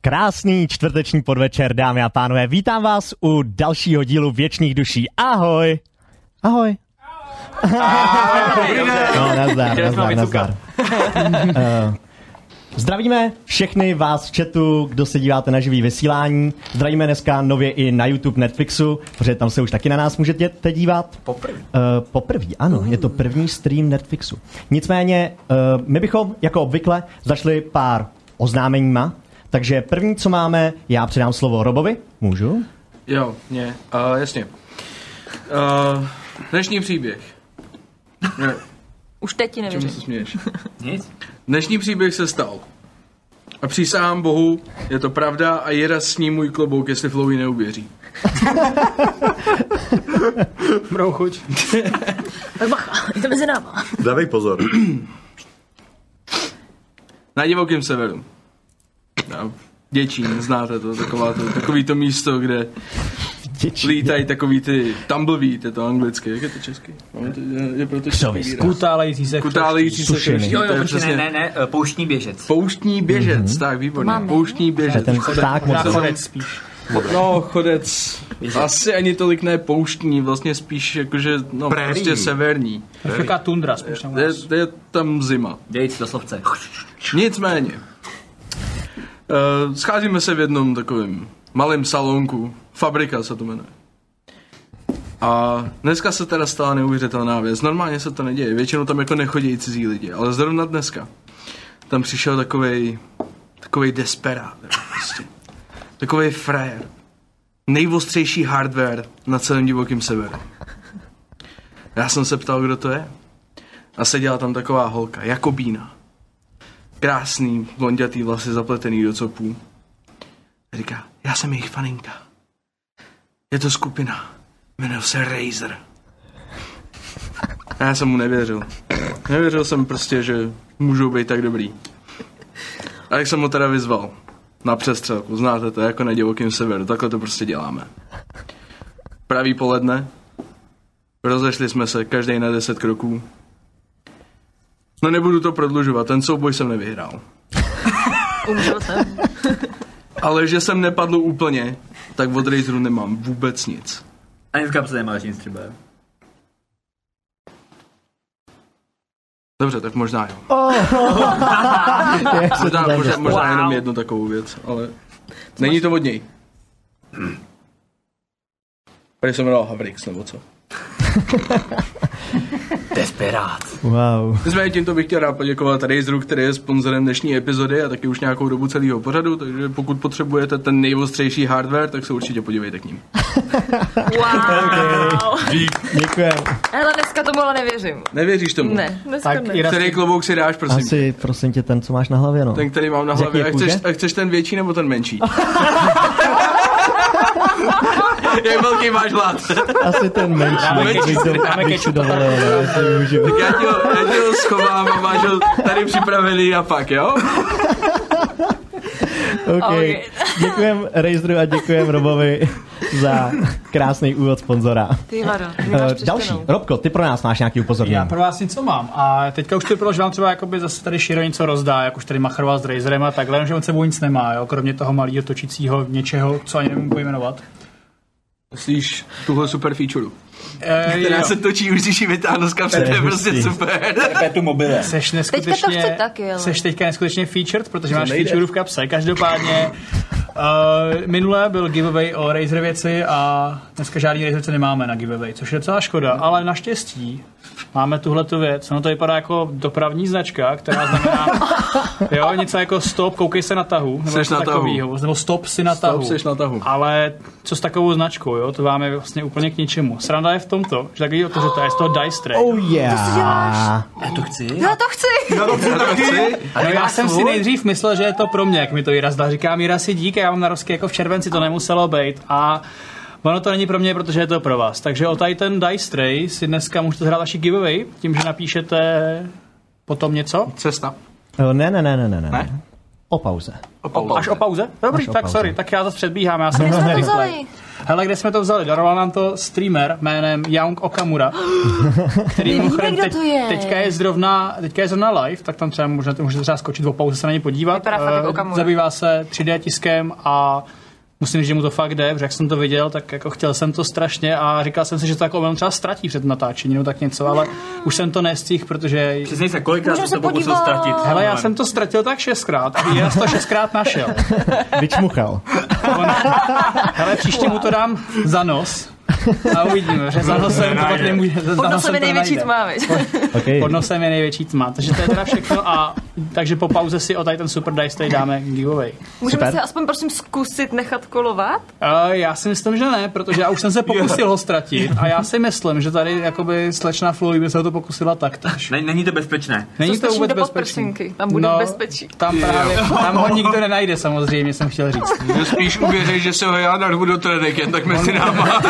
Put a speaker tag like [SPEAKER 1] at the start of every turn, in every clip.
[SPEAKER 1] Krásný čtvrteční podvečer, dámy a pánové. Vítám vás u dalšího dílu Věčných duší. Ahoj!
[SPEAKER 2] Ahoj.
[SPEAKER 1] No, nazdar,
[SPEAKER 3] Chtěli jsme
[SPEAKER 1] nazdar,
[SPEAKER 3] vycukat.
[SPEAKER 1] nazdar. Eh, Zdravíme všechny vás v chatu, kdo se díváte na živý vysílání. Zdravíme dneska nově i na YouTube Netflixu, protože tam se už taky na nás můžete dívat.
[SPEAKER 3] Poprvé.
[SPEAKER 1] Uh, poprvé, ano, je to první stream Netflixu. Nicméně, uh, my bychom, jako obvykle, začali pár oznámeníma. Takže první, co máme, já předám slovo Robovi. Můžu?
[SPEAKER 3] Jo, mě, uh, jasně. Uh, dnešní příběh. Ne,
[SPEAKER 4] Už teď ti
[SPEAKER 3] čemu
[SPEAKER 4] nevěřím.
[SPEAKER 3] se směješ?
[SPEAKER 5] Nic.
[SPEAKER 3] Dnešní příběh se stal. A přísahám bohu, je to pravda a je s ní můj klobouk, jestli Flowy neuvěří.
[SPEAKER 5] Brou chuť.
[SPEAKER 4] Tak bacha, je to mezi náma.
[SPEAKER 6] Dávej pozor.
[SPEAKER 3] Na divokém severu. No, Děčín, znáte to, taková to, takový to místo, kde lítají takový ty tumbleweed, je to anglicky, jak je to česky? Máme to- Je, je proto český
[SPEAKER 1] Křovis.
[SPEAKER 3] výraz.
[SPEAKER 5] Kutálející se.
[SPEAKER 3] Kutálející se
[SPEAKER 1] Sušiny.
[SPEAKER 3] křoví,
[SPEAKER 5] Jo,
[SPEAKER 3] to
[SPEAKER 5] jo,
[SPEAKER 3] je
[SPEAKER 5] počkej,
[SPEAKER 3] přesně-
[SPEAKER 5] ne, ne, ne, eh, pouštní běžec.
[SPEAKER 3] Pouštní běžec, mm-hmm. tak výborně.
[SPEAKER 4] máme.
[SPEAKER 3] Pouštní
[SPEAKER 1] To je
[SPEAKER 3] běžec.
[SPEAKER 1] Mhm. ten pták
[SPEAKER 5] Možná
[SPEAKER 1] moc.
[SPEAKER 5] chodec spíš.
[SPEAKER 3] No, chodec. Asi ani tolik ne pouštní, vlastně spíš jakože, no,
[SPEAKER 6] Prérii.
[SPEAKER 3] prostě severní.
[SPEAKER 5] Taková tundra spíš tam u
[SPEAKER 3] Je,
[SPEAKER 5] nás.
[SPEAKER 3] je tam zima.
[SPEAKER 5] Dej si to slovce.
[SPEAKER 3] Nicméně, uh, scházíme se v jednom takovém malém salonku. Fabrika se to jmenuje. A dneska se teda stala neuvěřitelná věc. Normálně se to neděje. Většinou tam jako nechodí cizí lidi, ale zrovna dneska tam přišel takovej, takovej desperát. jo, Prostě. Takovej frajer. Nejostřejší hardware na celém divokém severu. Já jsem se ptal, kdo to je. A seděla tam taková holka, Jakobína krásný, blondětý vlasy zapletený do copů. A Říká, já jsem jejich faninka. Je to skupina. Jmenuje se Razer. A já jsem mu nevěřil. Nevěřil jsem prostě, že můžou být tak dobrý. A jak jsem ho teda vyzval? Na přestřelku, znáte to, jako na divokém severu, takhle to prostě děláme. Pravý poledne, rozešli jsme se, každý na 10 kroků, No nebudu to prodlužovat, ten souboj jsem nevyhrál.
[SPEAKER 4] Umřel jsem.
[SPEAKER 3] Ale že jsem nepadl úplně, tak od Razeru nemám vůbec nic.
[SPEAKER 5] Ani v kapse nemáš nic třeba.
[SPEAKER 3] Dobře, tak možná jo. možná, možná, možná jenom jednu takovou věc, ale není to od něj. Tady jsem jmenoval Havrix, nebo co?
[SPEAKER 5] Desperát.
[SPEAKER 1] Wow.
[SPEAKER 3] Nicméně tímto bych chtěl rád poděkovat Razeru, který je sponzorem dnešní epizody a taky už nějakou dobu celého pořadu, takže pokud potřebujete ten nejostřejší hardware, tak se určitě podívejte k ním.
[SPEAKER 4] Wow.
[SPEAKER 1] Děkujem.
[SPEAKER 4] Hele, dneska tomu ale nevěřím.
[SPEAKER 3] Nevěříš tomu?
[SPEAKER 4] Ne, dneska
[SPEAKER 5] Tak
[SPEAKER 4] ne.
[SPEAKER 5] Ira,
[SPEAKER 3] Který klobouk si dáš, prosím?
[SPEAKER 1] Asi, prosím tě, ten, co máš na hlavě, no.
[SPEAKER 3] Ten, který mám na
[SPEAKER 1] Z
[SPEAKER 3] hlavě. A
[SPEAKER 1] jaký je
[SPEAKER 3] chceš,
[SPEAKER 1] kůže?
[SPEAKER 3] a chceš ten větší nebo ten menší? Jak velký máš hlad?
[SPEAKER 1] Asi ten menší.
[SPEAKER 3] menší
[SPEAKER 1] bych to- bych si dovolil, no, jestli můžu.
[SPEAKER 3] Já ti ho, já ti ho schovám a máš ho tady připravený a pak, jo?
[SPEAKER 1] Okay.
[SPEAKER 4] Ok.
[SPEAKER 1] Děkujem Razeru a děkujem Robovi za krásný úvod sponzora.
[SPEAKER 4] Ty vado, ty mě
[SPEAKER 1] Eh,
[SPEAKER 4] máš
[SPEAKER 1] Další.
[SPEAKER 4] přečtenou.
[SPEAKER 1] Robko, ty pro nás máš nějaký
[SPEAKER 5] Já
[SPEAKER 1] upozornění.
[SPEAKER 5] pro vás něco mám. A teďka už to vypadalo, že vám třeba jakoby zase tady Shiro něco rozdá, jak už tady machroval s Razerem a takhle, jenomže on sebou nic nemá, jo, kromě toho malého točícího něčeho, co ani nemůžu pojmenovat.
[SPEAKER 3] Myslíš tuhle super feature,
[SPEAKER 5] Eh,
[SPEAKER 3] která
[SPEAKER 5] jo.
[SPEAKER 3] se točí už, když ji vytáhnu z kapsy, to je prostě super.
[SPEAKER 7] tu mobile.
[SPEAKER 5] Seš neskutečně,
[SPEAKER 4] Teďka to chce taky, ale-
[SPEAKER 5] seš teďka neskutečně featured, protože máš
[SPEAKER 3] nejde.
[SPEAKER 5] feature v kapse. Každopádně uh, minule byl giveaway o Razer věci a dneska žádný Razer věci nemáme na giveaway, což je docela škoda, ale naštěstí máme tuhle tu věc. No to vypadá jako dopravní značka, která znamená jo, něco jako stop, koukej se na tahu, nebo
[SPEAKER 3] Seš
[SPEAKER 5] něco
[SPEAKER 3] na tahu.
[SPEAKER 5] takovýho, nebo stop si na
[SPEAKER 3] Stop,
[SPEAKER 5] tahu.
[SPEAKER 3] seš na tahu.
[SPEAKER 5] Ale co s takovou značkou, jo, to vám je vlastně úplně k ničemu. Sranda je v tomto, že takový otevřete, je z toho dice tray.
[SPEAKER 1] Oh
[SPEAKER 4] Ah.
[SPEAKER 1] yeah.
[SPEAKER 7] Já to chci.
[SPEAKER 4] Já to chci.
[SPEAKER 3] Jako
[SPEAKER 5] No, já jsem si nejdřív myslel, že je to pro mě, jak mi to Jira zdá. Říkám, Jira si dík, já mám narosky jako v červenci, to nemuselo být. A ono to není pro mě, protože je to pro vás. Takže o tady ten Dice Tray si dneska můžete hrát vaši giveaway, tím, že napíšete potom něco.
[SPEAKER 3] Cesta.
[SPEAKER 1] Eh, Ne, ne, ne, ne, ne. ne? o pauze.
[SPEAKER 3] O pauze.
[SPEAKER 5] Až o pauze? Dobrý,
[SPEAKER 1] Až o
[SPEAKER 5] tak
[SPEAKER 1] pauze.
[SPEAKER 5] sorry, tak já zase předbíhám, já
[SPEAKER 4] Kde
[SPEAKER 5] jsem
[SPEAKER 4] jsme to
[SPEAKER 5] rychlej.
[SPEAKER 4] vzali?
[SPEAKER 5] Hele, kde jsme to vzali? Daroval nám to streamer jménem Young Okamura, který
[SPEAKER 4] My
[SPEAKER 5] mimochodem
[SPEAKER 4] víme, kdo to je.
[SPEAKER 5] teďka, je zrovna, teďka je zrovna live, tak tam třeba můžete, můžete třeba skočit o pauze se na ně podívat.
[SPEAKER 4] Vypadá fakt jako
[SPEAKER 5] Eh,
[SPEAKER 4] Okamura.
[SPEAKER 5] Zabývá se 3D tiskem a musím říct, že mu to fakt jde, protože jak jsem to viděl, tak jako chtěl jsem to strašně a říkal jsem si, že to jako on třeba ztratí před natáčením nebo tak něco, ale už jsem to nestihl, protože...
[SPEAKER 2] Přiznej se, kolikrát
[SPEAKER 4] Můžeme
[SPEAKER 2] jsi to
[SPEAKER 4] se
[SPEAKER 2] pokusil
[SPEAKER 4] podívat.
[SPEAKER 2] ztratit.
[SPEAKER 5] Hele, já jsem to ztratil tak šestkrát a já jsem to šestkrát našel.
[SPEAKER 1] Vyčmuchal.
[SPEAKER 5] On, hele, příště mu to dám za nos a uvidíme, že za nosem to pak nemůže. Za
[SPEAKER 4] Pod
[SPEAKER 5] nosem
[SPEAKER 4] nosem je
[SPEAKER 5] to
[SPEAKER 4] největší
[SPEAKER 5] najde.
[SPEAKER 4] tma, viď?
[SPEAKER 1] Okay.
[SPEAKER 5] Pod nosem je největší tma, takže to je teda všechno a takže po pauze si o tady ten Super Dice tady dáme giveaway.
[SPEAKER 4] Můžeme
[SPEAKER 1] Super.
[SPEAKER 4] se aspoň prosím zkusit nechat kolovat?
[SPEAKER 5] Uh, já si myslím, že ne, protože já už jsem se pokusil ho ztratit a já si myslím, že tady jakoby slečna Floyd by se to pokusila taktéž.
[SPEAKER 2] Ne, není to bezpečné.
[SPEAKER 5] Není to
[SPEAKER 4] stačí
[SPEAKER 5] vůbec
[SPEAKER 4] jde pod
[SPEAKER 5] bezpečný. No,
[SPEAKER 4] prsinky, tam bude v bezpečí.
[SPEAKER 5] Tam právě, tam ho nikdo nenajde samozřejmě, jsem chtěl říct.
[SPEAKER 3] Mě spíš uvěří, že se ho já narvu do trenek, jen tak mezi náma.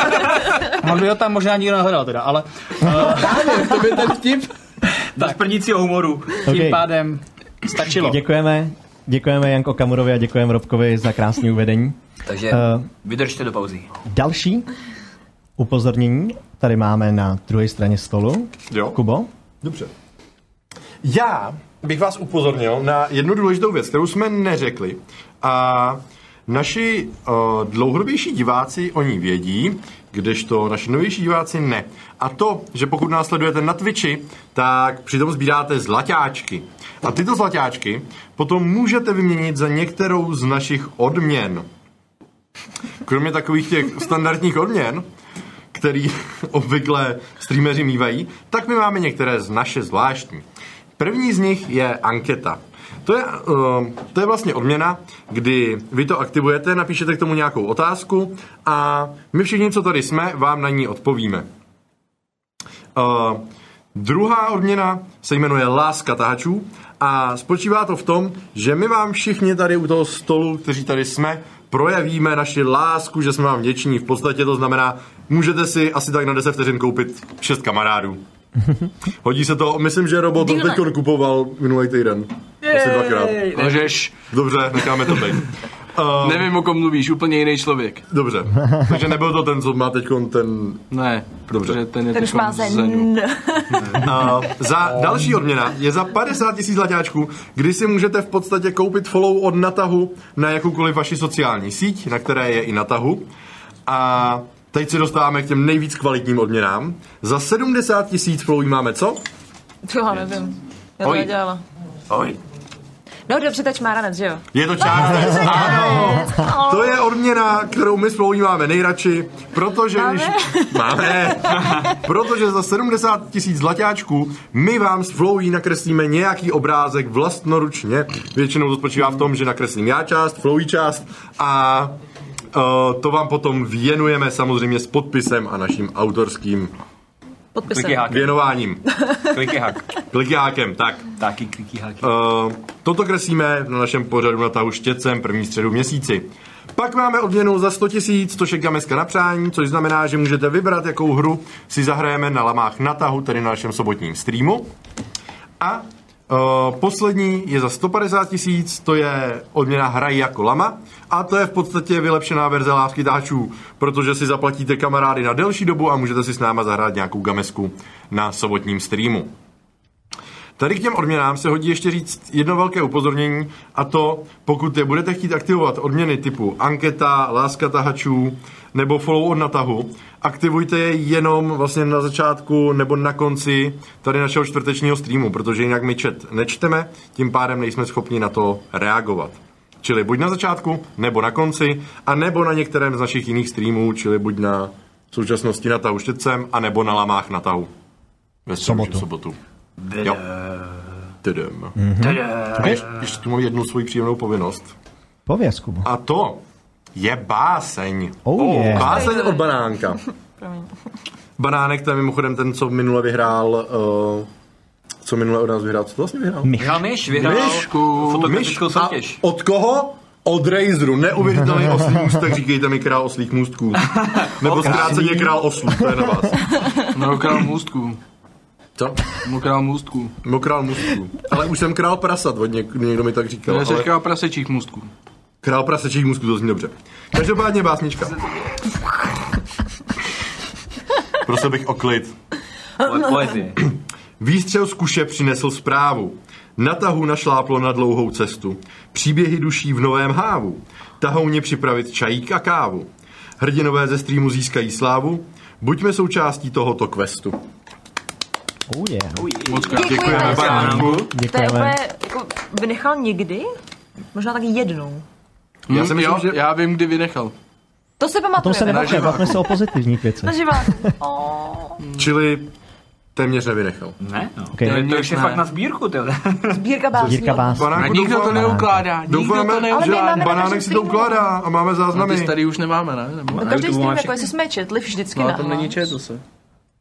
[SPEAKER 5] On by ho tam možná nikdo nehledal teda, ale
[SPEAKER 3] to by ten vtip.
[SPEAKER 2] Bez prnícího humoru.
[SPEAKER 5] tím
[SPEAKER 1] Okay.
[SPEAKER 5] pádem stačilo.
[SPEAKER 1] Děkujeme, děkujeme Janko Kamurovi a děkujeme Robkovi za krásné uvedení.
[SPEAKER 2] Takže
[SPEAKER 1] Eh.
[SPEAKER 2] vydržte do pauzy.
[SPEAKER 1] Další upozornění tady máme na druhé straně stolu.
[SPEAKER 8] Jo.
[SPEAKER 1] Kubo,
[SPEAKER 8] Dobře. Já bych vás upozornil na jednu důležitou věc, kterou jsme neřekli. A naši uh, dlouhodobější diváci o ní vědí, kdežto naši novější diváci ne. A to, že pokud nás sledujete na Twitchi, tak přitom sbíráte zlatáčky. A tyto zlatáčky potom můžete vyměnit za některou z našich odměn. Kromě takových těch standardních odměn, který obvykle streameři mývají, tak my máme některé z naše zvláštní. První z nich je anketa. To je, eh, to je vlastně odměna, kdy vy to aktivujete, napíšete k tomu nějakou otázku a my všichni, co tady jsme, vám na ní odpovíme. Eh, druhá odměna se jmenuje Láska tahačů a spočívá to v tom, že my vám všichni tady u toho stolu, kteří tady jsme, projevíme naši lásku, že jsme vám vděční. V podstatě to znamená, můžete si asi tak na 10 vteřin koupit šest kamarádů. Hodí se to, myslím, že robot to
[SPEAKER 4] Dílne.
[SPEAKER 8] teď kupoval minulý týden. Asi dvakrát.
[SPEAKER 3] Lžeš,
[SPEAKER 8] Dobře, necháme to být. Uh,
[SPEAKER 3] nevím, o kom mluvíš, úplně jiný člověk.
[SPEAKER 8] dobře, takže nebyl to ten, co má teď ten
[SPEAKER 3] Ne,
[SPEAKER 8] Dobře.
[SPEAKER 3] protože ten je
[SPEAKER 4] Ten už
[SPEAKER 3] teďkon
[SPEAKER 4] má
[SPEAKER 3] v
[SPEAKER 4] zen.
[SPEAKER 3] zenu.
[SPEAKER 8] A za další odměna je za 50 tisíc zlatáčků, kdy si můžete v podstatě koupit follow od Natahu na jakoukoliv vaši sociální síť, na které je i Natahu. A teď se dostáváme k těm nejvíc kvalitním odměnám. Za 70 tisíc followí máme co?
[SPEAKER 4] To já nevím. Já to
[SPEAKER 8] Oj.
[SPEAKER 4] nedělala.
[SPEAKER 8] Oj.
[SPEAKER 4] No dobře, ta čmáranec, že jo?
[SPEAKER 8] Je to čárnec. Ano. To je odměna, kterou my spolu máme nejradši, protože
[SPEAKER 4] Máme?
[SPEAKER 8] Když, máme. protože za 70 tisíc zlatáčků my vám s Flowí nakreslíme nějaký obrázek vlastnoručně. Většinou to spočívá v tom, že nakreslím já část, Flowí část a eh, to vám potom věnujeme samozřejmě s podpisem a naším autorským
[SPEAKER 4] Podpisem.
[SPEAKER 2] Kliky hák,
[SPEAKER 8] věnováním.
[SPEAKER 2] kliky hák.
[SPEAKER 8] Klikákem, tak.
[SPEAKER 2] Taky kliky hák.
[SPEAKER 8] Uh, toto kreslíme na našem pořadu na tahu štětcem první středu v měsíci. Pak máme odměnu za 100 tisíc, což je gameska na přání, což znamená, že můžete vybrat, jakou hru si zahrajeme na lamách na tahu, tedy na našem sobotním streamu. A uh, poslední je za 150 tisíc, to je odměna hrají jako lama a to je v podstatě vylepšená verze lásky táčů, protože si zaplatíte kamarády na delší dobu a můžete si s náma zahrát nějakou gamesku na sobotním streamu. Tady k těm odměnám se hodí ještě říct jedno velké upozornění a to, pokud je budete chtít aktivovat odměny typu anketa, láska tahačů nebo follow od natahu, aktivujte je jenom vlastně na začátku nebo na konci tady našeho čtvrtečního streamu, protože jinak my chat nečteme, tím pádem nejsme schopni na to reagovat. Čili buď na začátku, nebo na konci, a nebo na některém z našich jiných streamů, čili buď na v současnosti na tahu štětcem, a nebo na lamách na tahu. Ve středu,
[SPEAKER 1] Sobotu.
[SPEAKER 8] či sobotu. Jo. Tadam.
[SPEAKER 3] Hm?
[SPEAKER 8] A ještě, ještě tu mám jednu svoji příjemnou povinnost.
[SPEAKER 1] pověz Kubo.
[SPEAKER 8] A to je báseň.
[SPEAKER 1] Oh, yeah.
[SPEAKER 8] Báseň od banánka. Banánek to je mimochodem ten, co minule vyhrál... Uh, co minule od nás vyhrál. Co to vlastně vyhrál?
[SPEAKER 2] Vyhrál myš, vyhrál
[SPEAKER 3] Myšku.
[SPEAKER 2] fotografickou
[SPEAKER 8] a
[SPEAKER 2] soutěž.
[SPEAKER 8] od koho? Od Razeru, neuvěřitelný oslý můstek, říkejte mi král oslých můstků. Nebo zkráceně král oslů, to je na vás.
[SPEAKER 3] No, král můstků.
[SPEAKER 6] Co?
[SPEAKER 3] Mu král můstku.
[SPEAKER 6] No král musků. Ale už jsem král prasat, od něk- někdo mi tak říkal.
[SPEAKER 3] Ne, se
[SPEAKER 6] Ale
[SPEAKER 3] říká prasečích můstků.
[SPEAKER 6] král prasečích musků, to zní dobře. Každopádně básnička. Prosil bych o klid.
[SPEAKER 2] Po- Poezie.
[SPEAKER 6] Výstřel z kuše přinesl zprávu. Na tahu našláplo na dlouhou cestu. Příběhy duší v novém hávu. Tahouně připravit čajík a kávu. Hrdinové ze streamu získají slávu. Buďme součástí tohoto questu.
[SPEAKER 1] Oh yeah.
[SPEAKER 3] Moc krát.
[SPEAKER 4] Děkuji.
[SPEAKER 6] Děkujeme, Baránku.
[SPEAKER 4] To je
[SPEAKER 1] Děkujeme.
[SPEAKER 4] úplně, jako, vynechal někdy? Možná tak jednou.
[SPEAKER 6] Já si myslím,
[SPEAKER 3] Hmm, jo,
[SPEAKER 6] že...
[SPEAKER 3] já vím, kdy vynechal.
[SPEAKER 4] To si
[SPEAKER 1] To
[SPEAKER 4] pamatuje.
[SPEAKER 1] se nebavíme,
[SPEAKER 3] živáku.
[SPEAKER 1] bavme se o pozitivních věcech.
[SPEAKER 4] Na živá.
[SPEAKER 6] Čili téměř nevynechal.
[SPEAKER 2] Ne, no.
[SPEAKER 1] Okay.
[SPEAKER 2] To je- To
[SPEAKER 3] Téměř
[SPEAKER 2] už je
[SPEAKER 3] ne.
[SPEAKER 2] fakt na sbírku, ty vole.
[SPEAKER 4] Sbírka básní.
[SPEAKER 1] Jirka vás.
[SPEAKER 3] A
[SPEAKER 6] Baránku,
[SPEAKER 3] nikdo to
[SPEAKER 6] doufám-
[SPEAKER 3] neukládá. Nikdo to
[SPEAKER 6] Doufáme,
[SPEAKER 4] Ale
[SPEAKER 6] že
[SPEAKER 4] my
[SPEAKER 3] neukládá.
[SPEAKER 4] máme na
[SPEAKER 6] Banánek
[SPEAKER 4] každém
[SPEAKER 6] si to
[SPEAKER 4] streamu.
[SPEAKER 6] ukládá a máme
[SPEAKER 3] No, ty
[SPEAKER 6] záznamy.
[SPEAKER 3] starý už nemáme, ne? Nebo...
[SPEAKER 4] No každý stream, jako jestli jsme četli vždycky
[SPEAKER 3] No,
[SPEAKER 4] na
[SPEAKER 3] ale tam není četl se.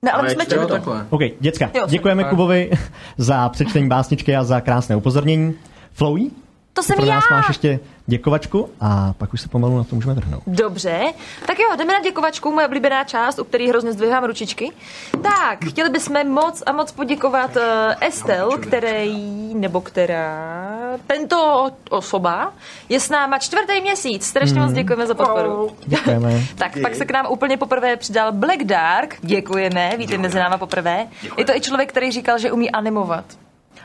[SPEAKER 4] Ne, ale my jsme
[SPEAKER 3] Jo,
[SPEAKER 4] četli to.
[SPEAKER 3] takhle.
[SPEAKER 1] OK, děcka,
[SPEAKER 4] Jo,
[SPEAKER 1] děkujeme
[SPEAKER 3] tak.
[SPEAKER 1] Kubovi za přečtení básničky a za krásné upozornění. Flowey,
[SPEAKER 4] To jsem
[SPEAKER 1] pro
[SPEAKER 4] já.
[SPEAKER 1] nás máš ještě děkovačku a pak už se pomalu na to můžeme vrhnout.
[SPEAKER 4] Dobře, tak jo, jdeme na děkovačku, moje oblíbená část, u který hrozně zdvihám ručičky. Tak, chtěli bychom moc a moc poděkovat eh, Estel, který, nebo která, tento osoba je s náma čtvrtý měsíc. Strašně moc děkujeme za podporu.
[SPEAKER 1] Děkujeme.
[SPEAKER 4] tak, pak se k nám úplně poprvé přidal Black Dark. Děkujeme, vítej mezi náma poprvé. Je to i člověk, který říkal, že umí animovat.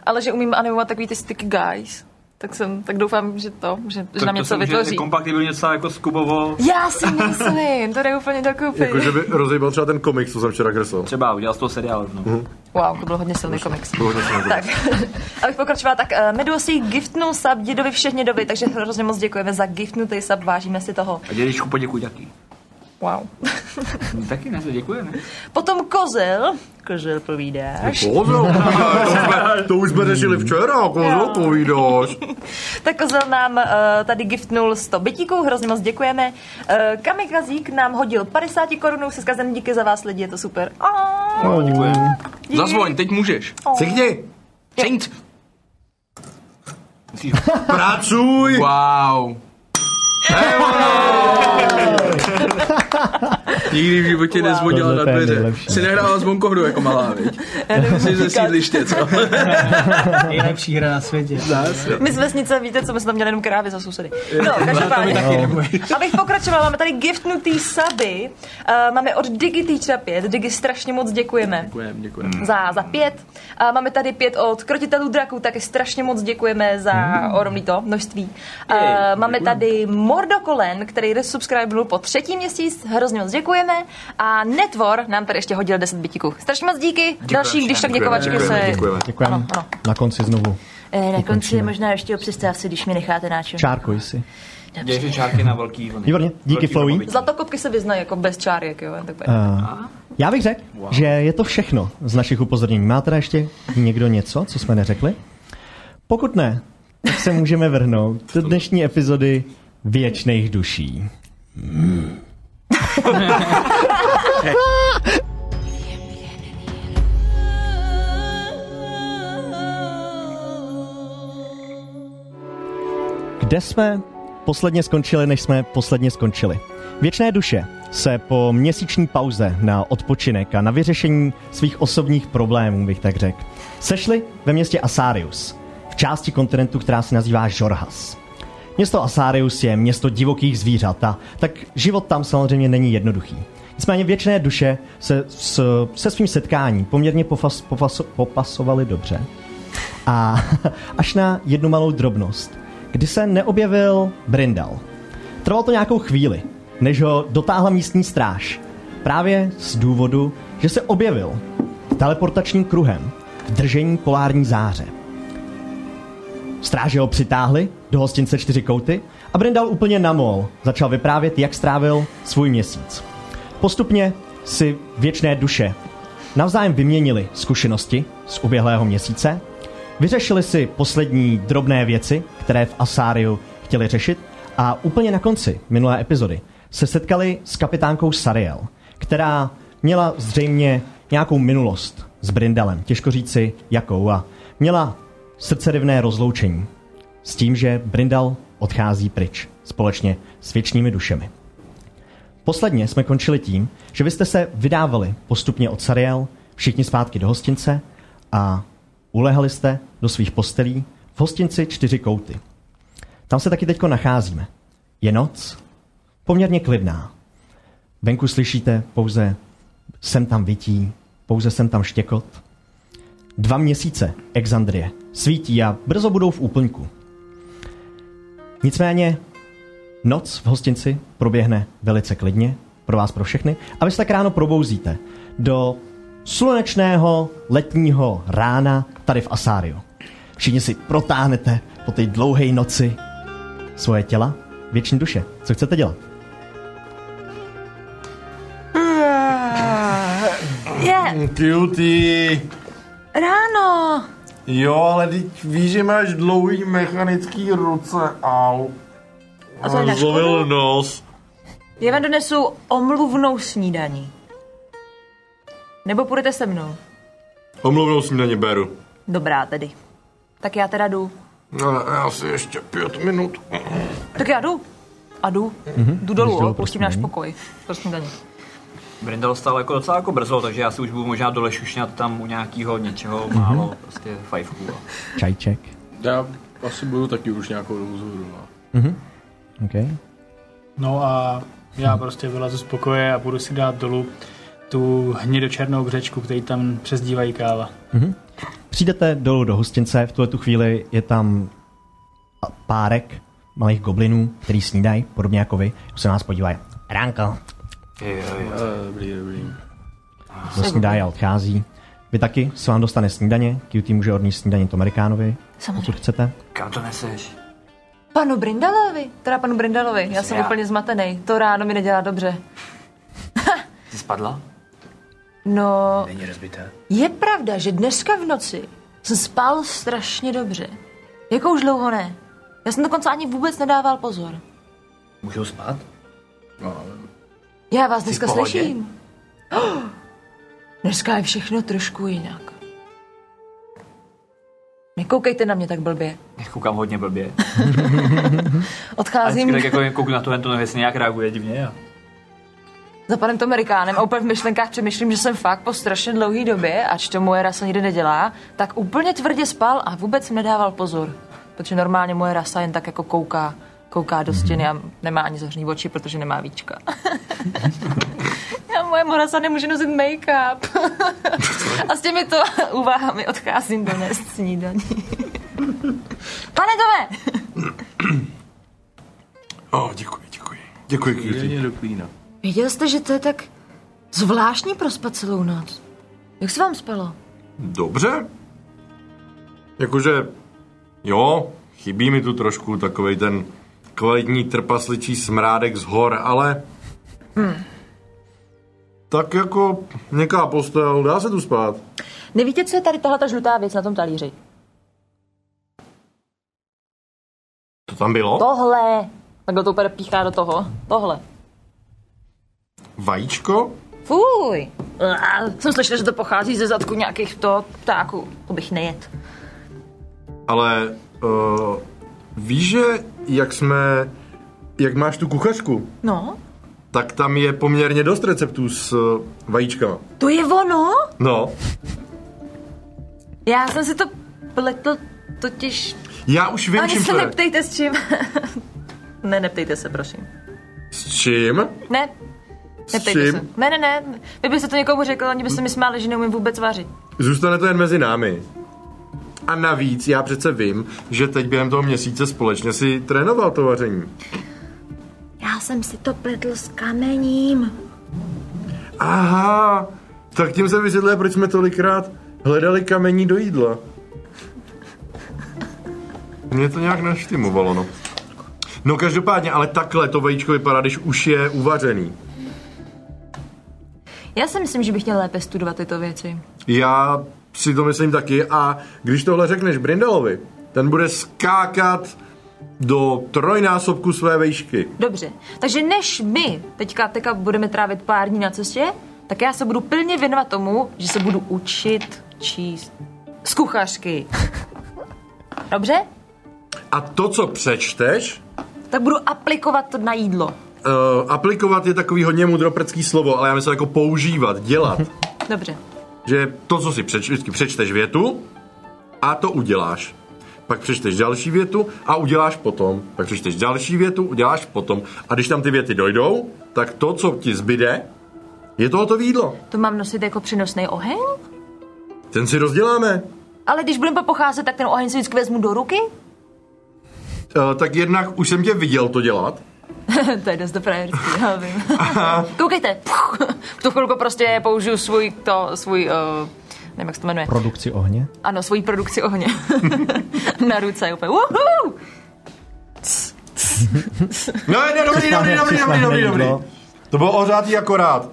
[SPEAKER 4] Ale že umím animovat takový ty sticky guys. Tak jsem, tak doufám, že to, že, že nám něco
[SPEAKER 2] se může-
[SPEAKER 4] vytvoří.
[SPEAKER 2] Kompatibilně něco jako s Kubovo.
[SPEAKER 4] Já si myslím, to jde úplně dokupy.
[SPEAKER 6] Jakože by rozejbal třeba ten komiks, co jsem včera kreslil.
[SPEAKER 2] Třeba udělal z toho seriál rovnou.
[SPEAKER 1] Mhm.
[SPEAKER 4] Wow, to byl hodně silný komiks.
[SPEAKER 6] Bylo to snadné.
[SPEAKER 4] Tak, abych pokračovala, tak uh, Medusí giftnul sub dědovi všechny doby, takže hrozně moc děkujeme za giftnutý sub, vážíme si toho.
[SPEAKER 2] A dědečku poděkuji taky.
[SPEAKER 4] Wow.
[SPEAKER 2] No, Taky ne, děkuji, ne?
[SPEAKER 4] Potom Kozel, Kozel povídáš,
[SPEAKER 6] Kozel, to, jsme, to už jsme řešili včera,
[SPEAKER 8] jako
[SPEAKER 6] kozel povídáš.
[SPEAKER 4] tak Kozel nám uh, tady giftnul 100 bytíků, hrozně moc děkujeme. Uh, Kamikazík nám hodil 50 korunů se skazem, díky za vás lidi, je to super. Oh,
[SPEAKER 1] No, děkujeme.
[SPEAKER 3] Zazvoň, teď můžeš.
[SPEAKER 6] Cikni,
[SPEAKER 3] Cinc.
[SPEAKER 6] pracuj!
[SPEAKER 3] Wow. Nikdy v životě nezvodila
[SPEAKER 1] Tohle
[SPEAKER 3] na
[SPEAKER 1] to je
[SPEAKER 3] dveře.
[SPEAKER 1] nejlepší.
[SPEAKER 3] Jsi nehrála s bonkohru jako malá, viď? Jsi ze sídliště, co?
[SPEAKER 5] Nejlepší hra na světě.
[SPEAKER 4] My z vesnice, víte, co my jsme tam měli jenom krávy za sousedy. No, každopádně. Abych pokračovala, máme tady giftnutý saby. Uh, máme od DigiTeachera 5. Digi strašně moc děkujeme.
[SPEAKER 3] Děkujem, děkujem.
[SPEAKER 4] Za, za pět. A máme tady pět od krotitelů draků, taky strašně moc děkujeme za
[SPEAKER 6] Hmm.
[SPEAKER 4] mm. ohromný to množství. A máme tady Mordokolen, který resubscribenul po třetí měsíc, hrozně moc děkujeme. A Netvor nám tady ještě hodil 10 bytíků. Strašně moc díky. Další, když tak děkovačky se...
[SPEAKER 6] Děkujeme, děkujeme.
[SPEAKER 1] Děkujeme.
[SPEAKER 4] Ano, ano.
[SPEAKER 1] Na konci znovu.
[SPEAKER 4] Eh, Na konci
[SPEAKER 1] Ukončíme.
[SPEAKER 4] je možná ještě o přestávce, když mi necháte náčem.
[SPEAKER 1] Čárkuj si.
[SPEAKER 2] Dělej si čárky na velký vlny.
[SPEAKER 1] Výborně, díky,
[SPEAKER 2] Velký
[SPEAKER 1] Flowey.
[SPEAKER 2] vlny.
[SPEAKER 4] Zlatokopky se vyznají jako bez čárek, jo, jen tak bude.
[SPEAKER 6] Eh.
[SPEAKER 1] Já bych řekl, wow. že je to všechno z našich upozornění. Má teda ještě někdo něco, co jsme neřekli? Pokud ne, tak se můžeme vrhnout do dnešní epizody Věčných duší. Kde jsme posledně skončili, než jsme posledně skončili? Věčné duše se po měsíční pauze na odpočinek a na vyřešení svých osobních problémů, bych tak řekl, sešli ve městě Asarius, v části kontinentu, která se nazývá Žorhas. Město Asarius je město divokých zvířat a tak život tam samozřejmě není jednoduchý. Nicméně věčné duše se, s, se svým setkáním poměrně pofas, pofas, popasovaly dobře. A až na jednu malou drobnost, kdy se neobjevil Brindal. Trvalo to nějakou chvíli, než ho dotáhla místní stráž. Právě z důvodu, že se objevil teleportačním kruhem v držení polární záře. Stráže ho přitáhli do hostince čtyři kouty a Brindal úplně namol. Začal vyprávět, jak strávil svůj měsíc. Postupně si věčné duše navzájem vyměnili zkušenosti z uběhlého měsíce, vyřešili si poslední drobné věci, které v Asáriu chtěli řešit a úplně na konci minulé epizody se setkali s kapitánkou Sariel, která měla zřejmě nějakou minulost s Brindalem, těžko říci jakou, a měla srdcerivné rozloučení s tím, že Brindal odchází pryč společně s věčnými dušemi. Posledně jsme končili tím, že vy jste se vydávali postupně od Sariel, všichni zpátky do hostince a ulehli jste do svých postelí v hostinci Čtyři kouty. Tam se taky teď nacházíme. Je noc, poměrně klidná. Venku slyšíte pouze sem tam vytí, pouze sem tam štěkot. Dva měsíce Exandrie svítí a brzo budou v úplňku. Nicméně noc v hostinci proběhne velice klidně, pro vás, pro všechny, a vy se tak ráno probouzíte do slunečného letního rána tady v Asáriu. Všichni si protáhnete po té dlouhé noci svoje těla, věční duše. Co chcete dělat?
[SPEAKER 4] Je,
[SPEAKER 8] Cutie.
[SPEAKER 4] ráno.
[SPEAKER 8] Jo, ale teď víš, že máš dlouhý mechanický ruce, au.
[SPEAKER 4] A to je na
[SPEAKER 8] Zlovil
[SPEAKER 4] škodu.
[SPEAKER 8] nos.
[SPEAKER 4] Já vám donesu omluvnou snídaní. Nebo půjdete se mnou.
[SPEAKER 8] Omluvnou snídaně beru.
[SPEAKER 4] Dobrá tedy. Tak já teda jdu.
[SPEAKER 8] No, já si ještě pět minut.
[SPEAKER 4] Tak já jdu. A jdu. Mm-hmm. Jdu dolů,
[SPEAKER 1] dolů
[SPEAKER 4] jo,
[SPEAKER 1] pro
[SPEAKER 4] pustím náš
[SPEAKER 1] snídaní.
[SPEAKER 4] pokoj. Pro snídaní.
[SPEAKER 2] Brindal stál jako docela jako brzo, takže já si už budu možná dole šušňat tam u nějakého něčeho
[SPEAKER 1] Mhm.
[SPEAKER 2] málo, prostě fajfku. a-
[SPEAKER 1] Čajček.
[SPEAKER 3] Já asi budu taky už nějakou dobu zhruba.
[SPEAKER 1] Okay.
[SPEAKER 5] No a já prostě vylezu z pokoje a budu si dát dolů tu hnědočernou břečku, který tam přezdívají káva.
[SPEAKER 1] Přijdete dolů do hostince, v tuhle tu chvíli je tam a- párek malých goblinů, který snídají, podobně jako vy, už se na nás podívají. Ránko.
[SPEAKER 2] Jo, jo, jo.
[SPEAKER 3] Dobrý, dobrý.
[SPEAKER 1] Do snídají a odchází. Vy taky se vám dostane snídaně, QT může odníst snídaně to Amerikánovi, pokud
[SPEAKER 4] Samozřejmě.
[SPEAKER 1] chcete.
[SPEAKER 2] Kam to neseš?
[SPEAKER 4] Panu Brindalovi. Teda panu Brindalovi. Já jsem
[SPEAKER 2] Já.
[SPEAKER 4] úplně zmatený. To ráno mi nedělá dobře.
[SPEAKER 2] Jsi spadla?
[SPEAKER 4] No,
[SPEAKER 2] Není rozbité.
[SPEAKER 4] je pravda, že dneska v noci jsem spal strašně dobře. Jako už dlouho ne. Já jsem dokonce ani vůbec nedával pozor.
[SPEAKER 2] Můžu spát? No,
[SPEAKER 4] Já vás dneska
[SPEAKER 2] v pohodě?
[SPEAKER 4] slyším. Oh, dneska je všechno trošku jinak. Nekoukejte na mě tak blbě.
[SPEAKER 2] Já koukám hodně blbě. A
[SPEAKER 4] Odcházím
[SPEAKER 2] vždycky tak jako jen kouknu na to, jen to nevěc nějak reaguje divně. A...
[SPEAKER 4] za panem Tomerikánem a úplně v myšlenkách přemýšlím, že jsem fakt po strašně dlouhé době, ač to moje rasa nikdy nedělá, tak úplně tvrdě spal a vůbec jsem nedával pozor. Protože normálně moje rasa jen tak jako kouká, kouká do stěny a nemá ani zahřní oči, protože nemá víčka. Já moje rasa nemůže nosit make-up. a s těmito úvahami odcházím do nést snídaní. Pane Tome!
[SPEAKER 8] O, děkuji, děkuji. Děkuji, Cutie.
[SPEAKER 3] Jedině do klína.
[SPEAKER 4] Věděl jste, že to je tak zvláštní prospat celou noc? Jak se vám spalo?
[SPEAKER 8] Dobře. Jakože, jo, chybí mi tu trošku takovej ten kvalitní trpasličí smrádek z hor, ale... Hmm. Tak jako něká postel, dá se tu spát.
[SPEAKER 4] Nevíte, co je tady tahle ta žlutá věc na tom talíři?
[SPEAKER 8] To tam bylo?
[SPEAKER 4] Tohle! Takhle to úplně píchá do toho. Tohle.
[SPEAKER 8] Vajíčko?
[SPEAKER 4] Fuj! Ah, Jsem slyšela, že to pochází ze zadku nějakých to ptáků. To bych nejet.
[SPEAKER 8] Ale uh, víš, že jak jsme, jak máš tu kuchařku,
[SPEAKER 4] No?
[SPEAKER 8] tak tam je poměrně dost receptů s uh, vajíčkama.
[SPEAKER 4] To je ono?
[SPEAKER 8] No,
[SPEAKER 4] Já jsem si to pletl totiž...
[SPEAKER 8] já už vím,
[SPEAKER 4] Ani
[SPEAKER 8] čím
[SPEAKER 4] se
[SPEAKER 8] to je.
[SPEAKER 4] neptejte s čím. ne, neptejte se, prosím.
[SPEAKER 8] S čím?
[SPEAKER 4] Ne, neptejte
[SPEAKER 8] čím?
[SPEAKER 4] se. Ne, ne, ne. Vy byste to někomu řekl, oni by se mi smáli, že neumím vůbec vařit.
[SPEAKER 8] Zůstane to jen mezi námi. A navíc já přece vím, že teď během toho měsíce společně si trénoval to vaření.
[SPEAKER 4] Já jsem si to pletl s kamením.
[SPEAKER 8] Aha, tak tím se vysvětluje, proč jsme tolikrát hledali kamení do jídla. Mě to nějak naštimovalo, no. No každopádně, ale takhle to vajíčko vypadá, když už je uvařený.
[SPEAKER 4] Já si myslím, že bych měl lépe studovat tyto věci.
[SPEAKER 8] Já si to myslím taky a když tohle řekneš Brindalovi, ten bude skákat do trojnásobku své vejšky.
[SPEAKER 4] Dobře, takže než my teďka, teďka budeme trávit pár dní na cestě, tak já se budu plně věnovat tomu, že se budu učit číst z kuchařky. Dobře?
[SPEAKER 8] A to, co přečteš, eh,
[SPEAKER 4] Tak budu aplikovat to na jídlo.
[SPEAKER 8] uh, aplikovat je takový hodně mudroprcký slovo, ale já myslím jako používat, dělat.
[SPEAKER 4] Dobře.
[SPEAKER 8] že to, co si přeč, vždycky přečteš větu a to uděláš. Pak přečteš další větu a uděláš potom. Pak přečteš další větu, uděláš potom. A když tam ty věty dojdou, tak to, co ti zbyde, je to hotový jídlo.
[SPEAKER 4] To mám nosit jako přenosný oheň?
[SPEAKER 8] Ten si rozděláme.
[SPEAKER 4] Ale když budeme pocházet, tak ten oheň si vždycky vezmu do ruky?
[SPEAKER 8] Eh, tak jednak už jsem tě viděl to dělat.
[SPEAKER 4] to je dost doprajerský, já vím. Koukejte, puch, v tu chvilku prostě použiju svůj, to, svůj, uh, nevím, jak se to jmenuje.
[SPEAKER 1] Produkci ohně.
[SPEAKER 4] Ano, svoji produkci ohně. Na ruce úplně, uhu!
[SPEAKER 8] No, ne, dobrý, dobrý, dobrý, dobrý, dobrý, dobrý. To bylo ořátý akorát.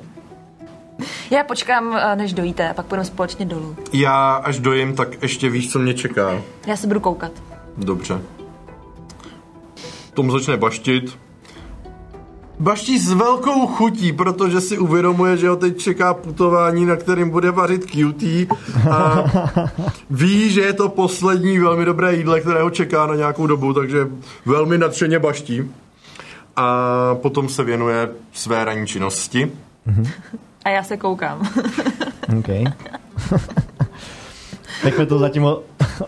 [SPEAKER 4] Já počkám, eh, než dojíte a pak půjdeme společně dolů.
[SPEAKER 8] Já až dojím, tak ještě víš, co mě čeká.
[SPEAKER 4] Já se budu koukat.
[SPEAKER 8] Dobře. Tom začne baštit. Baští s velkou chutí, protože si uvědomuje, že ho teď čeká putování, na kterým bude vařit cutie a ví, že je to poslední velmi dobré jídlo, které ho čeká na nějakou dobu, takže velmi nadšeně baští. A potom se věnuje své ranní činnosti.
[SPEAKER 4] A já se koukám.
[SPEAKER 1] OK. Pojďme to zatím o,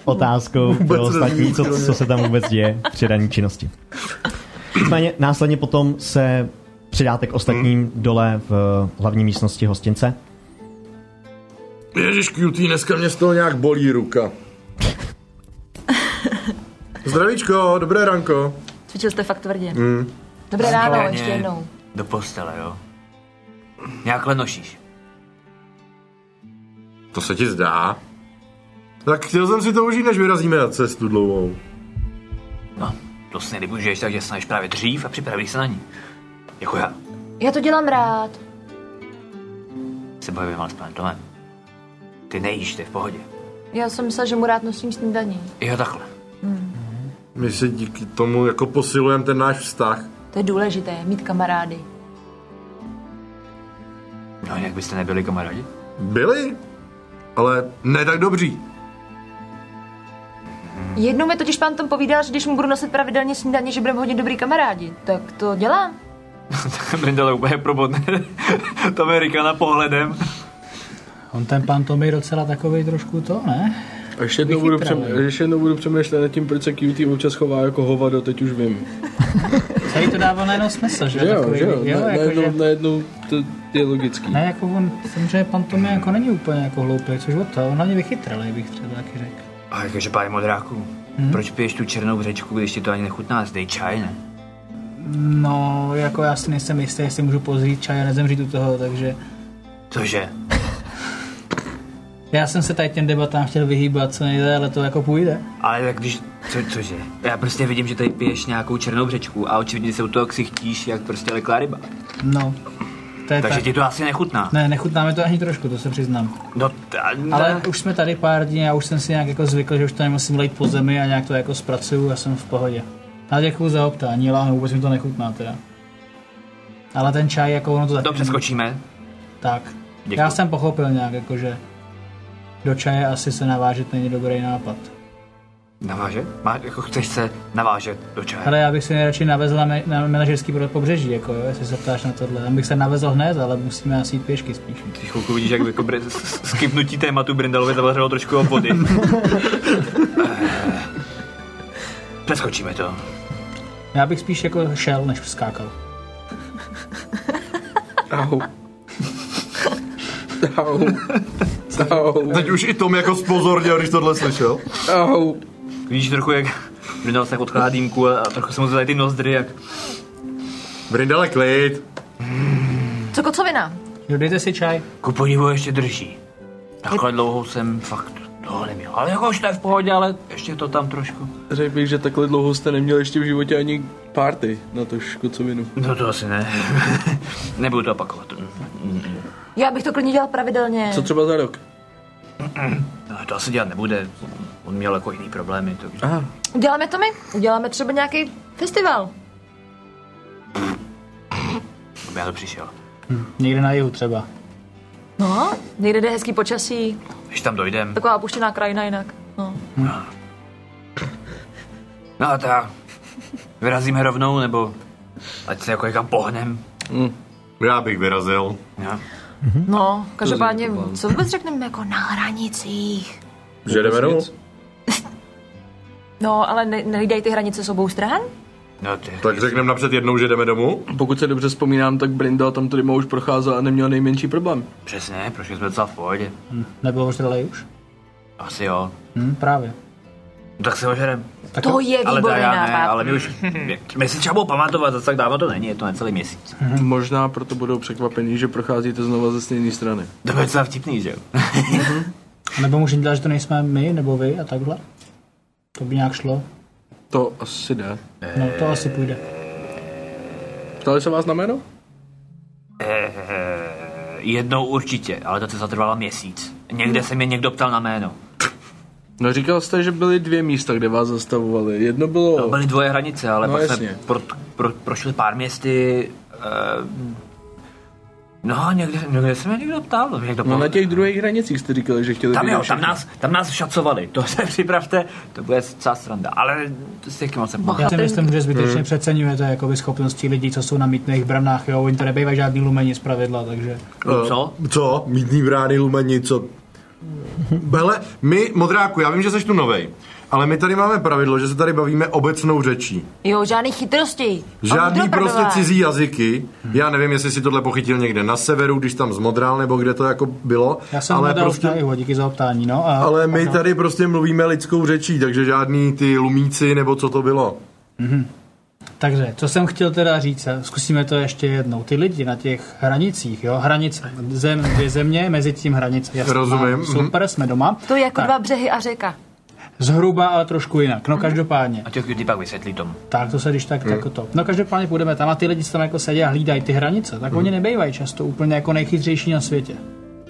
[SPEAKER 1] otázkou pro
[SPEAKER 8] Vůbec
[SPEAKER 1] ostatní,
[SPEAKER 8] nezní,
[SPEAKER 1] co,
[SPEAKER 8] kromě-
[SPEAKER 1] co se tam vůbec děje při ranní činnosti. Nicméně následně potom se přidáte k ostatním dole v eh, hlavní místnosti hostince.
[SPEAKER 8] Ježíš, cutie, dneska mě z toho nějak bolí ruka. Zdravíčko, dobré ranko.
[SPEAKER 4] Cvičil jste fakt tvrdě. Mm. Dobré ráno,
[SPEAKER 2] Správně.
[SPEAKER 4] ještě jednou.
[SPEAKER 2] Do postele, jo. Nějak lenošíš.
[SPEAKER 8] To se ti zdá? Tak chtěl jsem si to užít, než vyrazíme na cestu dlouhou.
[SPEAKER 2] No, to si nevyužiješ, takže snažíš právě dřív a připravíš se na ní. Jako já.
[SPEAKER 4] Já to dělám rád.
[SPEAKER 2] Se bojujeme ale s panem Tomem. Ty nejíš, ty v pohodě.
[SPEAKER 4] Já jsem myslela, že mu rád nosím snídaní.
[SPEAKER 2] Jo, takhle.
[SPEAKER 8] My si díky tomu jako posilujeme ten náš vztah.
[SPEAKER 4] To je důležité, mít kamarády.
[SPEAKER 2] No, jak byste nebyli kamarádi?
[SPEAKER 8] Byli, ale ne tak dobří.
[SPEAKER 4] Jednou mi totiž pán Tom povídal, že když mu budu nosit pravidelně snídaně, že budeme hodně dobrý kamarádi. Tak to dělám.
[SPEAKER 2] Brindale úplně probodne. Tam je Rikana pohledem.
[SPEAKER 5] On ten pan Tom je docela takovej trošku to, ne?
[SPEAKER 3] A ještě jednou, budu přem, ještě jednou budu přemýšlet nad tím, proč se QT občas chová jako hovado, teď už vím.
[SPEAKER 5] Celý to dává najednou smysl, že?
[SPEAKER 3] Že jo,
[SPEAKER 5] Takový-
[SPEAKER 3] že jo,
[SPEAKER 5] jo
[SPEAKER 3] na,
[SPEAKER 5] jako,
[SPEAKER 3] najednou,
[SPEAKER 5] že...
[SPEAKER 3] najednou to je logický.
[SPEAKER 5] Ne, jako on, samozřejmě pan Tom je jako není úplně jako hloupý, což od toho, on hlavně vychytralý, bych třeba taky řekl.
[SPEAKER 2] A jakože pár modráků. Hmm? Proč piješ tu černou řečku, když ti to ani nechutná? Zdej čaj, ne?
[SPEAKER 5] No, jako já si nejsem jistý, jestli můžu pozřít čaj a nezemřít u toho, takže
[SPEAKER 2] Cože?
[SPEAKER 5] já jsem se tady těm debatám chtěl vyhýbat, co nejde, ale to jako půjde.
[SPEAKER 2] Ale tak když... Co, cože? Já prostě vidím, že tady piješ nějakou černou řečku a očividně se u toho ksichtíš jak prostě leklá ryba.
[SPEAKER 5] No, to je
[SPEAKER 2] Takže
[SPEAKER 5] tak.
[SPEAKER 2] ti to asi nechutná.
[SPEAKER 5] Ne, nechutná mi to ani trošku, to se přiznám.
[SPEAKER 2] No, t- a- ne.
[SPEAKER 5] Ale už jsme tady pár dní, já už jsem si nějak jako zvykl, že už to nemusím lejt po zemi a nějak to jako zpracuju a jsem v pohodě. A děkuju za optání, láhnu, vůbec mi to nechutná teda. Ale ten čaj, jako ono to taky...
[SPEAKER 2] To přeskočíme.
[SPEAKER 5] Tak.
[SPEAKER 2] Děkuju.
[SPEAKER 5] Já jsem pochopil nějak, jako že do čaje asi se navážet není dobrý nápad.
[SPEAKER 2] Naváže? Má, jako chceš se navážet do čaje.
[SPEAKER 5] Ale já bych si nejradši navezl na, me- na manažerský pro- pobřeží, jako jo, jestli se ptáš na tohle. Tam bych se navezl hned, ale musíme asi jít pěšky spíš.
[SPEAKER 2] Když chvilku vidíš, jak jako br- s- s- skipnutí tématu Brindalovi zavařilo trošku o vody. Eh, Přeskočíme to.
[SPEAKER 5] Já bych spíš jako šel, než skákal.
[SPEAKER 3] Au. Au. Au.
[SPEAKER 8] Teď už i Tom jako spozorněl, když tohle slyšel.
[SPEAKER 3] Au.
[SPEAKER 2] Vidíš trochu, jak Brindal se tak odkládá dýmku a, a trochu se mu zadají ty nozdry, jak
[SPEAKER 8] Brindale, klid.
[SPEAKER 4] Co kocovina?
[SPEAKER 5] Jo, dejte si čaj.
[SPEAKER 2] ku podivu ještě drží. Takhle dlouho jsem fakt toho neměl. Ale jako už to je v pohodě, ale ještě to tam trošku.
[SPEAKER 3] Řekl bych, že takhle dlouho jste neměl ještě v životě ani party na to škocovinu.
[SPEAKER 2] No to asi ne. Nebudu to opakovat.
[SPEAKER 4] Já bych to klidně dělal pravidelně.
[SPEAKER 3] Co třeba za rok?
[SPEAKER 2] No, to asi dělat nebude. On měl jako jiný problémy. Takže...
[SPEAKER 3] Aha.
[SPEAKER 4] Uděláme to my? Uděláme třeba nějaký festival.
[SPEAKER 2] Já to přišel.
[SPEAKER 5] Někde na jihu třeba.
[SPEAKER 4] No, někde jde hezký počasí,
[SPEAKER 2] Když tam dojdem.
[SPEAKER 4] taková opuštěná krajina jinak. No.
[SPEAKER 2] No a tak. Vyrazíme rovnou, nebo ať se jako někam pohnem.
[SPEAKER 8] Já bych vyrazil.
[SPEAKER 2] No.
[SPEAKER 4] No, každopádně, co vůbec řekneme jako na hranicích?
[SPEAKER 6] Že jdeme domů?
[SPEAKER 4] No, ale ne, nejdej ty hranice s obou stran?
[SPEAKER 2] No, ty.
[SPEAKER 6] Tak řekneme napřed jednou, že jdeme domů.
[SPEAKER 3] Pokud se dobře vzpomínám, tak Brinda tam tady už procházel a neměl nejmenší problém.
[SPEAKER 2] Přesně, prošli jsme docela v pohodě.
[SPEAKER 5] Nebylo ožralej už?
[SPEAKER 2] Asi jo.
[SPEAKER 5] Hm, právě.
[SPEAKER 2] No, tak se ožerem.
[SPEAKER 5] Tak
[SPEAKER 4] No, To je
[SPEAKER 2] Ale
[SPEAKER 4] výborný
[SPEAKER 2] to já ne,
[SPEAKER 4] nápad.
[SPEAKER 2] ale my už, my- my si třeba budou pamatovat, zase tak dávno to není, je to necelý měsíc.
[SPEAKER 5] Hm.
[SPEAKER 3] Možná proto budou překvapení, že procházíte znova ze stejné strany.
[SPEAKER 2] To bylo docela vtipný, že jo?
[SPEAKER 5] Nebo můžeme dělat, že to nejsme my, nebo vy a takhle? To by nějak šlo.
[SPEAKER 3] To asi jde.
[SPEAKER 5] No,
[SPEAKER 6] Eh,
[SPEAKER 5] to asi půjde.
[SPEAKER 3] Ptali se vás na jméno?
[SPEAKER 2] Eh, Jednou určitě, ale to se zatrvalo měsíc. Někde se mě někdo ptal na jméno.
[SPEAKER 3] No říkal jste, že byly dvě místa, kde vás zastavovali. Jedno bylo...
[SPEAKER 2] To byly dvoje hranice, ale
[SPEAKER 3] No,
[SPEAKER 2] no, pak
[SPEAKER 3] jasně.
[SPEAKER 2] jsme pro, pro, prošli pár městy. Uh, no, někde, někde se mě někdo ptal. Někdo
[SPEAKER 3] No
[SPEAKER 2] po-
[SPEAKER 3] na těch druhých hranicích jste říkali, že chtěli
[SPEAKER 2] tam,
[SPEAKER 3] vidět
[SPEAKER 2] jo, tam,
[SPEAKER 3] všechno.
[SPEAKER 2] nás, tam nás šacovali, to se připravte, to bude celá sranda. Ale s jakým jsem mohl.
[SPEAKER 5] Já si myslím, že
[SPEAKER 6] Hmm.
[SPEAKER 5] zbytečně přeceňujete jakoby schopnosti lidí, co jsou na mítných branách, jo, oni to nebejvají žádný lumení z pravidla, takže...
[SPEAKER 8] Eh,
[SPEAKER 2] Co?
[SPEAKER 6] Co? Mítný brány, lumení, co? Hele, my, Modráku, já vím, že jsi tu novej, ale my tady máme pravidlo, že se tady bavíme obecnou řečí.
[SPEAKER 4] Jo, žádný chytrosti.
[SPEAKER 6] Žádný
[SPEAKER 4] Opravdová.
[SPEAKER 6] prostě cizí jazyky. Já nevím, jestli si tohle pochytil někde na severu, když tam zmodral, nebo kde to jako bylo.
[SPEAKER 5] Já jsem
[SPEAKER 6] ale
[SPEAKER 5] ale
[SPEAKER 6] prostě,
[SPEAKER 5] na Ivo, díky za optání, no. A...
[SPEAKER 6] ale my tady prostě mluvíme lidskou řečí, takže žádný ty lumíci, nebo co to bylo.
[SPEAKER 5] Takže, co jsem chtěl teda říct, a zkusíme to ještě jednou. Ty lidi na těch hranicích, jo, hranice, zem, dvě země, mezi tím hranice. Jasná,
[SPEAKER 6] Rozumím, mhm.
[SPEAKER 5] Super, jsme doma.
[SPEAKER 4] To je jako
[SPEAKER 5] tak,
[SPEAKER 4] dva břehy a řeka.
[SPEAKER 5] Zhruba, ale trošku jinak.
[SPEAKER 6] Mhm.
[SPEAKER 5] No každopádně.
[SPEAKER 2] A to ty pak vysvětlí tomu.
[SPEAKER 5] Tak to se když tak, tak to. No každopádně půjdeme tam a ty lidi, co tam jako sedí a hlídají ty hranice, tak oni nebejvají často úplně jako nejchytřejší na světě.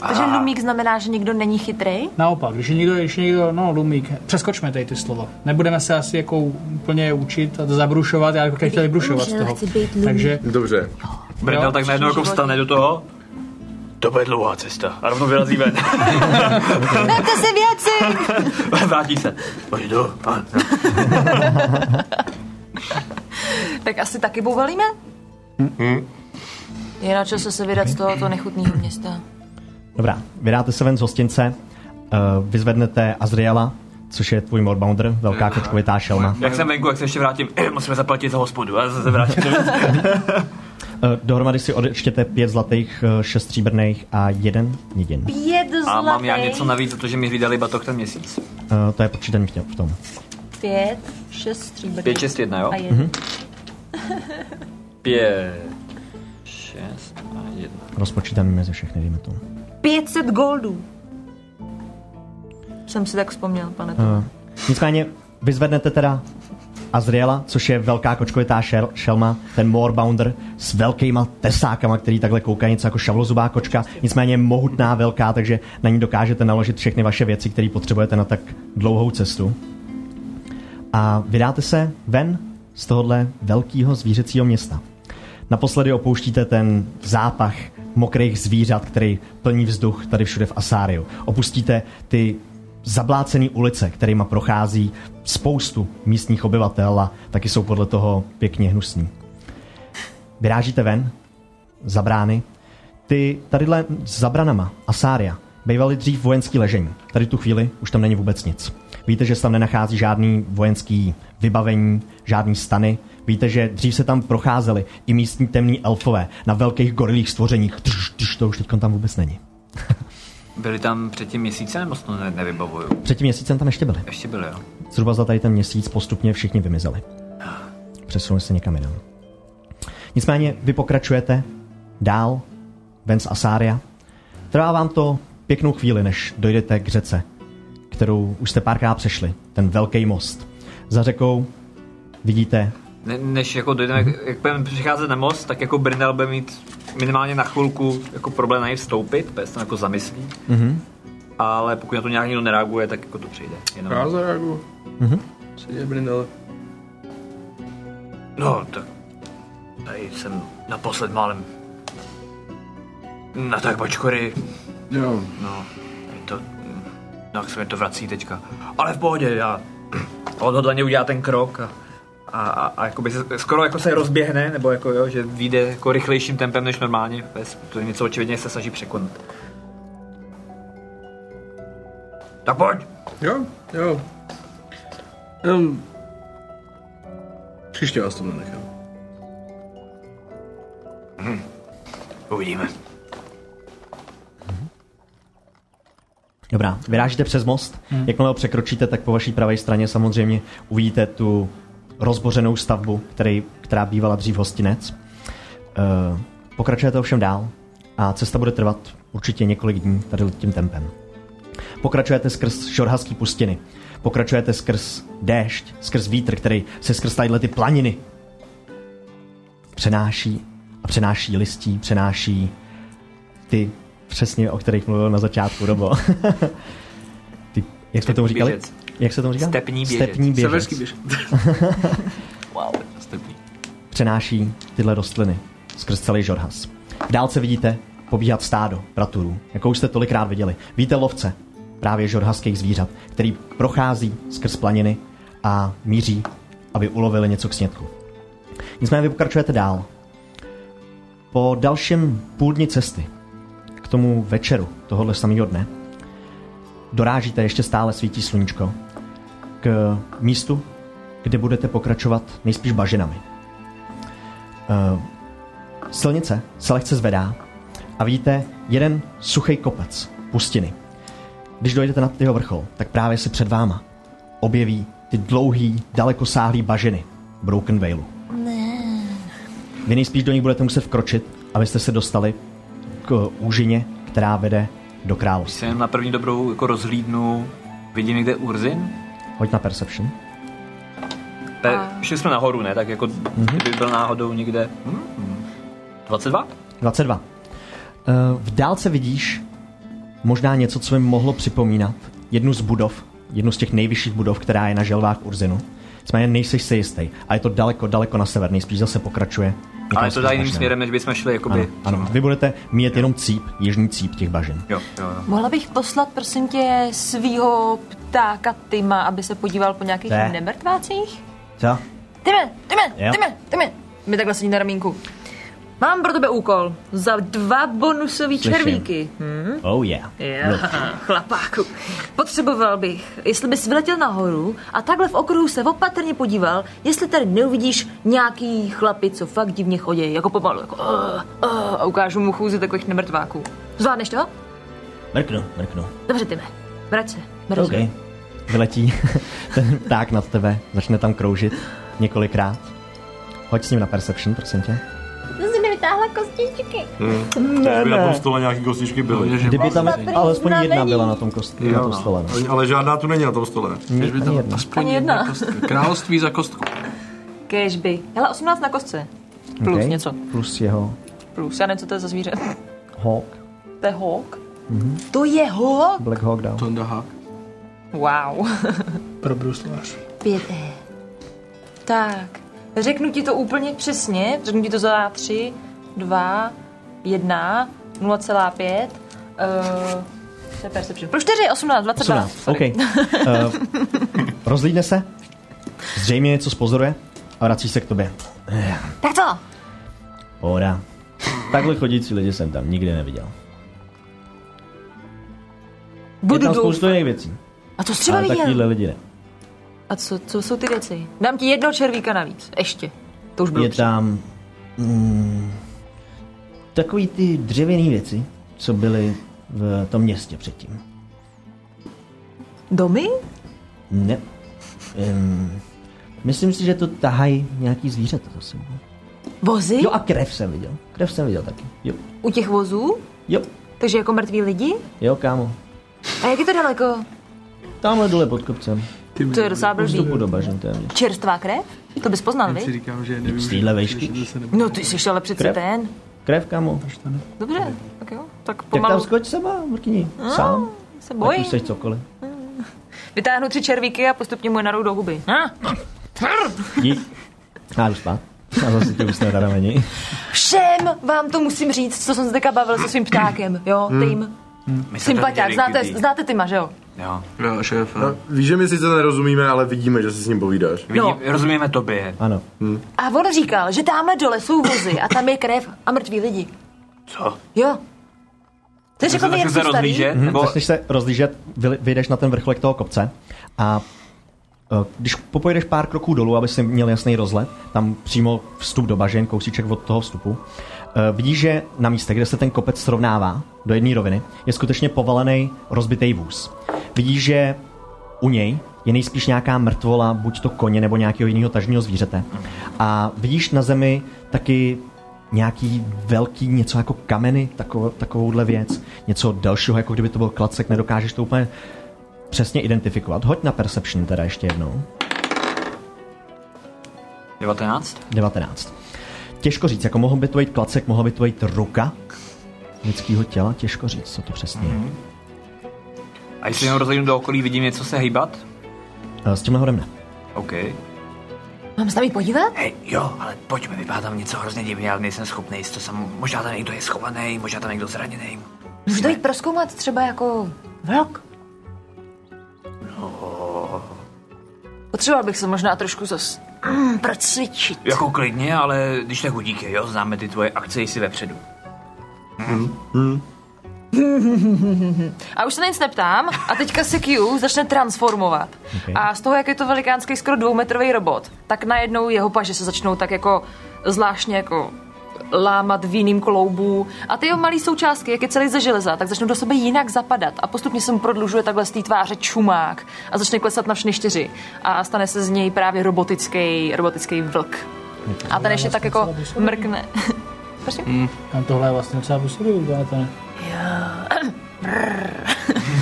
[SPEAKER 4] Takže lumík znamená, že nikdo není chytrý?
[SPEAKER 5] Naopak, když je někdo, když je někdo, no lumík, přeskočme tady ty slova. Nebudeme se asi jako úplně učit a to zabrušovat, já jako chtěl brušovat z
[SPEAKER 4] Bohužel,
[SPEAKER 5] toho.
[SPEAKER 4] chci být lumík.
[SPEAKER 5] Takže
[SPEAKER 6] Dobře.
[SPEAKER 2] Brindal tak najednou jako vstane do toho. To bude dlouhá cesta. A rovnou vyrazí ven.
[SPEAKER 4] Vemte si věci!
[SPEAKER 2] Vrátí se. Pojdu, pan.
[SPEAKER 4] tak asi taky bouvalíme? Hmm. Je na čase se vydat z tohoto nechutného města.
[SPEAKER 1] Dobrá, vydáte se ven z hostince, eh, vyzvednete Azriela, což je tvůj morbounder, velká kočkovitá šelma.
[SPEAKER 2] Jak jsem venku, jak se ještě vrátím, Eh, musíme zaplatit za hospodu. A se vrátím.
[SPEAKER 1] Eh, Dohromady si odečtěte pět zlatých, eh, šest stříbrných a jeden nidin.
[SPEAKER 4] Pět zlatých.
[SPEAKER 2] A mám já něco navíc, protože mi vydali batok ten měsíc.
[SPEAKER 1] Eh, To je počítaný v tě- v tom.
[SPEAKER 4] Pět, šest stříbrných.
[SPEAKER 2] 5, 6, 1, jo? Mhm.
[SPEAKER 4] A jeden.
[SPEAKER 2] 5, 6 a 1.
[SPEAKER 1] Rozpočítaný mezi všechny, dejme tomu.
[SPEAKER 4] 500 goldů. Jsem si tak vzpomněl, pane. Uh.
[SPEAKER 1] Eh, Nicméně vyzvednete teda Azriela, což je velká kočkovitá šel, šelma, ten morebounder s velkýma tesákama, který takhle kouká něco jako šavlozubá kočka, nicméně mohutná, velká, takže na ní dokážete naložit všechny vaše věci, které potřebujete na tak dlouhou cestu. A vydáte se ven z tohohle velkého zvířecího města. Naposledy opouštíte ten zápach mokrých zvířat, který plní vzduch tady všude v Asáriu. Opustíte ty zablácené ulice, kterými prochází spoustu místních obyvatel a taky jsou podle toho pěkně hnusní. Vyrážíte ven za brány. Ty tadyhle za branama Asária bývaly dřív vojenský ležení. Tady tu chvíli už tam není vůbec nic. Víte, že se tam nenachází žádný vojenský vybavení, žádný stany. Víte, že dřív se tam procházeli i místní temní elfové na velkých gorilých stvořeních. Tš, tš, to už teď tam vůbec není.
[SPEAKER 2] Byli tam předtím měsíce, nebo to ne, nevybavuju?
[SPEAKER 1] Před tím měsícem tam ještě byli.
[SPEAKER 2] Ještě byli, jo?
[SPEAKER 1] Zhruba za tady ten měsíc postupně všichni vymizeli. Přesunuli se někam jinam. Nicméně vy pokračujete dál ven z Asária. Trvá vám to pěknou chvíli, než dojdete k řece, kterou už jste párkrát přešli, ten velký most. Za řekou vidíte
[SPEAKER 2] Ne, než jako dojdeme, k- jak budeme přicházet na most, tak jako Brindal bude mít minimálně na chvilku jako problém na něj vstoupit, protože se tam jako zamyslí. Mm-hmm. Ale pokud na to nějak někdo nereaguje, tak jako to přijde. Jenom...
[SPEAKER 3] Já zareaguju. Mhm. Co je Brindale?
[SPEAKER 2] No, tak tady jsem naposled málem na tak bačkory,
[SPEAKER 3] Jo.
[SPEAKER 2] no, je to, no, tak se mi to vrací teďka. Ale v pohodě, já odhodlaně udělá ten krok a a, a, a jakoby se, skoro jako se rozběhne, nebo jako jo, že vyjde jako rychlejším tempem než normálně, pes, to je něco očividně se snaží překonat. Tak pojď!
[SPEAKER 3] Jo, jo. Jenom... Ehm, Příště vás to nenechám.
[SPEAKER 2] Uvidíme.
[SPEAKER 1] Dobrá, vyrážíte přes most, hmm. jakmile ho překročíte, tak po vaší pravé straně samozřejmě uvidíte tu rozbořenou stavbu, který, která bývala dřív hostinec. Uh, pokračujete ovšem dál a cesta bude trvat určitě několik dní tady tím tempem. Pokračujete skrz šorhaský pustiny, pokračujete skrz déšť, skrz vítr, který se skrz tadyhle ty planiny přenáší a přenáší listí, přenáší ty přesně, o kterých mluvil na začátku, Robo. ty, jak jste tomu říkali?
[SPEAKER 2] běžec.
[SPEAKER 1] Jak se tomu říkal?
[SPEAKER 2] Stepní běžec.
[SPEAKER 1] Stepní běžec.
[SPEAKER 3] Severský běžet.
[SPEAKER 2] Wow, stepný.
[SPEAKER 1] přenáší tyhle rostliny skrz celý žorhas. V dálce vidíte pobíhat stádo raturů, jakou jste tolikrát viděli. Víte lovce, právě žorhaských zvířat, který prochází skrz planiny a míří, aby ulovili něco k snědku. Nicméně vy pokračujete dál. Po dalším půl dní cesty k tomu večeru tohohle samého dne dorážíte, ještě stále svítí sluníčko, k místu, kde budete pokračovat nejspíš bažinami. Eh, silnice se lehce zvedá a vidíte jeden suchý kopec pustiny. Když dojdete na jeho vrchol, tak právě se před váma objeví ty dlouhý, dalekosáhlý bažiny Broken Veilu. Vy nejspíš do nich budete muset vkročit, abyste se dostali k úžině, která vede do království.
[SPEAKER 2] Když se jenom na první dobrou jako rozhlídnu, vidím někde Urzin?
[SPEAKER 1] Hoď na Perception.
[SPEAKER 2] Te, šli jsme nahoru, ne? Tak jako,
[SPEAKER 1] Mhm.
[SPEAKER 2] mm-hmm. kdyby byl náhodou někde... Mm-hmm. 22?
[SPEAKER 1] 22. Eh, V dálce vidíš možná něco, co mi mohlo připomínat jednu z budov, jednu z těch nejvyšších budov, která je na želvách Urzinu. Nicméně nejsi si jistý. A je to daleko, daleko na sever, nejspíš zase pokračuje. někam
[SPEAKER 2] Ale to
[SPEAKER 1] skrz
[SPEAKER 2] dá jiným
[SPEAKER 1] bažiny.
[SPEAKER 2] směrem, než bychom šli, jakoby...
[SPEAKER 1] Ano, ano, vy budete mít jenom cíp, jižní cíp těch bažin.
[SPEAKER 2] Jo, jo, jo.
[SPEAKER 4] Mohla bych poslat, prosím tě, svýho ptáka Tyma, aby se podíval po nějakých
[SPEAKER 1] Ne.
[SPEAKER 4] ne. nemrtvácích?
[SPEAKER 1] Co?
[SPEAKER 4] Tyme, Tyme,
[SPEAKER 1] Jo.
[SPEAKER 4] Tyme, Tyme. My takhle sedí na ramínku. Mám pro tebe úkol. Za dva bonusové
[SPEAKER 1] Slyším.
[SPEAKER 4] červíky. Hm?
[SPEAKER 1] Oh yeah.
[SPEAKER 4] Jo, chlapáku. Potřeboval bych, jestli bys vyletěl nahoru a takhle v okruhu se opatrně podíval, jestli tady neuvidíš nějaký chlapy, co fakt divně chodí, jako pomalu, jako uh, uh, a ukážu mu chůzi takových nemrtváků. Zvládneš to?
[SPEAKER 1] Mrknu, mrknu.
[SPEAKER 4] Dobře, Tyme. Vrať se. Vrať
[SPEAKER 1] OK.
[SPEAKER 4] se.
[SPEAKER 1] Vyletí ten pták nad tebe, začne tam kroužit několikrát. Hoď s ním na Perception, prosím tě.
[SPEAKER 7] To jsi mi vytáhla kostičky.
[SPEAKER 6] Ne, ne. na tom stole nějaký kostičky byly.
[SPEAKER 1] Kdyby tam Vlastně
[SPEAKER 7] Dobrý
[SPEAKER 1] alespoň jedna
[SPEAKER 7] znamení.
[SPEAKER 1] byla na tom, kost, na tom stole. No.
[SPEAKER 6] Ale- Ale žádná tu není na tom stole.
[SPEAKER 3] Když by
[SPEAKER 1] Ani
[SPEAKER 3] tam
[SPEAKER 1] jedna.
[SPEAKER 3] aspoň
[SPEAKER 4] Ani
[SPEAKER 3] jedna
[SPEAKER 4] jedna.
[SPEAKER 3] kostka. Království za kostku.
[SPEAKER 4] Kežby. Hele, 18 na kostce. Plus
[SPEAKER 1] Okej.
[SPEAKER 4] něco.
[SPEAKER 1] Plus jeho
[SPEAKER 4] Plus. Já nevím, co to je za zvíře.
[SPEAKER 1] hawk,
[SPEAKER 4] To je hawk?
[SPEAKER 1] Mhm.
[SPEAKER 4] To je hawk?
[SPEAKER 1] Black Hawk Down.
[SPEAKER 3] Tonda Hawk.
[SPEAKER 4] Wow.
[SPEAKER 5] Pro bruslář.
[SPEAKER 4] Pěté. E. Tak. Řeknu ti to úplně přesně. Řeknu ti to za 3, 2, 1, 0,5. Uh, to je perception. Pro 4, 18, 22.
[SPEAKER 1] 18, OK.
[SPEAKER 4] Sorry.
[SPEAKER 1] Uh, rozlídne se, zřejmě něco spozoruje a vrací se k tobě.
[SPEAKER 4] Tak co?
[SPEAKER 1] Ora. Takhle chodící lidi jsem tam nikdy neviděl. Je
[SPEAKER 4] Budu
[SPEAKER 1] tam
[SPEAKER 4] doufat.
[SPEAKER 1] spoustu jiných věcí,
[SPEAKER 4] A co jsi třeba
[SPEAKER 1] ale
[SPEAKER 4] viděl?
[SPEAKER 1] takovýhle lidi ne.
[SPEAKER 4] A co, co jsou ty věci? Dám ti jednoho červíka navíc. Ještě. To už bylo
[SPEAKER 1] Je
[SPEAKER 4] před-
[SPEAKER 1] tam... Mm, takový ty dřevěné věci, co byly v tom městě předtím.
[SPEAKER 4] Domy?
[SPEAKER 1] Ne. Um, myslím si, že to tahají nějaký zvířata za sebou.
[SPEAKER 4] Vozy?
[SPEAKER 1] Jo a krev jsem viděl. Krev jsem viděl taky. Jo.
[SPEAKER 4] U těch vozů?
[SPEAKER 1] Jo.
[SPEAKER 4] Takže jako mrtví lidi?
[SPEAKER 1] Jo, kámo.
[SPEAKER 4] A jak je to daleko?
[SPEAKER 1] Tamhle dole pod kopcem.
[SPEAKER 4] To je docela blbý.
[SPEAKER 1] Vstupu do bažin téměř.
[SPEAKER 4] Čerstvá krev? To bys poznal,
[SPEAKER 3] Si
[SPEAKER 4] vy?
[SPEAKER 3] říkám, že nevím,
[SPEAKER 1] Z
[SPEAKER 3] že-
[SPEAKER 1] téhle vejšky.
[SPEAKER 3] že se nebudu-
[SPEAKER 4] No ty jsi ale přece
[SPEAKER 1] Krev?
[SPEAKER 4] ten.
[SPEAKER 1] Krev, kámo.
[SPEAKER 4] Dobře, tak jo. Tak
[SPEAKER 1] Tak tam
[SPEAKER 4] pomalu
[SPEAKER 1] skoč sama, mrkni. Sám.
[SPEAKER 4] se
[SPEAKER 1] Ať
[SPEAKER 4] bojím.
[SPEAKER 1] už seš cokoliv.
[SPEAKER 4] Vytáhnu tři červíky a postupně mu je narou do huby. Ha?
[SPEAKER 1] Dík. A jdu spát. A zase ti usne na rameni.
[SPEAKER 4] Všem vám to musím říct, co jsem se teďka bavil se svým ptákem, jo, tým. Sympatiák, znáte, znáte Tyma, že jo?
[SPEAKER 2] Jo.
[SPEAKER 3] Jo, šéf.
[SPEAKER 6] No, víš, že my sice nerozumíme, ale vidíme, že si s ním povídáš.
[SPEAKER 2] Vidím,
[SPEAKER 4] No.
[SPEAKER 2] Rozumíme tobě.
[SPEAKER 1] Ano.
[SPEAKER 4] A on říkal, že tamhle dole jsou vozy a tam je krev a mrtví lidi.
[SPEAKER 2] Co?
[SPEAKER 4] Jo. To je
[SPEAKER 2] Jako
[SPEAKER 4] řekl mi,
[SPEAKER 2] začnu
[SPEAKER 4] jak
[SPEAKER 2] se
[SPEAKER 4] jsou starý.
[SPEAKER 2] rozlížet? Nebo...
[SPEAKER 1] Začneš se rozlížet, vyl- vyjdeš na ten vrcholek toho kopce a eh, když popojedeš pár kroků dolů, aby si měl jasný rozhled, tam přímo vstup do bažin, kousíček od toho vstupu, eh, vidíš, že na místě, kde se ten kopec srovnává do jedné roviny, je skutečně povalený rozbitý vůz. Vidíš, že u něj je nejspíš nějaká mrtvola, buď to koně nebo nějakého jiného tažního zvířete. A vidíš na zemi taky nějaký velký, něco jako kameny, takovou, takovouhle věc, něco dalšího, jako kdyby to byl klacek, nedokážeš to úplně přesně identifikovat. Hoď na Perception teda ještě jednou.
[SPEAKER 2] 19?
[SPEAKER 1] 19. Těžko říct, jako mohl by to být klacek, mohla by to být ruka lidského těla, těžko říct, co to přesně je.
[SPEAKER 2] A jestli jenom rozhlednu do okolí, vidím něco se hýbat?
[SPEAKER 1] Eh, S tímhle hodem ne.
[SPEAKER 2] OK.
[SPEAKER 4] Mám se tam jít podívat?
[SPEAKER 2] Hej, jo, ale pojďme, vypadá tam něco hrozně divně, ale nejsem schopný, to sam, možná tam někdo je schovaný, možná tam někdo zraněný.
[SPEAKER 4] Můžu to jít proskoumat třeba jako vlk? No. Potřeboval bych se možná trošku zas mm, procvičit.
[SPEAKER 2] Jako klidně, ale když tak udíky, jo, známe ty tvoje akce jsi vepředu.
[SPEAKER 4] A už se na nic neptám a teďka se Q začne transformovat.
[SPEAKER 1] Okay.
[SPEAKER 4] Okay. A z toho, jak je to velikánský skoro dvoumetrový robot, tak najednou jeho paže se začnou tak jako zvláštně jako lámat v jiným kloubu. A ty jeho malé součástky, jak je celý ze železa, tak začnou do sebe jinak zapadat a postupně se mu prodlužuje takhle z té tváře čumák a začne klesat na všechny čtyři. A stane se z něj právě robotický, robotický vlk. A ten ještě tak jako mrkne. Prosím?
[SPEAKER 5] Tam tohle je vlastně docela působivý, děláte ne?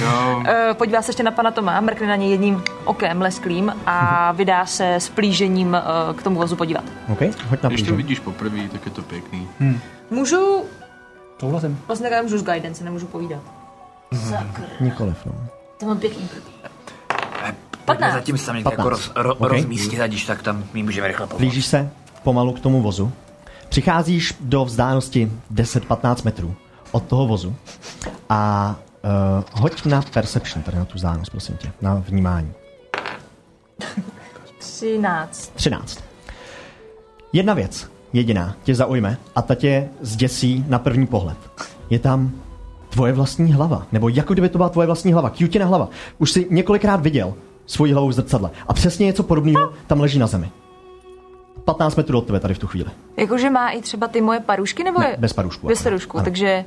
[SPEAKER 3] Jo.
[SPEAKER 4] Eh, podívá se ještě na pana Toma, mrkne na něj jedním okem lesklým a vydá se s plížením eh, k tomu vozu podívat.
[SPEAKER 1] OK, hoď na
[SPEAKER 3] Když
[SPEAKER 1] plížu.
[SPEAKER 3] to vidíš poprvé, tak je to pěkný.
[SPEAKER 4] Můžu,
[SPEAKER 5] Tohle jsem.
[SPEAKER 4] vlastně takhle můžu z guidance, nemůžu povídat.
[SPEAKER 1] Nikoliv, no.
[SPEAKER 4] To mám pěkný prvý.
[SPEAKER 2] Pojďme
[SPEAKER 4] Patnáct.
[SPEAKER 2] zatím se tam někde jako roz, ro,
[SPEAKER 1] OK.
[SPEAKER 2] okay. rozmístit, a když tak tam my můžeme rychle pomoct.
[SPEAKER 1] Blížíš se pomalu k tomu vozu. Přicházíš do vzdálenosti 10-15 metrů od toho vozu a uh, hoď na perception, tady na tu vzdálenost, prosím tě, na vnímání.
[SPEAKER 4] Třináct.
[SPEAKER 1] 13. Jedna věc, jediná, tě zaujme a ta tě zděsí na první pohled. Je tam tvoje vlastní hlava, nebo jako kdyby to byla tvoje vlastní hlava, kjutina hlava. Už si několikrát viděl svoji hlavu v zrcadle a přesně něco podobného tam leží na zemi. 15 metrů od tebe tady v tu chvíli.
[SPEAKER 4] Jakože má i třeba ty moje parušky, nebo
[SPEAKER 1] Ne,
[SPEAKER 4] je?
[SPEAKER 1] bez parušků,
[SPEAKER 4] Bez
[SPEAKER 1] ano.
[SPEAKER 4] parušku,
[SPEAKER 1] Ano.
[SPEAKER 4] takže...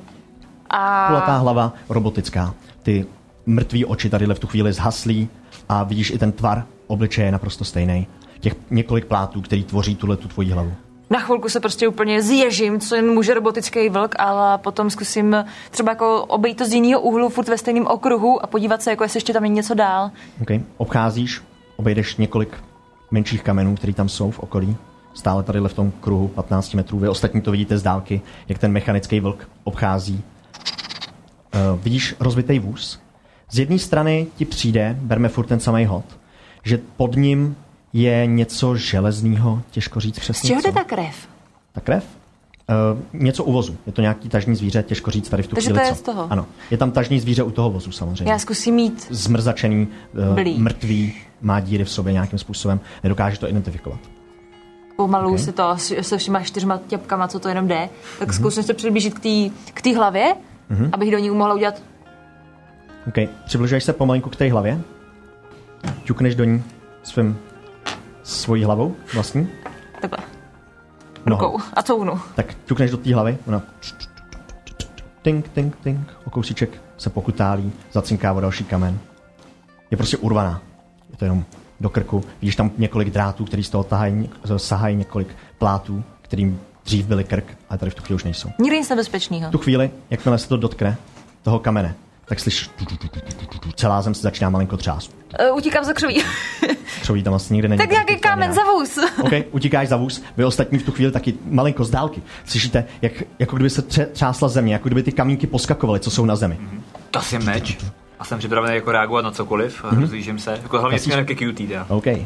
[SPEAKER 4] A...
[SPEAKER 1] Kulatá hlava, robotická. Ty mrtví oči tadyhle v tu chvíli zhaslí a vidíš i ten tvar obličeje je naprosto stejný. Těch několik plátů, který tvoří tuhle tu tvoji hlavu.
[SPEAKER 4] Na chvilku se prostě úplně zježím, co jen může robotický vlk, ale potom zkusím třeba jako obejít to z jiného úhlu, furt ve stejném okruhu a podívat se, jako jestli ještě tam je něco dál.
[SPEAKER 1] Okay. Obcházíš, obejdeš několik menších kamenů, které tam jsou v okolí. Stále tadyhle v tom kruhu 15 metrů. Vy ostatní to vidíte z dálky, jak ten mechanický vlk obchází. Uh, vidíš rozbitý vůz. Z jedné strany ti přijde, berme furt ten samý hod, že pod ním je něco železného, těžko říct
[SPEAKER 4] Z
[SPEAKER 1] přesně
[SPEAKER 4] čeho jde
[SPEAKER 1] co.
[SPEAKER 4] ta krev?
[SPEAKER 1] Ta krev? Uh, něco u vozu. Je to nějaký tažní zvíře, těžko říct tady v tu
[SPEAKER 4] Takže
[SPEAKER 1] chvíli.
[SPEAKER 4] to je
[SPEAKER 1] co.
[SPEAKER 4] z toho.
[SPEAKER 1] Ano, je tam tažní zvíře u toho vozu samozřejmě.
[SPEAKER 4] Já zkusím mít
[SPEAKER 1] Zmrzačený,
[SPEAKER 4] Blíž.
[SPEAKER 1] uh, mrtvý, má díry v sobě nějakým způsobem, nedokáže to identifikovat.
[SPEAKER 4] Pomalu
[SPEAKER 1] Ok. Mhm.
[SPEAKER 4] okay. se to s- se všema čtyřma těpkama, co to jenom jde, tak mm-hmm. zkusím se přiblížit k té k tý hlavě, mm-hmm. abych do ní mohla udělat.
[SPEAKER 1] OK, přibližuješ se pomalinku k té hlavě, ťukneš do ní svým svojí hlavou vlastní.
[SPEAKER 4] Takhle,
[SPEAKER 1] Nohou.
[SPEAKER 4] kou, a couvnu.
[SPEAKER 1] Tak ťukneš do té hlavy, ona tink, tink, tink, o kousíček se pokutálí, zacinká o další kamen. Je prostě urvaná. Je to jenom do krku. Vidíš tam několik drátů, který z toho tahají, sahají několik plátů, kterým dřív byly krk, ale tady v tu chvíli už nejsou.
[SPEAKER 4] Nikdy nic nebezpečného.
[SPEAKER 1] V tu chvíli, jakmile se to dotkne toho kamene, tak slyšíš celá zem se začíná malinko třást.
[SPEAKER 4] Uh, utíkám za křoví.
[SPEAKER 1] Křoví tam asi nikde není.
[SPEAKER 4] tak
[SPEAKER 1] tady
[SPEAKER 4] nějaký
[SPEAKER 1] teďka
[SPEAKER 4] kámen
[SPEAKER 1] jinak.
[SPEAKER 4] za vůz.
[SPEAKER 1] OK, utíkáš za vůz, vy ostatní v tu chvíli taky malinko z dálky. Slyšíte, jak, jako kdyby se tře- třásla země, jako kdyby ty kamínky poskakovaly, co jsou na zemi.
[SPEAKER 2] To si meč. A jsem připravený jako reagovat na cokoliv a rozlížím se. Jako hlavně směrem ke QT, teda.
[SPEAKER 1] OK. Uh,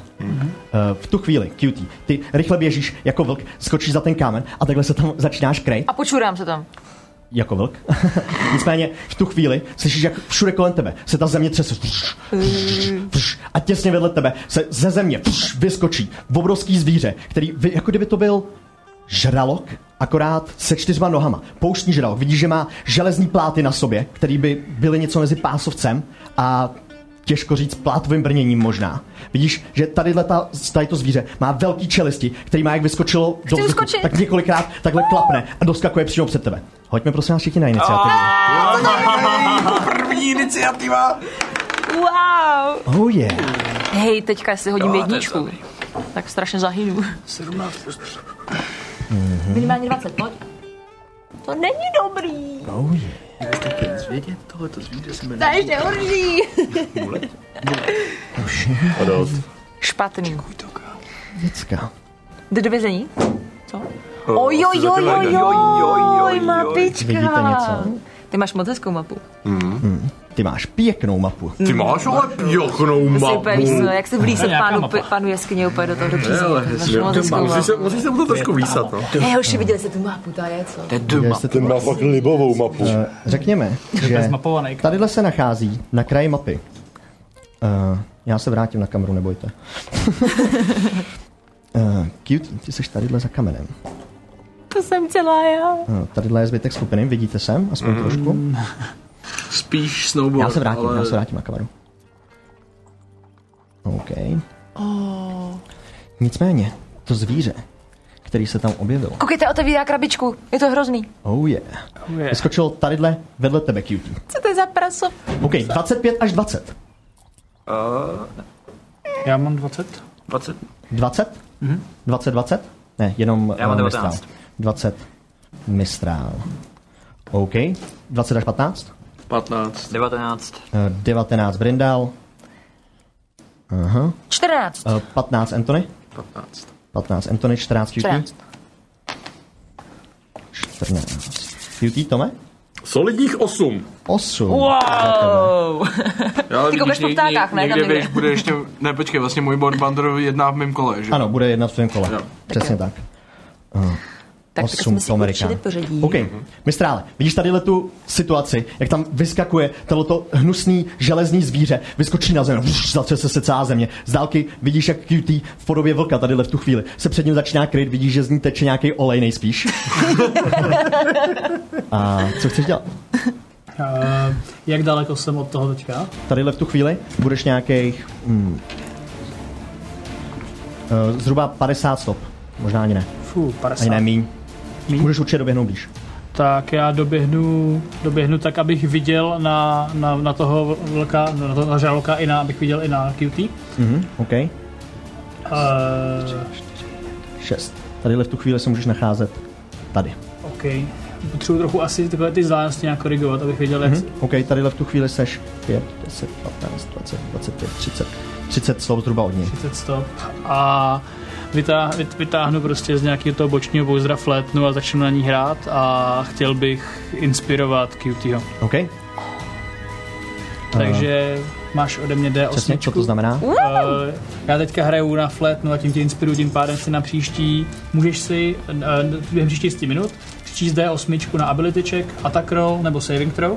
[SPEAKER 1] v tu chvíli, cutie, ty rychle běžíš jako vlk, skočíš za ten kámen a takhle se tam začínáš krej.
[SPEAKER 4] A počurám se tam.
[SPEAKER 1] jako vlk. Nicméně v tu chvíli slyšíš, jak všude kolem tebe se ta země třese. A těsně vedle tebe se ze země vyskočí obrovský zvíře, který vy- jako kdyby to byl žralok, akorát se čtyřma nohama. Pouštní žralok. Vidíš, že má železní pláty na sobě, který by byly něco mezi pásovcem a těžko říct plátovým brněním možná. Vidíš, že tady ta, tady to zvíře má velký čelisti, který má, jak vyskočilo do vzduchu,
[SPEAKER 4] uskočit.
[SPEAKER 1] tak několikrát takhle klapne a doskakuje přímo před tebe. Hoďme prosím vás všichni na iniciativu.
[SPEAKER 2] První iniciativa!
[SPEAKER 4] Wow!
[SPEAKER 1] Oh yeah.
[SPEAKER 4] Hej, teďka jestli hodím
[SPEAKER 2] Jo, to je
[SPEAKER 4] jedničku,
[SPEAKER 2] dobrý.
[SPEAKER 4] tak strašně zahynu.
[SPEAKER 2] 17 plus
[SPEAKER 7] Minimálně 20, pojď.
[SPEAKER 4] To není dobrý.
[SPEAKER 1] Oh yeah.
[SPEAKER 3] Vědět, tohle to zvíře se
[SPEAKER 7] To je ještě horší.
[SPEAKER 6] Adult.
[SPEAKER 4] Špatný.
[SPEAKER 1] Děcka.
[SPEAKER 4] Jde do vězení? Co?
[SPEAKER 2] Ojojojojojoj,
[SPEAKER 4] Ojojojojoj, mapička.
[SPEAKER 1] Vidíte něco?
[SPEAKER 4] Ty máš moc hezkou mapu.
[SPEAKER 1] Ty máš pěknou mapu.
[SPEAKER 6] Ty máš ale pěknou
[SPEAKER 4] Mapu.
[SPEAKER 6] mapu.
[SPEAKER 4] Super, víš co, jak se vlíse
[SPEAKER 5] nějaká
[SPEAKER 4] pánu,
[SPEAKER 5] mapa.
[SPEAKER 4] p- pánu jeskyně úplně do toho do přízemí.
[SPEAKER 3] ale
[SPEAKER 4] Ty máš
[SPEAKER 3] hezky.
[SPEAKER 4] moc hezkou
[SPEAKER 6] Musíš se,
[SPEAKER 4] mapu.
[SPEAKER 6] musíš se mu to trošku výsat, no.
[SPEAKER 7] Hej, hoši, viděli jste tu mapu, ta je co?
[SPEAKER 2] To je duma.
[SPEAKER 1] Jste to-
[SPEAKER 6] Ten má fakt libovou mapu.
[SPEAKER 1] Eh, Řekněme,
[SPEAKER 5] To je
[SPEAKER 1] že
[SPEAKER 5] zmapovaný.
[SPEAKER 1] tadyhle se nachází na kraji mapy. Eh, Já se vrátím na kameru, nebojte. Eh, Cute, ty jsi tadyhle za kamenem.
[SPEAKER 4] To jsem celá já.
[SPEAKER 1] Eh, Tadyhle je zbytek skupiny, vidíte sem, aspoň trošku.
[SPEAKER 3] Spíš snowboard.
[SPEAKER 1] Já se vrátím,
[SPEAKER 3] ale...
[SPEAKER 1] já se vrátím na kameru. OK. Nicméně, to zvíře, který se tam objevilo,
[SPEAKER 4] Koukejte, otevírá krabičku. Je to hrozný.
[SPEAKER 1] oh yeah, vyskočilo tadyhle vedle tebe, Cutie.
[SPEAKER 4] Co to je za praso?
[SPEAKER 1] OK, 25 až 20.
[SPEAKER 5] Já mám 20.
[SPEAKER 2] 20.
[SPEAKER 1] 20? Mm-hmm. 20, 20? Ne, jenom
[SPEAKER 2] Já mám
[SPEAKER 1] eh,
[SPEAKER 2] 19.
[SPEAKER 1] Mistral. 20 Mistral. OK. 20 až 15?
[SPEAKER 3] 15.
[SPEAKER 2] 19.
[SPEAKER 1] Eh, 19 Brindal. Aha.
[SPEAKER 4] 14.
[SPEAKER 1] Eh, 15 Anthony.
[SPEAKER 3] 15.
[SPEAKER 1] 15 Anthony, 14 Cutie.
[SPEAKER 4] 14.
[SPEAKER 1] 14. Cutie, Tome?
[SPEAKER 6] Solidních osm.
[SPEAKER 1] 8.
[SPEAKER 4] Wow!
[SPEAKER 3] Já, ale
[SPEAKER 4] Ty
[SPEAKER 3] vidíš,
[SPEAKER 4] kopeš po
[SPEAKER 3] něk-
[SPEAKER 4] ptákách, ne?
[SPEAKER 3] Někde,
[SPEAKER 4] Tam
[SPEAKER 3] někde.
[SPEAKER 4] někde.
[SPEAKER 3] Víš, bude ještě, ne počkej, vlastně můj boardbander jedná v mém kole, že?
[SPEAKER 1] Ano, bude jedna v svém kole.
[SPEAKER 3] Jo.
[SPEAKER 1] Přesně tak.
[SPEAKER 4] Tak teď
[SPEAKER 1] Osm
[SPEAKER 4] jsme
[SPEAKER 1] v
[SPEAKER 4] si určili
[SPEAKER 1] Amerikánu.
[SPEAKER 4] pořadí.
[SPEAKER 1] OK, mistrále, vidíš tady tu situaci, jak tam vyskakuje tohleto hnusný železný zvíře, vyskočí na zem, vš, zatřese se celá země. Z dálky vidíš, jak QT v podobě vlka tady v tu chvíli se před ním začíná kryt, vidíš, že z ní teče nějaký olej nejspíš. A co chceš dělat?
[SPEAKER 5] Uh, jak daleko jsem od toho teďka?
[SPEAKER 1] Tady v tu chvíli budeš nějakých mm, eh, zhruba 50 stop, možná ani ne,
[SPEAKER 5] Fů, 50.
[SPEAKER 1] ani ne míň.
[SPEAKER 5] Míň?
[SPEAKER 1] Můžeš určitě doběhnout blíž.
[SPEAKER 5] Tak já doběhnu, doběhnu tak, abych viděl na, na, na toho vlka, na toho žraloka i na, abych viděl i na QT. Uh,
[SPEAKER 1] Mhm, OK.
[SPEAKER 5] Eh,
[SPEAKER 1] 6. Tadyhle v tu chvíli se můžeš nacházet tady.
[SPEAKER 5] OK. Potřebuji trochu asi takové ty vzdálenosti nějak korigovat, abych věděl, jak...
[SPEAKER 1] OK, tadyhle v tu chvíli seš 5, 10, 15, 20, 25, 30. 30 slov zhruba od něj.
[SPEAKER 5] 30 stop. A vytá, vyt, vytáhnu prostě z nějakého toho bočního bouzdra flétnu a začnu na ní hrát a chtěl bych inspirovat QTho.
[SPEAKER 1] OK,
[SPEAKER 5] Takže máš ode mě D8.
[SPEAKER 1] přesně, co to znamená?
[SPEAKER 5] Eh, já teďka hraju na flétnu a tím tě inspiruju, tím pádem si na příští, můžeš si eh, během příštích 10 minut přičíst D8 na ability check, attack roll nebo saving throw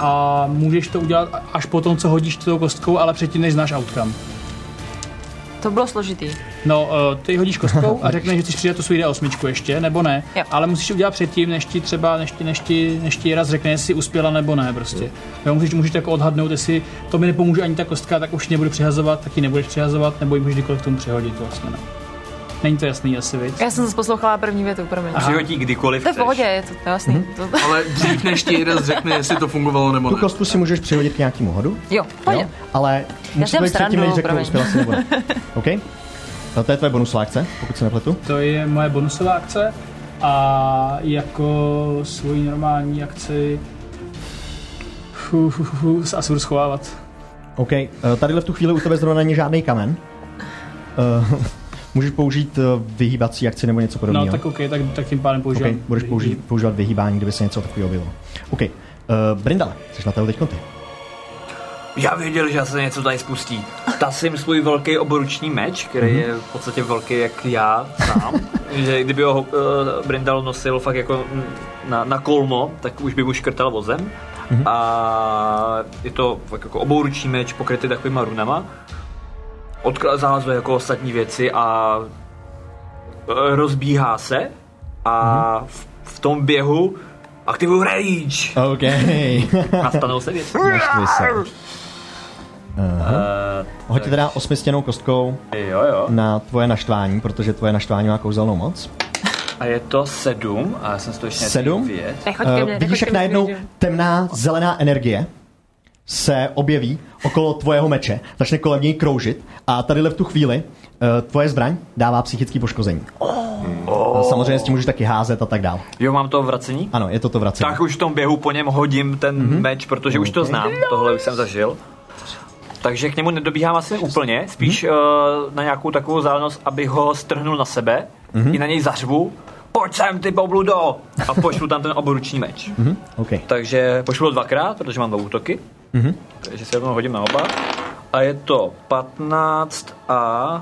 [SPEAKER 5] a můžeš to udělat a- až po tom, co hodíš tou kostkou, ale předtím, než znáš outcome.
[SPEAKER 4] To bylo složitý.
[SPEAKER 5] No, eh, ty hodíš kostkou a řekneš, že chceš přidat tu svůj D8 ještě, nebo ne,
[SPEAKER 4] Jo.
[SPEAKER 5] ale musíš to udělat předtím, než ti třeba, než ti, než ti, než ti raz řekne, jestli uspěla nebo ne prostě. Jo, musíš, můžeš to jako odhadnout, jestli to mi nepomůže ani ta kostka, tak už ji nebudu přihazovat, tak ji nebudeš přihazovat, nebo ji můžeš kdykoliv k tomu přehodit vlastně. No. Není to jasný asi, viď?
[SPEAKER 4] Já jsem zase poslouchala první větu, promiň.
[SPEAKER 2] Přihodí kdykoliv
[SPEAKER 4] To je v
[SPEAKER 2] chceš.
[SPEAKER 4] pohodě, je to, to je jasný.
[SPEAKER 1] Mhm.
[SPEAKER 4] To,
[SPEAKER 3] Ale dřív než ti jeden řekne, jestli to fungovalo nebo
[SPEAKER 1] Tu
[SPEAKER 3] ne.
[SPEAKER 1] kostku si můžeš přihodit k nějakému hodu,
[SPEAKER 4] jo, pojď.
[SPEAKER 1] jo? ale musí to
[SPEAKER 4] dělám
[SPEAKER 1] být předtím,
[SPEAKER 4] srandu,
[SPEAKER 1] než řeknu,
[SPEAKER 4] promiň.
[SPEAKER 1] uspěla si nebo ne. OK? No, to je tvoje bonusová akce, pokud se nepletu.
[SPEAKER 5] To je moje bonusová akce a jako svoji normální akci fu, fu, fu, fu, se asi budu schovávat.
[SPEAKER 1] OK, eh, tadyhle v tu chvíli u tebe zrovna není žádný kamen. Eh, Můžeš použít eh, vyhýbací akci nebo něco podobného.
[SPEAKER 5] No tak OK, tak, tak tím pádem používám.
[SPEAKER 1] OK, budeš použít, používat vyhýbání, kdyby se něco takového bylo. OK, uh, Brindale, jsi na téhle teďko ty.
[SPEAKER 2] Já věděl, že se něco tady Mhm. spustí. Tasím svůj velký oboruční meč, který je v podstatě velký jak já sám. že kdyby ho uh, Brindal nosil fakt jako na, na kolmo, tak už by mu škrtal vozem. Mm-hmm. A je to fakt jako obouruční meč pokrytý takovýma runama. Odkla- zahazuje jako ostatní věci a eh, rozbíhá se a v, v tom běhu aktivuju rage
[SPEAKER 1] OK.
[SPEAKER 2] a stanou se věci.
[SPEAKER 1] Naštvi se. Hoď teda osmistěnou kostkou
[SPEAKER 2] Eh, Jo, jo.
[SPEAKER 1] na tvoje naštvání, protože tvoje naštvání má kouzelnou moc.
[SPEAKER 2] A je to sedm a já jsem si to ještě
[SPEAKER 1] Sedm?
[SPEAKER 2] nestihl vyjet.
[SPEAKER 4] Nechoď
[SPEAKER 1] Eh,
[SPEAKER 4] ke mně,
[SPEAKER 1] vidíš,
[SPEAKER 4] nechoď
[SPEAKER 1] jak
[SPEAKER 4] ke mně,
[SPEAKER 1] najednou
[SPEAKER 4] Brindle.
[SPEAKER 1] temná zelená energie se objeví okolo tvojeho meče, začne kolem něj kroužit a tadyhle v tu chvíli eh, tvoje zbraň dává psychické poškození.
[SPEAKER 2] Mm.
[SPEAKER 1] A samozřejmě s tím můžeš taky házet a tak dál.
[SPEAKER 2] Jo, mám to vracení?
[SPEAKER 1] Ano, je to to vracení.
[SPEAKER 2] Tak už v tom běhu po něm hodím ten mm-hmm. meč, protože už to
[SPEAKER 1] Okay.
[SPEAKER 2] znám, tohle už jsem zažil. Takže k němu nedobíhám asi úplně, spíš mm-hmm. uh, na nějakou takovou zálenost, abych ho strhnul na sebe, mm-hmm. i na něj zařvu, pojď sem ty bobludo! A pošlu tam ten oboruční meč. Mm-hmm.
[SPEAKER 1] OK. Eh,
[SPEAKER 2] Takže pošlu ho dvakrát, protože mám dva útoky. Mm-hmm. Takže se rovnou hodím na oba. A je to 15 a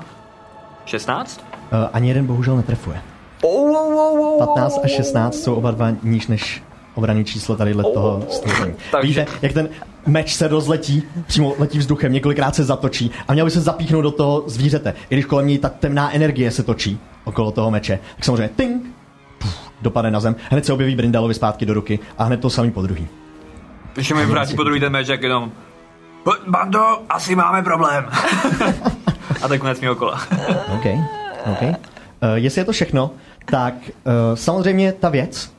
[SPEAKER 2] 16.
[SPEAKER 1] Eh, Ani jeden bohužel netrefuje.
[SPEAKER 2] Oh, oh, oh, oh,
[SPEAKER 1] 15 a 16 jsou oba dva níž než obraný číslo tadyhle toho stvoření.
[SPEAKER 2] Takže-
[SPEAKER 1] Víte, jak ten meč se rozletí, přímo letí vzduchem, několikrát se zatočí a měl by se zapíchnout do toho zvířete. I když kolem něj ta temná energie se točí okolo toho meče, tak samozřejmě ting, puf, dopadne na zem, hned se objeví Brindalovi zpátky do ruky a hned to samý po druhý.
[SPEAKER 2] Když mi vrátí po druhý ten meč, jak jenom "Pojď, Bando, asi máme problém. a tak konec mého kola.
[SPEAKER 1] OK, OK. Uh, jestli je to všechno, tak uh, samozřejmě ta věc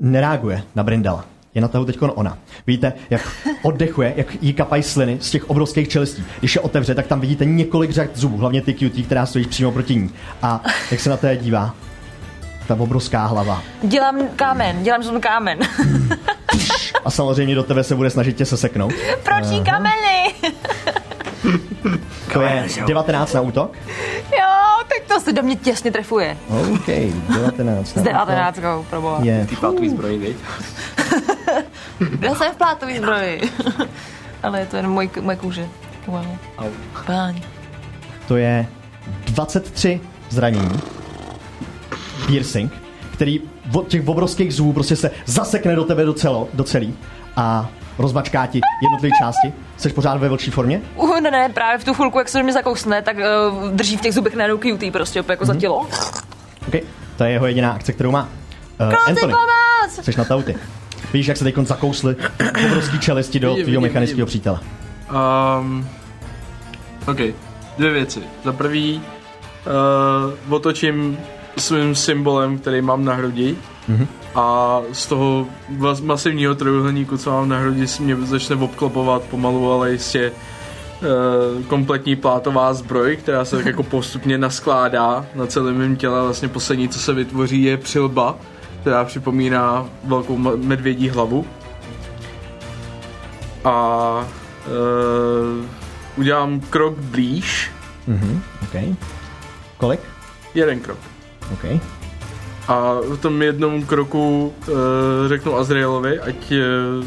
[SPEAKER 1] nereaguje na Brindala. Je na tahu teď ona. Víte, jak oddechuje, jak jí kapají sliny z těch obrovských čelistí. Když je otevře, tak tam vidíte několik řad zubů, hlavně ty cutie, která stojí přímo proti ní. A jak se na té dívá, ta obrovská hlava.
[SPEAKER 4] Dělám kámen, dělám zlom kámen.
[SPEAKER 1] A samozřejmě do tebe se bude snažit tě seseknout.
[SPEAKER 4] Proč jí kameny?
[SPEAKER 1] To je 19 na útok.
[SPEAKER 4] jo, tak to se do mě těsně trefuje.
[SPEAKER 1] OK, 19
[SPEAKER 4] S
[SPEAKER 1] na útok.
[SPEAKER 4] 19, proboha.
[SPEAKER 1] Je
[SPEAKER 2] Ty pátový zbroj, viď?
[SPEAKER 4] Já jsem v plátový zbroji. Ale je to jenom můj, moje kůže. Wow. Páň.
[SPEAKER 1] To je 23 zranění. Piercing, který od těch obrovských zubů prostě se zasekne do tebe do, celo, do celý a rozmačká ti jednotlivé části. Jsi pořád ve vlčí formě?
[SPEAKER 4] Uh, ne, ne, právě v tu chvilku, jak se do mě zakousne, tak uh, drží v těch zubech najednou cutie prostě opět jako
[SPEAKER 1] Mhm.
[SPEAKER 4] za tělo.
[SPEAKER 1] OK. To je jeho jediná akce, kterou má. Uh,
[SPEAKER 4] Konci po vás!
[SPEAKER 1] jsi na tauty. Víš, jak se teď zakously obrovský čelisti do
[SPEAKER 3] Vidím,
[SPEAKER 1] tvého
[SPEAKER 3] vidím,
[SPEAKER 1] mechanického
[SPEAKER 3] vidím.
[SPEAKER 1] přítele.
[SPEAKER 3] Um, OK, dvě věci. Za prvý, uh, otočím svým symbolem, který mám na hrudi mm-hmm. a z toho vas- masivního trojuhelníku, co mám na hrudi, se mě začne obklopovat pomalu, ale jistě uh, kompletní plátová zbroj, která se tak jako postupně naskládá na celém mém těle. Vlastně poslední, co se vytvoří, je přilba, která připomíná velkou ma- medvědí hlavu a uh, udělám krok blíž,
[SPEAKER 1] Mhm, OK. Kolik?
[SPEAKER 3] jeden krok.
[SPEAKER 1] OK.
[SPEAKER 3] A v tom jednom kroku uh, řeknu Azraelovi, ať, uh,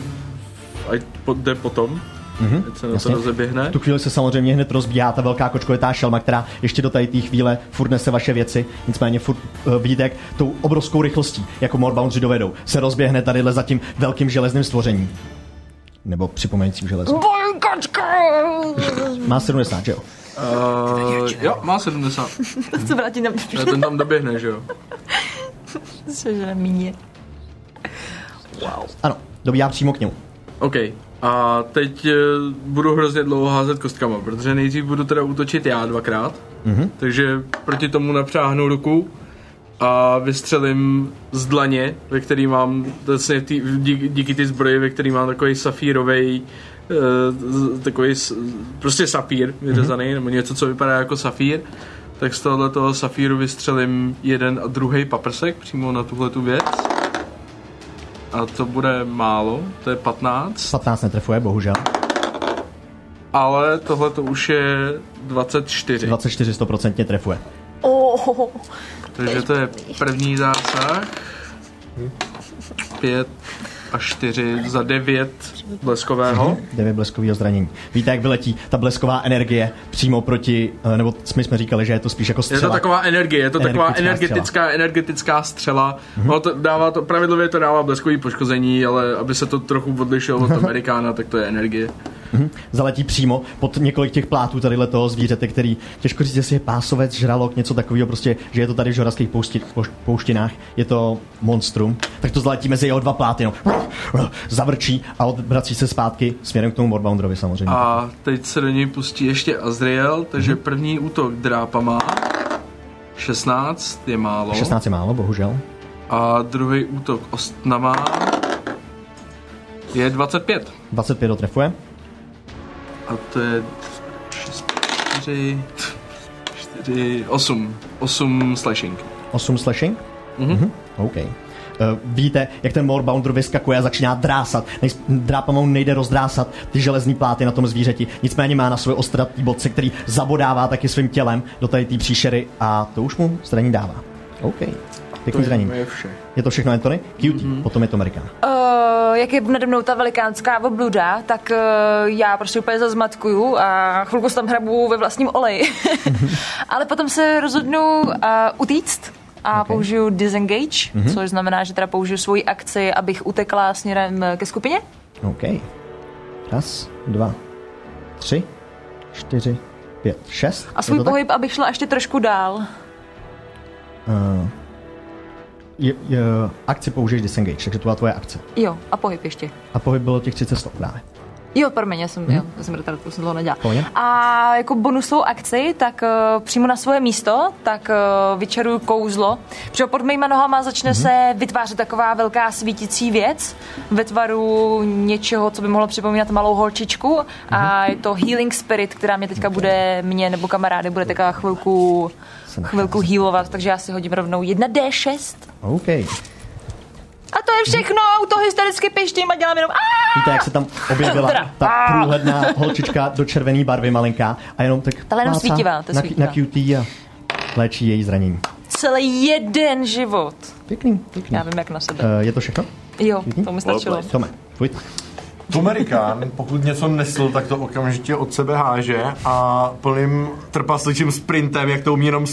[SPEAKER 3] ať po, jde potom,
[SPEAKER 1] Mhm.
[SPEAKER 3] ať se na to
[SPEAKER 1] jasně.
[SPEAKER 3] rozeběhne.
[SPEAKER 1] V tu chvíli se samozřejmě hned rozbíhá ta velká kočkovitá šelma, která ještě do tady té chvíle furt nese vaše věci, nicméně furt uh, vidíte, jak tou obrovskou rychlostí, jako Morboundři dovedou, se rozběhne tadyhle za tím velkým železným stvořením. Nebo připomínajícím železo.
[SPEAKER 4] Boj, kočko!
[SPEAKER 1] Má 70, že jo?
[SPEAKER 3] Uh, jo, má 70.
[SPEAKER 4] Co vrátí na mě?
[SPEAKER 3] Eh, Ten tam doběhne, že jo?
[SPEAKER 4] Cože, míně.
[SPEAKER 1] Ano, dobíhá přímo k němu.
[SPEAKER 3] OK. A teď eh, budu hrozně dlouho házet kostkama, protože nejdřív budu teda útočit já dvakrát. Mm-hmm. Takže proti tomu napřáhnu ruku a vystřelím z dlaně, ve který mám, vlastně tý, díky, díky ty zbroji, ve který mám takový safírový takový s- prostě safír vyřezaný, mm-hmm. nebo něco, co vypadá jako safír, tak z tohohle toho safíru vystřelím jeden a druhý paprsek přímo na tuhle tu věc. A to bude málo, to je 15.
[SPEAKER 1] 15 netrefuje, bohužel.
[SPEAKER 3] Ale tohle to už je 24,
[SPEAKER 1] 24 100% trefuje.
[SPEAKER 4] Oh,
[SPEAKER 3] takže to je první zásah. 5 a 4 za 9 bleskového.
[SPEAKER 1] 9 bleskového zranění. Víte, jak vyletí ta blesková energie přímo proti, eh, nebo my jsme říkali, že je to spíš jako
[SPEAKER 3] Je
[SPEAKER 1] střela.
[SPEAKER 3] to taková energie, je to taková
[SPEAKER 1] Energetická Mhm.
[SPEAKER 3] energetická, energetická střela. No, to dává to, pravidlově to dává bleskový poškození, ale aby se to trochu odlišilo od Amerikána, tak to je energie.
[SPEAKER 1] Zaletí přímo pod několik těch plátů tady toho zvířete, který těžko říct, jestli je pásovec, žralok, něco takového, prostě, že je to tady v žoraských poušti, pouš- pouštinách, je to monstrum, tak to zaletí mezi jeho dva pláty, no. zavrčí a odvrací se zpátky směrem k tomu Warbounderovi samozřejmě.
[SPEAKER 3] A teď se do něj pustí ještě Azriel, takže
[SPEAKER 1] Mhm.
[SPEAKER 3] první útok drápama. 16 je málo.
[SPEAKER 1] 16 je málo, bohužel.
[SPEAKER 3] A druhý útok ostnama je 25.
[SPEAKER 1] 25 ho trefuje.
[SPEAKER 3] A to je 6, 4, 4, 8. 8 slashing.
[SPEAKER 1] 8 slashing? Mhm. OK. Uh, víte, jak ten Morebounder vyskakuje a začíná drásat. Nej, drápamou nejde rozdrásat ty železní pláty na tom zvířeti. Nicméně má na svoje ostratý bodce, který zabodává taky svým tělem do tady té příšery a to už mu zraní dává. OK. Pěkný zranění.
[SPEAKER 3] je vše.
[SPEAKER 1] Je to všechno, Anthony? Cutie. Potom je to Amerikán.
[SPEAKER 4] Uh, jak je nade mnou ta velikánská obluda, tak uh, já prostě úplně zazmatkuju a chvilku se tam hrabu ve vlastním oleji.
[SPEAKER 1] Mhm.
[SPEAKER 4] Ale potom se rozhodnu uh, utíct a okay. použiju disengage,
[SPEAKER 1] Mhm.
[SPEAKER 4] mm-hmm. což znamená, že teda použiju svoji akci, abych utekla směrem eh, ke skupině.
[SPEAKER 1] OK. Raz, dva, tři, čtyři, pět, šest.
[SPEAKER 4] A
[SPEAKER 1] Je
[SPEAKER 4] svůj
[SPEAKER 1] to tak?
[SPEAKER 4] pohyb, abych šla ještě trošku dál.
[SPEAKER 1] Je, je, akci použiješ disengage, takže to byla tvoje akce.
[SPEAKER 4] Jo, a pohyb ještě.
[SPEAKER 1] A pohyb bylo těch 30 stop právě.
[SPEAKER 4] Jo, promiň, já jsem, jo, já jsem retard, už jsem dlouho nedělala.
[SPEAKER 1] Pohodě.
[SPEAKER 4] A jako bonusovou akci, tak uh, přímo na svoje místo, tak uh, vyčaruju kouzlo. Přímo pod mýma nohama začne se vytvářet taková velká svítící věc ve tvaru něčeho, co by mohlo připomínat malou holčičku. A je to Healing Spirit, která mě teďka bude, mě nebo kamarády, bude taková chvilku,
[SPEAKER 1] Se nachází.
[SPEAKER 4] chvilku healovat, takže já si hodím rovnou 1D6.
[SPEAKER 1] OK.
[SPEAKER 4] A to je všechno, auto hystericky pištím a dělám jenom "Aaa!"
[SPEAKER 1] Víte, jak se tam objevila ta průhledná holčička do červené barvy malinká a jenom tak
[SPEAKER 4] Tahle jenom
[SPEAKER 1] plácá
[SPEAKER 4] svítivá, to je
[SPEAKER 1] na,
[SPEAKER 4] svítivá.
[SPEAKER 1] na QT a léčí její zranění.
[SPEAKER 4] celý jeden život.
[SPEAKER 1] Pěkný, pěkný.
[SPEAKER 4] Já vím, jak na sebe.
[SPEAKER 1] Uh, je to všechno?
[SPEAKER 4] Jo, to mi stačilo.
[SPEAKER 1] Tome, tvůj.
[SPEAKER 6] Tumerikán, pokud něco nesl, tak to okamžitě od sebe háže a plným trpasličím sprintem, jak to umí jenom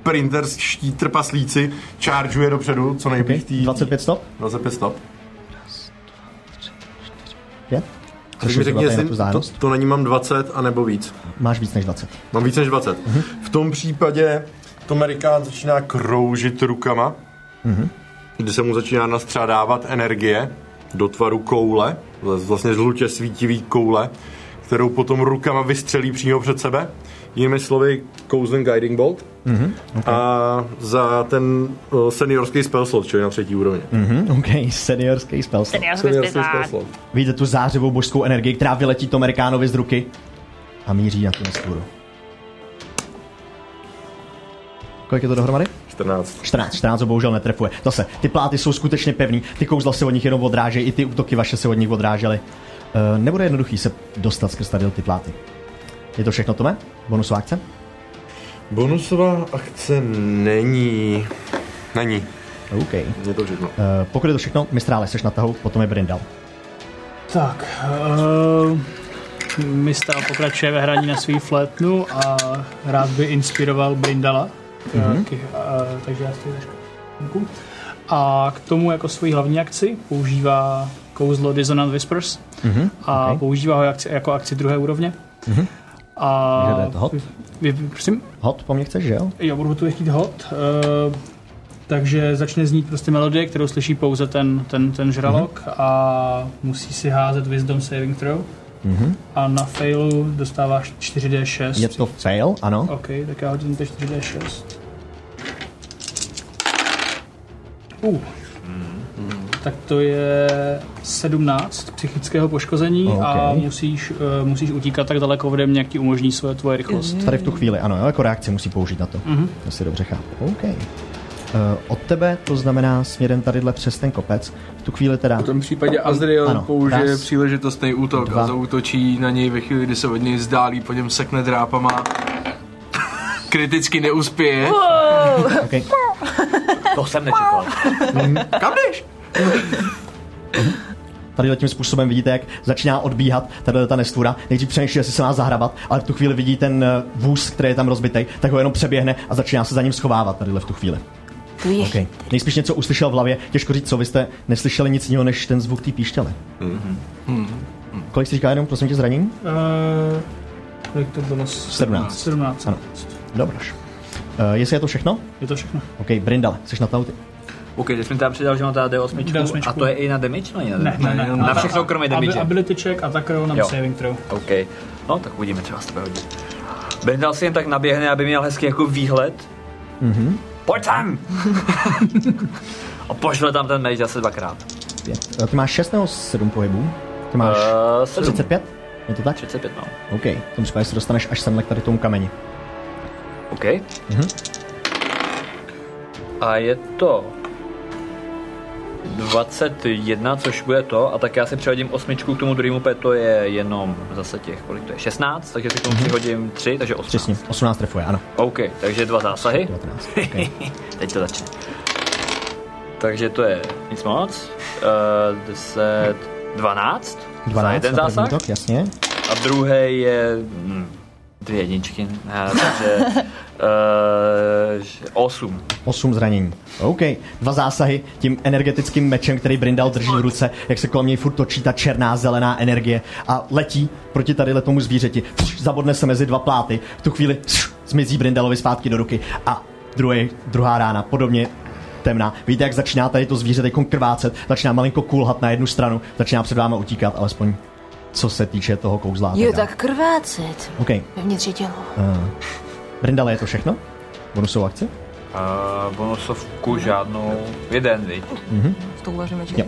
[SPEAKER 6] sprinter štít trpaslíci, čaržuje dopředu, co nejblíž tý...
[SPEAKER 1] 25 stop?
[SPEAKER 6] 25 stop.
[SPEAKER 1] 5?
[SPEAKER 6] Takže mi řekni, jestli to,
[SPEAKER 1] to...
[SPEAKER 6] to na ní mám 20 a nebo víc.
[SPEAKER 1] Máš víc než 20.
[SPEAKER 6] Mám víc než 20. V tom případě Tumerikán začíná kroužit rukama, kdy se mu začíná nastřádávat energie do tvaru koule, vlastně žlutě svítivý koule, kterou potom rukama vystřelí přímo před sebe. Jinými slovy, kouzlem Guiding Bolt. A za ten eh, seniorský spell slot, čili na třetí úrovni. Mm-hmm.
[SPEAKER 1] Hm, OK, seniorský spell. slot.
[SPEAKER 6] Seniorský spell slot.
[SPEAKER 1] Vidíte tu zářivou božskou energii, která vyletí to Amerikánovi z ruky a míří na tu nestvůru. Kolik je to dohromady?
[SPEAKER 6] 14.
[SPEAKER 1] 14, 14 ho bohužel netrefuje. Zase, ty pláty jsou skutečně pevný, ty kouzla se od nich jenom odrážejí, i ty útoky vaše se od nich odrážely. Uh, nebude jednoduchý se dostat skrz tady ty pláty. Je to všechno, Tome? Bonusová akce?
[SPEAKER 6] Bonusová akce není. Není.
[SPEAKER 1] OK. Uh,
[SPEAKER 6] Je to všechno.
[SPEAKER 1] pokud je to všechno, mistrále, seš na tahu, potom je Brindal.
[SPEAKER 5] Tak, uh, mista pokračuje ve hraní na svý flétnu a rád by inspiroval Brindala.
[SPEAKER 1] Mhm.
[SPEAKER 5] Mm-hmm. Uh, takže já stojím trošku. venku. A k tomu jako svoji hlavní akci používá kouzlo Dissonant Whispers
[SPEAKER 1] Mhm,
[SPEAKER 5] mm-hmm. a okay. používá ho akci, jako akci druhé úrovně. Mm-hmm.
[SPEAKER 1] Takže
[SPEAKER 5] A
[SPEAKER 1] Mhm. to je to hot?
[SPEAKER 5] Vy, vy, prosím?
[SPEAKER 1] Hot po mně chceš, že jo?
[SPEAKER 5] Jo, budu tu chtít hod. Uh, takže začne znít prostě melodie, kterou slyší pouze ten, ten, ten žralok mm-hmm. a musí si házet Wisdom Saving Throw. Mm-hmm. A na failu dostáváš 4D6.
[SPEAKER 1] Je to fail, ano.
[SPEAKER 5] OK, tak já hodím teď 4D6. Uh. Tak to je 17 psychického poškození okay. a
[SPEAKER 1] OK.
[SPEAKER 5] musíš, uh, musíš utíkat tak daleko ode mě, jak ti umožní svoje tvoje rychlost.
[SPEAKER 1] Tady v tu chvíli, ano, jo, jako reakci musí použít na to. Mm-hmm. To si dobře chápu. OK. Uh, od tebe to znamená směrem tadyhle přes ten kopec. V tu chvíli teda...
[SPEAKER 3] V tom případě Azriel
[SPEAKER 1] Ano.
[SPEAKER 3] ano, použije
[SPEAKER 1] Raz.
[SPEAKER 3] raz, příležitostný útok
[SPEAKER 1] Dva.
[SPEAKER 3] a zautočí na něj ve chvíli, kdy se od něj vzdálí, po něm sekne drápama. Kriticky neuspěje.
[SPEAKER 1] Okay.
[SPEAKER 2] To jsem nečekal.
[SPEAKER 3] Kam jdeš?
[SPEAKER 1] Tady tím způsobem vidíte, jak začíná odbíhat tady ta nestvůra. Nejdřív přemýšlí, jestli se má zahrabat, ale v tu chvíli vidí ten eh, vůz, který je tam rozbitý, tak ho jenom přeběhne a začíná se za ním schovávat tady v tu chvíli.
[SPEAKER 7] Tu je.
[SPEAKER 1] Okay. Nejspíš něco uslyšel v hlavě, těžko říct, co vy jste neslyšeli nic jiného než ten zvuk té píšťaly. Mm-hmm. Kolik jsi říkal jenom, prosím tě, zranění?
[SPEAKER 5] Uh, kolik to bylo?
[SPEAKER 1] 17.
[SPEAKER 5] 17.
[SPEAKER 1] Ano. Dobroš. Uh, jestli je to všechno?
[SPEAKER 5] Je to všechno.
[SPEAKER 1] OK, Brindale, jsi na tauty.
[SPEAKER 2] OK, teď jsi mi teda přidal, že mám teda D8,
[SPEAKER 5] D8.
[SPEAKER 2] a to je i na damage? No, ne,
[SPEAKER 5] Ne, ne, ne.
[SPEAKER 2] Na všechno kromě damage.
[SPEAKER 5] Ability check, attack roll, nebo
[SPEAKER 2] Jo.
[SPEAKER 5] saving throw.
[SPEAKER 2] OK. No, tak uvidíme, třeba z tebe hodí. Bendal si jen tak naběhne, aby měl hezký jako výhled. Mhm. Pojď sem! a pošle tam ten meč zase dvakrát.
[SPEAKER 1] Pět. Eh, Ty máš 6 nebo 7 pohybů? Ty máš
[SPEAKER 2] Eh,
[SPEAKER 1] uh,
[SPEAKER 2] sedm.
[SPEAKER 1] 35? Je to tak?
[SPEAKER 2] 35, no.
[SPEAKER 1] OK, v tom případě se dostaneš až sem k tady tomu kameni.
[SPEAKER 2] OK.
[SPEAKER 1] Mhm.
[SPEAKER 2] A je to 21, což bude to, a tak já si přehodím osmičku k tomu druhému P, to je jenom zase těch, kolik to je, 16, takže si k tomu přihodím 3, takže 18.
[SPEAKER 1] Mhm. Přesně, 18 trefuje, ano.
[SPEAKER 2] OK, takže dva zásahy.
[SPEAKER 1] 19. Okay.
[SPEAKER 2] Teď to začne. Takže to je nic moc. Uh, 10, 12.
[SPEAKER 1] 12
[SPEAKER 2] za jeden
[SPEAKER 1] na první
[SPEAKER 2] zásah.
[SPEAKER 1] útok, jasně.
[SPEAKER 2] A druhý je hm, dvě jedničky. Uh, takže uh, 8.
[SPEAKER 1] 8 zranění. OK, dva zásahy tím energetickým mečem, který Brindal drží v ruce, jak se kolem něj furt točí ta černá zelená energie a letí proti tady tomu zvířeti. Pš, Zabodne se mezi dva pláty, v tu chvíli pš, zmizí Brindalovi zpátky do ruky a druhý, druhá rána, podobně temná. Víte, jak začíná tady to zvíře teď krvácet, začíná malinko kulhat na jednu stranu, začíná před váma utíkat, alespoň co se týče toho kouzla.
[SPEAKER 7] Jo,
[SPEAKER 1] teda.
[SPEAKER 7] tak krvácet.
[SPEAKER 1] OK, Eh,
[SPEAKER 7] Vevnitř je tělo.
[SPEAKER 1] Brindale, je to všechno? Bonusovou akci?
[SPEAKER 2] Uh, bonusovku žádnou. Jeden, viď?
[SPEAKER 4] S tou uvaříme, že?
[SPEAKER 1] Jo.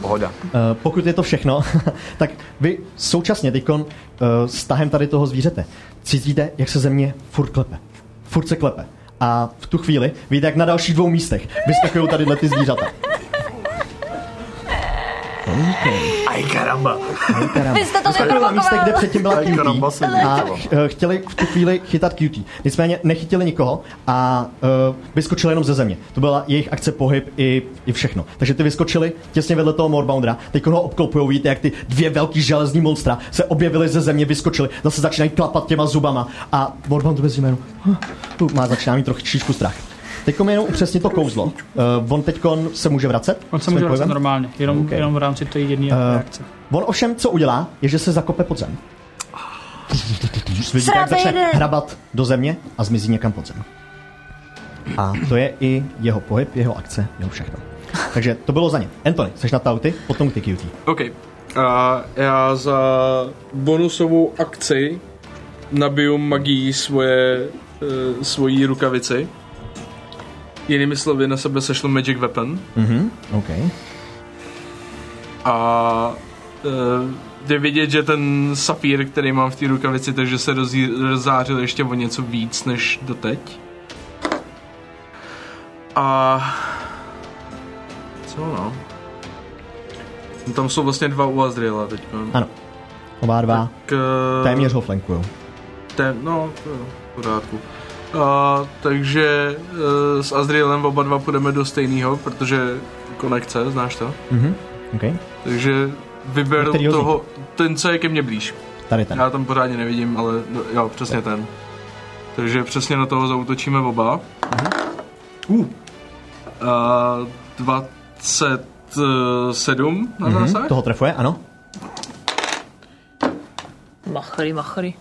[SPEAKER 2] Pohoda.
[SPEAKER 1] Eh, pokud je to všechno, tak vy současně teď uh, s tahem tady toho zvířete cítíte, jak se země furt klepe. Furt se klepe. A v tu chvíli vidíte, jak na dalších dvou místech vyskakují tady ty zvířata.
[SPEAKER 6] Eh,
[SPEAKER 2] Aj karamba.
[SPEAKER 1] Karamba.
[SPEAKER 7] Vy jste to
[SPEAKER 1] Vyskakují na místech, kde
[SPEAKER 7] neprovokoval.
[SPEAKER 1] předtím byla
[SPEAKER 6] Aj, karamba,
[SPEAKER 1] cutie
[SPEAKER 6] se
[SPEAKER 1] a
[SPEAKER 6] nechtělo.
[SPEAKER 1] ch- eh, chtěli v tu chvíli chytat cutie. Nicméně nechytili nikoho a uh, vyskočili jenom ze země. To byla jejich akce pohyb i, i všechno. Takže ty vyskočili těsně vedle toho Morboundera. Teď ho obklopují, vidíte, jak ty dvě velký železní monstra se objevily ze země, vyskočili, zase začínají klapat těma zubama a Morbound bez jménu. Tu má začíná mít trochu číšku strach. Teď jenom upřesnit to kouzlo. Uh, on teď se může vracet.
[SPEAKER 5] On se
[SPEAKER 1] svým
[SPEAKER 5] může vracet
[SPEAKER 1] pohybem?
[SPEAKER 5] normálně, jenom,
[SPEAKER 1] OK.
[SPEAKER 5] okay. jenom v rámci té jedné
[SPEAKER 1] Eh,
[SPEAKER 5] reakce.
[SPEAKER 1] On ovšem, co udělá, je, že se zakope pod zem. Vidíte, jak
[SPEAKER 7] Srabe
[SPEAKER 1] začne
[SPEAKER 7] jeden.
[SPEAKER 1] hrabat do země a zmizí někam pod zem. A to je i jeho pohyb, jeho akce, jeho všechno. Takže to bylo za ně. Anthony, jsi na tauty, potom ty cutie.
[SPEAKER 3] OK. A já za bonusovou akci nabiju magií svoje, uh, svojí rukavici. Jinými slovy, na sebe sešlu Magic Weapon
[SPEAKER 1] Mhm, OK.
[SPEAKER 3] a uh, je vidět, že ten sapír, který mám v té rukavici, takže se rozí, rozářil ještě o něco víc než doteď. A... Co no? No Tam jsou vlastně dva u Azdriela teď.
[SPEAKER 1] Ano. Oba dva
[SPEAKER 3] K,
[SPEAKER 1] téměř ho flankujou.
[SPEAKER 3] Ten, e, no, to jo, v pořádku. A, takže e, s Azrielem oba dva půjdeme do stejného, protože konekce, znáš to?
[SPEAKER 1] Mhm, OK.
[SPEAKER 3] Takže vyberu
[SPEAKER 1] Kterýho z nich?
[SPEAKER 3] toho, ten, co je ke mně blíž.
[SPEAKER 1] Tady ten.
[SPEAKER 3] Já tam pořádně nevidím, ale no, jo, přesně ten. Takže přesně na toho zautočíme oba. Uh. A, 27 na zásah,
[SPEAKER 1] Toho trefuje, ano.
[SPEAKER 4] Machry, machry.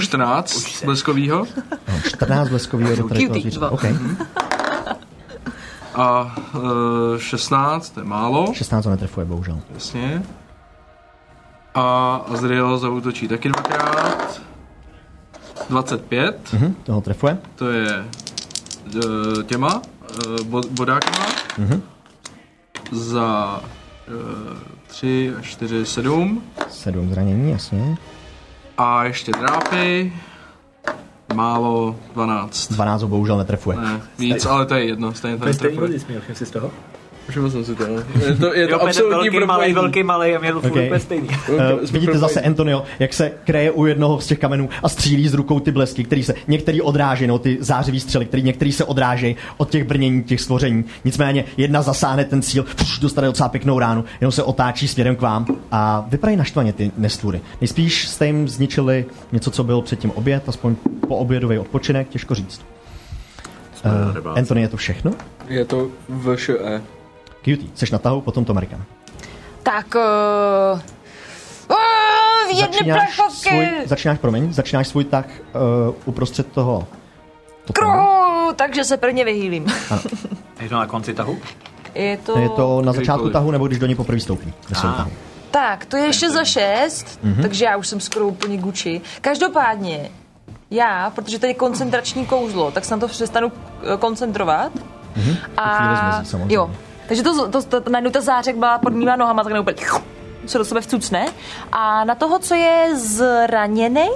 [SPEAKER 3] 14 bleskovýho.
[SPEAKER 1] No, 14 bleskový do tady toho
[SPEAKER 4] Cutie,
[SPEAKER 1] zvířata.
[SPEAKER 4] dva.
[SPEAKER 1] OK,
[SPEAKER 3] a e, 16, to je málo.
[SPEAKER 1] 16 ho netrefuje, bohužel.
[SPEAKER 3] Jasně. A Azriel zautočí taky dvakrát. 25,
[SPEAKER 1] Mhm, toho trefuje.
[SPEAKER 3] to je eh, těma eh, bo- bodákama.
[SPEAKER 2] Mhm.
[SPEAKER 3] Za e, 3 a 4, 7.
[SPEAKER 1] 7 zranění, jasně.
[SPEAKER 3] A ještě drápy. Málo 12.
[SPEAKER 1] 12 ho bohužel netrefuje.
[SPEAKER 3] Ne, víc, ale to je jedno, stejně to netrefuje.
[SPEAKER 2] si z toho?
[SPEAKER 3] Všiml jsem si to. no. Je to, je
[SPEAKER 2] Je
[SPEAKER 3] to
[SPEAKER 2] opět ten
[SPEAKER 3] absolutní
[SPEAKER 2] velký, malý,
[SPEAKER 3] propojení.
[SPEAKER 2] velký, malý a mě to furt
[SPEAKER 1] Okay.
[SPEAKER 2] úplně stejný.
[SPEAKER 3] Velký-
[SPEAKER 1] Uh, vidíte zase Antonio, jak se kreje u jednoho z těch kamenů a střílí z rukou ty blesky, který se některý odráží, no, ty zářivý střely, který některý se odráží od těch brnění těch stvoření. Nicméně jedna zasáhne ten cíl, pš, dostane docela pěknou ránu, jenom se otáčí směrem k vám a vypadají naštvaně ty nestvůry. Nejspíš jste jim zničili něco, co byl předtím oběd, aspoň po obědový odpočinek, těžko říct.
[SPEAKER 6] eh,
[SPEAKER 1] Uh, Anthony, je to všechno?
[SPEAKER 3] Je to E. VŠE.
[SPEAKER 1] Cutie, seš na tahu, potom to Amerikan.
[SPEAKER 7] Tak... Uh,
[SPEAKER 4] eh,
[SPEAKER 7] uh, v jedné
[SPEAKER 1] svůj,
[SPEAKER 7] plechovky!
[SPEAKER 1] začínáš, promiň, začínáš svůj tak uh, uprostřed toho totemu.
[SPEAKER 4] Kruhu, takže se prvně vyhýlím.
[SPEAKER 2] Je to na konci tahu?
[SPEAKER 4] Je to...
[SPEAKER 1] Je to na začátku
[SPEAKER 3] Kdykoliv.
[SPEAKER 1] tahu, nebo když do ní poprvé stoupí. Ve svém
[SPEAKER 2] Ah.
[SPEAKER 1] tahu.
[SPEAKER 4] Tak, to je ještě za šest,
[SPEAKER 1] Mhm.
[SPEAKER 4] mm-hmm. takže já už jsem skoro úplně Gucci. Každopádně, já, protože to je koncentrační kouzlo, tak se na to přestanu eh, koncentrovat. Mm-hmm.
[SPEAKER 1] Mhm. chvíli
[SPEAKER 4] A
[SPEAKER 1] zmizí, samozřejmě.
[SPEAKER 4] jo, takže to, to, to, to najednou ta zářek byla pod mýma nohama, tak úplně se do sebe vcucne. A na toho, co je zraněný,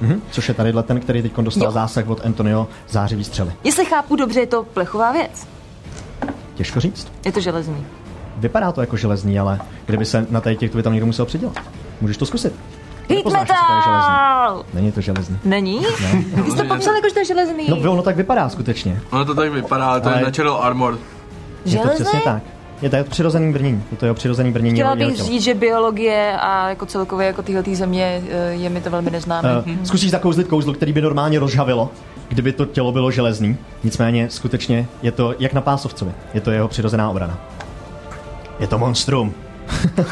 [SPEAKER 1] Mhm. Což je tady ten, který teď dostal
[SPEAKER 4] Jo.
[SPEAKER 1] zásah od Antonio zářivý střely.
[SPEAKER 4] jestli chápu dobře, je to plechová věc.
[SPEAKER 1] Těžko říct.
[SPEAKER 4] Je to železný.
[SPEAKER 1] Vypadá to jako železný, ale kdyby se na tady těch, to by tam někdo musel přidělat. Můžeš to zkusit.
[SPEAKER 4] Hit
[SPEAKER 1] Nepoznáš, jestli to je železný.
[SPEAKER 4] metal!
[SPEAKER 1] Není to železný.
[SPEAKER 4] Není? Ty jsi to popsal jako, že to je železný.
[SPEAKER 1] No, ono tak vypadá skutečně.
[SPEAKER 3] Ono to tak vypadá, ale to
[SPEAKER 1] Ale-
[SPEAKER 3] je Natural Armor.
[SPEAKER 1] Je to
[SPEAKER 4] Železný?
[SPEAKER 1] přesně tak. Je to jeho přirozený brnění. Je to jeho přirozený brnění.
[SPEAKER 4] Chtěla
[SPEAKER 1] jeho- jeho
[SPEAKER 4] bych
[SPEAKER 1] těla.
[SPEAKER 4] říct, že biologie a jako celkově jako tyhle země eh, je mi to velmi neznámé.
[SPEAKER 1] Eh, Zkusíš zakouzlit kouzlo, který by normálně rozžavilo, kdyby to tělo bylo železný. Nicméně skutečně je to jak na pásovcovi. Je to jeho přirozená obrana. Je to monstrum.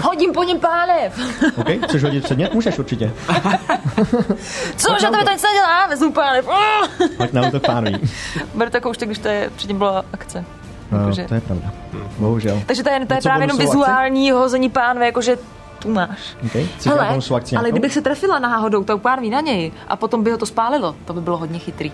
[SPEAKER 4] Hodím po něm pálev!
[SPEAKER 1] OK? Chceš hodit předmět? Můžeš určitě.
[SPEAKER 4] Cože, to mi to nic nedělá? Vezmu pálev. Ah!
[SPEAKER 1] Tak na útok pánují.
[SPEAKER 4] Beru to kouště, když to je, předtím byla akce.
[SPEAKER 1] No,
[SPEAKER 4] Jakože-
[SPEAKER 1] to je pravda. Bohužel.
[SPEAKER 4] Takže to je, to je
[SPEAKER 1] Něco
[SPEAKER 4] právě jenom
[SPEAKER 1] bonusovou akci?
[SPEAKER 4] vizuální hození pánve, jakože tu máš.
[SPEAKER 1] Okay. Chceš dělat bonusovou akci
[SPEAKER 4] ale
[SPEAKER 1] nějakou?
[SPEAKER 4] kdybych se trefila náhodou tou pánví na něj a potom by ho to spálilo, to by bylo hodně chytrý.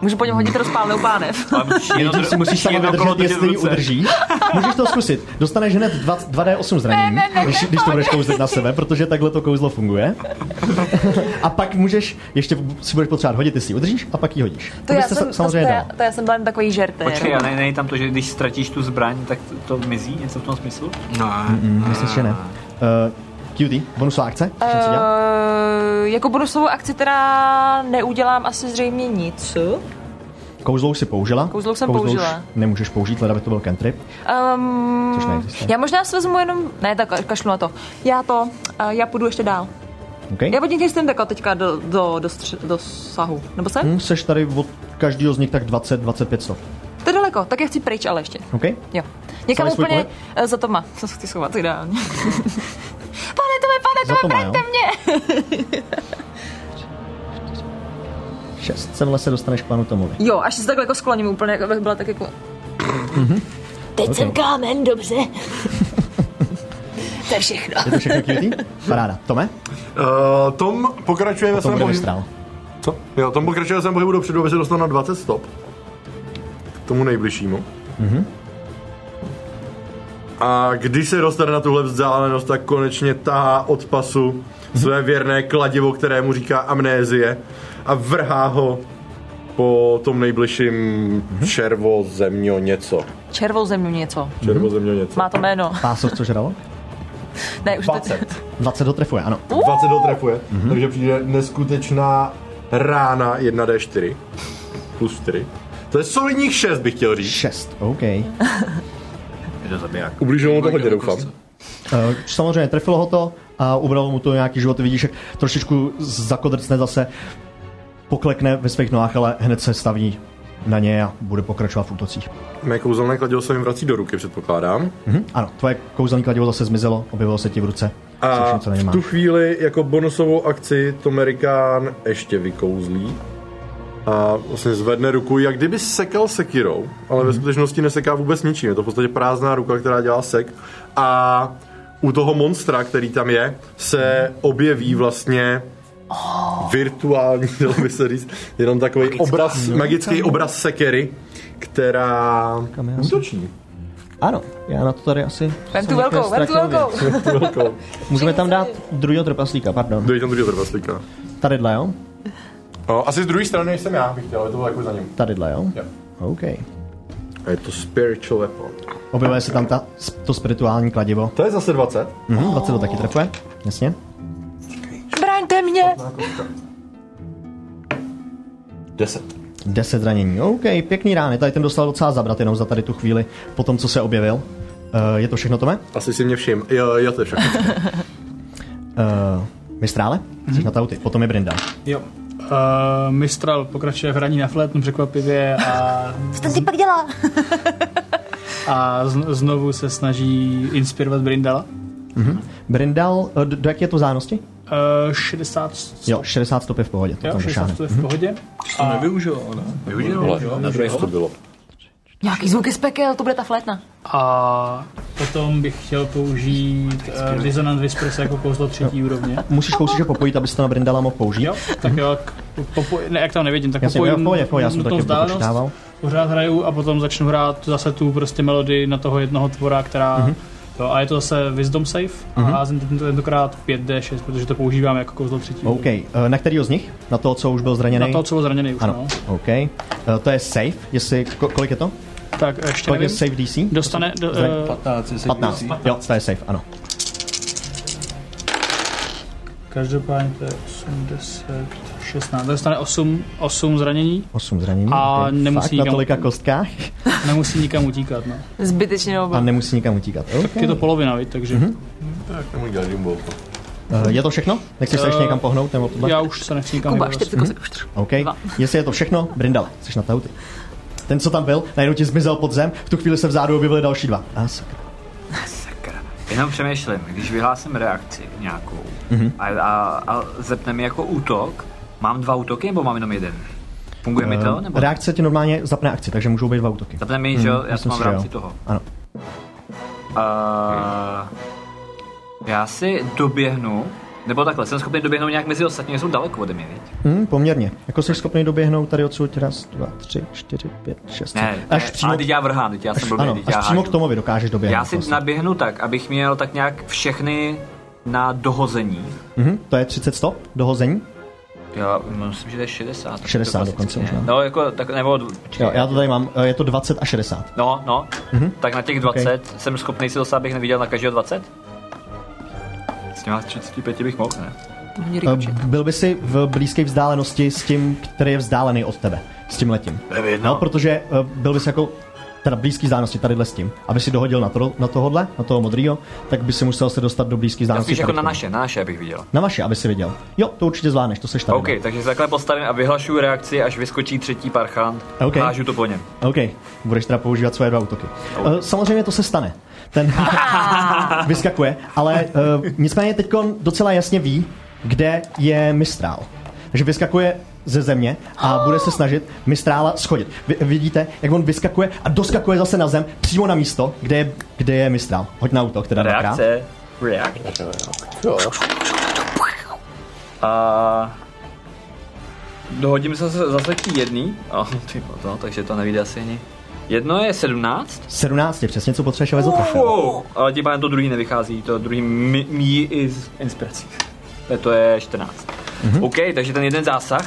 [SPEAKER 4] Můžu po něm hodit rozpálenou pánev.
[SPEAKER 2] Ale musíš jenom
[SPEAKER 1] Nejdřív si
[SPEAKER 2] dr-
[SPEAKER 1] musíš
[SPEAKER 2] musíš
[SPEAKER 1] sama
[SPEAKER 2] jenom
[SPEAKER 1] vydržet,
[SPEAKER 2] okolo držet
[SPEAKER 1] jestli ji
[SPEAKER 2] v ruce.
[SPEAKER 1] udržíš. Můžeš to zkusit. Dostaneš hned 2, 2D8 zranění, když, když to budeš kouzlit na sebe, protože takhle to kouzlo funguje. A pak můžeš, ještě si budeš potřebovat hodit, jestli ji udržíš, a pak ji hodíš. To, byste sa- samozřejmě
[SPEAKER 4] to,
[SPEAKER 1] dal.
[SPEAKER 4] já, to já jsem byla jen takový žertér.
[SPEAKER 2] Počkej, a ne, nej tam to, že když ztratíš tu zbraň, tak to, to mizí? Něco v tom smyslu?
[SPEAKER 3] Ne.
[SPEAKER 2] Mhm.
[SPEAKER 1] Mm, Myslím, že ne. Uh, Cutie, bonusová akce? Uh,
[SPEAKER 4] Eh, jako bonusovou akci teda neudělám asi zřejmě nic.
[SPEAKER 1] Kouzlo už si použila.
[SPEAKER 4] Kouzlo jsem
[SPEAKER 1] kouzlo
[SPEAKER 4] použila.
[SPEAKER 1] Už nemůžeš použít, leda by to byl cantrip.
[SPEAKER 4] Um,
[SPEAKER 1] Což neexistuje.
[SPEAKER 4] já možná si vezmu jenom... Ne, tak kašlu na to. Já to... Uh, já půjdu ještě dál.
[SPEAKER 1] Okay?
[SPEAKER 4] Já podnikej jsem takhle teďka do, do, do, stř, do sahu. Nebo jsem? Hmm.
[SPEAKER 1] Hm, seš tady od každého z nich tak 20-25 stop.
[SPEAKER 4] To je daleko, tak já chci pryč, ale ještě.
[SPEAKER 1] OK?
[SPEAKER 4] Jo. Někam
[SPEAKER 1] Sami svůj
[SPEAKER 4] úplně
[SPEAKER 1] pohyb?
[SPEAKER 4] eh, za Toma. Co se chci schovat ideálně. pane Tome, pane
[SPEAKER 1] Za
[SPEAKER 4] Tome,
[SPEAKER 1] Toma,
[SPEAKER 4] braňte
[SPEAKER 1] jo?
[SPEAKER 4] mě!
[SPEAKER 1] 6. Semhle se dostaneš k panu Tomovi.
[SPEAKER 4] Jo, až se takhle jako skloním úplně, jako bych byla tak jako...
[SPEAKER 7] Teď jsem kámen, dobře. to je všechno.
[SPEAKER 1] Je to všechno cutie? Paráda. Tome?
[SPEAKER 8] Uh, Tom pokračuje ve
[SPEAKER 1] Tom
[SPEAKER 8] svém
[SPEAKER 1] bude
[SPEAKER 8] pohybu.
[SPEAKER 1] vystrál.
[SPEAKER 8] Co? Jo, Tom pokračuje ve svém pohybu dopředu, aby se dostal na 20 stop. K tomu nejbližšímu. A když se dostane na tuhle vzdálenost, tak konečně tahá od pasu své věrné kladivo, kterému říká amnézie a vrhá ho po tom nejbližším červo zemňo něco.
[SPEAKER 4] Červou zemňu něco.
[SPEAKER 8] Červo zemňo něco.
[SPEAKER 4] Má to jméno.
[SPEAKER 1] Pásov, co žralo?
[SPEAKER 4] Ne, už to...
[SPEAKER 8] 20.
[SPEAKER 1] 20 ho trefuje, ano.
[SPEAKER 8] 20 dotrefuje, takže přijde neskutečná rána 1D4 plus 4. To je solidních 6 bych chtěl říct.
[SPEAKER 1] 6, OK. Eh,
[SPEAKER 2] Je to zabiják.
[SPEAKER 8] Ublížilo mu to prostě. hodně, doufám.
[SPEAKER 1] Uh, samozřejmě trefilo ho to a ubralo mu to nějaký život. Vidíš, jak trošičku zakodrcne zase, poklekne ve svých nohách, ale hned se staví na ně a bude pokračovat v útocích.
[SPEAKER 8] Mé kouzelné kladivo se mi vrací do ruky, předpokládám.
[SPEAKER 1] Mhm. Ano, tvoje kouzelní kladivo zase zmizelo, objevilo se ti v ruce. což
[SPEAKER 8] A
[SPEAKER 1] něco na ně
[SPEAKER 8] v
[SPEAKER 1] má.
[SPEAKER 8] tu chvíli jako bonusovou akci to Amerikán ještě vykouzlí. A vlastně zvedne ruku, jak kdyby sekal sekirou, ale
[SPEAKER 1] Mhm.
[SPEAKER 8] ve skutečnosti neseká vůbec ničím. Je to v podstatě prázdná ruka, která dělá sek. A u toho monstra, který tam je, se objeví vlastně virtuální, dalo by se říct, jenom takový obraz, magický obraz sekery, která
[SPEAKER 1] Kam já jsem?
[SPEAKER 8] útočí.
[SPEAKER 1] Ano, já na to tady asi...
[SPEAKER 4] Vem
[SPEAKER 1] jsem
[SPEAKER 4] tu
[SPEAKER 1] úplně
[SPEAKER 4] velkou, vem tu
[SPEAKER 1] ztratil
[SPEAKER 4] velkou.
[SPEAKER 1] věc. Můžeme tam dát druhého trpaslíka, pardon.
[SPEAKER 8] Dojde tam druhý trpaslíka.
[SPEAKER 1] Tadyhle, jo?
[SPEAKER 8] No, asi z druhé strany jsem já, bych chtěl, ale to bylo jako za ním.
[SPEAKER 1] Tadyhle, jo?
[SPEAKER 8] Jo.
[SPEAKER 1] OK.
[SPEAKER 6] A je to spiritual weapon.
[SPEAKER 1] Objevuje se tam ta, to spirituální kladivo.
[SPEAKER 6] To je zase 20.
[SPEAKER 1] Mhm, 20 to taky trefuje, jasně.
[SPEAKER 7] Braňte mě!
[SPEAKER 6] 10.
[SPEAKER 1] 10 zranění. OK, pěkný rány. Tady ten dostal docela zabrat jenom za tady tu chvíli, po tom, co se objevil. Uh, je to všechno, Tome?
[SPEAKER 6] Asi si mě všim. Jo, jo, to je všechno.
[SPEAKER 1] Uh, mistrále? Jsi na tauty. Potom je Brindal.
[SPEAKER 5] Jo. Uh, Mistral pokračuje v hraní na flétnu překvapivě a,
[SPEAKER 7] Co ten typek dělá?
[SPEAKER 5] a z, znovu se snaží inspirovat Brindala.
[SPEAKER 1] Brindal, eh, do, do jaké je to zánosti?
[SPEAKER 5] Uh, 60
[SPEAKER 1] Jo, 60 stop je v pohodě. To
[SPEAKER 5] jo,
[SPEAKER 1] tam
[SPEAKER 5] 60
[SPEAKER 1] došáhne. Mhm.
[SPEAKER 5] to je v pohodě. A
[SPEAKER 3] Nevyužil, ne?
[SPEAKER 6] Vole, na druhý to bylo.
[SPEAKER 7] Nějaký zvuky z pekel, to bude ta flétna.
[SPEAKER 5] A potom bych chtěl použít uh, Dissonant Whispers jako kouzlo třetí úrovně.
[SPEAKER 1] Musíš kousíček popojit, abys to na Brindala mohl použít.
[SPEAKER 5] Jo, tak jo, k- popoj, ne, jak tam nevidím, tak
[SPEAKER 1] Já jsem jo, v
[SPEAKER 5] popojím
[SPEAKER 1] pohodě, v pohodě, já jsem to
[SPEAKER 5] nutnou
[SPEAKER 1] taky
[SPEAKER 5] vzdálenost,
[SPEAKER 1] propočítával.
[SPEAKER 5] pořád hraju a potom začnu hrát zase tu prostě melodii na toho jednoho tvora, která...
[SPEAKER 1] Mhm.
[SPEAKER 5] Mm-hmm. Jo, a je to zase Wisdom Save a házím tento- tentokrát 5D6, protože to používám jako kouzlo třetí.
[SPEAKER 1] OK, eh, na kterýho z nich? Na toho, co už byl zraněný?
[SPEAKER 5] Na to, co byl zraněný už,
[SPEAKER 1] Ano,
[SPEAKER 5] no.
[SPEAKER 1] OK. Eh, To je safe, jestli, ko- kolik je to?
[SPEAKER 5] Tak ještě
[SPEAKER 1] Kolik je
[SPEAKER 5] nevím.
[SPEAKER 1] safe DC?
[SPEAKER 5] Dostane, do, uh,
[SPEAKER 1] Zraň-
[SPEAKER 3] 15, jestli
[SPEAKER 1] 15. Jo, to je safe, ano.
[SPEAKER 5] každopádně to je 8, 10, 16, dostane 8, 8 zranění,
[SPEAKER 1] 8 zranění.
[SPEAKER 5] A
[SPEAKER 1] ok.
[SPEAKER 5] nemusí
[SPEAKER 1] Fakt, na
[SPEAKER 5] nikam-
[SPEAKER 1] tolika kostkách
[SPEAKER 5] nemusí nikam utíkat, no.
[SPEAKER 4] Zbytečně
[SPEAKER 1] a
[SPEAKER 4] nebo...
[SPEAKER 1] nemusí nikam utíkat.
[SPEAKER 5] Tak je to
[SPEAKER 1] Okay.
[SPEAKER 5] polovina, viď, takže mm-hmm.
[SPEAKER 1] Mhm.
[SPEAKER 6] Nemůžu dělat jumbo.
[SPEAKER 1] Eh, Je to všechno? Nechceš se ještě
[SPEAKER 5] Eh,
[SPEAKER 1] někam pohnout? Nebo tohle?
[SPEAKER 5] já už se nechci nikam
[SPEAKER 4] Kuba,
[SPEAKER 5] vydat. vlastně.
[SPEAKER 4] čtyři kosek už
[SPEAKER 1] OK. Jestli je to všechno, Brindale, jsi na tauty. Ten, co tam byl, najednou ti zmizel pod zem, v tu chvíli se vzadu objevily další dva. A sakra.
[SPEAKER 2] Sakra. Jenom přemýšlím, když vyhlásím reakci nějakou
[SPEAKER 1] Mhm.
[SPEAKER 2] a, a, a zepne mi jako útok, mám dva útoky nebo mám jenom jeden? Funguje mi to?
[SPEAKER 1] Ehm,
[SPEAKER 2] Nebo
[SPEAKER 1] Reakce ti normálně zapne akci, takže můžou být dva útoky.
[SPEAKER 2] zapne mi, že jo, já to
[SPEAKER 1] Mhm, myslím
[SPEAKER 2] mám v
[SPEAKER 1] si, že
[SPEAKER 2] rámci
[SPEAKER 1] jo.
[SPEAKER 2] toho.
[SPEAKER 1] Ano.
[SPEAKER 2] A, já si doběhnu, nebo takhle, jsem schopný doběhnout nějak mezi ostatní, jsou daleko ode mě, viď?
[SPEAKER 1] Hmm, poměrně. Jako jsi schopný doběhnout tady odsud raz, dva, tři, čtyři, pět, šest.
[SPEAKER 2] Ne,
[SPEAKER 1] až
[SPEAKER 2] ne,
[SPEAKER 1] přímo,
[SPEAKER 2] ale teď já vrhám, teď já jsem blbý,
[SPEAKER 1] ano,
[SPEAKER 2] teď já
[SPEAKER 1] až přímo
[SPEAKER 2] hážu.
[SPEAKER 1] k Tomovi dokážeš doběhnout.
[SPEAKER 2] Já si
[SPEAKER 1] vlastně.
[SPEAKER 2] naběhnu tak, abych měl tak nějak všechny na dohození.
[SPEAKER 1] Mhm, to je 30 stop, dohození.
[SPEAKER 2] Já myslím, že to je 60. tak
[SPEAKER 1] 60
[SPEAKER 2] to klasicky,
[SPEAKER 1] dokonce
[SPEAKER 2] ne?
[SPEAKER 1] možná.
[SPEAKER 2] No, jako, tak, nebo, počkej.
[SPEAKER 1] Jo, já Mhm. to tady mám, eh, je to 20 a 60.
[SPEAKER 2] No, no, mm-hmm. tak na těch 20 okay. jsem schopný si dostat, abych neviděl na každého 20? S těma 35 bych mohl, ne?
[SPEAKER 1] Eh, Byl by si v blízké vzdálenosti s tím, který je vzdálený od tebe, s tím letím. No, protože eh, byl bys jako teda blízký vzdálenosti tadyhle s tím. Aby si dohodil na, to, na tohohle, na toho modrýho, tak by si musel se dostat do blízký
[SPEAKER 2] Já
[SPEAKER 1] vzdálenosti.
[SPEAKER 2] spíš jako
[SPEAKER 1] tady k
[SPEAKER 2] na
[SPEAKER 1] tomu.
[SPEAKER 2] naše, na naše bych viděl.
[SPEAKER 1] Na vaše, aby si viděl. Jo, to určitě zvládneš, to seš tady. no.
[SPEAKER 2] OK, takže se takhle postavím a vyhlašuju reakci, až vyskočí třetí parchant.
[SPEAKER 1] OK.
[SPEAKER 2] Hážu to po něm.
[SPEAKER 1] OK, budeš teda používat svoje dva útoky. Uh, samozřejmě to se stane. Ten vyskakuje, ale uh, nicméně teď docela jasně ví, kde je Mistrál. Takže vyskakuje ze země a bude se snažit Mistrála schodit. Vy, vidíte, jak on vyskakuje a doskakuje zase na zem, přímo na místo, kde je, kde je Mistrál. Hoď na útok, teda dvakrát.
[SPEAKER 2] Reakce. Reakce. A... Dohodím se zase, zase k tý jedný. Oh, ty, no, takže to nevíde asi ani. Jedno je 17.
[SPEAKER 1] 17 je přesně, co potřebuješ, aby to trefil.
[SPEAKER 2] Wow. Ale tím pádem to druhý nevychází, to druhý mi, mi is inspirací. To- To je 14.
[SPEAKER 1] Mhm.
[SPEAKER 2] Mm-hmm. OK, takže ten jeden zásah.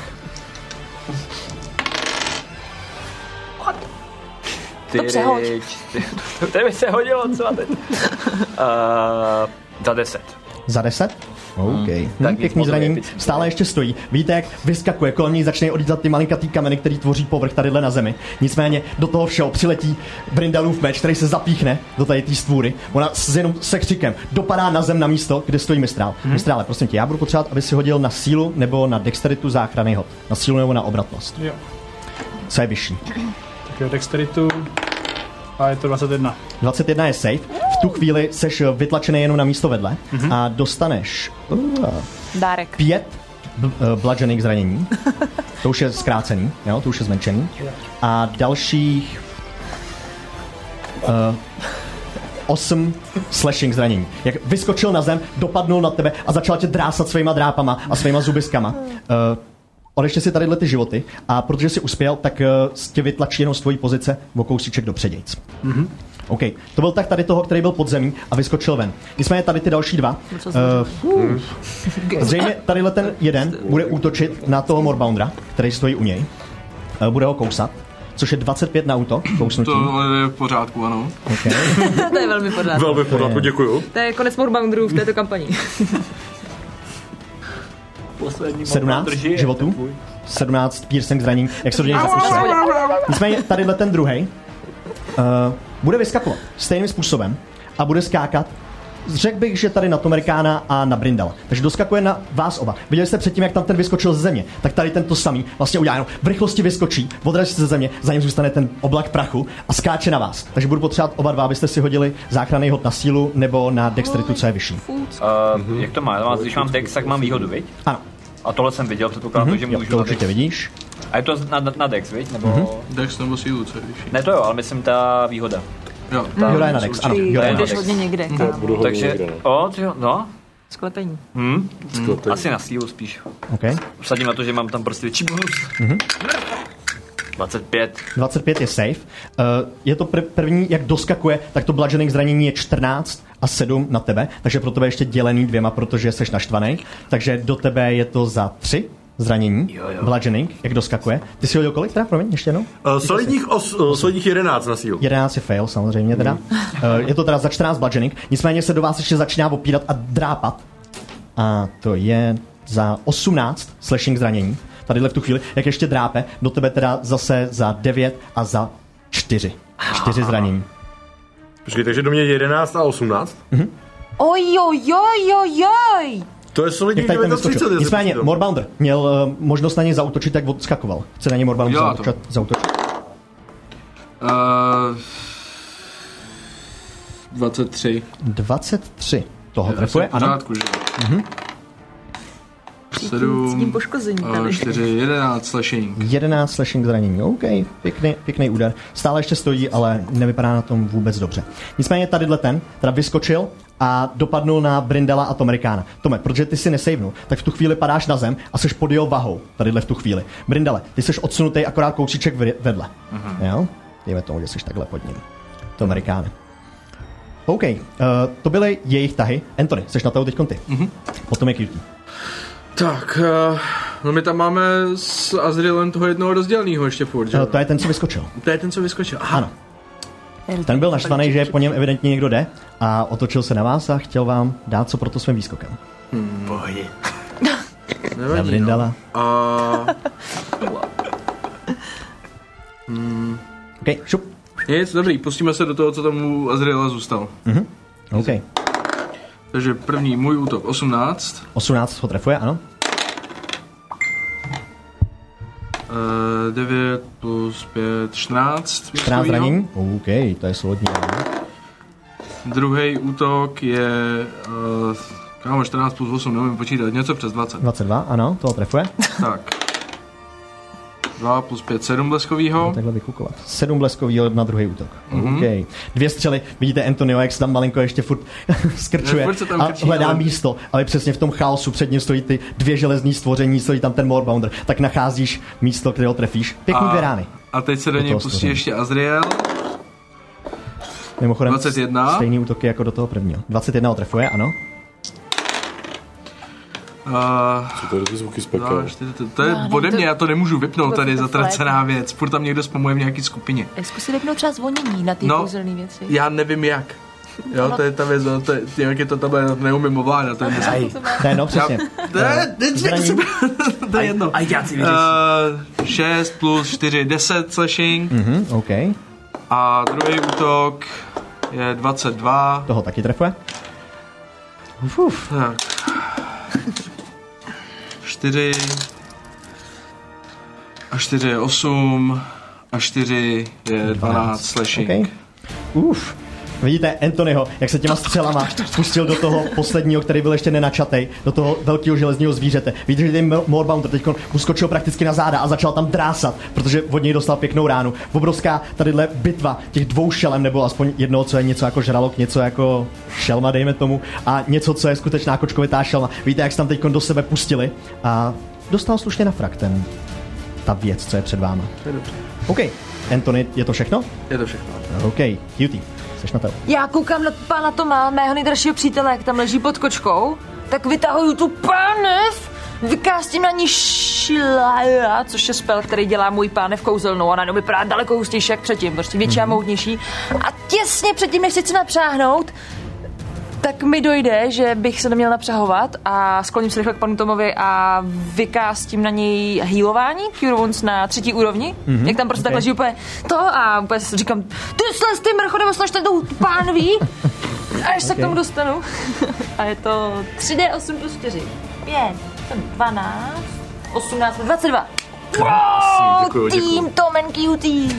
[SPEAKER 2] Ty,
[SPEAKER 7] přehoď.
[SPEAKER 2] to by se hodilo, co a teď? Uh, za 10.
[SPEAKER 1] Za 10? OK. Hmm,
[SPEAKER 2] nic
[SPEAKER 1] pěkný
[SPEAKER 2] moc
[SPEAKER 1] zranění.
[SPEAKER 2] epický.
[SPEAKER 1] Stále ještě stojí. Víte, jak vyskakuje kolem ní, začne odjítat ty malinkatý kameny, který tvoří povrch tadyhle na zemi. Nicméně do toho všeho přiletí Brindalův meč, který se zapíchne do tady té stvůry. Ona s jenom se křikem dopadá na zem na místo, kde stojí mistrál.
[SPEAKER 2] Mhm.
[SPEAKER 1] Hmm. Mistrále, prosím tě, já budu potřebovat, aby si hodil na sílu nebo na dexteritu záchrany hod. Na sílu nebo na obratnost.
[SPEAKER 5] Jo.
[SPEAKER 1] Co je vyšší?
[SPEAKER 5] Tak jo, dexteritu a je to 21.
[SPEAKER 1] 21 je safe. V tu chvíli seš eh, vytlačený jenom na místo vedle
[SPEAKER 2] Mhm.
[SPEAKER 1] a dostaneš uh,
[SPEAKER 4] Dárek.
[SPEAKER 1] pět bl- eh, bludgeoning zranění. To už je zkrácený, jo, to už je zmenšený. A dalších eh, osm slashing zranění. Jak vyskočil na zem, dopadnul na tebe a začal tě drásat svýma drápama a svýma zubiskama. Eh, Odešte si tadyhle ty životy a protože jsi uspěl, tak uh, tě vytlačí jenom z tvojí pozice o kousíček do předějc. Mm-hmm. OK, to byl tak tady toho, který byl pod zemí a vyskočil ven. Nicméně tady ty další dva. Uh, Zřejmě tadyhle ten jeden bude útočit na toho Morboundra, který stojí u něj. Eh, Bude ho kousat. což je 25 na útok, kousnutí. To...
[SPEAKER 3] To je v pořádku, ano.
[SPEAKER 1] Okay.
[SPEAKER 4] to je velmi podle.
[SPEAKER 6] Velmi v pořádku, děkuju.
[SPEAKER 4] To je konec Morbounderů v této kampani.
[SPEAKER 2] Poslední
[SPEAKER 1] 17
[SPEAKER 2] moment drží,
[SPEAKER 1] životů?
[SPEAKER 2] je to tvůj.
[SPEAKER 1] 17 piercing zranění, jak se do něj započne. Nicméně tadyhle ten druhý uh, bude vyskakovat stejným způsobem a bude skákat. Řekl bych, že tady na Tomerkána a na Brindala. Takže doskakuje na vás oba. Viděli jste předtím, jak tam ten vyskočil ze země, tak tady tento samý vlastně udělá jenom v rychlosti vyskočí, odrazí se ze země, za ním zůstane ten oblak prachu a skáče na vás. Takže budu potřebovat oba dva, abyste si hodili záchranný hod na sílu nebo na dexteritu, co je vyšší.
[SPEAKER 2] Uh, jak to má? Já mám- Když mám dex, tak mám výhodu, viď?
[SPEAKER 1] Ano,
[SPEAKER 2] A tohle jsem viděl, předpokládám, že
[SPEAKER 1] Mhm. jo,
[SPEAKER 2] můžu
[SPEAKER 1] to
[SPEAKER 2] na
[SPEAKER 1] určitě Mhm.
[SPEAKER 2] dex.
[SPEAKER 1] vidíš.
[SPEAKER 2] A je to na, na, na dex, viď? Nebo...
[SPEAKER 3] Dex nebo sílu, co je vyšší.
[SPEAKER 2] Ne to jo, ale myslím ta výhoda.
[SPEAKER 3] Jo.
[SPEAKER 1] Jura je na dex, ano, Jura je na
[SPEAKER 7] Jdeš
[SPEAKER 1] dex.
[SPEAKER 7] hodně někde, kámo.
[SPEAKER 8] Budu
[SPEAKER 2] Takže, o, ty jo, no,
[SPEAKER 7] Sklepení.
[SPEAKER 2] hm,
[SPEAKER 8] Sklepení.
[SPEAKER 2] asi na sílu spíš.
[SPEAKER 1] Okay.
[SPEAKER 2] Vsadím na to, že mám tam prostě větší bonus.
[SPEAKER 1] Mhm.
[SPEAKER 2] 25.
[SPEAKER 1] 25 je safe. Uh, je to pr- první, jak doskakuje, tak to bludgeoning zranění je 14 a 7 na tebe, takže pro tebe ještě dělený dvěma, protože jsi naštvaný. Takže do tebe je to za 3 zranění,
[SPEAKER 2] Jo, jo.
[SPEAKER 1] bludgeoning, jak doskakuje. Ty si hodil kolik teda, promiň, ještě jednou?
[SPEAKER 6] Uh, solidních, os, uh, solidních 11 na sílu.
[SPEAKER 1] 11 je fail samozřejmě teda. Uh, je to teda za 14 bludgeoning, nicméně se do vás ještě začíná opírat a drápat. A to je za 18 slashing zranění. Tadyhle v tu chvíli, jak ještě drápe, do tebe teda zase za 9 a za 4. 4 zranění.
[SPEAKER 6] Počkej, takže do mě je 11 a 18.
[SPEAKER 7] Ojojojojoj!
[SPEAKER 6] To je solidní
[SPEAKER 1] Jak tady ten
[SPEAKER 6] 39,
[SPEAKER 1] vyskočil.
[SPEAKER 6] jestli
[SPEAKER 1] Nicméně,
[SPEAKER 6] počítám.
[SPEAKER 1] Morbounder měl uh, možnost na něj zautočit, tak odskakoval. Chce na něj Morbounder
[SPEAKER 3] Udělá to.
[SPEAKER 1] zautočit. zautočit.
[SPEAKER 3] Uh, 23.
[SPEAKER 1] 23. Toho trefuje,
[SPEAKER 3] v
[SPEAKER 1] ano.
[SPEAKER 3] pořádku, že jo. Sedm,
[SPEAKER 7] poškození.
[SPEAKER 3] eh, čtyři, jedenáct, slashing.
[SPEAKER 1] 11 slashing zranění, OK, pěkný, pěkný úder. Stále ještě stojí, ale nevypadá na tom vůbec dobře. Nicméně tadyhle ten, teda vyskočil a dopadnul na Brindela a Tomerikána. Tome, protože ty si nesejvnul, tak v tu chvíli padáš na zem a seš pod jeho vahou, tadyhle v tu chvíli. Brindele, ty seš odsunutý akorát kousíček vr- vedle. Uh-huh. Jo? Dejme tomu, že seš takhle pod ním. Tomerikána. OK, uh, to byly jejich tahy. Anthony, seš na tahu teď ty. Uh-huh. Potom je cutie.
[SPEAKER 3] Tak, eh, no my tam máme s Azrielem toho jednoho rozdělného ještě furt, že?
[SPEAKER 1] Uh,
[SPEAKER 3] jo?
[SPEAKER 1] to je ten, co vyskočil.
[SPEAKER 3] To je ten, co vyskočil. Aha,
[SPEAKER 1] Ano. Ten byl naštvaný, že po něm evidentně někdo jde a otočil se na vás a chtěl vám dát co proto svým výskokem.
[SPEAKER 2] Pohodě.
[SPEAKER 1] Na
[SPEAKER 3] nevadí, no.
[SPEAKER 1] Brindala.
[SPEAKER 3] A
[SPEAKER 1] Hmm. OK, šup.
[SPEAKER 3] nic, dobrý, pustíme se do toho, co tam u Azriela zůstal.
[SPEAKER 1] OK.
[SPEAKER 3] Takže první, můj útok, 18,
[SPEAKER 1] 18 ho trefuje, ano.
[SPEAKER 3] eh, 9 plus 5, 14.
[SPEAKER 1] 14 zranění. OK, to je solidní.
[SPEAKER 3] Druhý útok je, eh, kámo, 14 plus 8, nevím počítat, něco přes 20.
[SPEAKER 1] 22, ano, toho trefuje.
[SPEAKER 3] Tak. 2 plus 5, 7
[SPEAKER 2] No,
[SPEAKER 3] bleskovýho.
[SPEAKER 1] No, Takhle vykukovat. 7 bleskový na druhý útok.
[SPEAKER 3] Mhm.
[SPEAKER 1] OK. Dvě střely. Vidíte Antonio, jak se tam malinko ještě furt skrčuje
[SPEAKER 3] Ne, furt se tam
[SPEAKER 1] a
[SPEAKER 3] krčí,
[SPEAKER 1] hledá
[SPEAKER 3] ale-
[SPEAKER 1] místo, ale přesně v tom chaosu před ním stojí ty dvě železní stvoření, stojí tam ten Morbounder, tak nacházíš místo, kde ho trefíš. Pěkný dvě rány.
[SPEAKER 3] A teď se do něj
[SPEAKER 1] toho
[SPEAKER 3] pustí
[SPEAKER 1] stvoření.
[SPEAKER 3] ještě Azriel.
[SPEAKER 1] Mimochodem,
[SPEAKER 3] 21.
[SPEAKER 1] stejný útoky jako do toho prvního. 21 ho trefuje, ano.
[SPEAKER 3] Uh,
[SPEAKER 8] Co to je ty zvuky z
[SPEAKER 3] Dva,
[SPEAKER 8] pekel?
[SPEAKER 3] čtyři, to, No, to je ode mě, já to nemůžu vypnout, tady je zatracená věc. Furt tam někdo spamuje v nějaký skupině.
[SPEAKER 7] Zkus si vypnout třeba zvonění na ty
[SPEAKER 3] No.
[SPEAKER 7] kouzelné věci.
[SPEAKER 3] Já nevím jak. Jo, to je ta věc, no, to je, jak je to takhle, neumím ovládat, to je dnes.
[SPEAKER 1] Ne, no, přesně.
[SPEAKER 3] Ne, ne,
[SPEAKER 1] Zraní.
[SPEAKER 3] to je jedno.
[SPEAKER 2] Eh, A já si
[SPEAKER 3] Uh, 6 plus 4, 10 slashing
[SPEAKER 2] Hmm.
[SPEAKER 1] Mhm, OK,
[SPEAKER 3] a druhý útok je 22.
[SPEAKER 1] toho taky trefuje. Uf, uf.
[SPEAKER 3] Tak. 4 a 4 je 8 a 4 je 12 slashing.
[SPEAKER 1] OK. Uf. Vidíte Anthonyho, jak se těma střelama pustil do toho posledního, který byl ještě nenačatej, do toho velkého železního zvířete. Vidíte, že ten Morbounder teď uskočil prakticky na záda a začal tam drásat, protože od něj dostal pěknou ránu. Obrovská tadyhle bitva těch dvou šelem, nebo aspoň jednoho, co je něco jako žralok, něco jako šelma, dejme tomu, a něco, co je skutečná kočkovitá šelma. Víte, jak se tam teď do sebe pustili a dostal slušně na frak ten ta věc, co je před váma. To je dobře. OK, Anthony, je to všechno?
[SPEAKER 3] Je to všechno.
[SPEAKER 1] OK, cutie, jsi na to.
[SPEAKER 7] Já koukám na pána Toma, mého nejdražšího přítele, jak tam leží pod kočkou, tak vytahuju tu pánev
[SPEAKER 4] Vykástím na ní šilá, což je spel, který dělá můj pánev kouzelnou a najednou vypadá daleko hustější jak předtím, prostě větší a moudnější. A těsně předtím, než si chci napřáhnout, tak mi dojde, že bych se neměl napřahovat a skloním se rychle k panu Tomovi a vykástím na něj healování, Cure Wounds na třetí úrovni, mm-hmm,
[SPEAKER 8] Mhm,
[SPEAKER 4] jak tam prostě okay. tak leží úplně to a úplně si říkám, ty se s tím mrchodem snaž ten pánví, až se k tomu dostanu. a je to 3D8 plus 4, 5, 12, 18, 22. Wow,
[SPEAKER 8] děkuju, děkuju.
[SPEAKER 4] tým Tomen Cutie.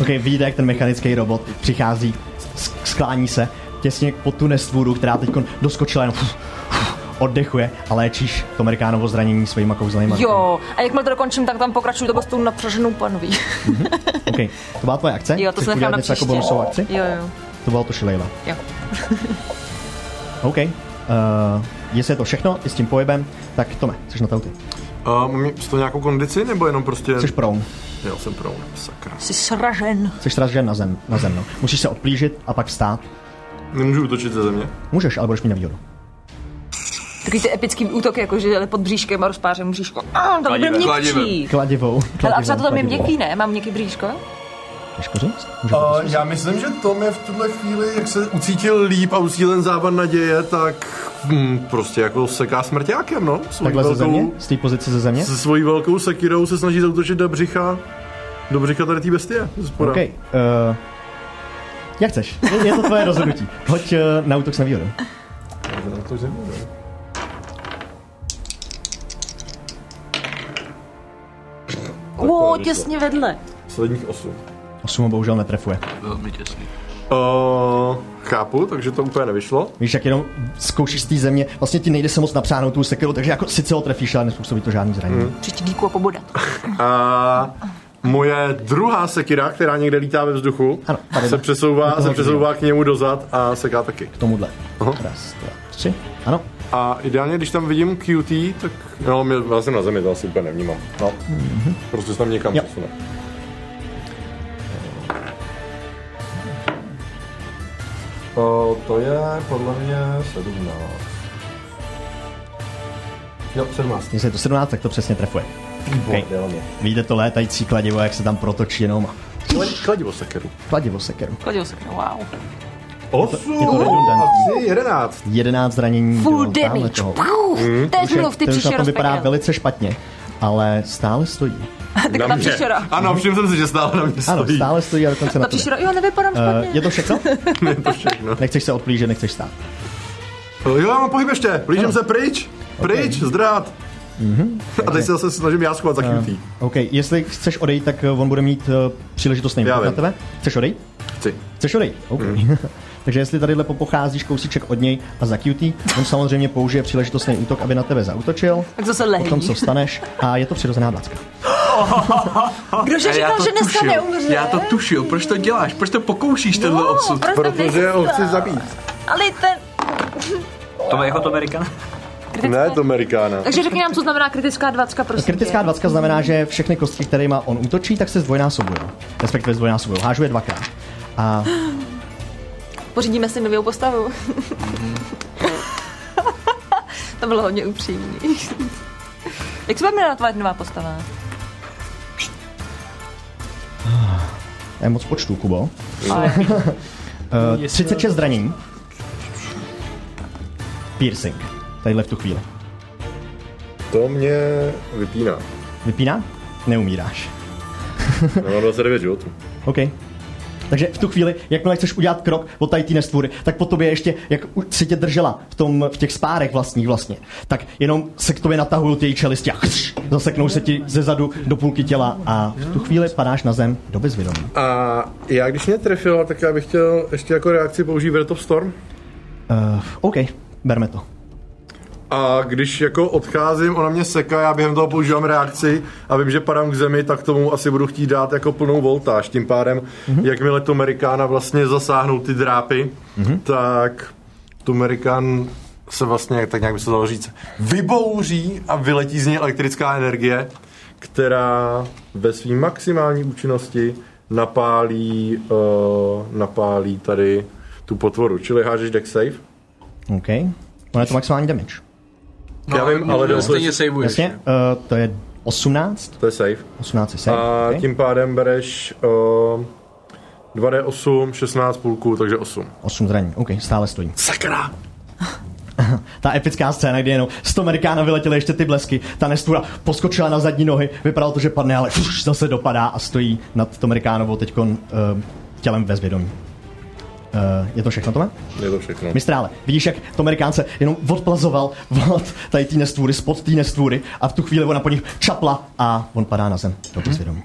[SPEAKER 1] Ok, vidíte, jak ten mechanický robot přichází, sk- sklání se těsně pod tu nestvůru, která teď doskočila jenom oddechuje a léčíš to Amerikánovo zranění svýma kouzelnýma. rukama.
[SPEAKER 4] Jo, a jakmile to dokončím, tak tam pokračuju to prostě s tou napřaženou panví.
[SPEAKER 1] Ok, to byla tvoje akce?
[SPEAKER 4] Jo, to
[SPEAKER 1] Chceš
[SPEAKER 4] se nechám
[SPEAKER 1] udělat
[SPEAKER 4] na
[SPEAKER 1] něco jako
[SPEAKER 4] příště.
[SPEAKER 1] bonusovou akci?
[SPEAKER 4] Jo, jo.
[SPEAKER 1] To bylo to šilejla.
[SPEAKER 4] Jo.
[SPEAKER 1] OK. Uh, jestli je to všechno, i s tím pohybem, tak Tome, jsi na tauty.
[SPEAKER 8] A mám mít to nějakou kondici, nebo jenom prostě...
[SPEAKER 1] Jsi proun,
[SPEAKER 8] Jo, jsem pro, sakra.
[SPEAKER 4] Jsi sražen.
[SPEAKER 1] jsi sražen na zem, na zemno. Musíš se odplížit a pak vstát.
[SPEAKER 8] Nemůžu útočit ze země.
[SPEAKER 1] Můžeš, ale budeš mít nevýhodu.
[SPEAKER 4] Takový ty epický útok, jako že jde pod bříškem a rozpářím bříško. Ah, to bude
[SPEAKER 2] Kladivem.
[SPEAKER 4] měkčí.
[SPEAKER 3] Kladivem.
[SPEAKER 1] Kladivou.
[SPEAKER 4] Ale
[SPEAKER 1] kladivou,
[SPEAKER 4] a třeba to tam je
[SPEAKER 1] kladivou.
[SPEAKER 4] měkký, ne? Mám měkký bříško?
[SPEAKER 1] Těžko říct. Můžeš
[SPEAKER 8] A já myslím, že Tom je v tuhle chvíli, jak se ucítil líp a usílen závan naděje, tak hm, prostě jako seká smrťákem, no. Svojí
[SPEAKER 1] Takhle ze země? Z té pozice ze země?
[SPEAKER 8] se svojí velkou sekirou se snaží zautočit do břicha, do břicha tady té bestie. ze Spoda.
[SPEAKER 1] OK. Uh, jak chceš? Je, je to tvoje rozhodnutí. Hoď uh, na útok s nevýhodou.
[SPEAKER 4] Ó, těsně vedle.
[SPEAKER 8] Posledních osm.
[SPEAKER 1] Osm ho bohužel netrefuje.
[SPEAKER 3] Velmi těsný.
[SPEAKER 8] Uh, chápu, takže to úplně nevyšlo.
[SPEAKER 1] Víš, jak jenom zkoušíš z té země, vlastně ti nejde se moc napřáhnout tu sekiru, takže jako sice ho trefíš, ale nespůsobí to žádný zranění. Mm.
[SPEAKER 4] Příští díku a pobodat.
[SPEAKER 8] A Eh, moje druhá sekira, která někde lítá ve vzduchu,
[SPEAKER 1] Ano, tady
[SPEAKER 8] se
[SPEAKER 1] jde.
[SPEAKER 8] přesouvá,
[SPEAKER 1] Do toho
[SPEAKER 8] se přesouvá k němu dozad a seká taky.
[SPEAKER 1] K tomuhle.
[SPEAKER 8] Aha.
[SPEAKER 1] Raz, dva, tři. Ano.
[SPEAKER 8] A ideálně, když tam vidím QT, tak... No, mě, já jsem na zemi, to asi úplně nevnímám. No. Prostě se tam někam
[SPEAKER 1] Jo.
[SPEAKER 8] přesune. O, to je podle mě 17. Jo, 17.
[SPEAKER 1] Jestli je to 17, tak to přesně trefuje. Okay.
[SPEAKER 8] Bordel mě.
[SPEAKER 1] Vidíte to létající kladivo, jak se tam protočí jenom a
[SPEAKER 8] Kladi- Kladivo sekeru.
[SPEAKER 1] kladivo sekeru.
[SPEAKER 4] Kladil se, wow.
[SPEAKER 8] 8
[SPEAKER 1] to redundantní.
[SPEAKER 8] a 3, 11.
[SPEAKER 1] 11 zranění.
[SPEAKER 4] Full
[SPEAKER 1] jo, tamhle
[SPEAKER 4] damage.
[SPEAKER 1] toho.
[SPEAKER 4] Puh, Teď budou v ty
[SPEAKER 1] ten už na
[SPEAKER 4] příště
[SPEAKER 1] tom vypadá
[SPEAKER 4] rozpekel.
[SPEAKER 1] velice špatně, ale stále stojí.
[SPEAKER 4] Tak ta příšera.
[SPEAKER 8] Ano, všiml jsem si, že stále na mě stojí.
[SPEAKER 1] Ano, stále stojí a dokonce na
[SPEAKER 4] Ta
[SPEAKER 1] tobě.
[SPEAKER 4] příšera, jo, nevypadám
[SPEAKER 1] Eh, je
[SPEAKER 4] špatně.
[SPEAKER 1] to všechno?
[SPEAKER 8] Ne, to všechno.
[SPEAKER 1] Nechceš se odplížit, nechceš stát.
[SPEAKER 8] Jo, já mám pohyb ještě. Blížím se pryč. Pryč, zdrát. A teď se zase snažím já schovat za QT.
[SPEAKER 1] OK, jestli chceš odejít, tak eh, on bude mít eh, příležitost
[SPEAKER 8] Já
[SPEAKER 1] nejvíc na
[SPEAKER 8] vím. Mhm.
[SPEAKER 1] tebe. Chceš odejít?
[SPEAKER 8] Chci.
[SPEAKER 1] Chceš odejít? OK. Mm. Takže jestli tadyhle popocházíš kousíček od něj a za cutie, on samozřejmě použije příležitostný útok, aby na tebe zautočil.
[SPEAKER 4] Tak zase
[SPEAKER 1] Potom
[SPEAKER 4] lehlí.
[SPEAKER 1] co vstaneš a je to přirozená dvacka.
[SPEAKER 4] Kdo že říkal, že dneska neumře?
[SPEAKER 3] Já to tušil, proč to děláš? Proč to pokoušíš tenhle
[SPEAKER 4] No,
[SPEAKER 3] osud?
[SPEAKER 4] proč tam nejsi?
[SPEAKER 8] ho chci zabít.
[SPEAKER 4] Ale ten...
[SPEAKER 2] To je jako to Amerikan.
[SPEAKER 8] Ne, to Amerikána.
[SPEAKER 4] Takže řekni nám, co znamená kritická dvacka, prostě. prosím.
[SPEAKER 1] Kritická dvacka znamená, že všechny kostky, kterými on útočí, tak se zdvojnásobují. Respektive zdvojnásobují. Hážu je dvakrát. A
[SPEAKER 4] tě. Pořídíme si novou postavu.
[SPEAKER 7] Mhm.
[SPEAKER 4] to bylo hodně upřímný. Jak se bude jmenovat tvoje nová postava?
[SPEAKER 1] je moc počtu, Kubo.
[SPEAKER 4] Ale
[SPEAKER 1] Eh, 36 zranění. Piercing. Tadyhle v tu chvíli.
[SPEAKER 8] To mě vypíná.
[SPEAKER 1] Vypíná? Neumíráš.
[SPEAKER 8] Já mám 29 životů.
[SPEAKER 1] OK. Takže v tu chvíli, jakmile chceš udělat krok od tady té nestvůry, tak po tobě ještě, jak u- si tě držela v, tom, v těch spárech vlastních vlastně, tak jenom se k tobě natahují ty její čelisti a chř, zaseknou se ti ze zadu do půlky těla a v tu chvíli padáš na zem do bezvědomí.
[SPEAKER 8] A já když mě trefila, tak já bych chtěl ještě jako reakci použít Wrath of Storm.
[SPEAKER 1] Uh, OK, berme to.
[SPEAKER 8] A když jako odcházím, ona mě seká, já během toho používám reakci a vím, že padám k zemi, tak tomu asi budu chtít dát jako plnou voltáž. Tím pádem, mm-hmm. jakmile to Amerikána vlastně zasáhnou ty drápy, mm-hmm. tak tu Amerikán se vlastně, tak nějak by se dalo říct, vybouří a vyletí z něj elektrická energie, která ve své maximální účinnosti napálí, uh, napálí tady tu potvoru. Čili hážeš deck save.
[SPEAKER 1] OK. Ono je to maximální damage.
[SPEAKER 6] No, Já vím, ale dost.
[SPEAKER 3] Stejně saveuješ.
[SPEAKER 1] Jasně, uh, to je 18.
[SPEAKER 6] To je safe.
[SPEAKER 1] 18 je
[SPEAKER 6] A
[SPEAKER 1] save,
[SPEAKER 8] Eh,
[SPEAKER 1] okay.
[SPEAKER 6] tím pádem bereš uh, 2D8, 16 půlku, takže 8.
[SPEAKER 1] 8 zraní, OK, stále stojí. Sakra! Ta epická scéna, kdy jenom z toho Amerikána vyletěly ještě ty blesky, ta nestvůra poskočila na zadní nohy, vypadalo to, že padne, ale už zase dopadá a stojí nad to Amerikánovou teď uh, tělem ve zvědomí. Uh, je to všechno, Tome?
[SPEAKER 6] Je to všechno.
[SPEAKER 1] Mistrále, vidíš, jak to Amerikánce jenom odplazoval od tady té nestvůry, spod té nestvůry a v tu chvíli ona po nich čapla a on padá na zem do bezvědomí.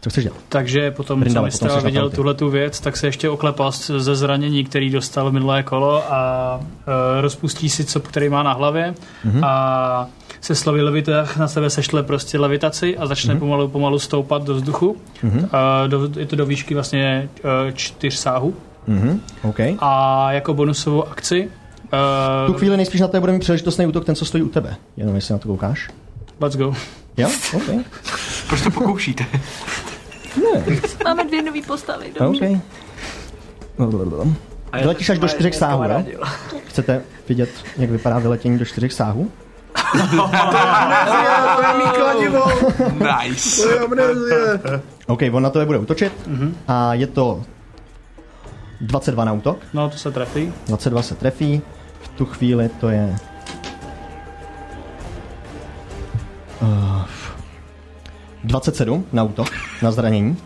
[SPEAKER 1] Co chceš dělat?
[SPEAKER 5] Takže potom, co
[SPEAKER 1] Brindale, potom
[SPEAKER 5] Mistra
[SPEAKER 1] seš na
[SPEAKER 5] viděl
[SPEAKER 1] penalty.
[SPEAKER 5] tuhle tu věc, tak se ještě oklepá s- ze zranění, který dostal minulé kolo a e, rozpustí si, co který má na hlavě
[SPEAKER 1] Mhm.
[SPEAKER 5] mm-hmm. a se slovy levitách na sebe sešle prostě levitaci a
[SPEAKER 1] Mhm.
[SPEAKER 5] začne mm-hmm. pomalu, pomalu stoupat do vzduchu. Mm-hmm. A do, je to do výšky vlastně e, čtyř sáhů.
[SPEAKER 1] Mhm, OK.
[SPEAKER 5] A jako bonusovou akci
[SPEAKER 1] Tu
[SPEAKER 5] Uh,
[SPEAKER 1] chvíli nejspíš na to bude mít příležitostný útok, ten, co stojí u tebe. Jenom jestli na to koukáš.
[SPEAKER 5] let's go.
[SPEAKER 1] Jo? OK.
[SPEAKER 2] Proč to pokoušíte?
[SPEAKER 1] Ne.
[SPEAKER 7] Máme dvě nové postavy.
[SPEAKER 1] OK. No,
[SPEAKER 7] Dobře.
[SPEAKER 1] Blablabla. Vyletíš až do čtyřech sáhů, ne? Chcete vidět, jak vypadá vyletění do čtyřech sáhů?
[SPEAKER 6] to je mý kladivo!
[SPEAKER 2] Nice.
[SPEAKER 6] To je amnezie!
[SPEAKER 1] OK, on na to bude útočit. A je to 22 na útok.
[SPEAKER 5] No, to se trefí.
[SPEAKER 1] 22 se trefí. V tu chvíli to je... Eh, 27 na útok, na zranění.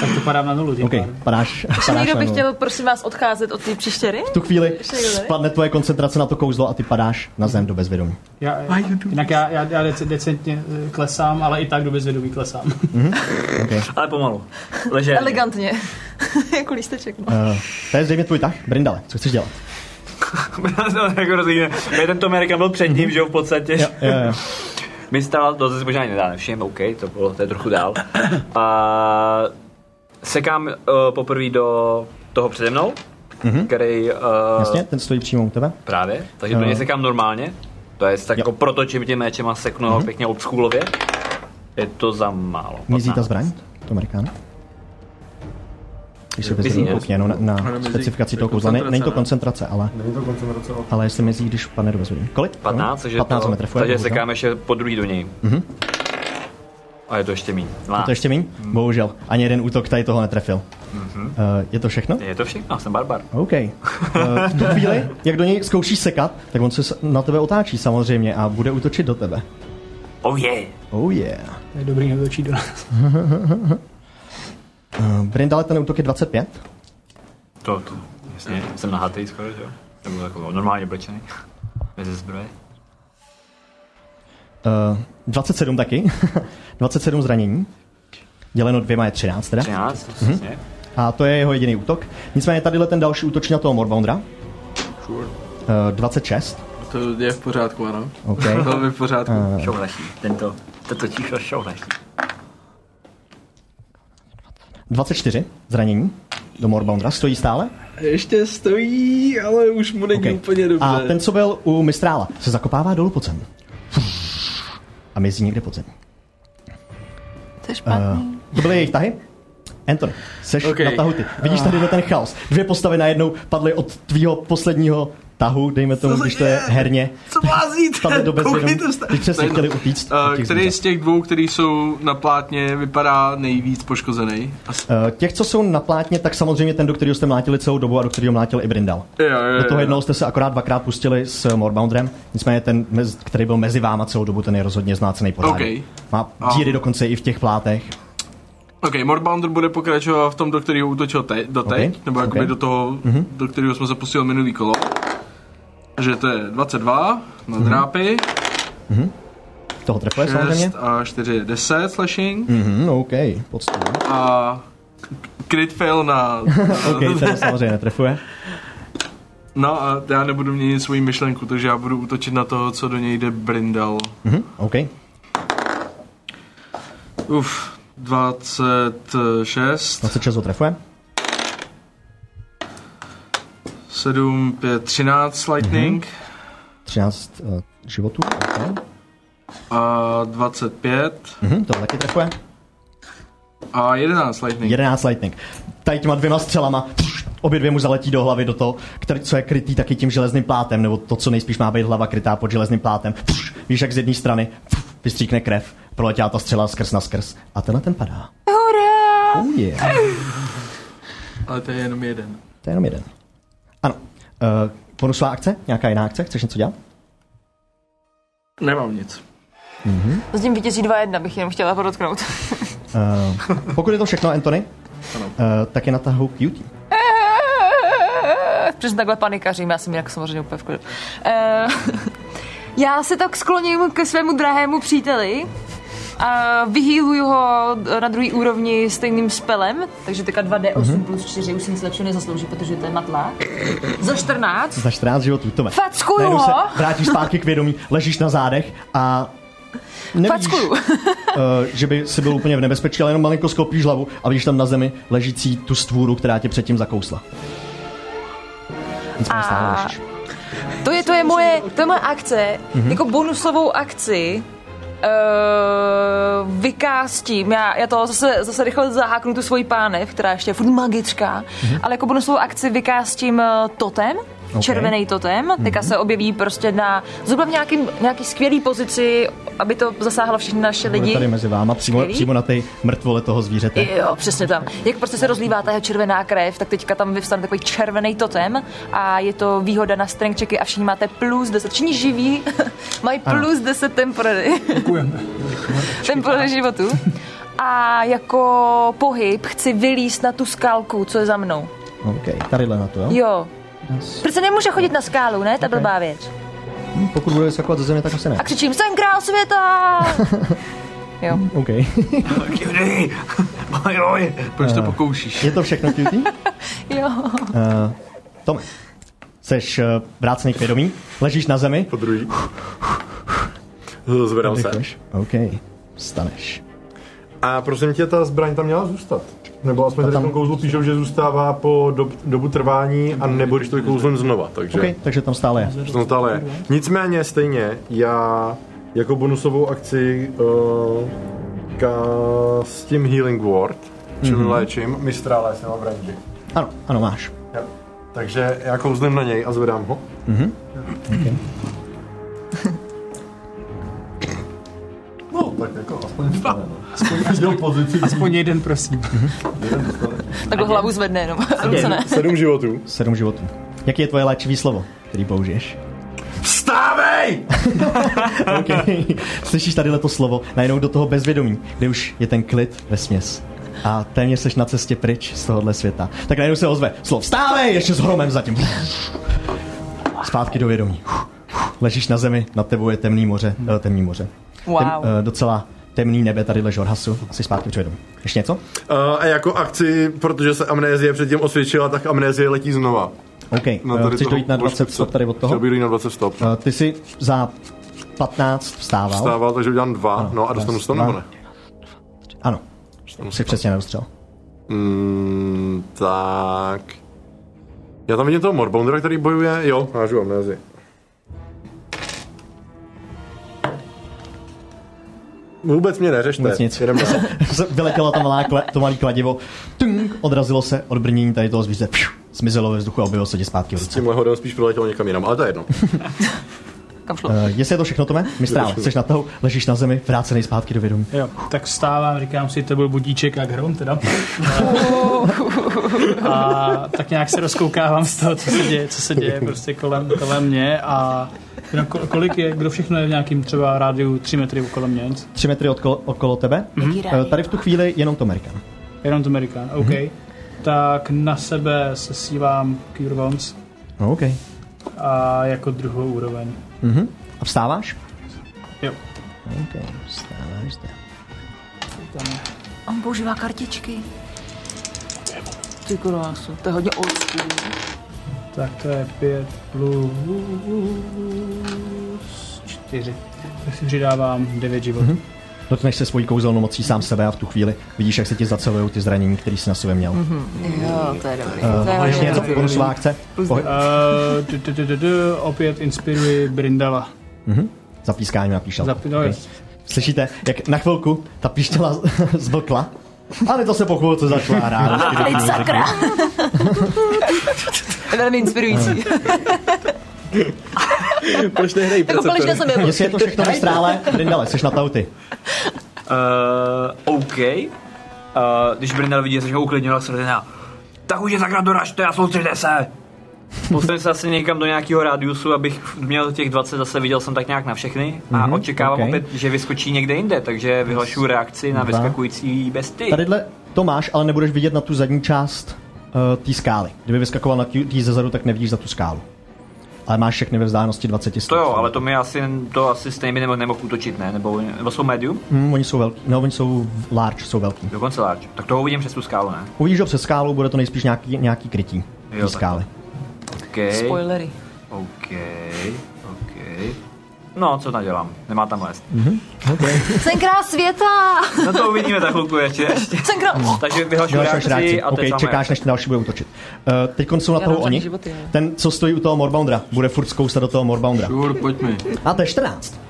[SPEAKER 5] Tak to padám na nulu tím
[SPEAKER 1] OK,
[SPEAKER 5] okay. pádem.
[SPEAKER 1] padáš, padáš
[SPEAKER 7] Někdo
[SPEAKER 1] na
[SPEAKER 7] by
[SPEAKER 1] nulu.
[SPEAKER 7] chtěl, prosím vás, odcházet od té příštěry?
[SPEAKER 1] V tu chvíli
[SPEAKER 7] chvíli.
[SPEAKER 1] spadne tvoje koncentrace na to kouzlo a ty padáš na zem do bezvědomí.
[SPEAKER 5] Já, jinak já, já, já dec, decentně eh, klesám, ale i tak do bezvědomí klesám.
[SPEAKER 2] Ale pomalu. Leže.
[SPEAKER 7] Elegantně. jako lísteček. No.
[SPEAKER 1] Uh, to je zřejmě tvůj tah, Brindale, co chceš dělat?
[SPEAKER 2] jako rozdílně. Tento Amerikan byl před ním, že jo, v podstatě.
[SPEAKER 1] Mhm. Jo, jo.
[SPEAKER 2] Mi stala, to zase možná nedá, nevšim, OK, to bylo, to je trochu dál. A sekám uh, poprvé do toho přede mnou, mm-hmm. který uh,
[SPEAKER 1] Mhm. Jasně, ten stojí přímo u tebe.
[SPEAKER 2] právě, takže do něj
[SPEAKER 1] Jo.
[SPEAKER 2] sekám normálně. To je tak
[SPEAKER 1] No. Jo. Mhm.
[SPEAKER 2] jako protočím tím mečem a seknu mm-hmm. pěkně obschůlově. Je to za málo.
[SPEAKER 1] Mizí ta
[SPEAKER 2] 15.
[SPEAKER 1] zbraň, to Amerikán. Když se
[SPEAKER 2] Mizí,
[SPEAKER 1] vyzvedl
[SPEAKER 2] ne?
[SPEAKER 1] koukně, no, na, na
[SPEAKER 3] Ano, mizí.
[SPEAKER 1] specifikaci toho
[SPEAKER 3] To je
[SPEAKER 1] kouzla. Ne,
[SPEAKER 3] koncentrace,
[SPEAKER 1] není to
[SPEAKER 3] ne?
[SPEAKER 1] koncentrace, ale,
[SPEAKER 6] Není to koncentrace od...
[SPEAKER 1] ale jestli mizí, když padne do bezvědomí. Kolik?
[SPEAKER 2] 15, takže,
[SPEAKER 1] 15
[SPEAKER 2] to,
[SPEAKER 1] No. metrů.
[SPEAKER 2] takže sekám ještě po druhý do něj. Mm-hmm. A je to ještě míň.
[SPEAKER 1] Mhm. To ještě míň? Bohužel, ani jeden útok tady toho netrefil. Eh, je to všechno?
[SPEAKER 2] Je to všechno, jsem barbar.
[SPEAKER 1] OK. Eh, V tu chvíli, jak do něj zkoušíš sekat, tak on se s- na tebe otáčí samozřejmě a bude útočit do tebe.
[SPEAKER 2] Oh yeah.
[SPEAKER 1] Oh yeah.
[SPEAKER 5] To je dobrý nedočí do nás.
[SPEAKER 1] Uh, Brindale, ten útok je 25.
[SPEAKER 2] To, to, jasně, jsem nahatý skoro, že jo? Nebo jako normálně oblečený. Bez zbroje.
[SPEAKER 1] Uh, 27 taky. 27 zranění. Děleno dvěma je 13 teda.
[SPEAKER 2] 13, jasně.
[SPEAKER 1] A to je jeho jediný útok. Nicméně tadyhle ten další útočí na toho Morboundra.
[SPEAKER 3] Sure.
[SPEAKER 1] Uh, 26.
[SPEAKER 3] To je v pořádku, ano.
[SPEAKER 1] OK.
[SPEAKER 3] Velmi v pořádku.
[SPEAKER 1] Eh.
[SPEAKER 2] Šoulaší, tento, toto ticho šoulaší.
[SPEAKER 1] 24 zranění do Morboundra. Stojí stále.
[SPEAKER 3] Ještě stojí, ale už mu není
[SPEAKER 1] OK.
[SPEAKER 3] úplně dobře.
[SPEAKER 1] A ten, co byl u Mistrála, se zakopává dolů pod zem. A mizí někde pod zem.
[SPEAKER 7] To je špatný.
[SPEAKER 1] To byly jejich tahy? Anthony, seš
[SPEAKER 3] OK.
[SPEAKER 1] okay. na tahu ty. Vidíš tady ten chaos. Dvě postavy najednou padly od tvýho posledního tahu, dejme tomu,
[SPEAKER 3] se
[SPEAKER 1] když to je
[SPEAKER 3] děje?
[SPEAKER 1] herně.
[SPEAKER 3] Co vázíte?
[SPEAKER 1] Padly do bezvědomí.
[SPEAKER 3] Koukejte se-
[SPEAKER 1] Teď přesně chtěli utíct. od
[SPEAKER 3] Eh,
[SPEAKER 1] těch
[SPEAKER 3] Který
[SPEAKER 1] zvířat.
[SPEAKER 3] z těch dvou, který jsou na plátně, vypadá nejvíc poškozený? Asi.
[SPEAKER 1] Eh, Těch, co jsou na plátně, tak samozřejmě ten, do kterého jste mlátili celou dobu a do kterého mlátil i Brindal.
[SPEAKER 3] Jo, jo, jo,
[SPEAKER 1] Do toho
[SPEAKER 3] jo.
[SPEAKER 1] jednoho jste se akorát dvakrát pustili s Morboundrem, nicméně ten, mez- který byl mezi váma celou dobu, ten je rozhodně znácený pořád.
[SPEAKER 3] OK.
[SPEAKER 1] Má
[SPEAKER 3] Aha.
[SPEAKER 1] díry dokonce i v těch plátech.
[SPEAKER 3] OK, Morbounder bude pokračovat v tom, do kterého útočil te- doteď,
[SPEAKER 1] OK,
[SPEAKER 3] nebo jakoby
[SPEAKER 1] OK. Mhm.
[SPEAKER 3] do toho, do kterého jsme zapustili minulý kolo. Že to je 22 na drápy,
[SPEAKER 1] Toho trefuje Mhm. samozřejmě.
[SPEAKER 3] 6 a 4 je 10 slashing
[SPEAKER 1] Mhm, OK, poctivě.
[SPEAKER 3] a crit fail na...
[SPEAKER 1] OK, ten samozřejmě netrefuje.
[SPEAKER 3] No a já nebudu měnit svoji myšlenku, takže já budu útočit na toho, co do něj jde Brindal.
[SPEAKER 1] Mhm, OK. Mhm.
[SPEAKER 3] Uf, 26,
[SPEAKER 1] 26 ho trefuje.
[SPEAKER 3] 7, 5, 13 lightning
[SPEAKER 1] Mhm. 13 uh, životů. Okay.
[SPEAKER 3] a 25
[SPEAKER 1] Mhm, to taky trefuje.
[SPEAKER 3] a 11 lightning.
[SPEAKER 1] 11 lightning. Tady těma dvěma střelama už obě dvě mu zaletí do hlavy do toho, který, co je krytý taky tím železným plátem, nebo to, co nejspíš má být hlava krytá pod železným plátem. Pš, víš, jak z jedné strany pš, vystříkne krev, proletěla ta střela skrz na skrz a tenhle ten padá. Hurá! Oh yeah.
[SPEAKER 3] Ale to je jenom jeden.
[SPEAKER 1] To je jenom jeden. Ano. Uh, bonusová akce? Nějaká jiná akce? Chceš něco dělat?
[SPEAKER 3] Nemám nic.
[SPEAKER 4] S tím vítězí 2-1 bych jenom chtěla podotknout.
[SPEAKER 1] Uh, pokud je to všechno, Anthony, uh, tak je na tahu Cutie.
[SPEAKER 4] Přesně Eh, takhle panikařím, já jsem jinak samozřejmě úplně v klidu. Eh, já se tak skloním ke svému drahému příteli a vyhýluju ho na druhý úrovni stejným spelem, takže teďka 2D8 plus 4 už si nic lepšího nezaslouží, protože to je matlák. Za 14.
[SPEAKER 1] Za 14 životů, to
[SPEAKER 4] Fackuju ho!
[SPEAKER 1] se vrátíš zpátky k vědomí, ležíš na zádech a nevidíš,
[SPEAKER 4] Fackuju.
[SPEAKER 1] eh, že by si byl úplně v nebezpečí, ale jenom malinko sklopíš hlavu a vidíš tam na zemi ležící tu stvůru, která tě předtím zakousla. Nicméně stále
[SPEAKER 4] A-
[SPEAKER 1] ležíš.
[SPEAKER 4] To je, to je moje, to je moje akce, mm-hmm.
[SPEAKER 1] Mhm.
[SPEAKER 4] jako bonusovou akci uh, vykástím, já, já to zase, zase rychle zaháknu tu svoji pánev, která ještě je furt magická, mm-hmm. ale jako bonusovou akci vykástím eh, totem,
[SPEAKER 1] Mhm. Ok. Mhm.
[SPEAKER 4] okay. červený totem, teďka mm-hmm. se objeví prostě na zhruba v nějaký, nějaký skvělý pozici, aby to zasáhlo všechny naše
[SPEAKER 1] Bude
[SPEAKER 4] lidi.
[SPEAKER 1] tady mezi váma, přímo,
[SPEAKER 4] Skvělý.
[SPEAKER 1] přímo na ty mrtvole toho zvířete.
[SPEAKER 4] Jo, přesně tam. Jak prostě se rozlívá ta jeho červená krev, tak teďka tam vyvstane takový červený totem a je to výhoda na strength checky a všichni máte plus 10. Všichni živí mají plus 10 temporary.
[SPEAKER 5] Děkujeme.
[SPEAKER 4] temporary životu. A jako pohyb chci vylíst na tu skalku, co je za mnou.
[SPEAKER 1] OK, tadyhle na to, jo?
[SPEAKER 4] Jo. Proč se nemůže chodit na skálu, ne? Ta blbá věc.
[SPEAKER 1] Hm, Pokud bude skakovat ze země, tak asi ne.
[SPEAKER 4] A křičím, jsem král světa! jo.
[SPEAKER 1] OK.
[SPEAKER 2] Cutie! Oj, oj.
[SPEAKER 3] Proč
[SPEAKER 1] Eh.
[SPEAKER 3] to pokoušíš?
[SPEAKER 1] Je to všechno, Cutie?
[SPEAKER 4] Jo.
[SPEAKER 1] Tome, seš eh, vrácený k vědomí, ležíš na zemi,
[SPEAKER 6] Po druhý. Zvedám se.
[SPEAKER 1] Děkuješ. OK, staneš.
[SPEAKER 6] A prosím tě, ta zbraň tam měla zůstat. Nebo aspoň tady v
[SPEAKER 1] tam-
[SPEAKER 6] tom kouzlu píšou, že zůstává po dob, dobu trvání a nebo když to vykouzlím znova, takže
[SPEAKER 1] Mhm. OK, takže tam stále je.
[SPEAKER 6] že tam stále je. Nicméně stejně, já jako bonusovou akci uh, ka, s tím Healing Ward, čím
[SPEAKER 1] Mhm.
[SPEAKER 6] mm-hmm. léčím, mistrála, jestli mám branži.
[SPEAKER 1] Ano, ano, máš.
[SPEAKER 6] Jo. Takže já kouzlím na něj a zvedám ho.
[SPEAKER 1] Mhm.
[SPEAKER 6] Mm-hmm. Okay. No, tak jako aspoň dva. Aspoň, aspoň, pozici.
[SPEAKER 5] Aspoň jeden, prosím.
[SPEAKER 4] Takhle hlavu zvedne jenom. A ruce ne.
[SPEAKER 6] Sedm životů.
[SPEAKER 1] Sedm životů. Jaký je tvoje léčivý slovo, který použiješ?
[SPEAKER 6] Vstávej!
[SPEAKER 1] Okay. Slyšíš tady to slovo, najednou do toho bezvědomí, kde už je ten klid ve směs. A téměř seš na cestě pryč z tohohle světa. Tak najednou se ozve slovo vstávej, ještě s hromem zatím. Zpátky do vědomí. Ležíš na zemi, nad tebou je temný moře. eh, Temný moře. Tem,
[SPEAKER 4] Wow.
[SPEAKER 1] eh, docela temný nebe tady žorhasu. Asi zpátky při vědomí. Ještě něco?
[SPEAKER 6] Uh, a jako akci, protože se amnézie předtím osvědčila, tak amnézie letí znova.
[SPEAKER 1] OK,
[SPEAKER 6] No
[SPEAKER 1] no, chceš
[SPEAKER 6] toho
[SPEAKER 1] dojít na 20
[SPEAKER 6] božkovce.
[SPEAKER 1] stop tady od toho?
[SPEAKER 6] Chtěl bych dojít na 20 stop.
[SPEAKER 1] Eh, Ty jsi za 15 vstával.
[SPEAKER 6] Vstával, takže udělám dva,
[SPEAKER 1] Ano,
[SPEAKER 6] no a dostanu
[SPEAKER 1] dva,
[SPEAKER 6] se to nebo ne?
[SPEAKER 1] Ano, jsi přesně neustřel.
[SPEAKER 6] Mm, tak... Já tam vidím toho Morbondra, který bojuje, jo, hážu amnézi. Vůbec mě neřešte.
[SPEAKER 1] Vůbec nic.
[SPEAKER 6] Jedem dál.
[SPEAKER 1] Vyletělo tam malá kle, to malý kladivo, tung, odrazilo se od brnění tady toho zvíře, pšu, zmizelo ve vzduchu a objevilo se tě zpátky v ruce.
[SPEAKER 6] Tímhle hodem spíš proletěl někam jinam, ale to je jedno.
[SPEAKER 4] Kam šlo?
[SPEAKER 1] Uh, jestli je to všechno, Tome, mistrále, jsi na tahu, ležíš na zemi, vrácený zpátky do vědomí.
[SPEAKER 5] Jo, tak vstávám, říkám si, to byl budíček a hrom teda. a tak nějak se rozkoukávám z toho, co se děje, co se děje prostě kolem, kolem mě a no, ko- kolik je, kdo všechno je v nějakým třeba rádiu 3 metry okolo mě, nic?
[SPEAKER 1] Tři metry odkolo, okolo tebe, uh, tady v tu chvíli jenom to Amerikan.
[SPEAKER 5] jenom to Amerikán, OK. Tak na sebe sesívám Cure Wounds
[SPEAKER 1] No, OK.
[SPEAKER 5] a jako druhou úroveň.
[SPEAKER 1] A vstáváš?
[SPEAKER 5] Jo.
[SPEAKER 1] OK, vstáváš zde.
[SPEAKER 4] On používá kartičky. Ty krásu, to je hodně old school.
[SPEAKER 5] Tak to je 5 plus 4. Tak si přidávám 9 životů. Mm-hmm.
[SPEAKER 1] Dotkneš se svojí kouzelnou mocí sám sebe a v tu chvíli vidíš, jak se ti zacelují ty zranění, které jsi na sobě měl. Mm-hmm.
[SPEAKER 4] Jo, to je dobrý.
[SPEAKER 1] Uh, ještě něco, bonusová akce, Pohyb.
[SPEAKER 5] Uh, du, du, du, du, du, opět inspiruji Brindala. eh,
[SPEAKER 1] zapískáním na píšelku.
[SPEAKER 5] no, Zapínal.
[SPEAKER 1] Slyšíte, jak na chvilku ta píštěla zvlkla Ale to se po chvilce začala hrát.
[SPEAKER 4] Teď sakra. Velmi inspirující.
[SPEAKER 3] Proč nehrají
[SPEAKER 4] Tak úplně, že Jako jsem je
[SPEAKER 1] Jestli je to všechno ve strále, Brindale, jsi na tauty.
[SPEAKER 2] Uh, OK. Uh, když Brindel vidí, že jsi ho uklidnil, tak se říká, tak už je sakra doražte a soustředte se. Postavím se asi někam do nějakého radiusu, abych měl těch 20, zase viděl jsem tak nějak na všechny a
[SPEAKER 1] Mhm,
[SPEAKER 2] očekávám
[SPEAKER 1] ok.
[SPEAKER 2] opět, že vyskočí někde jinde, takže vyhlašuju reakci na
[SPEAKER 1] Dva.
[SPEAKER 2] vyskakující besty.
[SPEAKER 1] Tadyhle to máš, ale nebudeš vidět na tu zadní část uh, té skály. Kdyby vyskakoval na tý tý zezadu, tak nevidíš za tu skálu. Ale máš všechny ve vzdálenosti 20 stop.
[SPEAKER 2] To jo, ale to mi asi, to asi stejně nebo nemohl útočit, ne? Nebo, nebo jsou medium?
[SPEAKER 1] Hmm, oni jsou velký, no oni jsou large, jsou velký.
[SPEAKER 2] Dokonce large. Tak toho uvidím přes tu skálu, ne?
[SPEAKER 1] Uvidíš ho přes skálu, bude to nejspíš nějaký, nějaký krytí
[SPEAKER 2] Jo,
[SPEAKER 1] té skály.
[SPEAKER 2] OK,
[SPEAKER 4] Spoilery.
[SPEAKER 2] OK, OK. No, co nadělám? Nemá tam lézt.
[SPEAKER 4] Jsem král světa.
[SPEAKER 2] No to uvidíme za chvilku ještě. ještě.
[SPEAKER 4] Jsem král.
[SPEAKER 2] Takže vyhlašuju
[SPEAKER 1] Děláš až
[SPEAKER 2] reakci
[SPEAKER 1] reakci.
[SPEAKER 2] a
[SPEAKER 1] OK,
[SPEAKER 2] teď máme-
[SPEAKER 1] čekáš, než ten další bude útočit. Uh, teď jsou na
[SPEAKER 4] Já
[SPEAKER 1] toho
[SPEAKER 4] mám žádný
[SPEAKER 1] oni.
[SPEAKER 4] životy, ne?
[SPEAKER 1] Ten, co stojí u toho Morboundra, bude furt zkousat do toho Morboundra.
[SPEAKER 3] Dur, pojď mi.
[SPEAKER 1] A to je 14.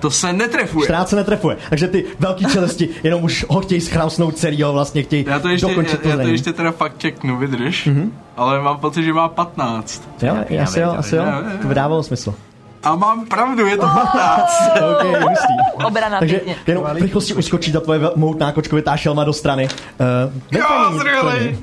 [SPEAKER 3] To se netrefuje.
[SPEAKER 1] 14 se netrefuje. Takže ty velký čelesti jenom už ho chtějí schramsnout celýho, vlastně chtějí
[SPEAKER 3] Já to ještě,
[SPEAKER 1] dokončit
[SPEAKER 3] já,
[SPEAKER 1] to Mhm.
[SPEAKER 3] já to
[SPEAKER 1] zranění.
[SPEAKER 3] ještě teda fakt checknu, vydrž. Mm-hmm. Ale mám pocit, že má 15.
[SPEAKER 1] Jo, asi jo, asi jo.
[SPEAKER 3] já, já, já.
[SPEAKER 1] To by dávalo smysl.
[SPEAKER 3] A mám pravdu, je to 15.
[SPEAKER 1] OK, hustý.
[SPEAKER 4] Obrana
[SPEAKER 1] Takže
[SPEAKER 4] pěkně.
[SPEAKER 1] jenom v rychlosti uskočí ta tvoje vel- moutná kočkovitá šelma do strany. Uh,
[SPEAKER 3] Jo, zrylej.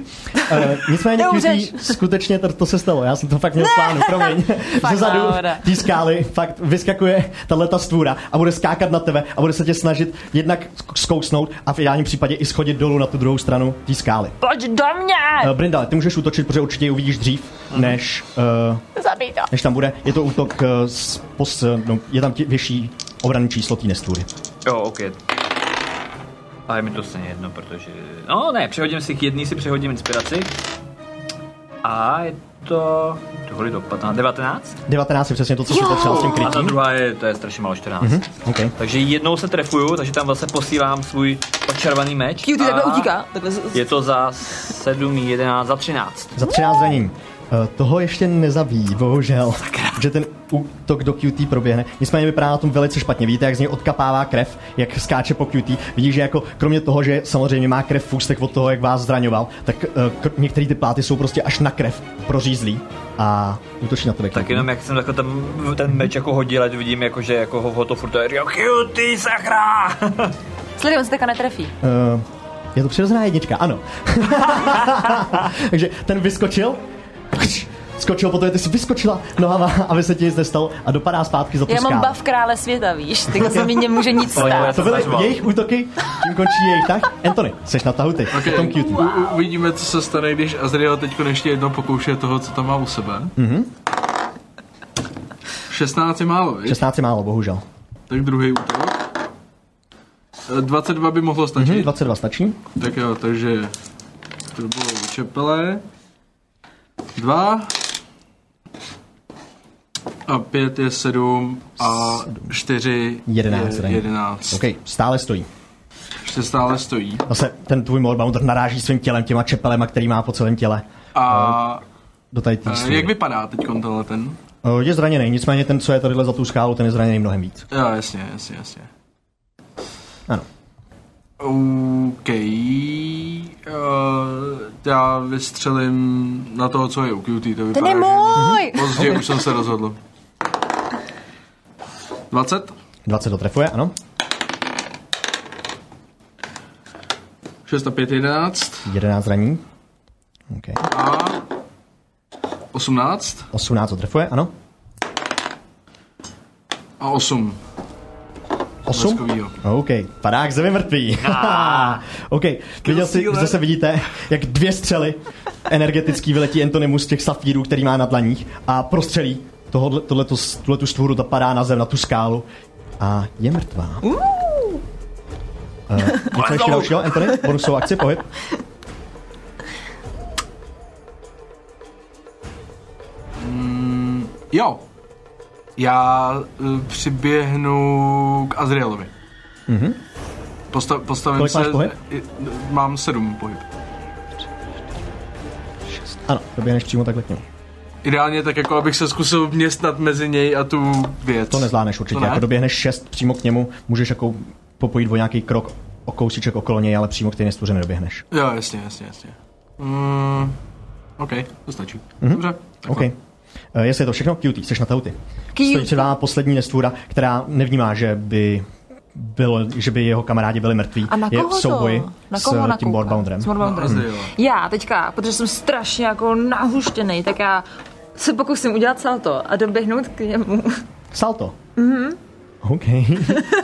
[SPEAKER 1] Eh, nicméně,
[SPEAKER 4] Neumřeš.
[SPEAKER 1] QT, skutečně to, to, se stalo. Já jsem to fakt měl v plánu, promiň.
[SPEAKER 4] Fakt
[SPEAKER 1] Zezadu
[SPEAKER 4] náhoda.
[SPEAKER 1] té skály fakt vyskakuje tahle ta stvůra a bude skákat na tebe a bude se tě snažit jednak sk- zkousnout a v ideálním případě i schodit dolů na tu druhou stranu té skály.
[SPEAKER 4] Pojď do mě.
[SPEAKER 1] Uh, Brindale, ty můžeš útočit, protože určitě ji uvidíš dřív, než, uh,
[SPEAKER 4] Zabij to.
[SPEAKER 1] než tam bude. Je to útok, uh, s, pos, no, je tam tě, vyšší obranné číslo té nestvůry.
[SPEAKER 2] Jo, OK. Ale je mi to stejně jedno, protože... No ne, přehodím si k jedný, si přehodím inspiraci. A je to... Tohle do 15, 19?
[SPEAKER 1] 19 je přesně to, co jsi potřeboval s tím
[SPEAKER 2] A ta
[SPEAKER 1] krytím.
[SPEAKER 2] druhá je, to je strašně malo, 14.
[SPEAKER 1] Mhm. Okay.
[SPEAKER 2] Takže jednou se trefuju, takže tam zase posílám svůj očarovaný meč.
[SPEAKER 4] Cutie takhle
[SPEAKER 2] a
[SPEAKER 4] utíká. Takhle z-
[SPEAKER 2] Je to za 7, 11, za 13.
[SPEAKER 1] Za 13 zranění. Eh, Toho ještě nezabíjí, bohužel. Že ten útok do QT proběhne. Nicméně vypadá na tom velice špatně. Vidíte, jak z něj odkapává krev, jak skáče po QT. Vidíš, že jako kromě toho, že samozřejmě má krev v ústech od toho, jak vás zraňoval, tak eh, některé ty pláty jsou prostě až na krev prořízlí a útočí na tebe.
[SPEAKER 2] Tak
[SPEAKER 1] QT.
[SPEAKER 2] jenom jak jsem jako ten, ten meč jako hodil, ať vidím, jako, že jako ho, ho to furt říkal, cutie, sakra!
[SPEAKER 4] Sledej, on se taká
[SPEAKER 1] Eh,
[SPEAKER 4] netrefí.
[SPEAKER 1] je to přirozená jednička, ano. Takže ten vyskočil, skočil, potom ty jsi vyskočila nohama, aby se ti nic nestalo a dopadá zpátky za tu
[SPEAKER 4] Já mám
[SPEAKER 1] skálu.
[SPEAKER 4] bav krále světa, víš? Tak se mi nemůže nic stát.
[SPEAKER 1] To byly
[SPEAKER 2] Zařval.
[SPEAKER 1] jejich útoky, tím končí jejich tak. Anthony, seš na tahu ty, okay. potom
[SPEAKER 3] U-
[SPEAKER 1] cute.
[SPEAKER 3] u- Uvidíme, co se stane, když Azriel teď konečně jedno pokouše toho, co tam má u sebe. Mm-hmm.
[SPEAKER 1] Mhm.
[SPEAKER 3] 16 je málo, viď?
[SPEAKER 1] 16 je málo, bohužel.
[SPEAKER 3] Tak druhý útok. E, 22 by mohlo stačit.
[SPEAKER 1] Hm, 22 stačí.
[SPEAKER 3] Tak jo, takže to bylo u čepele. Dva. A pět je sedm a čtyři
[SPEAKER 1] Jedenáct
[SPEAKER 3] je
[SPEAKER 1] zranění.
[SPEAKER 3] jedenáct.
[SPEAKER 1] OK, stále stojí.
[SPEAKER 3] Ještě stále stojí.
[SPEAKER 1] Zase ten tvůj Morbounder naráží svým tělem, těma čepelema, který má po celém těle. No,
[SPEAKER 3] A
[SPEAKER 1] Do tady tý
[SPEAKER 3] e,
[SPEAKER 1] stvůry.
[SPEAKER 3] jak vypadá teď tenhle ten?
[SPEAKER 1] Eh, Je zraněný, nicméně ten, co je tadyhle za tu skálu, ten je zraněný mnohem víc.
[SPEAKER 3] Jo, jasně, jasně, jasně.
[SPEAKER 1] Ano.
[SPEAKER 3] OK. Uh, já vystřelím na toho, co je u QT. To vypadá,
[SPEAKER 4] Ten je
[SPEAKER 3] že-
[SPEAKER 4] můj!
[SPEAKER 3] Později už jsem se rozhodl. 20,
[SPEAKER 1] 20 to trefuje, ano.
[SPEAKER 3] 6 a 5, 11
[SPEAKER 1] 11 zraní. Okay.
[SPEAKER 3] a 18
[SPEAKER 1] 18 to trefuje, ano.
[SPEAKER 3] a 8.
[SPEAKER 1] 8?
[SPEAKER 3] Bleskovýho.
[SPEAKER 1] OK, padá k zemi mrtvý. OK, viděl si,
[SPEAKER 3] síle.
[SPEAKER 1] zase vidíte, jak dvě střely energetický vyletí Antonimu z těch safírů, který má na dlaních a prostřelí tohohle, tohleto, tuhletu stvůru, ta padá na zem, na tu skálu a je mrtvá. Uh, něco ještě dalšího, Antony? Bonusovou akci, pohyb.
[SPEAKER 3] Jo, já eh, přiběhnu k Azrielovi. Mhm. Posta- postavím
[SPEAKER 1] Kolik
[SPEAKER 3] se...
[SPEAKER 1] máš pohyb?
[SPEAKER 3] i- Mám 7 pohyb.
[SPEAKER 1] Ano, doběhneš přímo takhle k němu.
[SPEAKER 3] Ideálně tak jako, abych se zkusil vměstnat mezi něj a tu věc.
[SPEAKER 1] To nezvládneš určitě,
[SPEAKER 3] To ne?
[SPEAKER 1] jako doběhneš šest přímo k němu, můžeš jako popojit o nějaký krok o kousíček okolo něj, ale přímo k té nestvoře nedoběhneš.
[SPEAKER 3] Jo, jasně, jasně, jasně. Mm, OK, to stačí. Mm-hmm. Dobře, takhle.
[SPEAKER 1] Mhm. OK. Eh, Jestli je to všechno, cutie, jsi na tauty. Stojí před váma poslední nestvůra, která nevnímá, že by bylo, že by jeho kamarádi byli mrtví.
[SPEAKER 4] A na
[SPEAKER 1] je
[SPEAKER 4] koho
[SPEAKER 1] v souboji
[SPEAKER 4] to? Na
[SPEAKER 1] s
[SPEAKER 4] koho
[SPEAKER 1] eh, tím Mhm.
[SPEAKER 4] nakoukám?
[SPEAKER 1] boardbounderem.
[SPEAKER 4] S boardbounderem.
[SPEAKER 3] Brzdy, jo.
[SPEAKER 4] Já teďka, protože jsem strašně jako nahuštěný, tak já se pokusím udělat salto a doběhnout k němu.
[SPEAKER 1] Salto. Mhm. OK.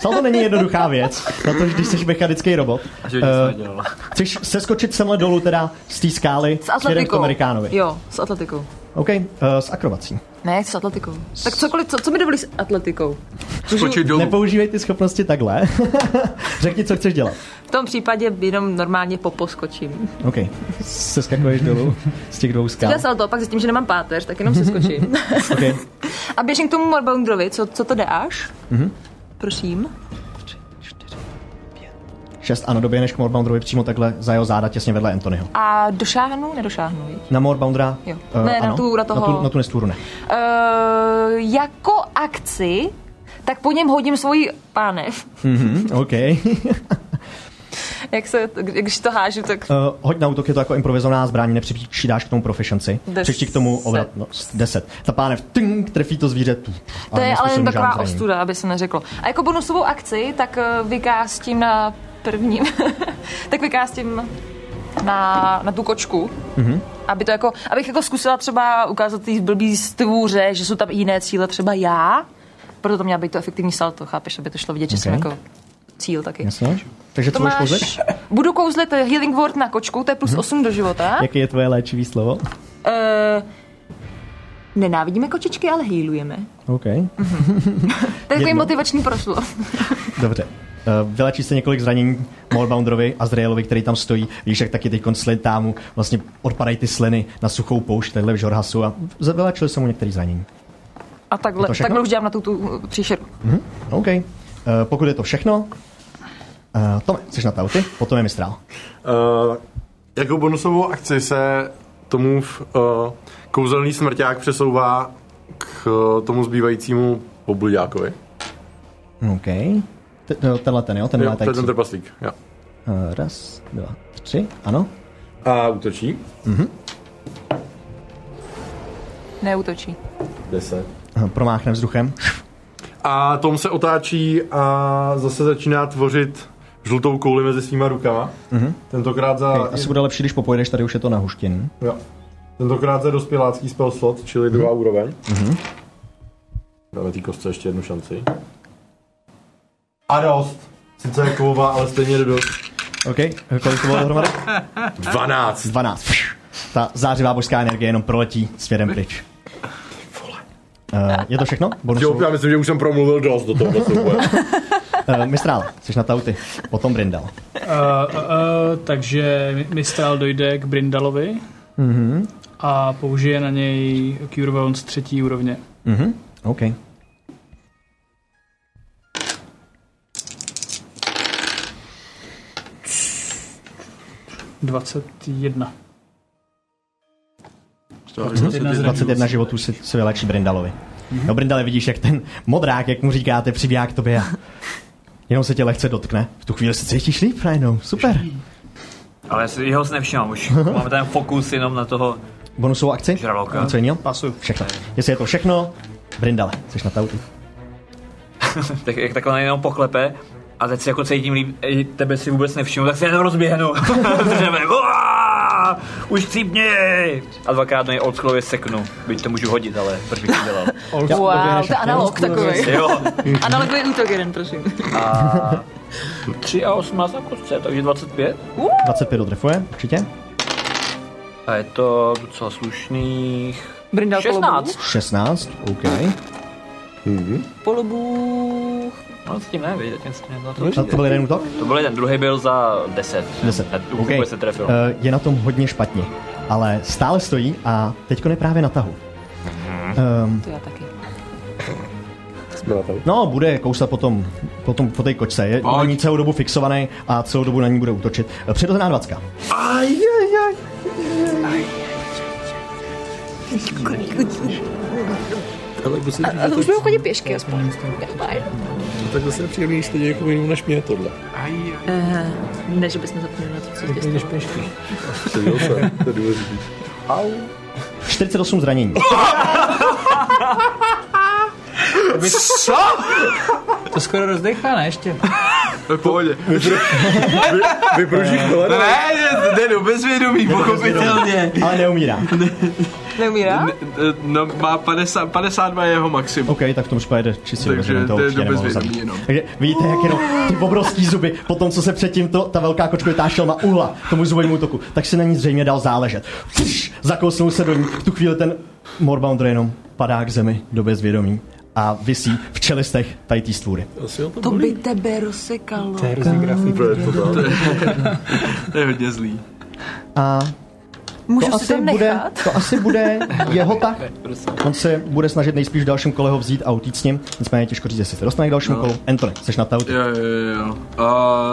[SPEAKER 1] Salto není jednoduchá věc, protože když jsi mechanický robot,
[SPEAKER 2] A že nic
[SPEAKER 1] eh,
[SPEAKER 2] nedělala.
[SPEAKER 1] chceš seskočit semhle dolů teda z té skály
[SPEAKER 4] S
[SPEAKER 1] směrem k
[SPEAKER 4] atletikou.
[SPEAKER 1] Amerikánovi.
[SPEAKER 4] Jo, s atletikou.
[SPEAKER 1] OK, uh, s akrobací.
[SPEAKER 4] Ne, s atletikou. Tak cokoliv, co, co mi dovolí s atletikou?
[SPEAKER 3] Skočit dolů.
[SPEAKER 1] Nepoužívej ty schopnosti takhle. Řekni, co chceš dělat.
[SPEAKER 4] V tom případě jenom normálně poposkočím.
[SPEAKER 1] OK. Seskakuješ dolů z těch dvou skál.
[SPEAKER 4] Já salto, pak zjistím, že nemám páteř, tak jenom se skočím.
[SPEAKER 1] OK.
[SPEAKER 4] a běžím k tomu Morboundrovi, co, co to jde až? Mm-hmm.
[SPEAKER 1] Mhm.
[SPEAKER 4] Prosím.
[SPEAKER 1] 6, ano, doběhneš k Morbounderovi přímo takhle za jeho záda těsně vedle Anthonyho.
[SPEAKER 4] A došáhnu? Nedošáhnu, viď?
[SPEAKER 1] Na Morboundera?
[SPEAKER 4] Jo.
[SPEAKER 1] eh,
[SPEAKER 4] Ne, na
[SPEAKER 1] ano,
[SPEAKER 4] tu-
[SPEAKER 1] Na
[SPEAKER 4] na toho-
[SPEAKER 1] tu, na tu nestůru ne.
[SPEAKER 4] Uh, jako akci, tak po něm hodím svoji pánev.
[SPEAKER 1] Mhm, OK.
[SPEAKER 4] Jak se, když to hážu, tak
[SPEAKER 1] Uh, hoď na útok, je to jako improvizovaná zbraň, nepřičítáš k tomu proficiency.
[SPEAKER 4] Deset.
[SPEAKER 1] Přičti k tomu obratnost. 10. Ta pánev tink, trefí to zvíře. Tu,
[SPEAKER 4] to je ale jen
[SPEAKER 1] nezpůsobí
[SPEAKER 4] taková
[SPEAKER 1] žádný zranění.
[SPEAKER 4] ostuda, aby se neřeklo. A jako bonusovou akci, tak eh, vykástím na prvním, tak vykástím na, na tu kočku.
[SPEAKER 1] Mhm.
[SPEAKER 4] Mm-hmm. Aby to jako, abych jako zkusila třeba ukázat té blbý stvůře, že jsou tam i jiné cíle, třeba já. Proto to měla být to efektivní salto, chápeš, aby to šlo vidět, že jsem
[SPEAKER 1] Ok.
[SPEAKER 4] jako cíl taky.
[SPEAKER 1] Jasně. Takže
[SPEAKER 4] To
[SPEAKER 1] co budeš kouzlit? Mhm.
[SPEAKER 4] máš, budu kouzlit Healing Word na kočku, to je plus 8 do života.
[SPEAKER 1] Jaké je tvoje léčivý slovo?
[SPEAKER 4] Eh, nenávidíme kočičky, ale healujeme.
[SPEAKER 1] OK,
[SPEAKER 4] To je takový
[SPEAKER 1] Jedno.
[SPEAKER 4] motivační prošlo.
[SPEAKER 1] dobře. Uh, vylečí se několik zranění Morbounderovi a Zrailovi, který tam stojí. Víš, jak taky teď slintá mu vlastně odpadají ty sliny na suchou poušť takhle v Žorhasu a z- vylečili se mu některé zranění.
[SPEAKER 4] A
[SPEAKER 1] Je to
[SPEAKER 4] takhle,
[SPEAKER 1] všechno?
[SPEAKER 4] takhle už dělám na tu, uh, tu příšeru.
[SPEAKER 1] OK, uh, pokud je to všechno, uh, Tome, jsi na tauty, potom je mistrál.
[SPEAKER 6] Uh, jako bonusovou akci se tomu uh, kouzelný smrťák přesouvá k eh, tomu zbývajícímu obluďákovi.
[SPEAKER 1] OK. T- no, tenhle ten, jo? Ten
[SPEAKER 6] Jo, to je
[SPEAKER 1] létající.
[SPEAKER 6] ten trpaslík. Jo.
[SPEAKER 1] Eh, Raz, dva, tři, ano.
[SPEAKER 6] A útočí.
[SPEAKER 4] Neutočí.
[SPEAKER 6] 10.
[SPEAKER 1] Eh, Promáchne vzduchem.
[SPEAKER 6] A Tom se otáčí a zase začíná tvořit žlutou kouli mezi svýma rukama. Mm-hmm. Tentokrát za...
[SPEAKER 1] Mhm. Hej, asi bude lepší, když popojedeš, tady už je to na huštin.
[SPEAKER 6] Jo. Tentokrát za dospělácký spell slot, čili druhá
[SPEAKER 1] Mhm.
[SPEAKER 6] úroveň. Mm-hmm. Dáme té kostce ještě jednu šanci. A dost. Sice je kovová, ale stejně jde dost.
[SPEAKER 1] OK, eh, kolik to bylo dohromady?
[SPEAKER 6] 12.
[SPEAKER 1] 12. Pš. Ta zářivá božská energie jenom proletí směrem pryč. Uh, je to všechno?
[SPEAKER 6] Jo,
[SPEAKER 1] Bonusovou?
[SPEAKER 6] já myslím, že už jsem promluvil dost do tohohle souboje.
[SPEAKER 1] Uh, mistrál, jsi na tauty, potom Brindal.
[SPEAKER 5] Uh, uh, uh, takže Mi- Mistral dojde k Brindalovi mm-hmm. a použije na něj Cure Wounds třetí úrovně.
[SPEAKER 1] Mhm, OK.
[SPEAKER 5] Dvacet jedna.
[SPEAKER 3] Jedna
[SPEAKER 1] 21 životů si, si vylečí Brindalovi. No Brindale, vidíš, jak ten modrák, jak mu říkáte, přibíhá k tobě a jenom se tě lehce dotkne. V tu chvíli se cítíš líp najednou, super.
[SPEAKER 2] Ale já si jeho si nevšimám už. Máme ten fokus jenom na toho
[SPEAKER 1] Bonusovou akci?
[SPEAKER 2] žraloka.
[SPEAKER 1] Co jiného?
[SPEAKER 5] Pasu.
[SPEAKER 1] Všechno. Jestli je to všechno, Brindale, jsi na tauty.
[SPEAKER 2] Tak, jak takhle jenom poklepe a teď si jako cítím líp, ej, tebe si vůbec nevšimnu, tak se jenom rozběhnu. Protože bude, "Uaa, už cípni! A dvakrát nej odsklově seknu. Byť to můžu hodit, ale proč bych to dělal?
[SPEAKER 4] Wow, to je analog takový.
[SPEAKER 2] Jo.
[SPEAKER 4] Analogový útok jeden, prosím.
[SPEAKER 2] 3 a 18 na kostce, takže 25.
[SPEAKER 1] 25 odrefuje, určitě.
[SPEAKER 2] A je to docela slušných...
[SPEAKER 4] Brindal
[SPEAKER 2] 16.
[SPEAKER 1] 16, OK.
[SPEAKER 4] Polobů.
[SPEAKER 2] No s tím ne, vidět, tím s tím na to
[SPEAKER 1] A to
[SPEAKER 2] přijde.
[SPEAKER 1] byl jeden útok?
[SPEAKER 2] To byl jeden, druhý byl za 10.
[SPEAKER 1] 10.
[SPEAKER 2] A tu
[SPEAKER 1] Okay.
[SPEAKER 2] okay. se trefil.
[SPEAKER 1] Uh, je na tom hodně špatně, ale stále stojí a teďko je právě na tahu. Um,
[SPEAKER 4] To já taky.
[SPEAKER 6] Jsme na tady.
[SPEAKER 1] no, bude kousat potom, potom po té kočce. Je na
[SPEAKER 3] Pojď.
[SPEAKER 1] ní celou dobu fixovaný a celou dobu na ní bude útočit. Eh, Přirozená dvacka. No,
[SPEAKER 4] Ale už budou chodit pěšky aspoň.
[SPEAKER 8] tak zase nepříjemný, když to
[SPEAKER 1] jako
[SPEAKER 8] děje někomu jinému než mě tohle.
[SPEAKER 7] Ne, že bychom zapomněli na to, co se stalo.
[SPEAKER 8] Seděl jsem, to je důležitý.
[SPEAKER 1] 48 zranění.
[SPEAKER 5] To skoro rozdechá, ne ještě?
[SPEAKER 3] V pohodě.
[SPEAKER 8] Vybruží kolena.
[SPEAKER 3] Ne, že jde do bezvědomí, pochopitelně.
[SPEAKER 1] Ale neumírá.
[SPEAKER 4] Neumírá?
[SPEAKER 3] Ne, eh, No, má 50, 52 je jeho maximum.
[SPEAKER 1] OK, tak v tom případě jde čistě
[SPEAKER 3] Takže
[SPEAKER 1] rozumím,
[SPEAKER 3] to je
[SPEAKER 1] určitě
[SPEAKER 3] do
[SPEAKER 1] nemohl
[SPEAKER 3] bezvědomí
[SPEAKER 1] zabít.
[SPEAKER 3] jenom.
[SPEAKER 1] Takže vidíte, jak jenom ty obrovský zuby, po tom, co se předtím to, ta velká kočkovitá šelma uhla k tomu zubovému útoku, tak si na ní zřejmě dal záležet. Pš, zakousnul se do ní, v tu chvíli ten Morbounder jenom padá k zemi do bezvědomí a visí v čelistech tady té stvůry.
[SPEAKER 8] Asi ho to
[SPEAKER 7] To
[SPEAKER 8] bolí.
[SPEAKER 7] by tebe rozsekalo.
[SPEAKER 8] Úplně to dá.
[SPEAKER 3] To je hodně zlý.
[SPEAKER 1] A
[SPEAKER 7] Můžu
[SPEAKER 1] to
[SPEAKER 7] si
[SPEAKER 1] asi,
[SPEAKER 7] to
[SPEAKER 1] bude,
[SPEAKER 7] nechat?
[SPEAKER 1] to asi bude jeho tak. On se bude snažit nejspíš v dalším kole ho vzít a utíct s ním. Nicméně těžko říct, jestli se dostane k
[SPEAKER 3] No.
[SPEAKER 1] dalšímu kolu. Anthony, seš na tautu.
[SPEAKER 3] Jo, jo, jo, jo. A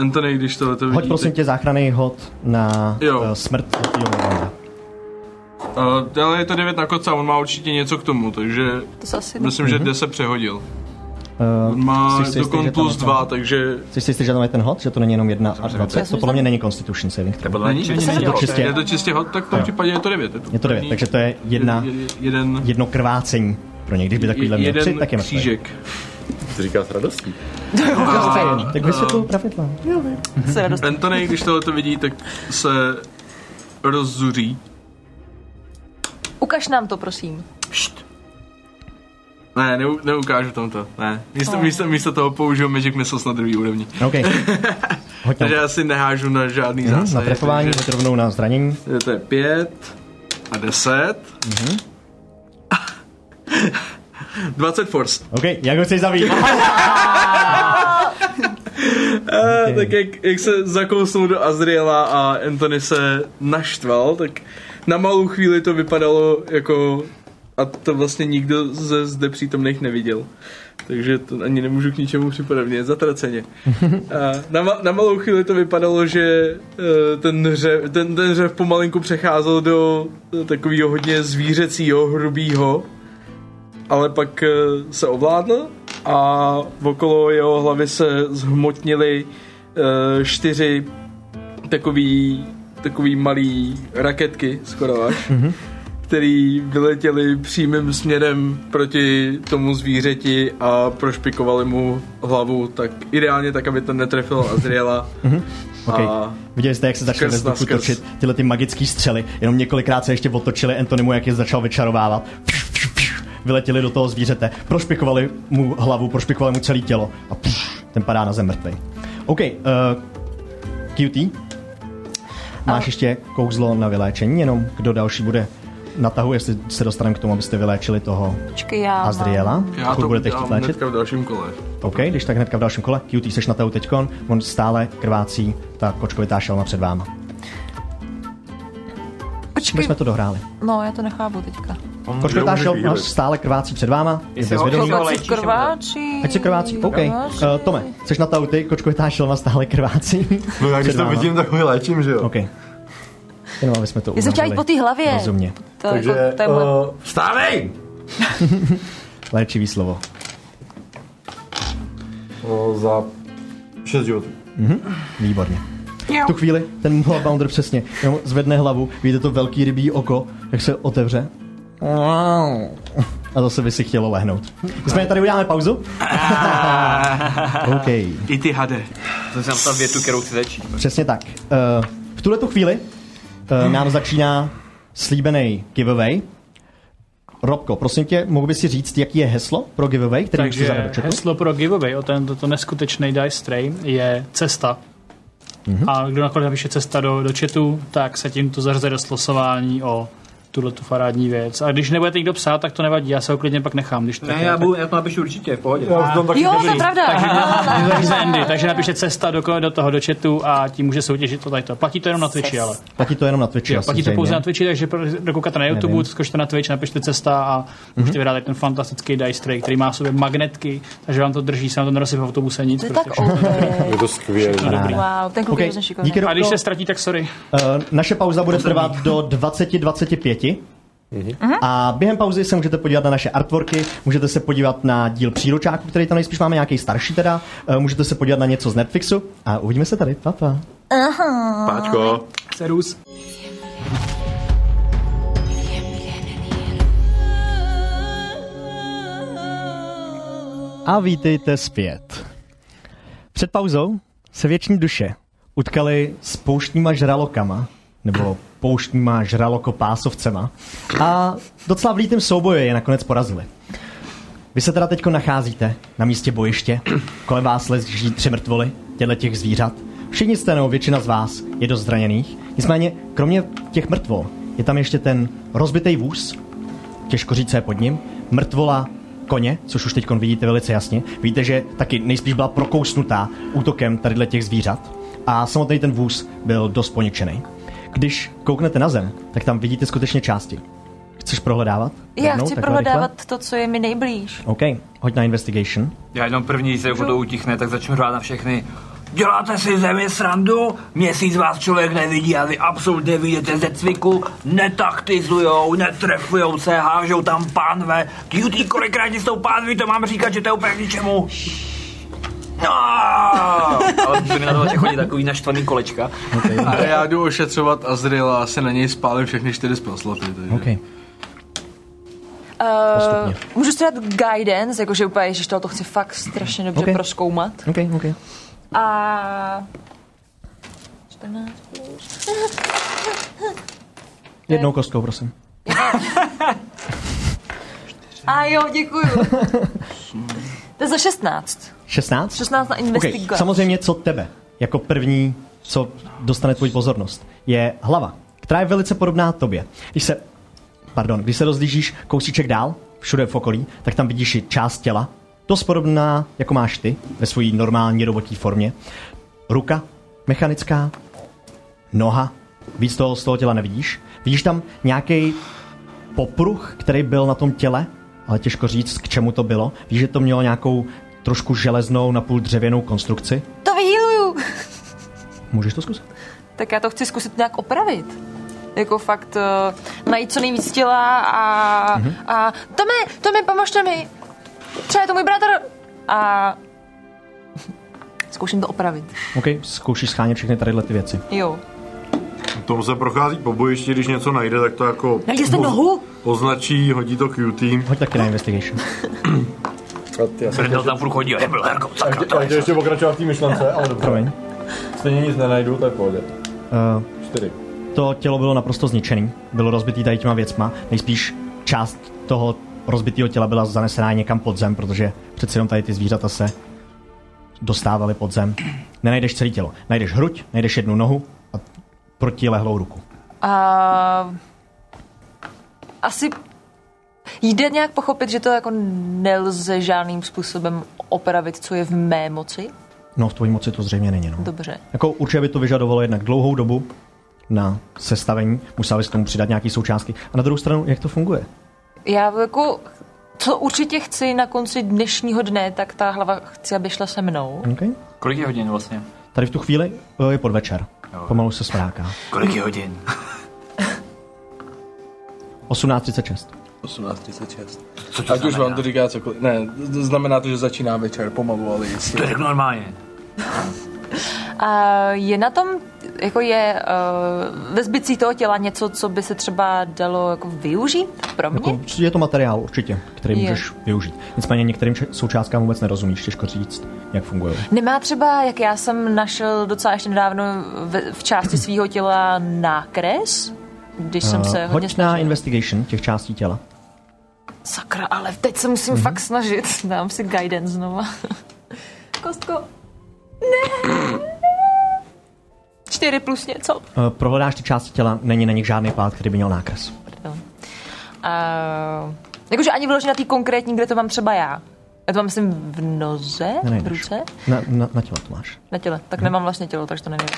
[SPEAKER 3] Anthony, když tohle to vidí,
[SPEAKER 1] Hoď prosím
[SPEAKER 3] tak-
[SPEAKER 1] tě záchranný hod na
[SPEAKER 3] Jo.
[SPEAKER 1] eh, smrt tvýho Morbounder.
[SPEAKER 3] A, ale je to 9 na koca, on má určitě něco k tomu, takže
[SPEAKER 1] Mhm.
[SPEAKER 7] To se asi
[SPEAKER 3] myslím, že 10 přehodil.
[SPEAKER 1] Uh,
[SPEAKER 3] On má
[SPEAKER 1] Jsi si jistý, že
[SPEAKER 3] dokon
[SPEAKER 1] tam
[SPEAKER 3] plus
[SPEAKER 1] je to?
[SPEAKER 3] 2, takže
[SPEAKER 1] jsi si jistý, že tam je ten hod? Že to není jenom jedna a 20? To
[SPEAKER 7] myslím,
[SPEAKER 1] podle
[SPEAKER 7] že
[SPEAKER 1] mě není Constitution saving. throw.
[SPEAKER 2] Nebo to není,
[SPEAKER 3] Není, není,
[SPEAKER 2] nic
[SPEAKER 1] není.
[SPEAKER 2] nedělal.
[SPEAKER 1] Čistě.
[SPEAKER 3] je to čistě hod, tak v tom
[SPEAKER 1] Jo.
[SPEAKER 3] případě je to 9. Je to,
[SPEAKER 1] Je to 9,
[SPEAKER 3] první-
[SPEAKER 1] takže to je jedna,
[SPEAKER 3] je- jeden,
[SPEAKER 1] jedno krvácení pro něj. Když by takovýhle měl tři,
[SPEAKER 3] jeden
[SPEAKER 1] tak je mrtvý.
[SPEAKER 3] křížek.
[SPEAKER 8] Ty říkáš radostí.
[SPEAKER 1] Tak vysvětlu pravidla.
[SPEAKER 4] Se radost.
[SPEAKER 3] Anthony, když tohle to vidí, tak se rozzuří.
[SPEAKER 4] Ukaž nám to, prosím.
[SPEAKER 3] Ne, neu, neukážu tam to, ne. Místo, místo, místo toho použiju Magic Missiles na druhý úrovni.
[SPEAKER 1] OK. Hoď na,
[SPEAKER 3] Takže já si nehážu na žádný zásah.
[SPEAKER 1] Mhm, na trefování, hoď rovnou na zranění.
[SPEAKER 3] Je to je pět a deset. Mm-hmm.
[SPEAKER 1] Mhm.
[SPEAKER 3] 20 force.
[SPEAKER 1] OK, jak ho chceš zabít?
[SPEAKER 3] Okay. Eh, Tak jak, jak se zakousnul do Azriela a Anthony se naštval, tak na malou chvíli to vypadalo jako... A to vlastně nikdo ze zde přítomných neviděl. Takže to ani nemůžu k ničemu připravit, zatraceně. A na, ma- na malou chvíli to vypadalo, že eh, ten řev, ten, ten řev pomalinku přecházel do eh, takového hodně zvířecího, hrubýho, ale pak eh, se ovládl a okolo jeho hlavy se zhmotnily eh, čtyři takový, takový malý raketky, skoro až,
[SPEAKER 1] Mhm.
[SPEAKER 3] který vyletěly přímým směrem proti tomu zvířeti a prošpikovali mu hlavu tak ideálně tak, aby to netrefilo Azriela.
[SPEAKER 1] Mhm. Okay.
[SPEAKER 3] A
[SPEAKER 1] Viděli jste, jak se začaly ve
[SPEAKER 3] Skrz na
[SPEAKER 1] vzduchu
[SPEAKER 3] skrz.
[SPEAKER 1] točit tyhle ty magické střely. Jenom několikrát se ještě otočili Antonimu, jak je začal vyčarovávat. Vyletěli do toho zvířete, prošpikovali mu hlavu, prošpikovali mu celé tělo a pš, ten padá na zem mrtvý. OK, uh, QT, máš ještě kouzlo na vyléčení, jenom kdo další bude na tahu, jestli se dostaneme k tomu, abyste vyléčili toho
[SPEAKER 7] Počkej, já mám.
[SPEAKER 1] Azriela,
[SPEAKER 3] já
[SPEAKER 1] pokud
[SPEAKER 3] to
[SPEAKER 1] budete chtít
[SPEAKER 3] udělám
[SPEAKER 1] léčit.
[SPEAKER 3] hnedka v dalším kole.
[SPEAKER 1] OK, když tak hnedka v dalším kole, QT seš na tahu teďkon, on stále krvácí, ta kočkovitá šelma před váma. My
[SPEAKER 7] Počkej,
[SPEAKER 1] jsme to dohráli.
[SPEAKER 7] no, já to nechápu teďka.
[SPEAKER 1] Kočkovitá
[SPEAKER 6] Kdo může
[SPEAKER 1] šelma
[SPEAKER 6] Hm. chvíli?
[SPEAKER 1] stále krvácí před váma, je
[SPEAKER 2] Jestli ho
[SPEAKER 1] bezvědomí.
[SPEAKER 2] chytnou,
[SPEAKER 7] Krvácí,
[SPEAKER 2] léčíš, nebo-
[SPEAKER 7] krváčí.
[SPEAKER 1] Ať se krvácí, OK.
[SPEAKER 7] Krváčí.
[SPEAKER 1] Uh, Tome, jsi na tauty, kočkovitá šelma stále krvácí.
[SPEAKER 6] No tak když
[SPEAKER 1] Před
[SPEAKER 6] to
[SPEAKER 1] váma.
[SPEAKER 6] vidím, tak ho léčím, že jo.
[SPEAKER 1] OK. Jenom aby jsme to
[SPEAKER 7] Já jsem chtěla
[SPEAKER 1] uvařili.
[SPEAKER 7] jít po té hlavě.
[SPEAKER 1] Rozumně.
[SPEAKER 7] To,
[SPEAKER 6] Takže,
[SPEAKER 7] jako, to je moje...
[SPEAKER 6] eh, vstávej!
[SPEAKER 1] Léčivý slovo.
[SPEAKER 6] O, eh, za 6 životů.
[SPEAKER 1] Výborně. V tu chvíli ten Moabounder přesně jenom zvedne hlavu, vidíte to velký rybí oko, jak se otevře. A zase by si chtělo lehnout. Nicméně tady uděláme pauzu. OK.
[SPEAKER 3] I ty hade.
[SPEAKER 2] Jsem si napsal větu, kterou chci začít.
[SPEAKER 1] Přesně tak. Eh, V tuhle tu chvíli eh, nám začíná slíbený giveaway. Robko, prosím tě, mohl bys si říct, jaký je heslo pro giveaway, který Takže
[SPEAKER 5] Takže
[SPEAKER 1] jsi do četu?
[SPEAKER 5] heslo pro giveaway o tento to neskutečný Dice Tray je cesta.
[SPEAKER 1] Mhm.
[SPEAKER 5] Mm-hmm. A kdo nakonec napíše cesta do, do chatu, tak se tímto zařze do slosování o tuhle tu farádní věc. A když nebudete nikdo psát, tak to nevadí, já se ho klidně pak nechám. Když tak,
[SPEAKER 2] Ne, já, budu, já to napíšu určitě, v pohodě.
[SPEAKER 6] Já už tam taky
[SPEAKER 7] Jo, to je pravda.
[SPEAKER 5] takže, Andy, takže napište cesta do, do toho do chatu a tím může soutěžit to tady to. Platí to jenom na Twitchi, ale.
[SPEAKER 1] Platí to jenom na Twitchi.
[SPEAKER 5] Jo,
[SPEAKER 1] asi
[SPEAKER 5] platí to
[SPEAKER 1] zřejmě.
[SPEAKER 5] pouze na Twitchi, takže pro- dokoukáte na YouTube,
[SPEAKER 1] Nevím. Mhm.
[SPEAKER 5] Nevím. skočte na Twitch, napište cesta a můžete vyhrát tady ten fantastický dice tray, který má v sobě magnetky, takže vám to drží, se vám to nerosype v autobuse nic.
[SPEAKER 7] To je
[SPEAKER 5] prostě
[SPEAKER 7] tak
[SPEAKER 5] všechno.
[SPEAKER 7] OK.
[SPEAKER 8] Je to skvělé.
[SPEAKER 1] Paráda.
[SPEAKER 7] Wow, ten kluk
[SPEAKER 1] Okay,
[SPEAKER 7] je hrozně
[SPEAKER 5] No,
[SPEAKER 7] šikovný.
[SPEAKER 1] díky
[SPEAKER 5] A
[SPEAKER 1] Robko.
[SPEAKER 5] když se ztratí, tak sorry.
[SPEAKER 1] Eh, Naše pauza bude trvat do 20.25. A během pauzy se můžete podívat na naše artworky, můžete se podívat na díl příručáku, který tam nejspíš máme nějaký starší teda, eh, můžete se podívat na něco z Netflixu a uvidíme se tady. Pa, pa.
[SPEAKER 8] Páčko.
[SPEAKER 5] Serus.
[SPEAKER 1] A vítejte zpět. Před pauzou se věční duše utkali s pouštníma žralokama, nebo pouštníma žralokopásovcema a docela v lítém souboji je nakonec porazili. Vy se teda teď nacházíte na místě bojiště, kolem vás leží tři mrtvoly těchto těch zvířat. Všichni jste, nebo většina z vás je dost zraněných. Nicméně, kromě těch mrtvol, je tam ještě ten rozbitý vůz, těžko říct, co je pod ním, mrtvola koně, což už teď vidíte velice jasně. Víte, že taky nejspíš byla prokousnutá útokem tadyhle těch zvířat a samotný ten vůz byl dost poničený. Když kouknete na zem, tak tam vidíte skutečně části. Chceš prohledávat?
[SPEAKER 4] Já
[SPEAKER 1] Rovnou, takhle
[SPEAKER 4] chci
[SPEAKER 1] rychle?
[SPEAKER 4] prohledávat to, co je mi nejblíž.
[SPEAKER 1] OK, hoď na investigation.
[SPEAKER 2] Já jenom první, se jako to utichne, tak začnu řvát na všechny. Děláte si země srandu? Měsíc vás člověk nevidí a vy absolutně vidíte ze cviku. Netaktizujou, netrefujou se, hážou tam pánve. Cutie, kolikrát ti jsou pánvi, to mám říkat, že to je úplně k ničemu. No! Ale mi na to vlastně chodí takový naštvaný kolečka.
[SPEAKER 3] A já jdu ošetřovat Azriela a se na něj spálím všechny čtyři spasloty.
[SPEAKER 1] OK.
[SPEAKER 4] Uh,
[SPEAKER 1] Postupně.
[SPEAKER 4] Eh, můžu si dát guidance, jakože úplně, ježiš, tohle to chci fakt strašně dobře
[SPEAKER 1] Ok.
[SPEAKER 4] proskoumat.
[SPEAKER 1] OK, OK.
[SPEAKER 4] A... 14 plus.
[SPEAKER 1] Jednou kostkou, prosím.
[SPEAKER 4] A jo, děkuju. to je za 16.
[SPEAKER 1] 16?
[SPEAKER 4] 16 na
[SPEAKER 1] Okay.
[SPEAKER 4] investigace.
[SPEAKER 1] Samozřejmě, co tebe jako první, co dostane tvoji pozornost, je hlava, která je velice podobná tobě. Když se, pardon, když se rozlížíš kousíček dál, všude v okolí, tak tam vidíš i část těla, dost podobná, jako máš ty, ve své normální robotní formě. Ruka, mechanická, noha, víc toho z toho těla nevidíš. Vidíš tam nějaký popruh, který byl na tom těle, ale těžko říct, k čemu to bylo. Víš, že to mělo nějakou trošku železnou, napůl dřevěnou konstrukci.
[SPEAKER 4] To vyhýluju.
[SPEAKER 1] Můžeš to zkusit?
[SPEAKER 4] tak já to chci zkusit nějak opravit. Jako fakt uh, najít co nejvíc těla a,
[SPEAKER 1] Mhm.
[SPEAKER 4] mm-hmm. a to mi, to mi, pomožte mi. Třeba je to můj bratr. A zkouším to opravit.
[SPEAKER 1] OK, zkoušíš schánět všechny tadyhle ty věci.
[SPEAKER 4] Jo.
[SPEAKER 6] No, Tom se prochází po bojišti, když něco najde, tak to jako...
[SPEAKER 4] Najdi jste
[SPEAKER 6] oz-
[SPEAKER 4] nohu?
[SPEAKER 6] Označí, hodí to cutie.
[SPEAKER 1] Hoď taky na investigation.
[SPEAKER 8] A ty, já jsem
[SPEAKER 2] Brindel tam furt chodí, je byl herkou, sakra,
[SPEAKER 8] chtěl- já chtěl ještě pokračovat v té myšlence, ale dobře.
[SPEAKER 1] Promiň.
[SPEAKER 8] Stejně nic nenajdu, tak pojď.
[SPEAKER 1] Uh,
[SPEAKER 2] Eh.
[SPEAKER 8] Čtyři.
[SPEAKER 1] to tělo bylo naprosto zničený. Bylo rozbitý tady těma věcma. Nejspíš část toho rozbitého těla byla zanesená někam pod zem, protože přeci jenom tady ty zvířata se dostávaly pod zem. Nenajdeš celé tělo. Najdeš hruď, najdeš jednu nohu a protilehlou ruku.
[SPEAKER 4] A asi jde nějak pochopit, že to jako nelze žádným způsobem opravit, co je v mé moci.
[SPEAKER 1] No, v tvojí moci to zřejmě není. No.
[SPEAKER 4] Dobře.
[SPEAKER 1] Jako určitě by to vyžadovalo jednak dlouhou dobu na sestavení, musel bys k tomu přidat nějaké součástky. A na druhou stranu, jak to funguje?
[SPEAKER 4] Já jako, co určitě chci na konci dnešního dne, tak ta hlava chci, aby šla se mnou.
[SPEAKER 1] Okay?
[SPEAKER 2] Kolik je hodin vlastně?
[SPEAKER 1] Tady v tu chvíli eh, je podvečer. Pomalu se smráká.
[SPEAKER 2] Kolik je hodin?
[SPEAKER 1] 18.36.
[SPEAKER 3] 18.36.
[SPEAKER 2] Co to
[SPEAKER 3] Ať už vám
[SPEAKER 2] znamená?
[SPEAKER 3] to říká cokoliv. Ne, z- znamená to, že začíná večer pomalu, ale
[SPEAKER 2] To
[SPEAKER 3] jistě.
[SPEAKER 2] řeknu normálně.
[SPEAKER 4] A je na tom, jako je uh, ve zbytcích toho těla něco, co by se třeba dalo jako využít pro mě?
[SPEAKER 1] Jako, je to materiál určitě, který
[SPEAKER 4] Je.
[SPEAKER 1] můžeš využít. Nicméně některým če- součástkám vůbec nerozumíš, těžko říct, jak fungují.
[SPEAKER 4] Nemá třeba, jak já jsem našel docela ještě nedávno v, v části svého těla nákres, když jsem se
[SPEAKER 1] Eh,
[SPEAKER 4] hodně
[SPEAKER 1] Hoď na
[SPEAKER 4] snažila.
[SPEAKER 1] investigation těch částí těla.
[SPEAKER 4] Sakra, ale teď se musím fakt snažit. Dám si guidance znova. Kostko. Ne. Čtyři plus něco.
[SPEAKER 1] Eh, Prohledáš ty části těla, není na nich žádný pád, který by měl nákres.
[SPEAKER 4] Jo. A, Eh, jakože ani vyloženě na té konkrétní, kde to mám třeba já. Já to mám, myslím, v noze,
[SPEAKER 1] Ne,
[SPEAKER 4] v
[SPEAKER 1] nejdeš.
[SPEAKER 4] ruce,
[SPEAKER 1] Na, na, na těle to máš.
[SPEAKER 4] na těle. Tak nemám vlastně tělo, takže to nevím.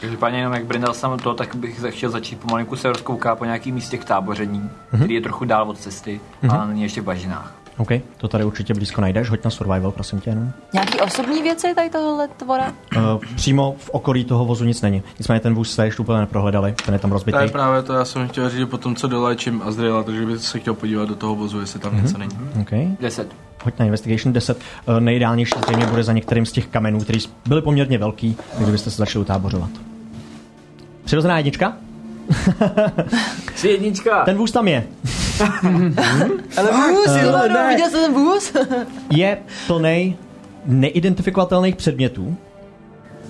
[SPEAKER 2] Každopádně jenom jak Brindel sam to, tak bych za- chtěl začít pomalinku se rozkouká po nějakých místech táboření, který je trochu dál od cesty, ale není ještě v bažinách.
[SPEAKER 1] OK, to tady určitě blízko najdeš, hoď na survival, prosím tě jenom.
[SPEAKER 4] Nějaký osobní věci tady tohohle tvora?
[SPEAKER 1] Uh, přímo v okolí toho vozu nic není. Nicméně ten vůz jste ještě úplně neprohledali, ten je tam rozbitý.
[SPEAKER 3] To je právě to, já jsem chtěl říct, že potom co doléčím Azriela, takže bych se chtěl podívat do toho vozu, jestli tam
[SPEAKER 1] Mhm.
[SPEAKER 3] něco není.
[SPEAKER 1] OK.
[SPEAKER 2] 10.
[SPEAKER 1] Hoď na investigation 10. Uh, nejdálnější zřejmě bude za některým z těch kamenů, které byly poměrně velký, takže byste se začali utábořovat. Přirozená jednička?
[SPEAKER 2] Jsi jednička.
[SPEAKER 1] Ten vůz tam je.
[SPEAKER 4] Ale vůz, jo, no, viděl jsem ten vůz?
[SPEAKER 1] Je plný neidentifikovatelných předmětů,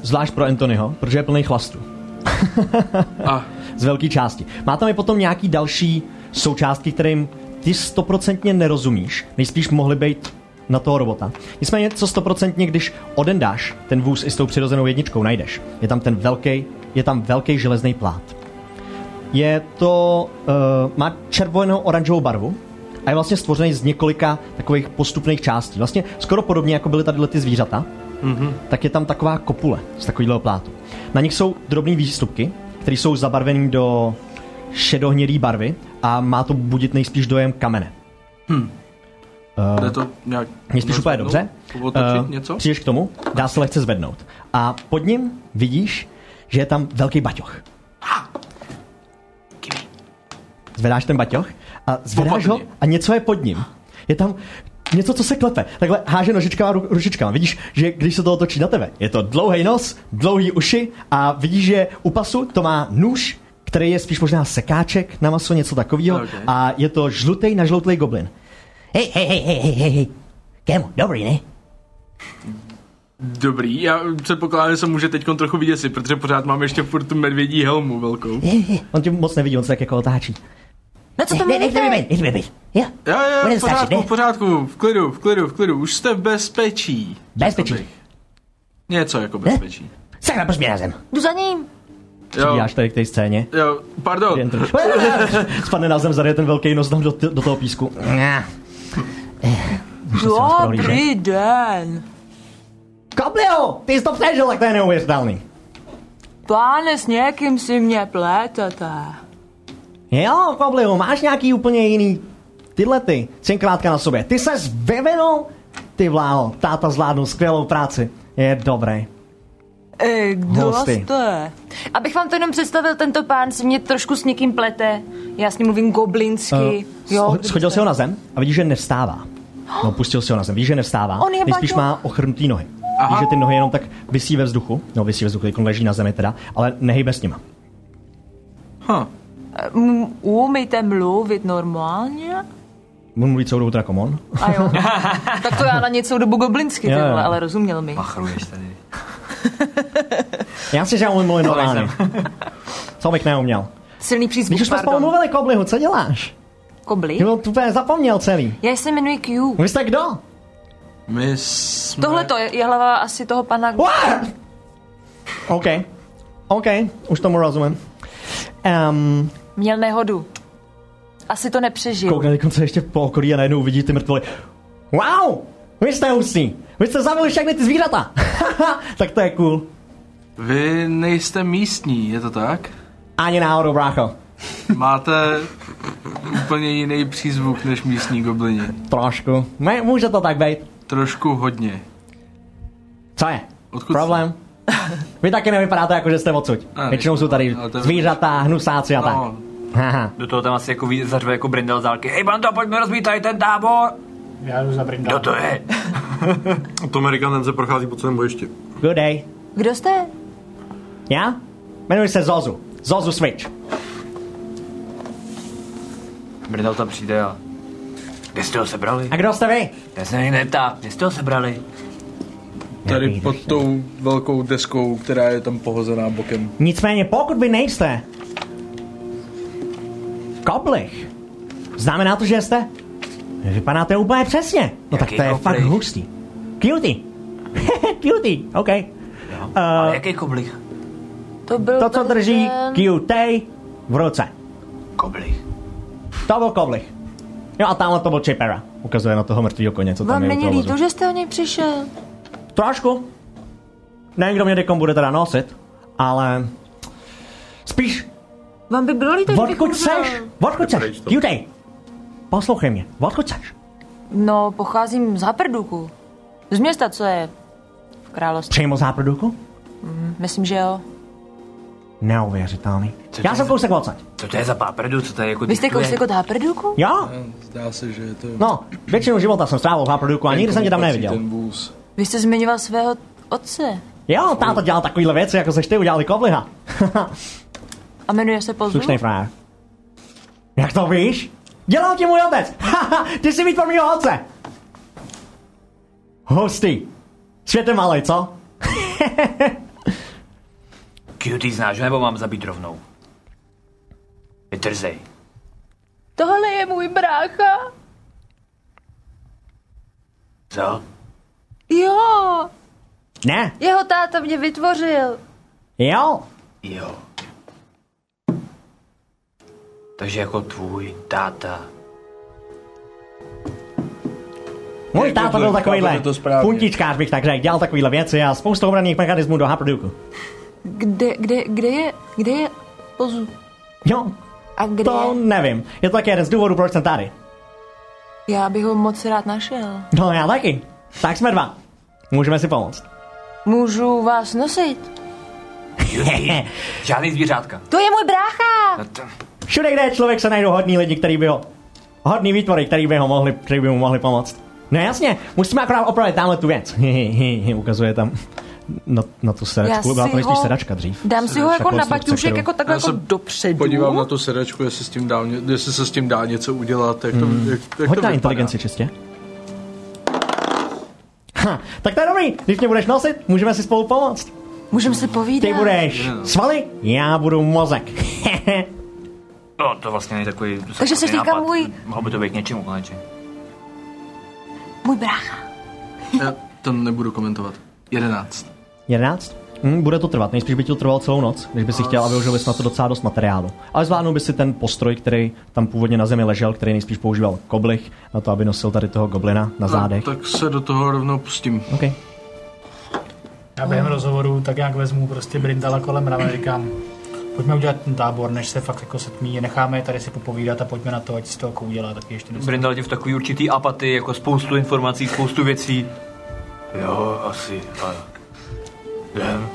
[SPEAKER 1] zvlášť pro Anthonyho, protože je plný chlastu.
[SPEAKER 3] A
[SPEAKER 1] z velké části. Má tam i potom nějaký další součástky, kterým ty stoprocentně nerozumíš. Nejspíš mohly být na toho robota. Nicméně, co stoprocentně, když odendáš ten vůz i s tou přirozenou jedničkou, najdeš. Je tam ten velký, je tam velký železný plát. Je to, uh, má červenou oranžovou barvu a je vlastně stvořený z několika takových postupných částí. Vlastně skoro podobně, jako byly tady ty zvířata, tak je tam taková kopule z takového plátu. Na nich jsou drobné výstupky, které jsou zabarvené do šedohnědé barvy a má to budit nejspíš dojem kamene.
[SPEAKER 3] jde to nějak...
[SPEAKER 1] Mě spíš úplně dobře.
[SPEAKER 3] Otočit
[SPEAKER 1] Eh,
[SPEAKER 3] něco?
[SPEAKER 1] Přijdeš k tomu, dá se lehce zvednout. A pod ním vidíš, že je tam velký baťoch. Zvedáš ten baťoch a zvedáš ho
[SPEAKER 3] Opatrně.
[SPEAKER 1] a něco je pod ním. Je tam něco, co se klepe. Takhle háže nožičkama, ru- ručičkama. Vidíš, že když se to otočí na tebe, je to dlouhý nos, dlouhý uši a vidíš, že u pasu to má nůž, který je spíš možná sekáček na maso, něco takového.
[SPEAKER 3] Ok.
[SPEAKER 1] A je to žlutej na žloutlej goblin. Hej, hej, hej, hej, hej, hej, hej. Kámo, dobrý, ne?
[SPEAKER 3] Dobrý, já předpokládám, že se může teď trochu vyděsit, protože pořád mám ještě furt tu medvědí helmu velkou.
[SPEAKER 1] On tě moc nevidí, on se tak jako otáčí.
[SPEAKER 4] Na co to
[SPEAKER 1] Ne, nech mi
[SPEAKER 4] mluvíte?
[SPEAKER 1] být, nech mi být. Jo,
[SPEAKER 3] Jo, jo,
[SPEAKER 1] Budem
[SPEAKER 3] v
[SPEAKER 1] stačit,
[SPEAKER 3] pořádku,
[SPEAKER 1] ne?
[SPEAKER 3] v pořádku, v klidu, v klidu, v klidu, už jste v bezpečí.
[SPEAKER 1] bezpečí.
[SPEAKER 3] Dobrý. Něco jako bezpečí.
[SPEAKER 1] Sakra, proč mě na zem?
[SPEAKER 4] Jdu za ním.
[SPEAKER 3] Jo,
[SPEAKER 1] Díváš tady k té scéně.
[SPEAKER 3] jo, pardon,
[SPEAKER 1] Jen trošku. Spadne na zem, zade ten velký nos tam do, do toho písku. Dobrý.
[SPEAKER 7] Dobrý den.
[SPEAKER 1] Koblio, ty jsi to přežil, tak to je neuvěřitelný.
[SPEAKER 7] Páne, s někým si mě plétete.
[SPEAKER 1] Jo, Koblio, máš nějaký úplně jiný tyhle ty, cinkrátka na sobě. Ty ses vyvinul, ty vláho, táta zvládnul skvělou práci. Je dobrý.
[SPEAKER 7] E, kdo
[SPEAKER 1] Hosty.
[SPEAKER 7] jste?
[SPEAKER 4] Abych vám to jenom představil, tento pán se mě trošku s někým plete. Já s ním mluvím goblinsky. jo,
[SPEAKER 1] Eh, Scho- schodil si ho na zem a vidíš, že nevstává. No, pustil si ho na zem, víš, že nevstává.
[SPEAKER 4] On je
[SPEAKER 1] Nejspíš
[SPEAKER 4] baťoch.
[SPEAKER 1] má ochrnutý nohy. Víš, že ty nohy jenom tak vysí ve vzduchu. No, vysí ve vzduchu, teď leží na zemi teda, ale nehejbe s nima.
[SPEAKER 7] M- Umíte mluvit normálně?
[SPEAKER 1] On mluví celou dobu teda komon.
[SPEAKER 4] A jo. tak to já na něco dobu goblinsky,
[SPEAKER 1] Jo, jo.
[SPEAKER 4] tyhle, ale rozuměl mi.
[SPEAKER 2] Machruješ tady.
[SPEAKER 1] Já si že umím mluvit normálně. Co bych neuměl?
[SPEAKER 4] Silný
[SPEAKER 1] Víš, už
[SPEAKER 4] přízvuk,
[SPEAKER 1] jsme spolu
[SPEAKER 4] pardon.
[SPEAKER 1] mluvili, Koblihu, co děláš?
[SPEAKER 4] Kobli?
[SPEAKER 1] Ty byl tupé, zapomněl celý.
[SPEAKER 4] Já se jmenuji Q.
[SPEAKER 1] Vy jste kdo?
[SPEAKER 3] my jsme...
[SPEAKER 4] Tohle to je, je hlava asi toho pana...
[SPEAKER 1] Uá! OK. OK, už tomu rozumím. Um,
[SPEAKER 4] Měl nehodu. Asi to nepřežil.
[SPEAKER 1] koukne dokonce ještě po okolí a najednou vidí ty mrtvoly. Wow! Vy jste hustý! Vy jste zabili všechny ty zvířata! tak to je cool.
[SPEAKER 3] Vy nejste místní, je to tak?
[SPEAKER 1] Ani náhodou, brácho.
[SPEAKER 3] Máte úplně jiný přízvuk než místní goblini.
[SPEAKER 1] Trošku. Ne, může to tak být.
[SPEAKER 3] Trošku hodně.
[SPEAKER 1] Co je?
[SPEAKER 3] Odkud
[SPEAKER 1] Problém? Vy taky nevypadáte jako, že jste odsud.
[SPEAKER 3] Ne,
[SPEAKER 1] Většinou jsou tady
[SPEAKER 3] ale to je-
[SPEAKER 1] zvířata, hnusáci a tak.
[SPEAKER 3] No,
[SPEAKER 1] Haha.
[SPEAKER 2] Do toho tam asi jako ví- zařve jako brindel z dálky. Hej, bando, pojďme rozbít tady ten tábor.
[SPEAKER 5] Já jdu za
[SPEAKER 2] Kdo
[SPEAKER 5] Brindal.
[SPEAKER 2] to je?
[SPEAKER 8] Tom Rikan ten se prochází po celém bojišti.
[SPEAKER 1] Good day.
[SPEAKER 4] Kdo jste?
[SPEAKER 1] Já? Jmenuji se Zozu. Zozu Switch.
[SPEAKER 2] Brindel tam přijde a... Kde jste ho sebrali?
[SPEAKER 1] A kdo jste vy?
[SPEAKER 2] Já se na něj neptám. Kde jste ho sebrali?
[SPEAKER 3] tady pod tou velkou deskou, která je tam pohozená bokem.
[SPEAKER 1] Nicméně, pokud vy nejste koplich, znamená to, že jste? Vy Vypadáte úplně přesně. No tak
[SPEAKER 2] Jaký
[SPEAKER 1] to je
[SPEAKER 2] koplich?
[SPEAKER 1] fakt hustý. Cutie. cutie, OK.
[SPEAKER 2] Ale
[SPEAKER 8] Eh.
[SPEAKER 1] Uh,
[SPEAKER 2] jaký koblich?
[SPEAKER 4] To byl
[SPEAKER 1] to, co
[SPEAKER 4] ten-
[SPEAKER 1] drží cutie v ruce.
[SPEAKER 2] Koblich.
[SPEAKER 1] To byl koplich. Jo a tamhle to byl Chipera. Ukazuje na toho mrtvého koně, co tam
[SPEAKER 4] Vám
[SPEAKER 1] je u
[SPEAKER 4] není
[SPEAKER 1] toho
[SPEAKER 4] líto,
[SPEAKER 1] vozu.
[SPEAKER 4] že jste o něj přišel?
[SPEAKER 1] Trošku. Nevím, kdo mě dekom bude teda nosit, ale spíš
[SPEAKER 4] Vám by bylo líto, kdybych
[SPEAKER 1] Odkud
[SPEAKER 4] umřel?
[SPEAKER 1] seš? Odkud seš?
[SPEAKER 8] pryč to.
[SPEAKER 1] Jutej! Poslouchej mě, odkud seš?
[SPEAKER 4] No, pocházím z Haperduku. Z města, co je v království.
[SPEAKER 1] Přímo z Háproduku?
[SPEAKER 4] Myslím, že jo.
[SPEAKER 1] Neuvěřitelný. Já jsem kousek odsaď.
[SPEAKER 2] Co to je za páprdu, co to je jako...
[SPEAKER 4] Vy jste
[SPEAKER 2] display?
[SPEAKER 4] kousek od Haperduku?
[SPEAKER 1] Jo?
[SPEAKER 3] Zdá se, že je to...
[SPEAKER 1] No, většinu života jsem strávil v Háproduku a nikdy jsem tě tam neviděl.
[SPEAKER 3] Ten vůz.
[SPEAKER 4] Vy jste zmiňoval svého otce.
[SPEAKER 1] Jo, táta dělal takovýhle věci, jako seš ty udělali kovliha.
[SPEAKER 4] A jmenuje se Pozlu?
[SPEAKER 1] Slušný frajer. Jak to víš? Dělal ti můj otec! ty jsi víc po mýho otce! Hustý. Svět je malej, co?
[SPEAKER 2] Cutie znáš, nebo mám zabít rovnou? Vytrzej.
[SPEAKER 4] Tohle je můj brácha.
[SPEAKER 2] Co?
[SPEAKER 4] Jo,
[SPEAKER 1] Ne,
[SPEAKER 4] jeho táta mě vytvořil.
[SPEAKER 1] jo.
[SPEAKER 2] Jo. Takže jako tvůj táta.
[SPEAKER 1] Můj
[SPEAKER 3] to
[SPEAKER 1] táta
[SPEAKER 3] to-
[SPEAKER 1] byl
[SPEAKER 3] jako chápu
[SPEAKER 1] takovýhle
[SPEAKER 3] to správně.
[SPEAKER 1] puntičkář, bych tak řekl. Dělal takovýhle věci a spoustu obranných mechanismů do Haproduku.
[SPEAKER 4] Kde, kde, kde je, kde je Pozlu?
[SPEAKER 1] Jo,
[SPEAKER 4] A kde?
[SPEAKER 1] to nevím. Je to taky jeden z důvodů, proč jsem tady.
[SPEAKER 4] Já bych ho moc rád našel.
[SPEAKER 1] No já taky. Tak jsme dva. Můžeme si pomoct.
[SPEAKER 4] Můžu vás nosit?
[SPEAKER 2] Cutie. Žádný zvířátka.
[SPEAKER 4] To je můj brácha!
[SPEAKER 2] No to...
[SPEAKER 1] Všude, kde je člověk, se najdou hodní lidi, který by ho... Hodný výtvory, který by, ho mohli, který by mu mohli pomoct. No jasně, musíme akorát opravit tamhle tu věc. Ukazuje tam na, na tu sedačku.
[SPEAKER 4] si
[SPEAKER 1] Byla to nejspíš
[SPEAKER 4] ho-
[SPEAKER 1] sedačka dřív.
[SPEAKER 4] Dám si ho jako na
[SPEAKER 1] konstrukce,
[SPEAKER 4] baťušek,
[SPEAKER 1] kterou-
[SPEAKER 4] jako takhle
[SPEAKER 3] Já
[SPEAKER 4] jako
[SPEAKER 3] se
[SPEAKER 4] dopředu.
[SPEAKER 3] Podívám na tu sedačku, jestli, s tím dá, ně- jestli se s tím dá něco udělat, jak to, jak, jak to
[SPEAKER 1] Hoď Hmm. na
[SPEAKER 3] vypadá.
[SPEAKER 1] inteligenci čistě. Ha, tak to je dobrý, když mě budeš nosit, můžeme si spolu pomoct.
[SPEAKER 4] Můžeme si povídat.
[SPEAKER 1] Ty budeš svaly, já budu mozek.
[SPEAKER 2] No, to vlastně není takový...
[SPEAKER 4] Takže jsi
[SPEAKER 2] takový
[SPEAKER 4] teďka
[SPEAKER 2] nápad.
[SPEAKER 4] můj-
[SPEAKER 2] Mohlo by to být k něčemu konečně.
[SPEAKER 4] Můj brácha.
[SPEAKER 3] Já to nebudu komentovat. Jedenáct.
[SPEAKER 1] 11? Hm, bude to trvat, nejspíš by ti to trvalo celou noc, když by si chtěl a využil bys na to docela dost materiálu. Ale zvládnul by si ten postroj, který tam původně na zemi ležel, který nejspíš používal koblich, na to, aby nosil tady toho goblina na zádech.
[SPEAKER 3] Tak se do toho rovnou pustím.
[SPEAKER 1] OK.
[SPEAKER 5] Já během rozhovoru tak jak vezmu prostě Brindala kolem rame, říkám, pojďme udělat ten tábor, než se fakt jako setmí, necháme je tady si popovídat a pojďme na to, ať si to jako udělá taky ještě něco.
[SPEAKER 2] Brindal tě v takový určitý apatii, jako spoustu informací, spoustu věcí. Jo, asi, ale... Jdem.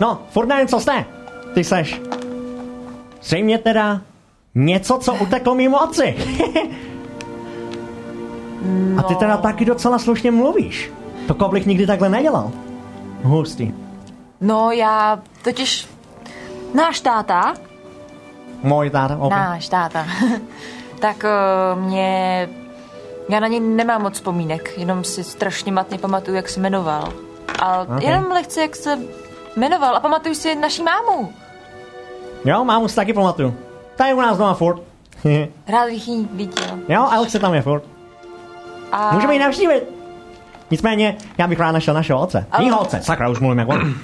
[SPEAKER 1] No, furt nevím, co jste. Ty seš. Zřejmě teda něco, co uteklo mým otci. A ty teda taky docela slušně mluvíš. To koblich nikdy takhle nedělal. Hustý.
[SPEAKER 4] No já totiž... Náš táta,
[SPEAKER 1] Můj táta, okay.
[SPEAKER 4] náš táta, tak eh, mě... Já na něj nemám moc vzpomínek, jenom si strašně matně pamatuju, jak se jmenoval. A
[SPEAKER 1] Ok.
[SPEAKER 4] jenom lehce, jak se jmenoval. A pamatuju si naší mámu.
[SPEAKER 1] Jo, mámu si taky pamatuju. Ta je u nás doma furt.
[SPEAKER 4] Rád bych ji viděl.
[SPEAKER 1] jo, Alex se tam je furt.
[SPEAKER 4] A...
[SPEAKER 1] Můžeme ji navštívit. Nicméně, já bych rád našel našeho otce.
[SPEAKER 4] Ale-
[SPEAKER 1] Mýho otce, sakra, už mluvím jak on.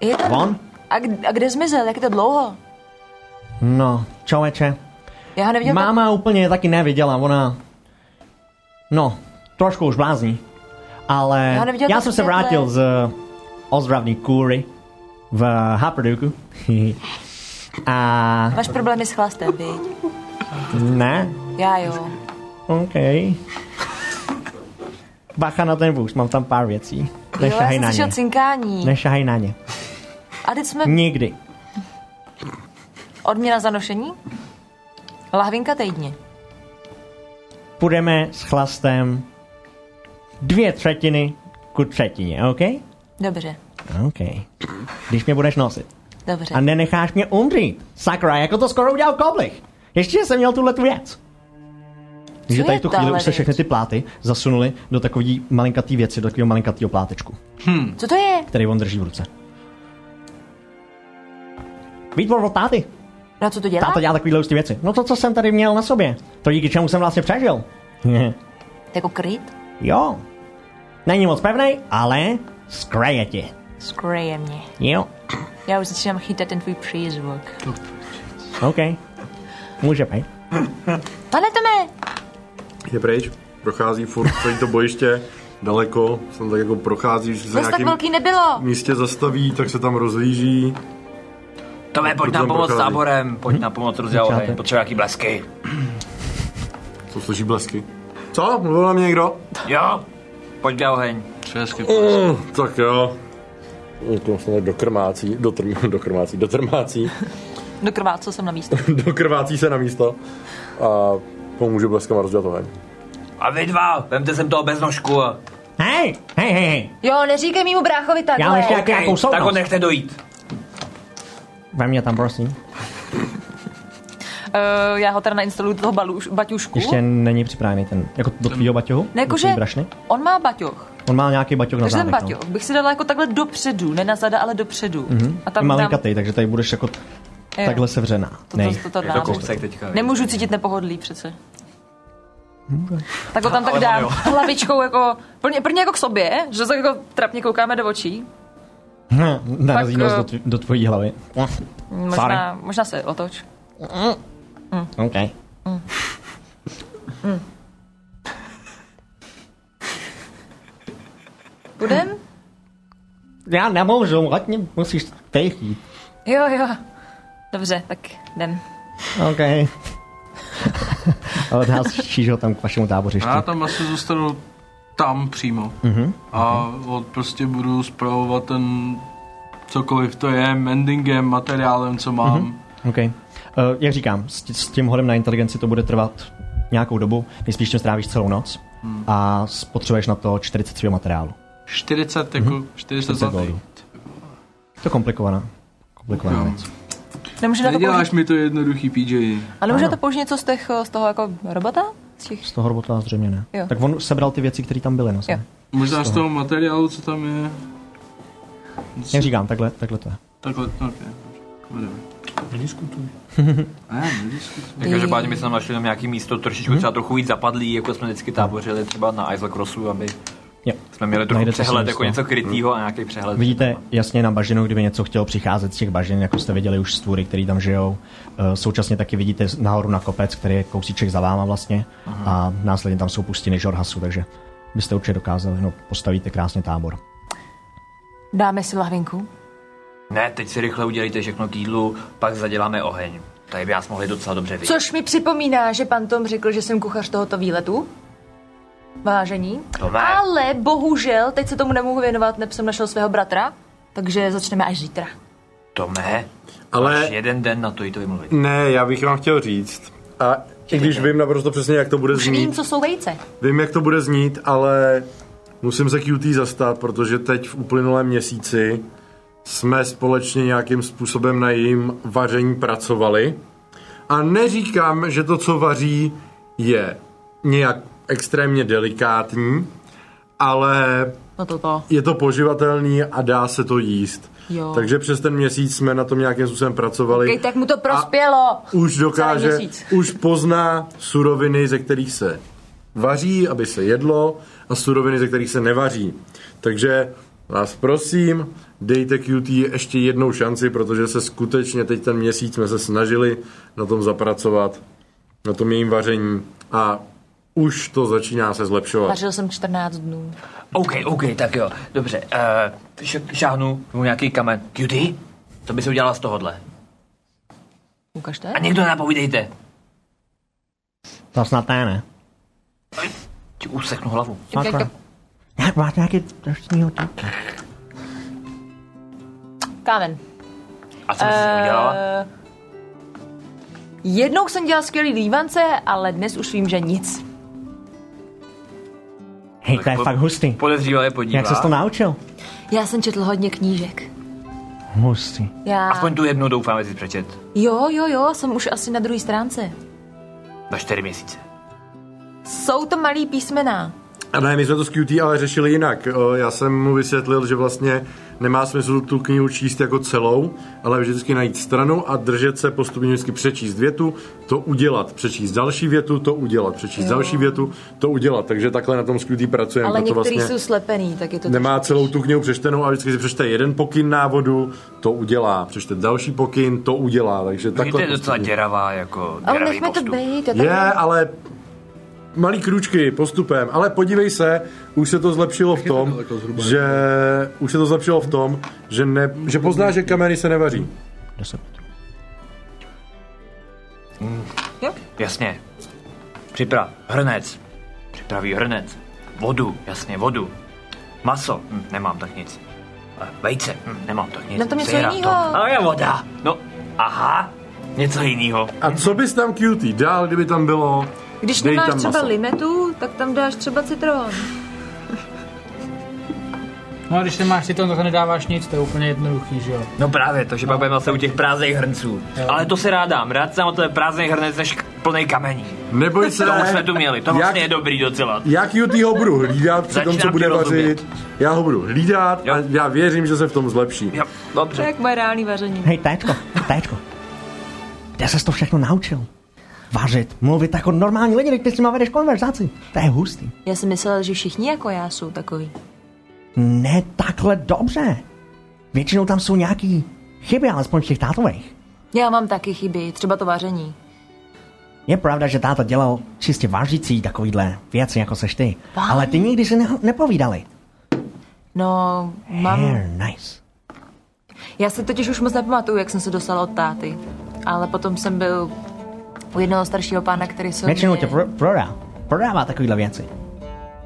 [SPEAKER 4] Je to...
[SPEAKER 1] Von?
[SPEAKER 4] A, kde, a kde zmizel? Jak je to dlouho?
[SPEAKER 1] No, čověče.
[SPEAKER 4] Já ho neviděl. tak-
[SPEAKER 1] Máma úplně je taky neviděla, ona... No, trošku už blázní. Ale
[SPEAKER 4] Já ho neviděla
[SPEAKER 1] já
[SPEAKER 4] tak
[SPEAKER 1] jsem se
[SPEAKER 4] pět
[SPEAKER 1] vrátil
[SPEAKER 4] let.
[SPEAKER 1] z eh, ozdravní kůry v Haperduku. A
[SPEAKER 4] Máš problémy s chlastem, viď?
[SPEAKER 1] ne,
[SPEAKER 4] Já jo.
[SPEAKER 1] OK. Bacha na ten vůz, mám tam pár věcí.
[SPEAKER 4] Jo, já
[SPEAKER 1] Nešahej
[SPEAKER 4] jsem
[SPEAKER 1] na ně.
[SPEAKER 4] slyšel cinkání.
[SPEAKER 1] Nešahej na ně.
[SPEAKER 4] A teď jsme...
[SPEAKER 1] Nikdy.
[SPEAKER 4] Odměna za nošení? Lahvinka týdně.
[SPEAKER 1] Půjdeme s chlastem dvě třetiny ku třetině, OK?
[SPEAKER 4] Dobře,
[SPEAKER 1] OK. Když mě budeš nosit.
[SPEAKER 4] dobře.
[SPEAKER 1] A nenecháš mě umřít. Sakra, jako to skoro udělal Koblich. Ještě jsem měl tuhle tu věc. Takže
[SPEAKER 4] Co
[SPEAKER 1] tady
[SPEAKER 4] je
[SPEAKER 1] v tu chvíli
[SPEAKER 4] tahle
[SPEAKER 1] už se
[SPEAKER 4] věc?
[SPEAKER 1] všechny ty pláty zasunuli do takový malinkatý věci, do takového malinkatého plátečku,
[SPEAKER 4] Co to je?
[SPEAKER 1] který on drží v ruce. Výtvor od táty.
[SPEAKER 4] Na No, co to dělá?
[SPEAKER 1] Táta dělá takovýhle hustý věci. No to, co jsem tady měl na sobě. To díky čemu jsem vlastně přežil.
[SPEAKER 4] Jako kryt?
[SPEAKER 1] jo. Není moc pevný, ale skraje ti.
[SPEAKER 4] Skraje mě.
[SPEAKER 1] Jo.
[SPEAKER 4] Já už začínám chytat ten tvůj přízvuk.
[SPEAKER 1] No. OK. Může být.
[SPEAKER 4] Pane Tome!
[SPEAKER 8] Je pryč, prochází furt celý to bojiště, daleko, jsem tak jako prochází, že se
[SPEAKER 4] Zas tak
[SPEAKER 8] nějakým
[SPEAKER 4] velký nebylo.
[SPEAKER 8] místě zastaví, tak se tam rozlíží.
[SPEAKER 2] Tome, pojď nám
[SPEAKER 8] Potom
[SPEAKER 2] pomoct Hm?
[SPEAKER 8] prochází.
[SPEAKER 2] táborem, pojď nám pomoct rozdělat
[SPEAKER 1] Začátek.
[SPEAKER 2] oheň, potřebuje nějaký blesky.
[SPEAKER 8] Co slyší blesky? Co? Mluvil na mě někdo?
[SPEAKER 2] Jo, pojď na oheň.
[SPEAKER 3] Česky.
[SPEAKER 8] Mm, tak jo. Mm, To snad do krmácí, do, tr- do krmácí, do trmácí,
[SPEAKER 4] Do krváco jsem na místě.
[SPEAKER 8] do krvácí se na místo a pomůžu bleskama rozdělat oheň.
[SPEAKER 2] A vy dva, vemte sem toho bez nožku a...
[SPEAKER 1] Hej, hej, hej, hej.
[SPEAKER 4] Jo, neříkej mýmu bráchovi takhle.
[SPEAKER 1] Já mám ještě nějakou
[SPEAKER 2] Hej,
[SPEAKER 1] nějakou
[SPEAKER 2] tak ho
[SPEAKER 1] soudnost.
[SPEAKER 2] nechte dojít.
[SPEAKER 1] Ve mě tam, prosím.
[SPEAKER 4] Uh, já ho teda nainstaluju do toho baluš, baťušku.
[SPEAKER 1] Ještě není připravený ten, jako do tvýho baťohu?
[SPEAKER 4] Ne,
[SPEAKER 1] do
[SPEAKER 4] jakože
[SPEAKER 1] tvý brašny.
[SPEAKER 4] on má baťoch.
[SPEAKER 1] On má nějaký baťoh na
[SPEAKER 4] Takže ten
[SPEAKER 1] zádech. no.
[SPEAKER 4] baťoch bych si dala jako takhle dopředu, ne na zada, ale dopředu. Mm-hmm. A
[SPEAKER 1] No.
[SPEAKER 4] tam dám,
[SPEAKER 1] Malinkatej, takže tady budeš jako t-
[SPEAKER 4] Jo.
[SPEAKER 1] takhle sevřená.
[SPEAKER 4] to,
[SPEAKER 1] Nej.
[SPEAKER 4] to, to, to
[SPEAKER 2] Je to
[SPEAKER 4] dám.
[SPEAKER 2] Jako kousek teďka.
[SPEAKER 4] Nemůžu cítit nepohodlí přece. Tak ho tam tak
[SPEAKER 2] Ale
[SPEAKER 4] dám
[SPEAKER 2] on jo.
[SPEAKER 4] hlavičkou jako, plně, plně jako k sobě, že tak jako trapně koukáme do očí.
[SPEAKER 1] Hm, Narazí
[SPEAKER 4] Tak,
[SPEAKER 1] nos
[SPEAKER 4] eh,
[SPEAKER 1] do, tv- do tvojí hlavy.
[SPEAKER 4] Možná, možná se otoč.
[SPEAKER 1] OK.
[SPEAKER 4] Budem?
[SPEAKER 1] Já nemůžu, ať mě musíš tejít.
[SPEAKER 4] Jo, jo. Dobře, tak jdem.
[SPEAKER 1] OK. A odhásíš ho tam k vašemu tábořišti.
[SPEAKER 3] Já tam asi zůstanu tam přímo. Mm-hmm. A od prostě budu zpravovat ten cokoliv to je, mendingem, materiálem, co mám. Mm-hmm.
[SPEAKER 1] OK. Uh, jak říkám, s, t- s tím hodem na inteligenci to bude trvat nějakou dobu, nejspíš tím strávíš celou noc a spotřebuješ na to 40 svého materiálu.
[SPEAKER 3] 40, jako mm-hmm. 40
[SPEAKER 1] 40
[SPEAKER 3] zlatých.
[SPEAKER 1] goldů. Je to komplikovaná. Komplikovaná
[SPEAKER 3] Jo.
[SPEAKER 1] věc.
[SPEAKER 4] Nemůže na to použít,
[SPEAKER 3] Neděláš mi to jednoduchý PJ.
[SPEAKER 4] a nemůže na to použít něco z, těch, z toho jako robota? Z těch,
[SPEAKER 1] Z toho robota zřejmě ne.
[SPEAKER 4] Jo.
[SPEAKER 1] Tak on sebral ty věci, které tam byly. No,
[SPEAKER 4] Jo.
[SPEAKER 3] Možná z toho materiálu, co tam je.
[SPEAKER 1] Jak říkám, takhle, takhle to je.
[SPEAKER 3] Takhle, ok. Nediskutuj. A já nediskutuji.
[SPEAKER 2] Tak Každopádně Jako, my jsme tam našli jenom nějaký místo trošičku třeba trochu víc zapadlý, jako jsme vždycky tábořili třeba na Isle Crossu, aby
[SPEAKER 1] Jo.
[SPEAKER 2] jsme měli trochu
[SPEAKER 1] Najdete si
[SPEAKER 2] přehled,
[SPEAKER 1] místo.
[SPEAKER 2] jako něco krytýho a nějaký přehled.
[SPEAKER 1] Vidíte jasně na bažinu, kdyby něco chtělo přicházet z těch bažin, jako jste viděli už stvůry, které tam žijou. Eh, Současně taky vidíte nahoru na kopec, který je kousíček za váma vlastně. A následně tam jsou pustiny žorhasu, takže byste určitě dokázali, no postavíte krásně tábor.
[SPEAKER 4] dáme si lahvinku.
[SPEAKER 2] Ne, teď si rychle udělejte všechno k jídlu, pak zaděláme oheň. Tady by nás mohli docela dobře vidět.
[SPEAKER 4] Což mi připomíná, že pan Tom řekl, že jsem kuchař tohoto výletu. Vážení.
[SPEAKER 2] To No, ne.
[SPEAKER 4] Ale bohužel, teď se tomu nemohu věnovat, neb jsem našel svého bratra, takže začneme až zítra.
[SPEAKER 2] Tome,
[SPEAKER 8] Ale-
[SPEAKER 2] ale... máš jeden den na to jí to vymluvit.
[SPEAKER 8] Ne, já bych vám chtěl říct. A i když vím naprosto přesně, jak to bude
[SPEAKER 4] Už vím,
[SPEAKER 8] znít,
[SPEAKER 4] co jsou vejce.
[SPEAKER 8] vím, jak to bude znít, ale musím se QT zastat, protože teď v uplynulém měsíci jsme společně nějakým způsobem na jejím vaření pracovali. A neříkám, že to, co vaří, je nějak extrémně delikátní, ale
[SPEAKER 4] No to to.
[SPEAKER 8] je to poživatelný a dá se to jíst.
[SPEAKER 4] Jo.
[SPEAKER 8] Takže přes ten měsíc jsme na tom nějakým způsobem pracovali.
[SPEAKER 4] Kej, tak mu to prospělo.
[SPEAKER 8] Už dokáže,
[SPEAKER 4] Celý měsíc.
[SPEAKER 8] už pozná suroviny, ze kterých se vaří, aby se jedlo, a suroviny, ze kterých se nevaří. Takže vás prosím, dejte QT ještě jednou šanci, protože se skutečně teď ten měsíc jsme se snažili na tom zapracovat, na tom jejím vaření a už to začíná se zlepšovat.
[SPEAKER 4] Vařil jsem 14 dnů.
[SPEAKER 2] OK, OK, tak jo, dobře. Uh, šáhnu mu nějaký kamen. Cutie, to by se udělala z tohohle.
[SPEAKER 4] Ukažte.
[SPEAKER 2] A někdo napovídejte.
[SPEAKER 1] To snad ne, ne?
[SPEAKER 2] Ti useknu hlavu.
[SPEAKER 1] Takhle. Jak máte nějaký strašný hodinky?
[SPEAKER 4] Kámen.
[SPEAKER 2] A co bys si udělala?
[SPEAKER 4] Eh, Jednou jsem dělal skvělý lívance, ale dnes už vím, že nic.
[SPEAKER 1] Hej, to je fakt hustý.
[SPEAKER 2] Podezřívavě podívá.
[SPEAKER 1] Jak ses to naučil?
[SPEAKER 4] Já jsem četl hodně knížek.
[SPEAKER 1] Hustý.
[SPEAKER 4] Já...
[SPEAKER 2] Aspoň tu jednu doufám, že jsi přečet.
[SPEAKER 4] Jo, jo, jo, jsem už asi na druhé stránce.
[SPEAKER 2] Za čtyři měsíce.
[SPEAKER 4] Jsou to malý písmena.
[SPEAKER 8] A ne, my jsme to s QT ale řešili jinak. O, Já jsem mu vysvětlil, že vlastně nemá smysl tu knihu číst jako celou, ale vždycky najít stranu a držet se postupně vždycky přečíst větu, to udělat, přečíst další větu, to udělat, přečíst jo. další větu, to udělat. Takže takhle na tom s QT pracujeme.
[SPEAKER 4] Ale
[SPEAKER 8] proto
[SPEAKER 4] některý
[SPEAKER 8] vlastně
[SPEAKER 4] jsou slepený, tak je to...
[SPEAKER 8] nemá celou tu knihu přečtenou a vždycky si přečte jeden pokyn návodu, to udělá, přečte další pokyn, to udělá. Takže
[SPEAKER 2] Tak to
[SPEAKER 8] takhle
[SPEAKER 2] je docela
[SPEAKER 8] postupně.
[SPEAKER 2] děravá, jako
[SPEAKER 4] Ale
[SPEAKER 2] děravý
[SPEAKER 4] nechme to
[SPEAKER 2] postup.
[SPEAKER 4] být. Já tak...
[SPEAKER 8] Je, ale malý kručky postupem, ale podívej se, už se to zlepšilo v tom, že už se to zlepšilo v tom, že, ne, že pozná, že kameny se nevaří.
[SPEAKER 1] Deset.
[SPEAKER 2] Jasně. Připrav. Hrnec. Připraví hrnec. Vodu, jasně, vodu. Maso, hm, nemám tak nic. Eh, Vejce, hm, nemám tak nic.
[SPEAKER 9] No to něco
[SPEAKER 2] Sýra,
[SPEAKER 9] jinýho.
[SPEAKER 2] Ale je voda. No, aha, něco jiného.
[SPEAKER 8] A co bys tam QT dal, kdyby tam bylo...
[SPEAKER 4] Když
[SPEAKER 8] dej
[SPEAKER 4] nemáš
[SPEAKER 8] tam
[SPEAKER 4] třeba
[SPEAKER 8] maso.
[SPEAKER 4] limetu, tak tam dáš třeba citron.
[SPEAKER 5] No a když nemáš si to, tak nedáváš nic, to je úplně jednoduchý, že jo.
[SPEAKER 2] No právě, takže pak budeme zase u těch prázdných hrnců. Ale to si rád dám, rád sám o tebe prázdný hrnec než k- plnej kamení.
[SPEAKER 8] Neboj se,
[SPEAKER 2] To už jsme tu měli, to
[SPEAKER 8] Jak-
[SPEAKER 2] vlastně je dobrý docela.
[SPEAKER 8] já QT ho budu hlídat při tom, co
[SPEAKER 2] Začínám
[SPEAKER 8] bude
[SPEAKER 2] ti rozumět.
[SPEAKER 8] vařit. Já ho budu hlídat
[SPEAKER 2] Jo.
[SPEAKER 8] a já věřím, že se v tom zlepší.
[SPEAKER 2] Jo,
[SPEAKER 4] To je
[SPEAKER 2] dobře.
[SPEAKER 4] jak moje reální vaření.
[SPEAKER 1] Hej, téčko, téčko. Kde ses to všechno naučil? Vařit, mluvit jako normální lidi, když ty s nima vedeš konverzaci. To je hustý.
[SPEAKER 4] Já jsem myslela, že všichni jako já jsou takový.
[SPEAKER 1] Ne takhle dobře. Většinou tam jsou nějaký chyby, alespoň v těch tátových.
[SPEAKER 4] Já mám taky chyby, třeba to vaření.
[SPEAKER 1] Je pravda, že táta dělal čistě vážící takovýhle věci, jako seš ty. Ale ty nikdy si ne- nepovídali.
[SPEAKER 4] No, mám...
[SPEAKER 1] Hair, nice.
[SPEAKER 4] Já si totiž už moc nepamatuju, jak jsem se dostala od táty. Ale potom jsem byl u jednoho staršího pána, který se...
[SPEAKER 1] Většinou
[SPEAKER 4] mě-
[SPEAKER 1] tě pro- prodá. Prodává takovýhle věci.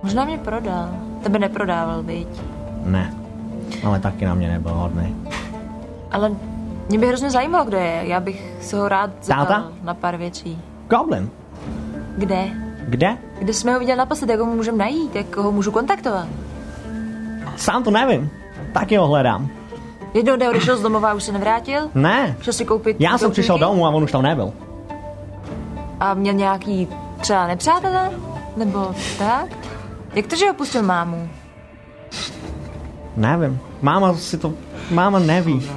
[SPEAKER 4] Možná mě prodal. Tebe neprodával, viď?
[SPEAKER 1] Ne. Ale taky na mě nebyl hodný.
[SPEAKER 4] Ale mě by hrozně zajímalo, kde je. Já bych se ho rád zeptal
[SPEAKER 1] Táta?
[SPEAKER 4] na pár věcí.
[SPEAKER 1] Goblin,
[SPEAKER 4] Kde?
[SPEAKER 1] kde?
[SPEAKER 4] Kde jsme ho viděli naposled, jak ho můžeme najít, jak ho můžu kontaktovat.
[SPEAKER 1] Sám to nevím. Taky ho hledám.
[SPEAKER 4] Jednou jde odešel z domova a už se nevrátil.
[SPEAKER 1] Ne.
[SPEAKER 4] Šel si koupit
[SPEAKER 1] Já jsem
[SPEAKER 4] doutníky
[SPEAKER 1] přišel domů a on už tam nebyl.
[SPEAKER 4] A měl nějaký třeba nepřátelé? Nebo tak? Jak to, že opustil mámu?
[SPEAKER 1] Nevím. Máma si to... Máma neví.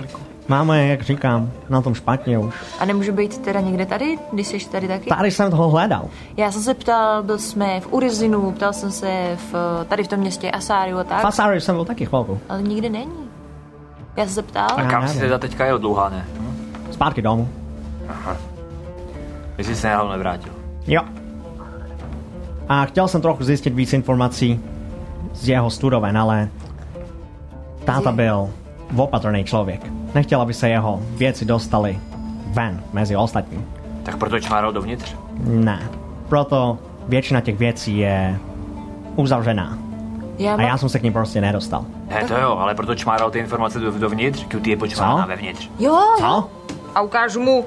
[SPEAKER 1] Máma je, jak říkám, na tom špatně už.
[SPEAKER 4] A nemůže být teda někde tady, když jsi tady taky?
[SPEAKER 1] Tady jsem toho hledal.
[SPEAKER 4] Já jsem se ptal, byl jsme v Urizinu, ptal jsem se v, tady v tom městě Asáriu a tak,
[SPEAKER 1] Fasary jsem byl taky chvilku.
[SPEAKER 4] ale nikde není. Já jsem se ptal,
[SPEAKER 2] A kam si
[SPEAKER 1] nevím.
[SPEAKER 2] teda teďka jel dlouhá, ne?
[SPEAKER 1] Zpátky domů.
[SPEAKER 2] Jestli se náhodou nevrátil.
[SPEAKER 1] Jo. A chtěl jsem trochu zjistit víc informací z jeho studoven, ale táta byl opatrný člověk. Nechtěl, aby se jeho věci dostaly ven mezi ostatní.
[SPEAKER 2] Tak proto čmáral dovnitř?
[SPEAKER 1] Ne. Proto většina těch věcí je uzavřená.
[SPEAKER 4] já
[SPEAKER 1] A
[SPEAKER 4] mám,
[SPEAKER 1] já jsem se k ní prostě nedostal.
[SPEAKER 2] Ne, to jo, ale proto čmáral ty informace dov- dovnitř, QT je počmárá
[SPEAKER 1] Co?
[SPEAKER 2] vevnitř.
[SPEAKER 4] jo,
[SPEAKER 1] Co?
[SPEAKER 9] a ukážu mu...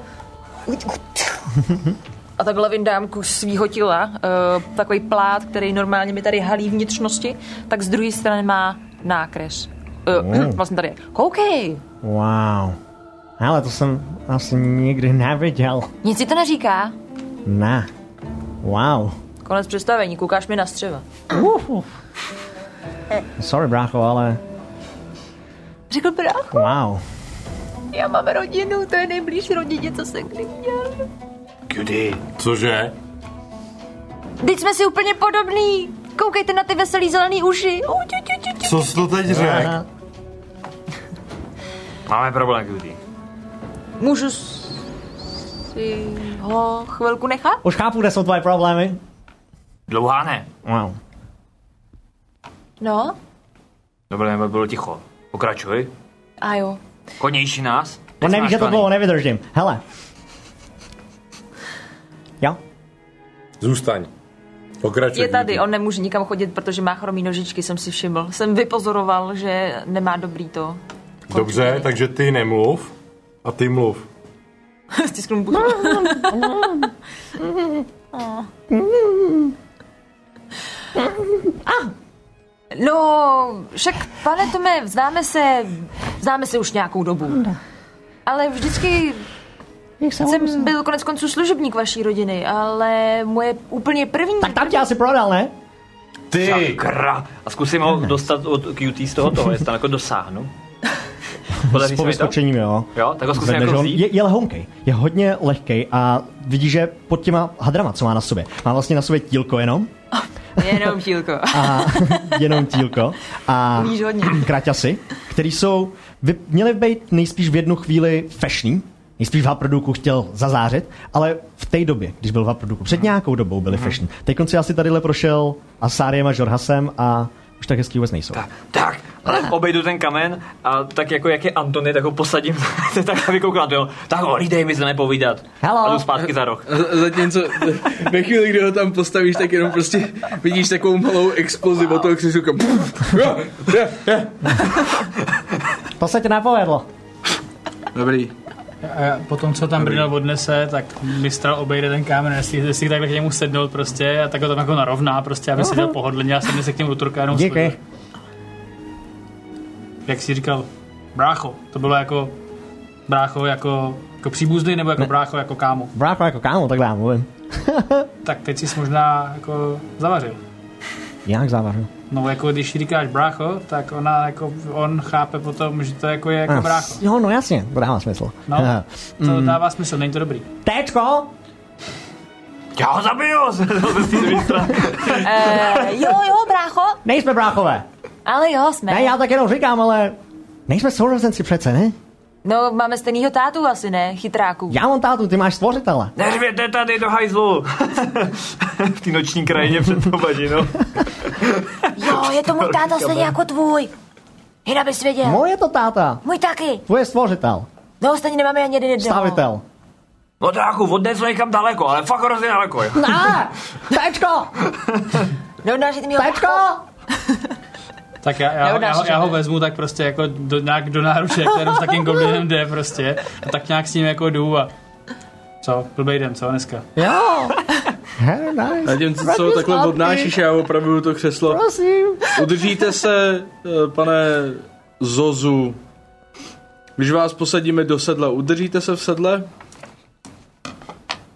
[SPEAKER 9] A takhle vyndám kus svýho těla, uh, takový plát, který normálně mi tady halí vnitřnosti, tak z druhé strany má nákres. Uh, vlastně tady je. Koukej!
[SPEAKER 1] Wow. Ale to jsem asi nikdy neviděl.
[SPEAKER 4] nic si to neříká.
[SPEAKER 1] Ne. Wow.
[SPEAKER 9] Konec představení, koukáš mi na střeva.
[SPEAKER 1] Sorry, brácho, ale
[SPEAKER 4] Řekl brácho,
[SPEAKER 1] wow.
[SPEAKER 4] já mám rodinu, to je nejblíž rodině, co jsem kdy měl.
[SPEAKER 2] QT,
[SPEAKER 8] Cože?
[SPEAKER 4] Teď jsme si úplně podobný. Koukejte na ty veselý zelený uši. U, ťu, ťu, ťu, ťu.
[SPEAKER 8] Co jsi to teď řekl?
[SPEAKER 2] máme problém, QT.
[SPEAKER 9] Můžu s-
[SPEAKER 4] Si ho chvilku nechat?
[SPEAKER 1] Už chápu, kde jsou tvoje problémy.
[SPEAKER 2] Dlouhá ne.
[SPEAKER 1] Wow.
[SPEAKER 4] No,
[SPEAKER 2] Dobré, nebo bylo ticho. Pokračuj.
[SPEAKER 4] a jo.
[SPEAKER 2] Konější nás.
[SPEAKER 1] On neví, že to dlouho nevydržím. Hele. Jo?
[SPEAKER 8] Zůstaň. Pokračuj.
[SPEAKER 9] je tady, on nemůže nikam chodit, protože má chromý nožičky, jsem si všiml. Jsem vypozoroval, že nemá dobrý to.
[SPEAKER 8] Dobře, takže ty nemluv a ty mluv.
[SPEAKER 9] Stisknu mu pusu.
[SPEAKER 4] Ah! No, však, pane Tome, známe se, známe se už nějakou dobu. Ale vždycky jsem byl konec konců služebník vaší rodiny, ale moje úplně první...
[SPEAKER 1] Tak tam tě asi prodal, ne?
[SPEAKER 8] Ty!
[SPEAKER 2] Kra. A zkusím ho dostat od QT z toho toho, jestli tam jako dosáhnu. Podaří
[SPEAKER 1] Po
[SPEAKER 2] se mi to?
[SPEAKER 1] vyskočením, jo.
[SPEAKER 2] Jo, tak ho zkusím
[SPEAKER 1] Zvedne,
[SPEAKER 2] jako
[SPEAKER 1] že on
[SPEAKER 2] vzít.
[SPEAKER 1] je, je lehonkej, je hodně lehkej a vidíš, že pod těma hadrama, co má na sobě, má vlastně na sobě tílko jenom,
[SPEAKER 9] Jenom tílko.
[SPEAKER 1] a jenom tílko a
[SPEAKER 9] Umíš hodně.
[SPEAKER 1] kraťasy, který jsou, vy, měly být nejspíš v jednu chvíli fešní, nejspíš v Vaproduku chtěl zazářit, ale v té době, když byl v Vaproduku, před nějakou dobou byli fešní. Teď konci asi tadyhle prošel Asáriem a Žorhasem a už tak hezký vůbec nejsou.
[SPEAKER 2] Tak, tak, ale obejdu ten kamen a tak jako jak je Antony, tak ho posadím, tak aby koukal, jo. Tak ho, dej mi se nepovídat.
[SPEAKER 1] Hello.
[SPEAKER 2] A jdu zpátky za roh.
[SPEAKER 3] Z- Zatímco ve chvíli, kdy ho tam postavíš, tak jenom prostě vidíš takovou malou explozi wow. od toho křižuka.
[SPEAKER 1] To se ti nepovedlo.
[SPEAKER 3] Dobrý.
[SPEAKER 5] A potom, co tam Brindel odnese, tak mistral obejde ten kámen, jestli, jestli takhle k němu sednout prostě a tak ho tam jako narovná prostě, aby seděl pohodlně a sedne se k němu do turka jenom
[SPEAKER 1] Díky.
[SPEAKER 5] sleduje. Jak jsi říkal, brácho, to bylo jako brácho jako, jako příbuzný nebo jako ne. brácho jako kámo.
[SPEAKER 1] Brácho jako kámo, tak já mluvím.
[SPEAKER 5] Tak teď jsi možná jako zavařil.
[SPEAKER 1] Jak závažno.
[SPEAKER 5] No jako když jí říkáš brácho, tak ona jako, on chápe potom, že to jako je jako
[SPEAKER 1] Ah,
[SPEAKER 5] brácho.
[SPEAKER 1] Jo, no jasně, to dává smysl.
[SPEAKER 5] No,
[SPEAKER 1] Eh,
[SPEAKER 5] to dává smysl, není to dobrý.
[SPEAKER 1] Téčko,
[SPEAKER 2] Já ho zabiju! prostě Z té druhé strany.
[SPEAKER 4] Eh, jo, jo, brácho,
[SPEAKER 1] nejsme bráchové.
[SPEAKER 4] ale jo, jsme.
[SPEAKER 1] Ne, já tak jenom říkám, ale nejsme sourozenci přece, ne?
[SPEAKER 4] No, máme stejnýho tátu asi, ne? Chytráku.
[SPEAKER 1] Já mám tátu, ty máš stvořitele.
[SPEAKER 2] Neřvěte tady do hajzlu! v té noční krajině před tou badinou.
[SPEAKER 4] Jo, je to můj táta stejně jako tvůj. Jinak bys věděl.
[SPEAKER 1] Moje to táta,
[SPEAKER 4] Můj taky.
[SPEAKER 1] tvoje stvořitel,
[SPEAKER 4] No, stejně nemáme ani jeden jednoho.
[SPEAKER 1] stavitel.
[SPEAKER 2] No dráku, odnes někam daleko, ale fakt hrozně daleko, jo.
[SPEAKER 1] Ne, téčko,
[SPEAKER 4] No, dáš mi ho.
[SPEAKER 1] téčko.
[SPEAKER 5] Tak já, já, já,
[SPEAKER 4] Neudáš,
[SPEAKER 5] ho-
[SPEAKER 4] že
[SPEAKER 5] já ho
[SPEAKER 4] ne?
[SPEAKER 5] vezmu tak prostě jako do, nějak do náruče, jak jenom s takým goblinem jde prostě. A tak nějak s ním jako jdu a co, blbej den, co dneska?
[SPEAKER 1] Jo. Hey, nice.
[SPEAKER 3] A tím, co- co ho takhle odnášíš, já opravdu to křeslo.
[SPEAKER 1] Prosím.
[SPEAKER 3] Udržíte se, eh, pane Zozu. Když vás posadíme do sedla, udržíte se v sedle?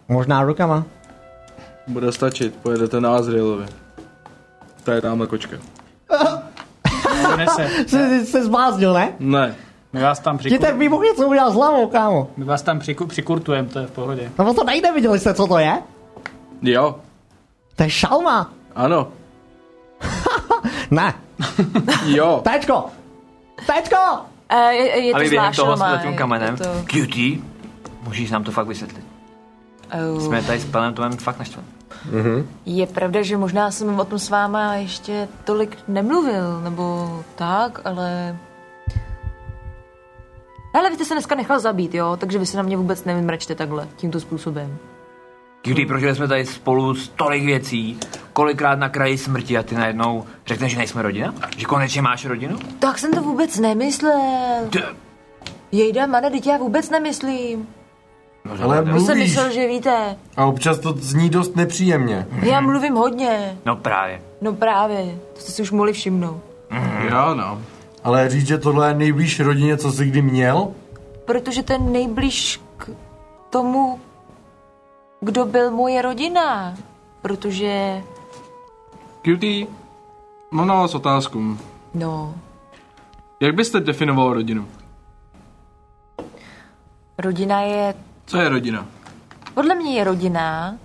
[SPEAKER 1] Možná rukama.
[SPEAKER 3] Bude stačit, pojedete na Azrielovi. To je tamhle kočka.
[SPEAKER 5] Donese.
[SPEAKER 1] Jsi se zbláznil, ne?
[SPEAKER 3] Ne,
[SPEAKER 5] My vás tam,
[SPEAKER 1] Ti
[SPEAKER 5] přikur,
[SPEAKER 1] ten výbuch něco udělal s hlavou, kámo.
[SPEAKER 5] my vás tam přiku, přikurtujeme, to je v pohodě.
[SPEAKER 1] No to nejde, viděli jste, co to je?
[SPEAKER 3] jo,
[SPEAKER 1] To je šalma.
[SPEAKER 3] ano,
[SPEAKER 1] Ne,
[SPEAKER 3] jo.
[SPEAKER 1] téčko. Téčko.
[SPEAKER 4] Eh, je, je
[SPEAKER 2] A my
[SPEAKER 4] to
[SPEAKER 2] během toho jsme
[SPEAKER 4] zvláštní.
[SPEAKER 2] za tím kamenem. Cutie, můžeš nám to fakt vysvětlit. Jsme tady s panem Tomem fakt naštvaní.
[SPEAKER 4] eh, Je pravda, že možná jsem o tom s váma ještě tolik nemluvil, nebo tak, ale... Ale vy jste se dneska nechal zabít, jo? Takže vy se na mě vůbec nevymračte takhle, tímto způsobem.
[SPEAKER 2] Cutie, prožili jsme tady spolu z tolik věcí, kolikrát na kraji smrti a ty najednou řekneš, že nejsme rodina? Že konečně máš rodinu?
[SPEAKER 4] Tak jsem to vůbec nemyslel.
[SPEAKER 2] Ty,
[SPEAKER 4] Jejda, mana, teď já vůbec nemyslím.
[SPEAKER 8] Ale
[SPEAKER 4] Vy jsem
[SPEAKER 8] mluvíš
[SPEAKER 4] myslel, že víte.
[SPEAKER 8] a občas to zní dost nepříjemně.
[SPEAKER 4] Já mluvím hodně.
[SPEAKER 2] No právě.
[SPEAKER 4] No právě, to jste si už mohli všimnout.
[SPEAKER 3] Jo, no.
[SPEAKER 8] Ale říct, že tohle je nejblíž rodině, co jsi kdy měl?
[SPEAKER 4] Protože to je nejblíž k tomu, kdo byl moje rodina. Protože,
[SPEAKER 3] Cutie, mám na vás otázku.
[SPEAKER 4] no,
[SPEAKER 3] Jak byste definoval rodinu?
[SPEAKER 4] rodina je
[SPEAKER 3] Co je rodina?
[SPEAKER 4] Podle mě je rodina,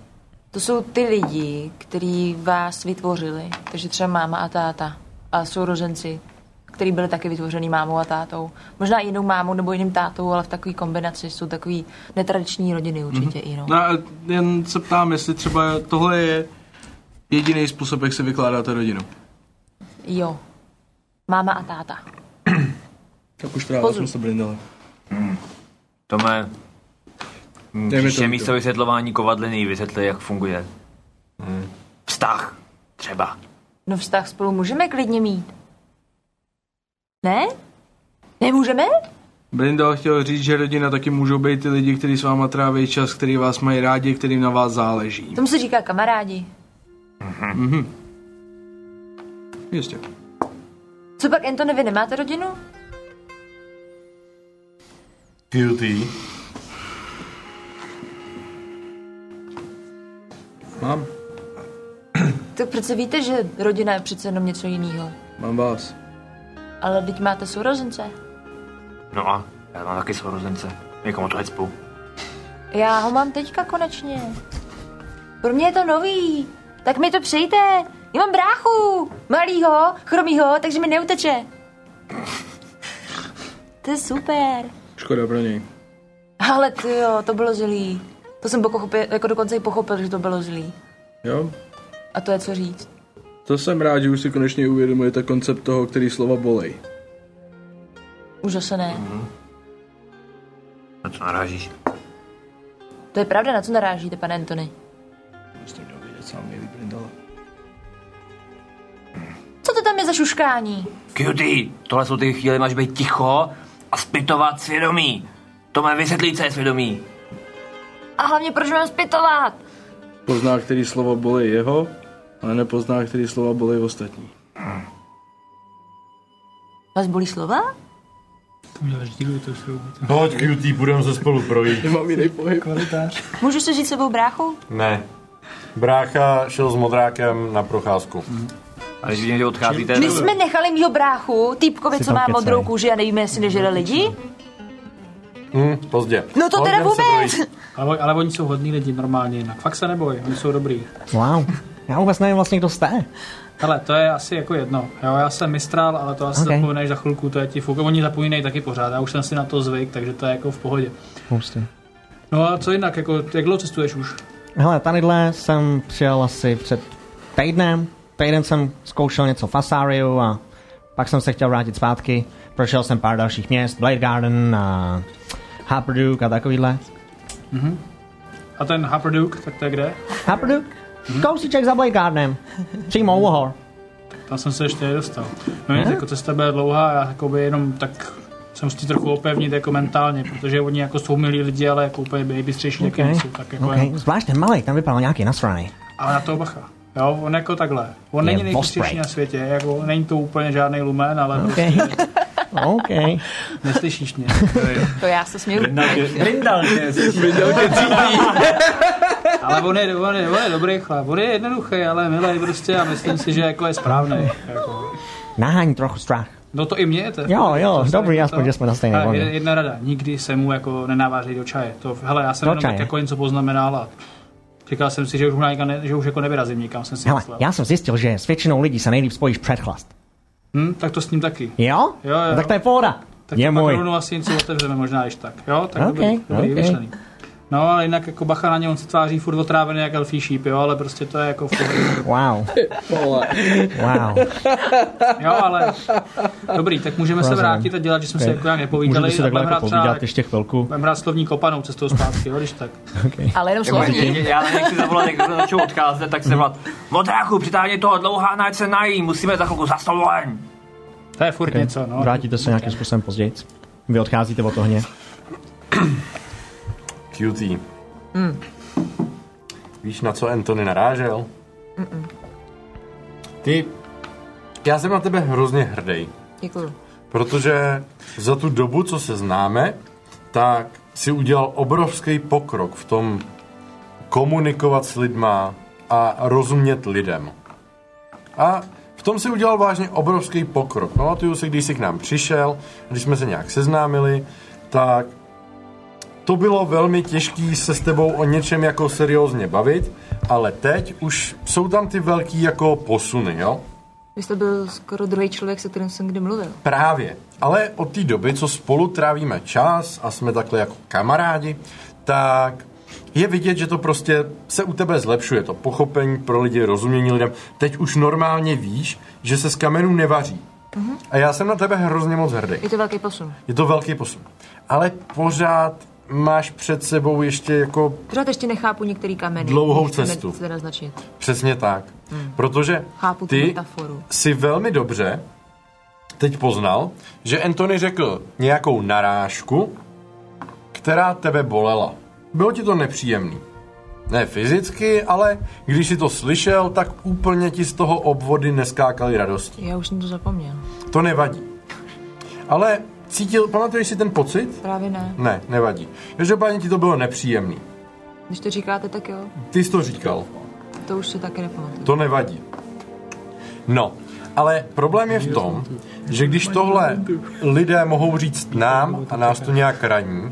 [SPEAKER 4] to jsou ty lidi, kteří vás vytvořili. Takže třeba máma a táta a sourozenci, který byli taky vytvořený mámou a tátou. Možná jinou mámou nebo jiným tátou, ale v takové kombinaci jsou takový netradiční rodiny určitě mm-hmm. i no.
[SPEAKER 3] No, a jen se ptám, jestli třeba tohle je jediný způsob, jak si vykládáte rodinu.
[SPEAKER 4] Jo. Máma a táta.
[SPEAKER 3] Tak už trává,
[SPEAKER 4] Pozor.
[SPEAKER 3] jsme se brindali.
[SPEAKER 2] Tome, mm,
[SPEAKER 3] Dej mi
[SPEAKER 2] příště
[SPEAKER 3] to,
[SPEAKER 2] místo
[SPEAKER 3] to.
[SPEAKER 2] vysvětlování kovadliny vysvětli, jak funguje
[SPEAKER 3] Hmm.
[SPEAKER 2] vztah. Třeba.
[SPEAKER 4] No vztah spolu můžeme klidně mít. Ne? Nemůžeme?
[SPEAKER 3] Brindal chtěl říct, že rodina taky můžou být ty lidi, kteří s váma tráví čas, který vás mají rádi, kterým na vás záleží.
[SPEAKER 4] Tomu se říká kamarádi.
[SPEAKER 3] Jistě.
[SPEAKER 4] Co pak, Antony, vy nemáte rodinu?
[SPEAKER 8] Guilty.
[SPEAKER 3] Mám,
[SPEAKER 4] Tak přece víte, že rodina je přece jenom něco jiného.
[SPEAKER 3] mám vás.
[SPEAKER 4] Ale teď máte sourozence.
[SPEAKER 2] No a já mám taky sourozence. Někomu to hecpu.
[SPEAKER 4] Já ho mám teďka konečně. Pro mě je to nový. Tak mi to přejte. Já mám bráchu. Malýho, chromýho, takže mi neuteče. To je super.
[SPEAKER 3] Škoda pro něj.
[SPEAKER 4] Ale ty jo, to bylo zlý. To jsem pochopil, jako dokonce i pochopil, že to bylo zlý.
[SPEAKER 3] Jo?
[SPEAKER 4] A to je co říct.
[SPEAKER 3] To jsem rád, že už si konečně uvědomujete koncept toho, který slova bolej.
[SPEAKER 7] Už zase ne.
[SPEAKER 2] Na co narážíš?
[SPEAKER 7] To je pravda, na co narážíte, pane Antony.
[SPEAKER 3] Jste měl vědět sám, milý Brindale.
[SPEAKER 7] Co to tam je za šuškání?
[SPEAKER 2] Cutie, tohle jsou ty chvíle, máš být ticho a zpytovat svědomí. To má vysvětlí, co je svědomí.
[SPEAKER 7] A hlavně proč mám zpytovat?
[SPEAKER 3] Pozná, který slova bolej jeho, ale nepozná, který slova bolej ostatní.
[SPEAKER 7] Vás bolí slova?
[SPEAKER 8] Pojď, QT, budeme se spolu projít.
[SPEAKER 3] Nemám jiný pohyb.
[SPEAKER 7] Můžu se říct sebou bráchu?
[SPEAKER 8] Ne. Brácha šel s modrákem na procházku.
[SPEAKER 2] A když vidím, že odcházíte,
[SPEAKER 7] My jsme nechali mýho bráchu, týpkovi,
[SPEAKER 1] Si
[SPEAKER 7] co
[SPEAKER 1] tam
[SPEAKER 7] má
[SPEAKER 1] kecej.
[SPEAKER 7] modrou kůži a nevíme, jestli nežere lidi?
[SPEAKER 8] Hm, pozdě.
[SPEAKER 7] No to
[SPEAKER 8] Pojď,
[SPEAKER 7] teda
[SPEAKER 8] jdem se
[SPEAKER 7] vůbec!
[SPEAKER 8] projít.
[SPEAKER 5] Ale, ale oni jsou hodní lidi normálně jinak. Fakt se neboj, oni jsou dobrý.
[SPEAKER 1] Wow. Já vůbec nevím vlastně, kdo jste.
[SPEAKER 5] Hele, to je asi jako jedno. Jo, já jsem mistrál, ale to asi
[SPEAKER 1] Ok.
[SPEAKER 5] okay. zapomeneš za chvilku, to je ti fuk. Oni zapomínají taky pořád, já už jsem si na to zvyk, takže to je jako v pohodě.
[SPEAKER 1] Hustý.
[SPEAKER 5] No a co jinak, jako, jak dlouho cestuješ už?
[SPEAKER 1] Hele, tadyhle jsem přijel asi před týdnem. Týden jsem zkoušel něco v Asariu a pak jsem se chtěl vrátit zpátky. Prošel jsem pár dalších měst, Blade Garden a Haperduke a takovýhle.
[SPEAKER 5] A ten Happerduke, tak to je kde?
[SPEAKER 1] Haperduke?
[SPEAKER 5] Mhm.
[SPEAKER 1] Kousíček za Blade Gardenem. Přímo u hor.
[SPEAKER 5] Tam jsem se ještě nedostal. No nic, jako cesta byla dlouhá, já jakoby jenom tak se musí trochu opevnit jako mentálně, protože oni jako jsou milí lidi, ale jako úplně nejbystřejší okay.
[SPEAKER 1] Okay.
[SPEAKER 5] nejsou, tak jako okay.
[SPEAKER 1] Okay. Zvlášť ten malý, tam vypadal nějaký nasraný.
[SPEAKER 5] Ale na to bacha. Jo, on jako takhle.
[SPEAKER 1] Je
[SPEAKER 5] On není
[SPEAKER 1] osprey.
[SPEAKER 5] nejbystřejší na světě, jako není to úplně žádný lumen, ale okay.
[SPEAKER 1] OK. OK.
[SPEAKER 5] neslyšíš mě.
[SPEAKER 4] To já se směju.
[SPEAKER 2] Brindal
[SPEAKER 5] Ale on je, on je, on je dobrý chlap, on je jednoduchý, ale milý prostě a myslím si, že jako je správný. Jako.
[SPEAKER 1] Naháň trochu strach.
[SPEAKER 5] No to i mě je to.
[SPEAKER 1] Jo, jo,
[SPEAKER 5] To se-
[SPEAKER 1] dobrý,
[SPEAKER 5] to-
[SPEAKER 1] aspoň, že jsme na stejné
[SPEAKER 5] Ale
[SPEAKER 1] vlně.
[SPEAKER 5] je- Jedna rada, nikdy se mu jako nenaváří do čaje. To, hele, já jsem
[SPEAKER 1] Do
[SPEAKER 5] jenom
[SPEAKER 1] čaje.
[SPEAKER 5] tak jako něco poznamenal a říkal jsem si, že už, možná ne, že už jako nevyrazím nikam, jsem si
[SPEAKER 1] Hele,
[SPEAKER 5] myslel.
[SPEAKER 1] já jsem zjistil, že s většinou lidí se nejlíp spojíš před chlast.
[SPEAKER 5] Hm, tak to s ním taky.
[SPEAKER 1] Jo?
[SPEAKER 5] Jo, jo.
[SPEAKER 1] No, tak to je pohoda.
[SPEAKER 5] Tak
[SPEAKER 1] je
[SPEAKER 5] pak
[SPEAKER 1] můj.
[SPEAKER 5] rovnou asi něco otevřeme, možná již tak. Jo, tak
[SPEAKER 1] Ok,
[SPEAKER 5] dobrý, dobrý,
[SPEAKER 1] ok.
[SPEAKER 5] vyšlený. No, ale jinak jako bacha na ně, on se tváří furt otrávený jak elfí šíp, jo, ale prostě to je jako v pohodě.
[SPEAKER 1] Wow. Wow.
[SPEAKER 5] Jo, ale dobrý, tak můžeme se
[SPEAKER 1] Rozumím.
[SPEAKER 5] vrátit a dělat, že jsme se
[SPEAKER 1] Ok.
[SPEAKER 5] jako nějak
[SPEAKER 1] Můžeme
[SPEAKER 5] nepovídali.
[SPEAKER 1] si
[SPEAKER 5] a
[SPEAKER 1] takhle
[SPEAKER 5] budeme
[SPEAKER 1] jako
[SPEAKER 5] hrát třeba-
[SPEAKER 1] povídat ještě chvilku.
[SPEAKER 5] Budeme hrát slovní kopanou cestou zpátky, jo, když tak.
[SPEAKER 7] Ale jenom
[SPEAKER 2] Jako,
[SPEAKER 7] slovní.
[SPEAKER 2] je- já na něj chci zavolat, jak se začal odcházet, tak se volat. Modráku, přitáhni toho dlouhá, ať se nají, musíme za chvilku za stoloň.
[SPEAKER 5] To je furt něco, no.
[SPEAKER 1] Vrátíte se nějakým způsobem později. Vy odcházíte od ohně.
[SPEAKER 8] QT.
[SPEAKER 7] Hmm.
[SPEAKER 8] Víš, na co Anthony narážel? Ty, já jsem na tebe hrozně hrdý,
[SPEAKER 7] Děkuju.
[SPEAKER 8] protože za tu dobu, co se známe, tak si udělal obrovský pokrok v tom komunikovat s lidma a rozumět lidem. A v tom si udělal vážně obrovský pokrok. Pamatuju si, když jsi k nám přišel, když jsme se nějak seznámili, tak to bylo velmi těžké se s tebou o něčem jako seriózně bavit, ale teď už jsou tam ty velký jako posuny, jo?
[SPEAKER 7] Vy jste byl skoro druhý člověk, se kterým jsem kdy mluvil.
[SPEAKER 8] Právě. Ale od té doby, co spolu trávíme čas a jsme takhle jako kamarádi, tak je vidět, že to prostě se u tebe zlepšuje, to pochopení pro lidi, rozumění lidem. Teď už normálně víš, že se z kamenů nevaří. A já jsem na tebe hrozně moc hrdý.
[SPEAKER 7] Je to velký posun.
[SPEAKER 8] Je to velký posun. Ale pořád máš před sebou ještě jako
[SPEAKER 7] Pořád ještě nechápu některý kameny.
[SPEAKER 8] Dlouhou
[SPEAKER 7] Nechceme
[SPEAKER 8] cestu.
[SPEAKER 7] se naznačit.
[SPEAKER 8] Přesně tak. Hmm. Protože
[SPEAKER 7] Chápu tu
[SPEAKER 8] ty
[SPEAKER 7] metaforu.
[SPEAKER 8] si velmi dobře teď poznal, že Anthony řekl nějakou narážku, která tebe bolela. Bylo ti to nepříjemný. Ne fyzicky, ale když si to slyšel, tak úplně ti z toho obvody neskákaly radostí.
[SPEAKER 7] Já už jsem to zapomněl.
[SPEAKER 8] To nevadí. Ale cítil, pamatuješ si ten pocit?
[SPEAKER 7] Právě ne.
[SPEAKER 8] Ne, nevadí. Každopádně ti to bylo nepříjemný.
[SPEAKER 7] Když to říkáte, tak jo.
[SPEAKER 8] Ty jsi to říkal.
[SPEAKER 7] To už si taky nepamatuju.
[SPEAKER 8] To nevadí. No, ale problém je v tom, že když tohle lidé mohou říct nám a nás to nějak raní,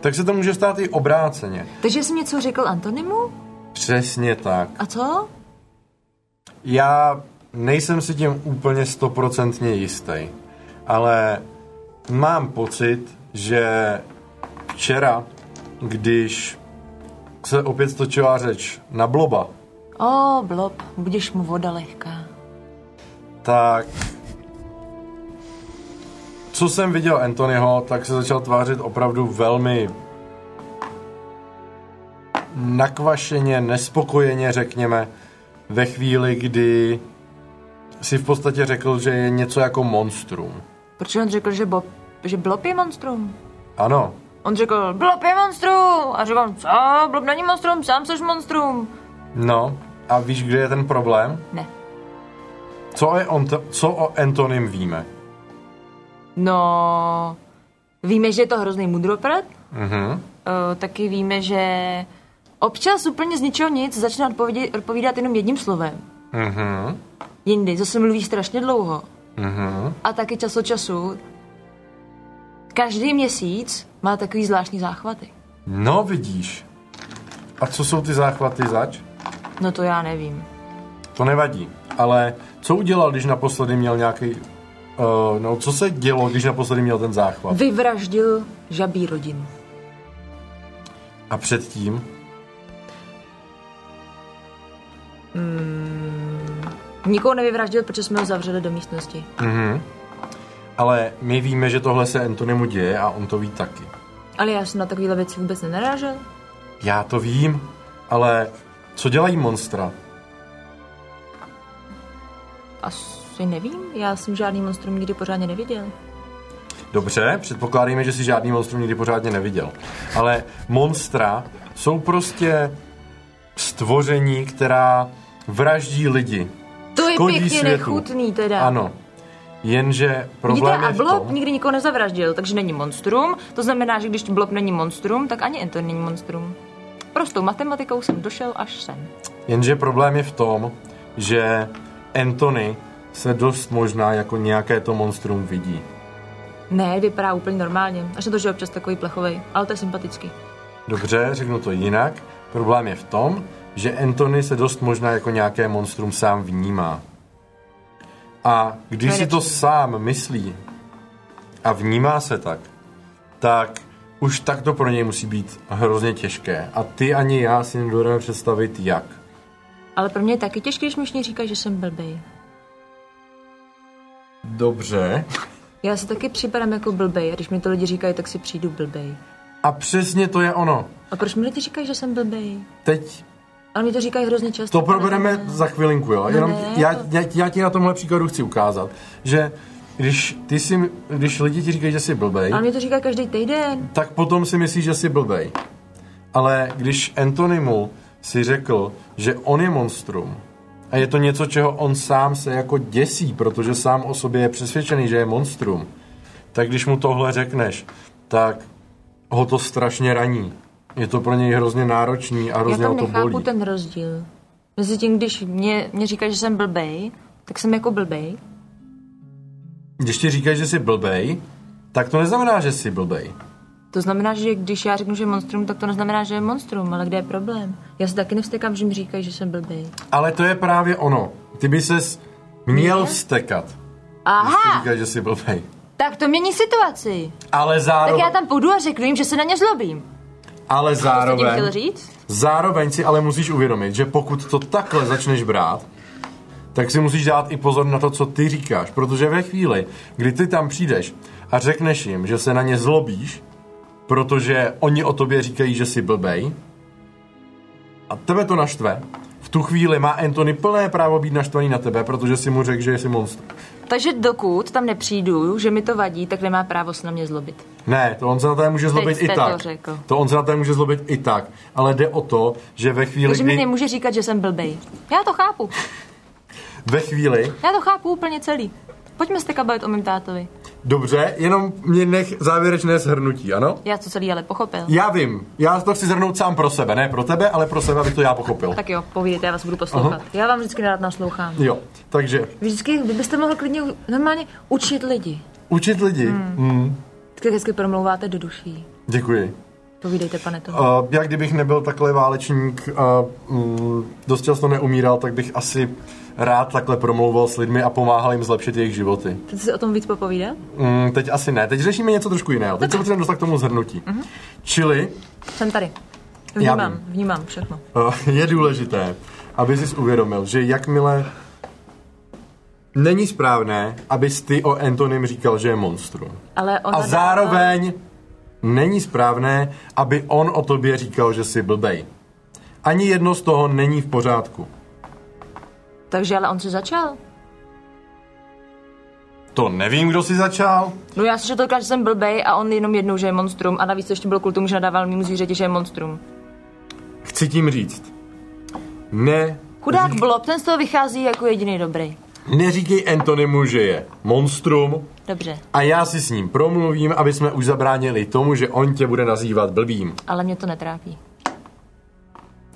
[SPEAKER 8] tak se to může stát i obráceně.
[SPEAKER 7] Takže jsem něco řekl Antonimu?
[SPEAKER 8] Přesně tak.
[SPEAKER 7] A co?
[SPEAKER 8] Já nejsem si tím úplně stoprocentně jistý, ale mám pocit, že včera, když se opět stočila řeč na bloba,
[SPEAKER 7] O, blob, budeš mu voda lehká.
[SPEAKER 8] tak... Co jsem viděl Anthonyho, tak se začal tvářit opravdu velmi nakvašeně, nespokojeně, řekněme, ve chvíli, kdy si v podstatě řekl, že je něco jako monstrum.
[SPEAKER 4] Proč on řekl, že, Bob, že Blop je monstrum?
[SPEAKER 8] Ano,
[SPEAKER 4] On řekl, Blop je monstrum! A říkám, co? Blop není monstrum, sám jsi monstrum.
[SPEAKER 8] no, a víš, kde je ten problém?
[SPEAKER 4] Ne.
[SPEAKER 8] Co, je on t- co o Antonym víme?
[SPEAKER 4] No, víme, že je to hrozný mudroprat,
[SPEAKER 8] Mhm.
[SPEAKER 4] Eh, taky víme, že občas úplně z ničeho nic začne odpovědi- odpovídat jenom jedním slovem.
[SPEAKER 8] Mhm.
[SPEAKER 4] Jindy zase mluví strašně dlouho.
[SPEAKER 8] Mhm.
[SPEAKER 4] A taky čas od času. Každý měsíc má takový zvláštní záchvaty.
[SPEAKER 8] No, vidíš. A co jsou ty záchvaty zač?
[SPEAKER 4] No to já nevím.
[SPEAKER 8] To nevadí. Ale co udělal, když naposledy měl nějaký... Uh, no, co se dělo, když naposledy měl ten záchvat?
[SPEAKER 4] Vyvraždil žabí rodinu.
[SPEAKER 8] A předtím?
[SPEAKER 4] Nikoho nevyvraždil, protože jsme ho zavřeli do místnosti.
[SPEAKER 8] Mhm. Ale my víme, že tohle se Antonymu děje a on to ví taky.
[SPEAKER 4] Ale já jsem na takovéhle věci vůbec nenarážel.
[SPEAKER 8] Já to vím, ale co dělají monstra?
[SPEAKER 4] Asi nevím, já jsem žádný monstrum nikdy pořádně neviděl.
[SPEAKER 8] Dobře, předpokládejme, že si žádný monstrum nikdy pořádně neviděl. Ale monstra jsou prostě stvoření, která vraždí lidi.
[SPEAKER 4] To je
[SPEAKER 8] Škodí
[SPEAKER 4] pěkně
[SPEAKER 8] světu.
[SPEAKER 4] nechutný teda.
[SPEAKER 8] Ano. Jenže problém
[SPEAKER 4] Vidíte, a
[SPEAKER 8] je v
[SPEAKER 4] Blob
[SPEAKER 8] tom...
[SPEAKER 4] nikdy nikoho nezavraždil, takže není monstrum. To znamená, že když Blob není monstrum, tak ani Anton není monstrum. Prostou matematikou jsem došel až sem.
[SPEAKER 8] Jenže problém je v tom, že Anthony se dost možná jako nějaké to monstrum vidí.
[SPEAKER 4] Ne, vypadá úplně normálně. Až na to, že je občas takový plechovej, ale to je sympatický.
[SPEAKER 8] Dobře, řeknu to jinak. Problém je v tom, že Anthony se dost možná jako nějaké monstrum sám vnímá. A když
[SPEAKER 4] To je
[SPEAKER 8] si to
[SPEAKER 4] lepší.
[SPEAKER 8] sám myslí a vnímá se tak, tak už tak to pro něj musí být hrozně těžké. A ty ani já si nedovedeme představit, jak.
[SPEAKER 4] Ale pro mě je taky těžké, když mi všichni říkají, že jsem blbej.
[SPEAKER 8] Dobře.
[SPEAKER 4] Já si taky připadám jako blbej a když mi to lidi říkají, tak si přijdu blbej.
[SPEAKER 8] A přesně to je ono.
[SPEAKER 4] A proč mi lidi říkají, že jsem blbej?
[SPEAKER 8] Teď
[SPEAKER 4] Ale mi to říkají hrozně často.
[SPEAKER 8] To probereme za chvilinku, jo. Jenom
[SPEAKER 4] ne,
[SPEAKER 8] já,
[SPEAKER 4] to-
[SPEAKER 8] já, já ti na tomhle příkladu chci ukázat, že když, ty si, když lidi ti říkají, že jsi blbej,
[SPEAKER 4] Ale mi to říká každý týden.
[SPEAKER 8] tak potom si myslíš, že jsi blbej. Ale když Antonimu si řekl, že on je monstrum a je to něco, čeho on sám se jako děsí, protože sám o sobě je přesvědčený, že je monstrum, tak když mu tohle řekneš, tak ho to strašně raní. Je to pro něj hrozně náročný
[SPEAKER 4] Já
[SPEAKER 8] a hrozně ho
[SPEAKER 4] tam
[SPEAKER 8] to
[SPEAKER 4] nechápu
[SPEAKER 8] bolí.
[SPEAKER 4] ten rozdíl. Mezi tím, když mě, mě říkají, že jsem blbej, tak jsem jako blbej.
[SPEAKER 8] Když ti říkají, že jsi blbej, tak to neznamená, že jsi blbej.
[SPEAKER 4] To znamená, že když já řeknu, že je monstrum, tak to neznamená, že je monstrum, ale kde je problém? Já se taky nevstekám, že mi říkají, že jsem blbej.
[SPEAKER 8] Ale to je právě ono. Ty by ses měl vstekat, když ti
[SPEAKER 4] Aha,
[SPEAKER 8] říkají, že jsi blbej.
[SPEAKER 4] tak to mění situaci.
[SPEAKER 8] Ale
[SPEAKER 4] Tak
[SPEAKER 8] zároveň,
[SPEAKER 4] já tam půjdu a řeknu jim, že se na ně zlobím.
[SPEAKER 8] ale
[SPEAKER 4] Co tím chtěl
[SPEAKER 8] zároveň,
[SPEAKER 4] říct?
[SPEAKER 8] zároveň si ale musíš uvědomit, že pokud to takhle začneš brát, tak si musíš dát i pozor na to, co ty říkáš. Protože ve chvíli, kdy ty tam přijdeš a řekneš jim, že se na ně zlobíš, protože oni o tobě říkají, že jsi blbej, a tebe to naštve, v tu chvíli má Anthony plné právo být naštvaný na tebe, protože si mu řekl, že jsi monstr.
[SPEAKER 4] Takže dokud tam nepřijdu, že mi to vadí, tak nemá právo se na mě zlobit.
[SPEAKER 8] Ne, to on se na tebe může zlobit
[SPEAKER 4] jste
[SPEAKER 8] i
[SPEAKER 4] to
[SPEAKER 8] tak.
[SPEAKER 4] řekl.
[SPEAKER 8] to on se na tebe může zlobit i tak. Ale jde o to, že ve chvíli,
[SPEAKER 4] Takže mi
[SPEAKER 8] kdy,
[SPEAKER 4] nemůže říkat, že jsem blbej. Já to chápu.
[SPEAKER 8] ve chvíli
[SPEAKER 4] Já to chápu úplně celý. Pojďme se bavit o mém tátovi.
[SPEAKER 8] Dobře, jenom mě nech závěrečné shrnutí, ano?
[SPEAKER 4] Já to celý ale pochopil.
[SPEAKER 8] Já vím, já to chci zhrnout sám pro sebe, ne pro tebe, ale pro sebe, abych to já pochopil.
[SPEAKER 4] Tak jo, povídejte, já vás budu poslouchat. Já vám vždycky rád naslouchám.
[SPEAKER 8] Jo, takže
[SPEAKER 4] Vy Vždycky vy byste mohl klidně u- normálně učit lidi.
[SPEAKER 8] učit lidi. Hmm.
[SPEAKER 4] Tak hezky promlouváte do duší.
[SPEAKER 8] Děkuji.
[SPEAKER 4] Povídejte, pane toho.
[SPEAKER 8] Uh, já kdybych nebyl takhle válečník a mm, dost často neumíral, tak bych asi rád takhle promlouval s lidmi a pomáhal jim zlepšit jejich životy.
[SPEAKER 4] Chcete si o tom víc popovídat?
[SPEAKER 8] Mm, teď asi ne, teď řešíme něco trošku jiného. Teď se potřebujeme dostat k tomu zhrnutí. Čili
[SPEAKER 4] Jsem tady.
[SPEAKER 8] Já
[SPEAKER 4] Vnímám,
[SPEAKER 8] vím.
[SPEAKER 4] vnímám všechno.
[SPEAKER 8] No, Eh, je důležité, aby jsi uvědomil, že jakmile není správné, abys ty o Antonym říkal, že je monstrum.
[SPEAKER 4] Ale ona
[SPEAKER 8] A
[SPEAKER 4] dává-
[SPEAKER 8] zároveň není správné, aby on o tobě říkal, že jsi blbej. Ani jedno z toho není v pořádku.
[SPEAKER 4] No, Takže ale on se začal.
[SPEAKER 8] To nevím, kdo si začal.
[SPEAKER 4] No já slyšel tolikrát, že jsem blbej a on jenom jednou, že je monstrum a navíc to ještě bylo kvůli tomu, že nadával mým zvířeti, že je monstrum.
[SPEAKER 8] Chci tím říct. Ne,
[SPEAKER 4] Chudák
[SPEAKER 8] Hm.
[SPEAKER 4] blob, ten z toho vychází jako jediný dobrý.
[SPEAKER 8] neříkej Antonymu, že je monstrum
[SPEAKER 4] Dobře,
[SPEAKER 8] a já si s ním promluvím, aby jsme už zabránili tomu, že on tě bude nazývat blbým.
[SPEAKER 4] ale mě to netrápí.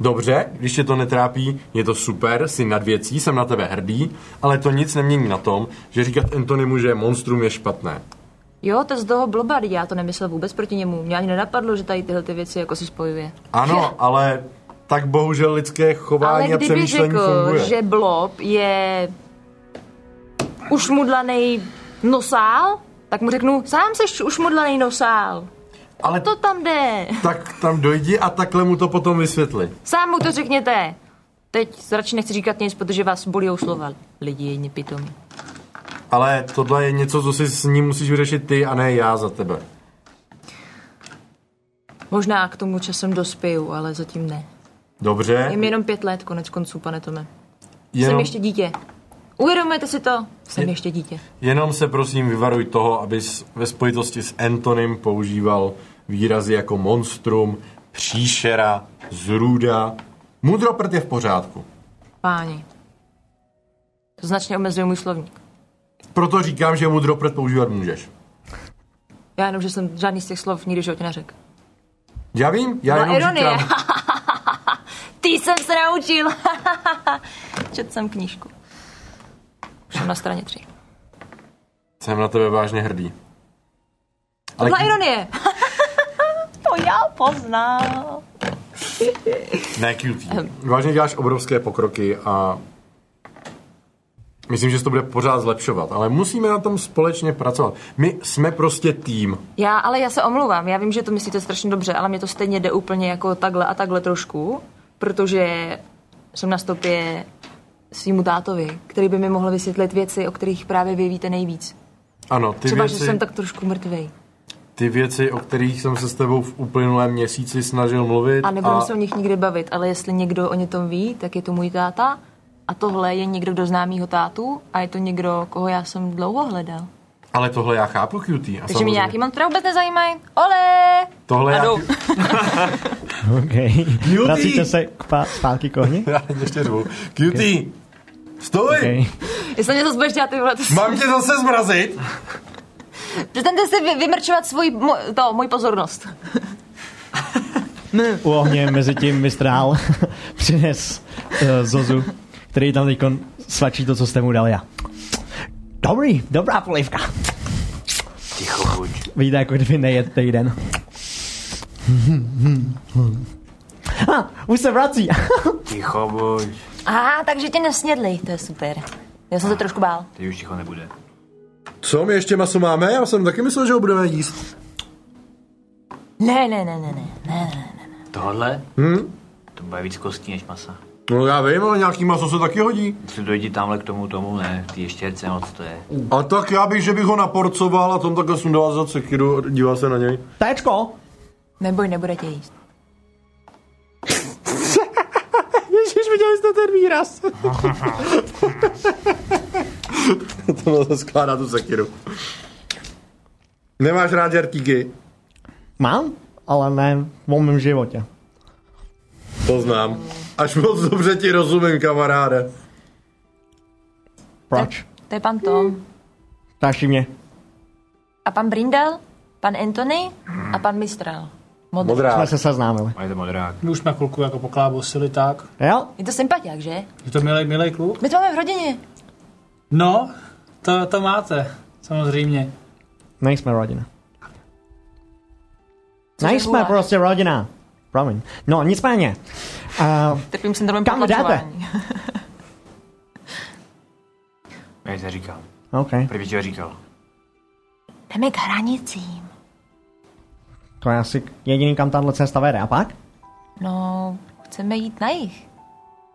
[SPEAKER 8] Dobře, když tě to netrápí, je to super, jsi nad věcí, jsem na tebe hrdý, ale to nic nemění na tom, že říkat Antonymu, že je monstrum, je špatné.
[SPEAKER 4] Jo, to z toho bloba, vždyť já to nemyslel vůbec proti němu. Mě ani nenapadlo, že tady tyhle ty věci jako se spojuje.
[SPEAKER 8] Ano, ale tak bohužel lidské
[SPEAKER 4] Ale
[SPEAKER 8] chování a
[SPEAKER 4] kdyby
[SPEAKER 8] přemýšlení
[SPEAKER 4] řekl,
[SPEAKER 8] funguje.
[SPEAKER 4] že blob je ušmudlaný nosál, tak mu řeknu, sám seš ušmudlaný nosál.
[SPEAKER 8] Ale
[SPEAKER 4] To tam jde.
[SPEAKER 8] tak tam dojdi a takhle mu to potom vysvětli.
[SPEAKER 4] Sám mu to řekněte. Teď radši nechci říkat nic, protože vás bolí slova. Lidi jedni pitomí.
[SPEAKER 8] Ale tohle je něco, co si s ním musíš vyřešit ty a ne já za tebe.
[SPEAKER 4] Možná k tomu časem dospěju, ale zatím ne.
[SPEAKER 8] Dobře?
[SPEAKER 4] Je mi jenom pět let, konec konců, pane Tome. Jsem
[SPEAKER 8] Jenom,
[SPEAKER 4] ještě dítě. Uvědomujete si to? Jsem ještě dítě.
[SPEAKER 8] jenom se prosím vyvaruj toho, abys ve spojitosti s Antonym používal výrazy jako monstrum, příšera, zrůda. Mudroprt je v pořádku.
[SPEAKER 4] Páni. To značně omezuje můj slovník.
[SPEAKER 8] Proto říkám, že mudroprt používat můžeš.
[SPEAKER 4] Já jenom, že jsem žádný z těch slov nikdy v životě neřekl.
[SPEAKER 8] Já vím, já
[SPEAKER 4] Byla
[SPEAKER 8] jenom
[SPEAKER 4] No, ironie.
[SPEAKER 8] říkám,
[SPEAKER 4] Ty jsem se naučil. Četl jsem knížku. Už jsem na straně tři.
[SPEAKER 8] jsem na tebe vážně hrdý.
[SPEAKER 4] To byla
[SPEAKER 8] kdy-
[SPEAKER 4] ironie. to já poznám.
[SPEAKER 8] Ne cutie.
[SPEAKER 4] Ehm.
[SPEAKER 8] Vážně děláš obrovské pokroky a myslím, že se to bude pořád zlepšovat, ale musíme na tom společně pracovat. My jsme prostě tým.
[SPEAKER 4] Já, ale já se omlouvám, já vím, že to myslíte strašně dobře, ale mě to stejně jde úplně jako takhle a takhle trošku, protože jsem na stopě svýmu tátovi, který by mi mohl vysvětlit věci, o kterých právě vy víte nejvíc.
[SPEAKER 8] Ano, ty
[SPEAKER 4] Třeba,
[SPEAKER 8] věci,
[SPEAKER 4] že jsem tak trošku mrtvej.
[SPEAKER 8] ty věci, o kterých jsem se s tebou v uplynulém měsíci snažil mluvit
[SPEAKER 4] A nebudu se o nich nikdy bavit, ale jestli někdo o ně tom ví, tak je to můj táta. A tohle je někdo, kdo zná mýho tátu a je to někdo, koho já jsem dlouho hledal.
[SPEAKER 8] ale tohle já chápu cutie. A
[SPEAKER 4] Takže mě
[SPEAKER 8] samozřejmě
[SPEAKER 4] nějaký mantra vůbec nezajímají. Ole!
[SPEAKER 8] Tohle já,
[SPEAKER 4] A jdu.
[SPEAKER 1] OK. Vracíte se k pá- zpátky k ohni?
[SPEAKER 8] já ještě řvu. Cutie, stoj!
[SPEAKER 1] Okay.
[SPEAKER 4] Jestli mě to budeš dělat, ty vole, to
[SPEAKER 8] Mám tě zase zmrazit?
[SPEAKER 4] Přestaňte si vy, vymrčovat svůj, mo, to, můj pozornost.
[SPEAKER 1] U ohně mezi tím mistrál přines uh, Zozu, který tam teď svačí to, co jste mu dal já. Dobrý, dobrá polivka.
[SPEAKER 2] Ticho buď.
[SPEAKER 1] Vidíte, jako kdyby nejet týden. Ah, už se vrací.
[SPEAKER 2] Ticho buď.
[SPEAKER 4] A, ah, takže tě nesnědli, to je super. Já jsem se trošku bál.
[SPEAKER 2] Teď už ticho nebude.
[SPEAKER 8] Co, my ještě maso máme? Já jsem taky myslel, že ho budeme jíst.
[SPEAKER 4] Ne, ne, ne, ne, ne, ne.
[SPEAKER 2] Tohle? Hmm? To bude víc kostí než masa.
[SPEAKER 8] No já vím, ale nějaký maso se taky hodí.
[SPEAKER 2] Musím dojít tamhle k tomu tomu, ne, ty ještěrce moc to je.
[SPEAKER 8] A tak já bych, že bych ho naporcoval a tom takhle sundal za sekiru, dívá se na něj.
[SPEAKER 1] Téčko,
[SPEAKER 4] Neboj, nebude tě jíst.
[SPEAKER 1] Ježíš, viděli jste ten výraz.
[SPEAKER 8] Tohle se skládá tu sekiru. Nemáš rád žertíky?
[SPEAKER 1] Mám, ale ne v mém životě.
[SPEAKER 8] To znám. Až moc dobře ti rozumím, kamaráde.
[SPEAKER 1] Proč?
[SPEAKER 4] To je pan Tom.
[SPEAKER 1] Taší mě.
[SPEAKER 4] A pan Brindel, pan Anthony a pan Mistral.
[SPEAKER 1] Jsme
[SPEAKER 4] Modrý.
[SPEAKER 8] Modrá.
[SPEAKER 1] se seznámili.
[SPEAKER 2] Mají to modrák.
[SPEAKER 5] My už jsme chvilku jako poklábosili tak.
[SPEAKER 1] Jo?
[SPEAKER 4] Je to sympatiák, že?
[SPEAKER 5] Je to milý, milý kluk?
[SPEAKER 4] My to máme v rodině.
[SPEAKER 5] No, to, to máte, samozřejmě.
[SPEAKER 1] Nejsme rodina. Nejsme
[SPEAKER 4] huláš?
[SPEAKER 1] prostě rodina. Promiň. No, nicméně. Uh,
[SPEAKER 4] Trpím syndromem
[SPEAKER 1] Kam
[SPEAKER 4] potlačování.
[SPEAKER 2] Já jsi neříkal.
[SPEAKER 1] OK,
[SPEAKER 2] První ti ho říkal.
[SPEAKER 4] Jdeme k hranicím.
[SPEAKER 1] to je asi jediný, kam tahle cesta vede. A pak?
[SPEAKER 4] No, chceme jít na jich.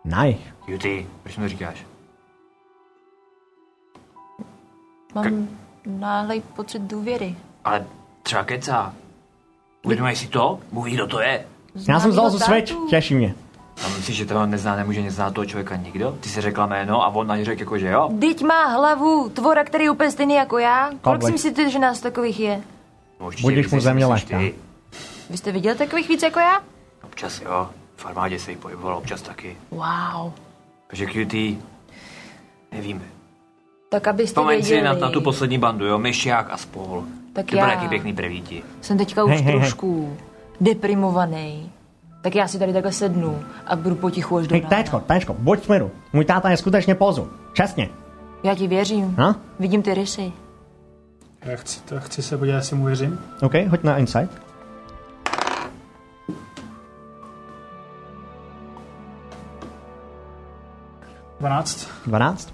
[SPEAKER 1] Na jich.
[SPEAKER 2] Juty, proč mi to říkáš?
[SPEAKER 7] Mám náhlej pocit důvěry.
[SPEAKER 2] Ale třeba kecá. Uvědomuje si to? Mluví, kdo to je?
[SPEAKER 1] Já jsem vzal
[SPEAKER 7] Známýho
[SPEAKER 1] tu sveč,
[SPEAKER 7] tátu.
[SPEAKER 1] těší mě.
[SPEAKER 2] A myslíš, že to nezná, nemůže neznát toho člověka nikdo? Ty jsi řekla jméno a on na ně řekl jako, že jo?
[SPEAKER 7] Dyť má hlavu tvora, který je úplně stejný jako já. Kolik si
[SPEAKER 1] Kolik?
[SPEAKER 7] myslíte, že nás takových je?
[SPEAKER 2] Určitě
[SPEAKER 1] Budíš
[SPEAKER 2] víc,
[SPEAKER 1] mu
[SPEAKER 2] než si
[SPEAKER 1] země
[SPEAKER 2] myslíš
[SPEAKER 1] lehká.
[SPEAKER 2] ty.
[SPEAKER 7] Vy jste viděl takových víc jako já?
[SPEAKER 2] Občas jo. V armádě se jí pohyboval občas taky.
[SPEAKER 7] Wow.
[SPEAKER 2] Takže QT, nevíme.
[SPEAKER 7] Tak abyste
[SPEAKER 2] Vzpomeň si
[SPEAKER 7] věděli.
[SPEAKER 2] na, na tu poslední bandu, jo, Myšiák a spol.
[SPEAKER 7] Tak
[SPEAKER 2] to byly
[SPEAKER 7] já.
[SPEAKER 2] jaký pěkný prvíti.
[SPEAKER 7] Jsem teďka už
[SPEAKER 1] Hej, hej, hej.
[SPEAKER 7] trošku deprimovaný. Tak já si tady takhle sednu a budu potichu až do
[SPEAKER 1] Hej,
[SPEAKER 7] rána.
[SPEAKER 1] téčko, téčko, buď v miru. Můj táta je skutečně pozu. Čestně.
[SPEAKER 7] Já ti věřím.
[SPEAKER 1] Ha?
[SPEAKER 7] Vidím ty rysy.
[SPEAKER 5] Já chci, to, chci se podívat, jestli mu věřím.
[SPEAKER 1] OK, hoď na insight.
[SPEAKER 5] Dvanáct.
[SPEAKER 1] 12.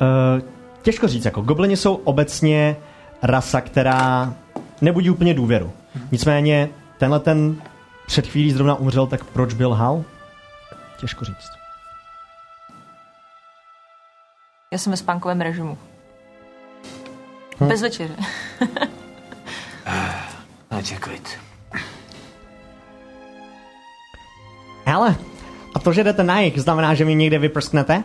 [SPEAKER 1] Uh, těžko říct, jako goblini jsou obecně rasa, která nebudí úplně důvěru. Nicméně tenhle ten před chvílí zrovna umřel, tak proč byl hal? Těžko říct.
[SPEAKER 7] Já jsem ve spánkovém režimu. Bez večeře.
[SPEAKER 2] Takže No, klid.
[SPEAKER 1] Hele, a to, že jdete na jich, znamená, že mi někde vyprsknete?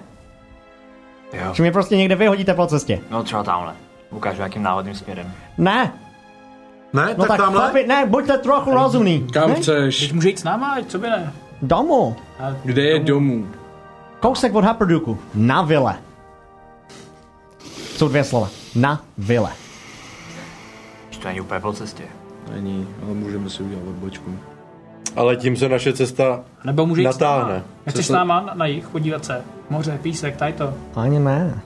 [SPEAKER 2] Jo.
[SPEAKER 1] Že mě prostě někde vyhodíte po cestě?
[SPEAKER 2] No třeba tamhle. Ukážu jakým náhodným směrem.
[SPEAKER 1] Ne,
[SPEAKER 8] Ne,
[SPEAKER 1] no tak, tak
[SPEAKER 8] tamhle?
[SPEAKER 1] chlapi, ne, buďte trochu rozumný.
[SPEAKER 3] Kam
[SPEAKER 1] ne?
[SPEAKER 3] chceš?
[SPEAKER 5] Teď může jít s náma, ať co by ne.
[SPEAKER 1] Domů.
[SPEAKER 3] Kde je domů?
[SPEAKER 1] Kousek od Haperduku. Na vile. Jsou dvě slova. Na vile.
[SPEAKER 2] Že to není úplně po cestě.
[SPEAKER 3] Není, ale můžeme si udělat odbočku.
[SPEAKER 8] Ale tím se naše cesta
[SPEAKER 5] Nebo může jít s
[SPEAKER 8] natáhne.
[SPEAKER 5] náma.
[SPEAKER 3] Co
[SPEAKER 5] Nechceš s
[SPEAKER 3] to-
[SPEAKER 5] náma na, na jich podívat se? Moře, písek, tady to.
[SPEAKER 1] Ani ne.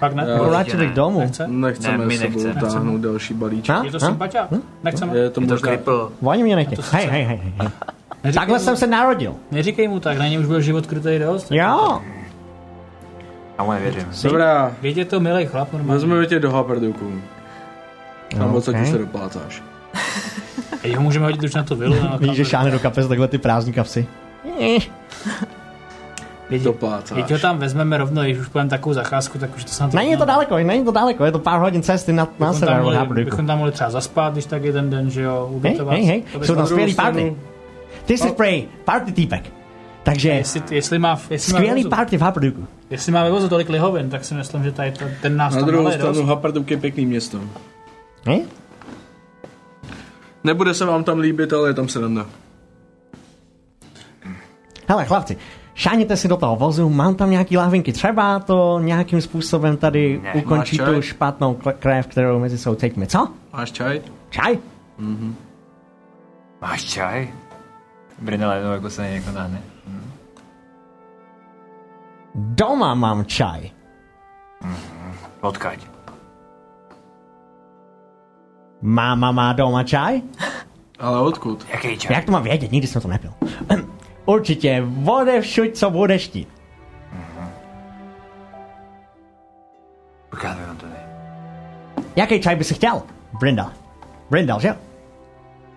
[SPEAKER 5] Pak ne?
[SPEAKER 3] Jo.
[SPEAKER 1] Vrátit
[SPEAKER 2] ne.
[SPEAKER 1] k domů.
[SPEAKER 5] Nechce?
[SPEAKER 3] Nechceme
[SPEAKER 2] Ne, my
[SPEAKER 3] s sebou
[SPEAKER 2] nechceme.
[SPEAKER 3] táhnout další balíček.
[SPEAKER 1] Ha?
[SPEAKER 5] Je to
[SPEAKER 1] Ha?
[SPEAKER 5] sympatia?
[SPEAKER 1] Hm?
[SPEAKER 5] Nechceme?
[SPEAKER 3] Je to
[SPEAKER 2] Je to
[SPEAKER 3] možná...
[SPEAKER 2] kripl.
[SPEAKER 1] Oni mě nechtějí. Hej, hej, hej, hej.
[SPEAKER 5] Neříkej
[SPEAKER 1] Takhle
[SPEAKER 5] mu,
[SPEAKER 1] jsem se narodil.
[SPEAKER 5] Neříkej mu tak, na něj už byl život krytej dost.
[SPEAKER 1] Jo.
[SPEAKER 2] Já mu nevěřím.
[SPEAKER 3] Dobrá,
[SPEAKER 5] Věď je to milý chlap normálně.
[SPEAKER 3] vezmeme tě do Haperduku. Tam odsaď
[SPEAKER 1] okej.
[SPEAKER 3] okay. se doplácáš.
[SPEAKER 5] Ej, ho můžeme hodit už na tu vilu. na
[SPEAKER 1] Víš, že
[SPEAKER 5] kameru.
[SPEAKER 1] šáhne do kapes takhle ty prázdní kapsy.
[SPEAKER 5] Věď- Teď ho
[SPEAKER 3] Doplácáš.
[SPEAKER 5] tam vezmeme rovno, když už půjdeme takovou zacházku, tak už to snad...
[SPEAKER 1] Není to daleko, není to daleko, je to pár hodin cesty na, na
[SPEAKER 5] Bychom tam,
[SPEAKER 1] sever od
[SPEAKER 5] mohli,
[SPEAKER 1] Haperduku.
[SPEAKER 5] bychom tam mohli třeba zaspat, když tak jeden den, že jo,
[SPEAKER 1] Hej,
[SPEAKER 5] ubytovat.
[SPEAKER 1] hej, hej,
[SPEAKER 5] To by
[SPEAKER 1] jsou
[SPEAKER 5] snad-
[SPEAKER 1] tam skvělý party.
[SPEAKER 3] stranu-
[SPEAKER 1] Ty
[SPEAKER 5] No.
[SPEAKER 1] jsi prej, party týpek. Takže
[SPEAKER 5] Jestli, jestli má, jestli má,
[SPEAKER 1] skvělý
[SPEAKER 5] vozu,
[SPEAKER 1] party v Haperduku.
[SPEAKER 5] jestli má ve vozu tolik lihovin, tak si myslím, že tady to, ten nás
[SPEAKER 3] Na
[SPEAKER 5] tam
[SPEAKER 3] druhou
[SPEAKER 5] nalije
[SPEAKER 3] stranu
[SPEAKER 5] dost.
[SPEAKER 3] Haperduk je pěkný město.
[SPEAKER 1] Hej?
[SPEAKER 3] Nebude se vám tam líbit, ale je tam sranda.
[SPEAKER 1] Hele, chlapci, šáněte si do toho vozu, mám tam nějaký lahvinky, třeba to nějakým způsobem tady
[SPEAKER 2] Ne,
[SPEAKER 1] ukončí
[SPEAKER 5] no,
[SPEAKER 3] máš čaj?
[SPEAKER 1] tu špatnou kl- krev, kterou mezi sebou cítíme. Co?
[SPEAKER 3] Máš čaj?
[SPEAKER 1] Čaj?
[SPEAKER 2] Máš čaj? Brindal jednou jako se na něj někdo nahne.
[SPEAKER 1] Doma mám čaj.
[SPEAKER 2] Odkaď?
[SPEAKER 1] Máma má doma čaj?
[SPEAKER 3] Ale odkud?
[SPEAKER 2] Jaký čaj?
[SPEAKER 1] Jak to mám vědět? Nikdy jsem to nepil. Ehm, Určitě, vode všuť, co budeš chtít.
[SPEAKER 2] Ukázal nám to ne.
[SPEAKER 1] Jaký čaj by si chtěl? Brindal. Brindal, že?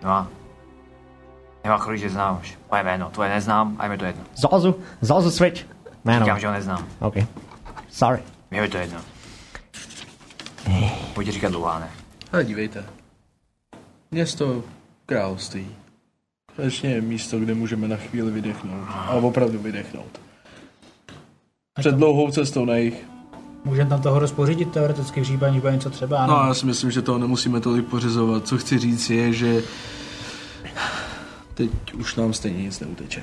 [SPEAKER 2] No a? Nemá chvíli, že znáš. Moje jméno, tvoje neznám, a je mi to jedno.
[SPEAKER 1] Zozu, Zozu switch. Jméno.
[SPEAKER 2] Říkám, že ho neznám.
[SPEAKER 1] OK. Sorry.
[SPEAKER 2] Mě je to jedno. Pojď říkat dlouhá, ne?
[SPEAKER 3] Hele, dívejte. Město království. Konečně je místo, kde můžeme na chvíli vydechnout. A opravdu vydechnout. Před dlouhou cestou na jich.
[SPEAKER 5] Můžeme tam toho rozpořídit teoreticky v případě, když bude něco třeba. Ano.
[SPEAKER 3] No, já si myslím, že toho nemusíme tolik pořizovat. Co chci říct je, že teď už nám stejně nic neuteče.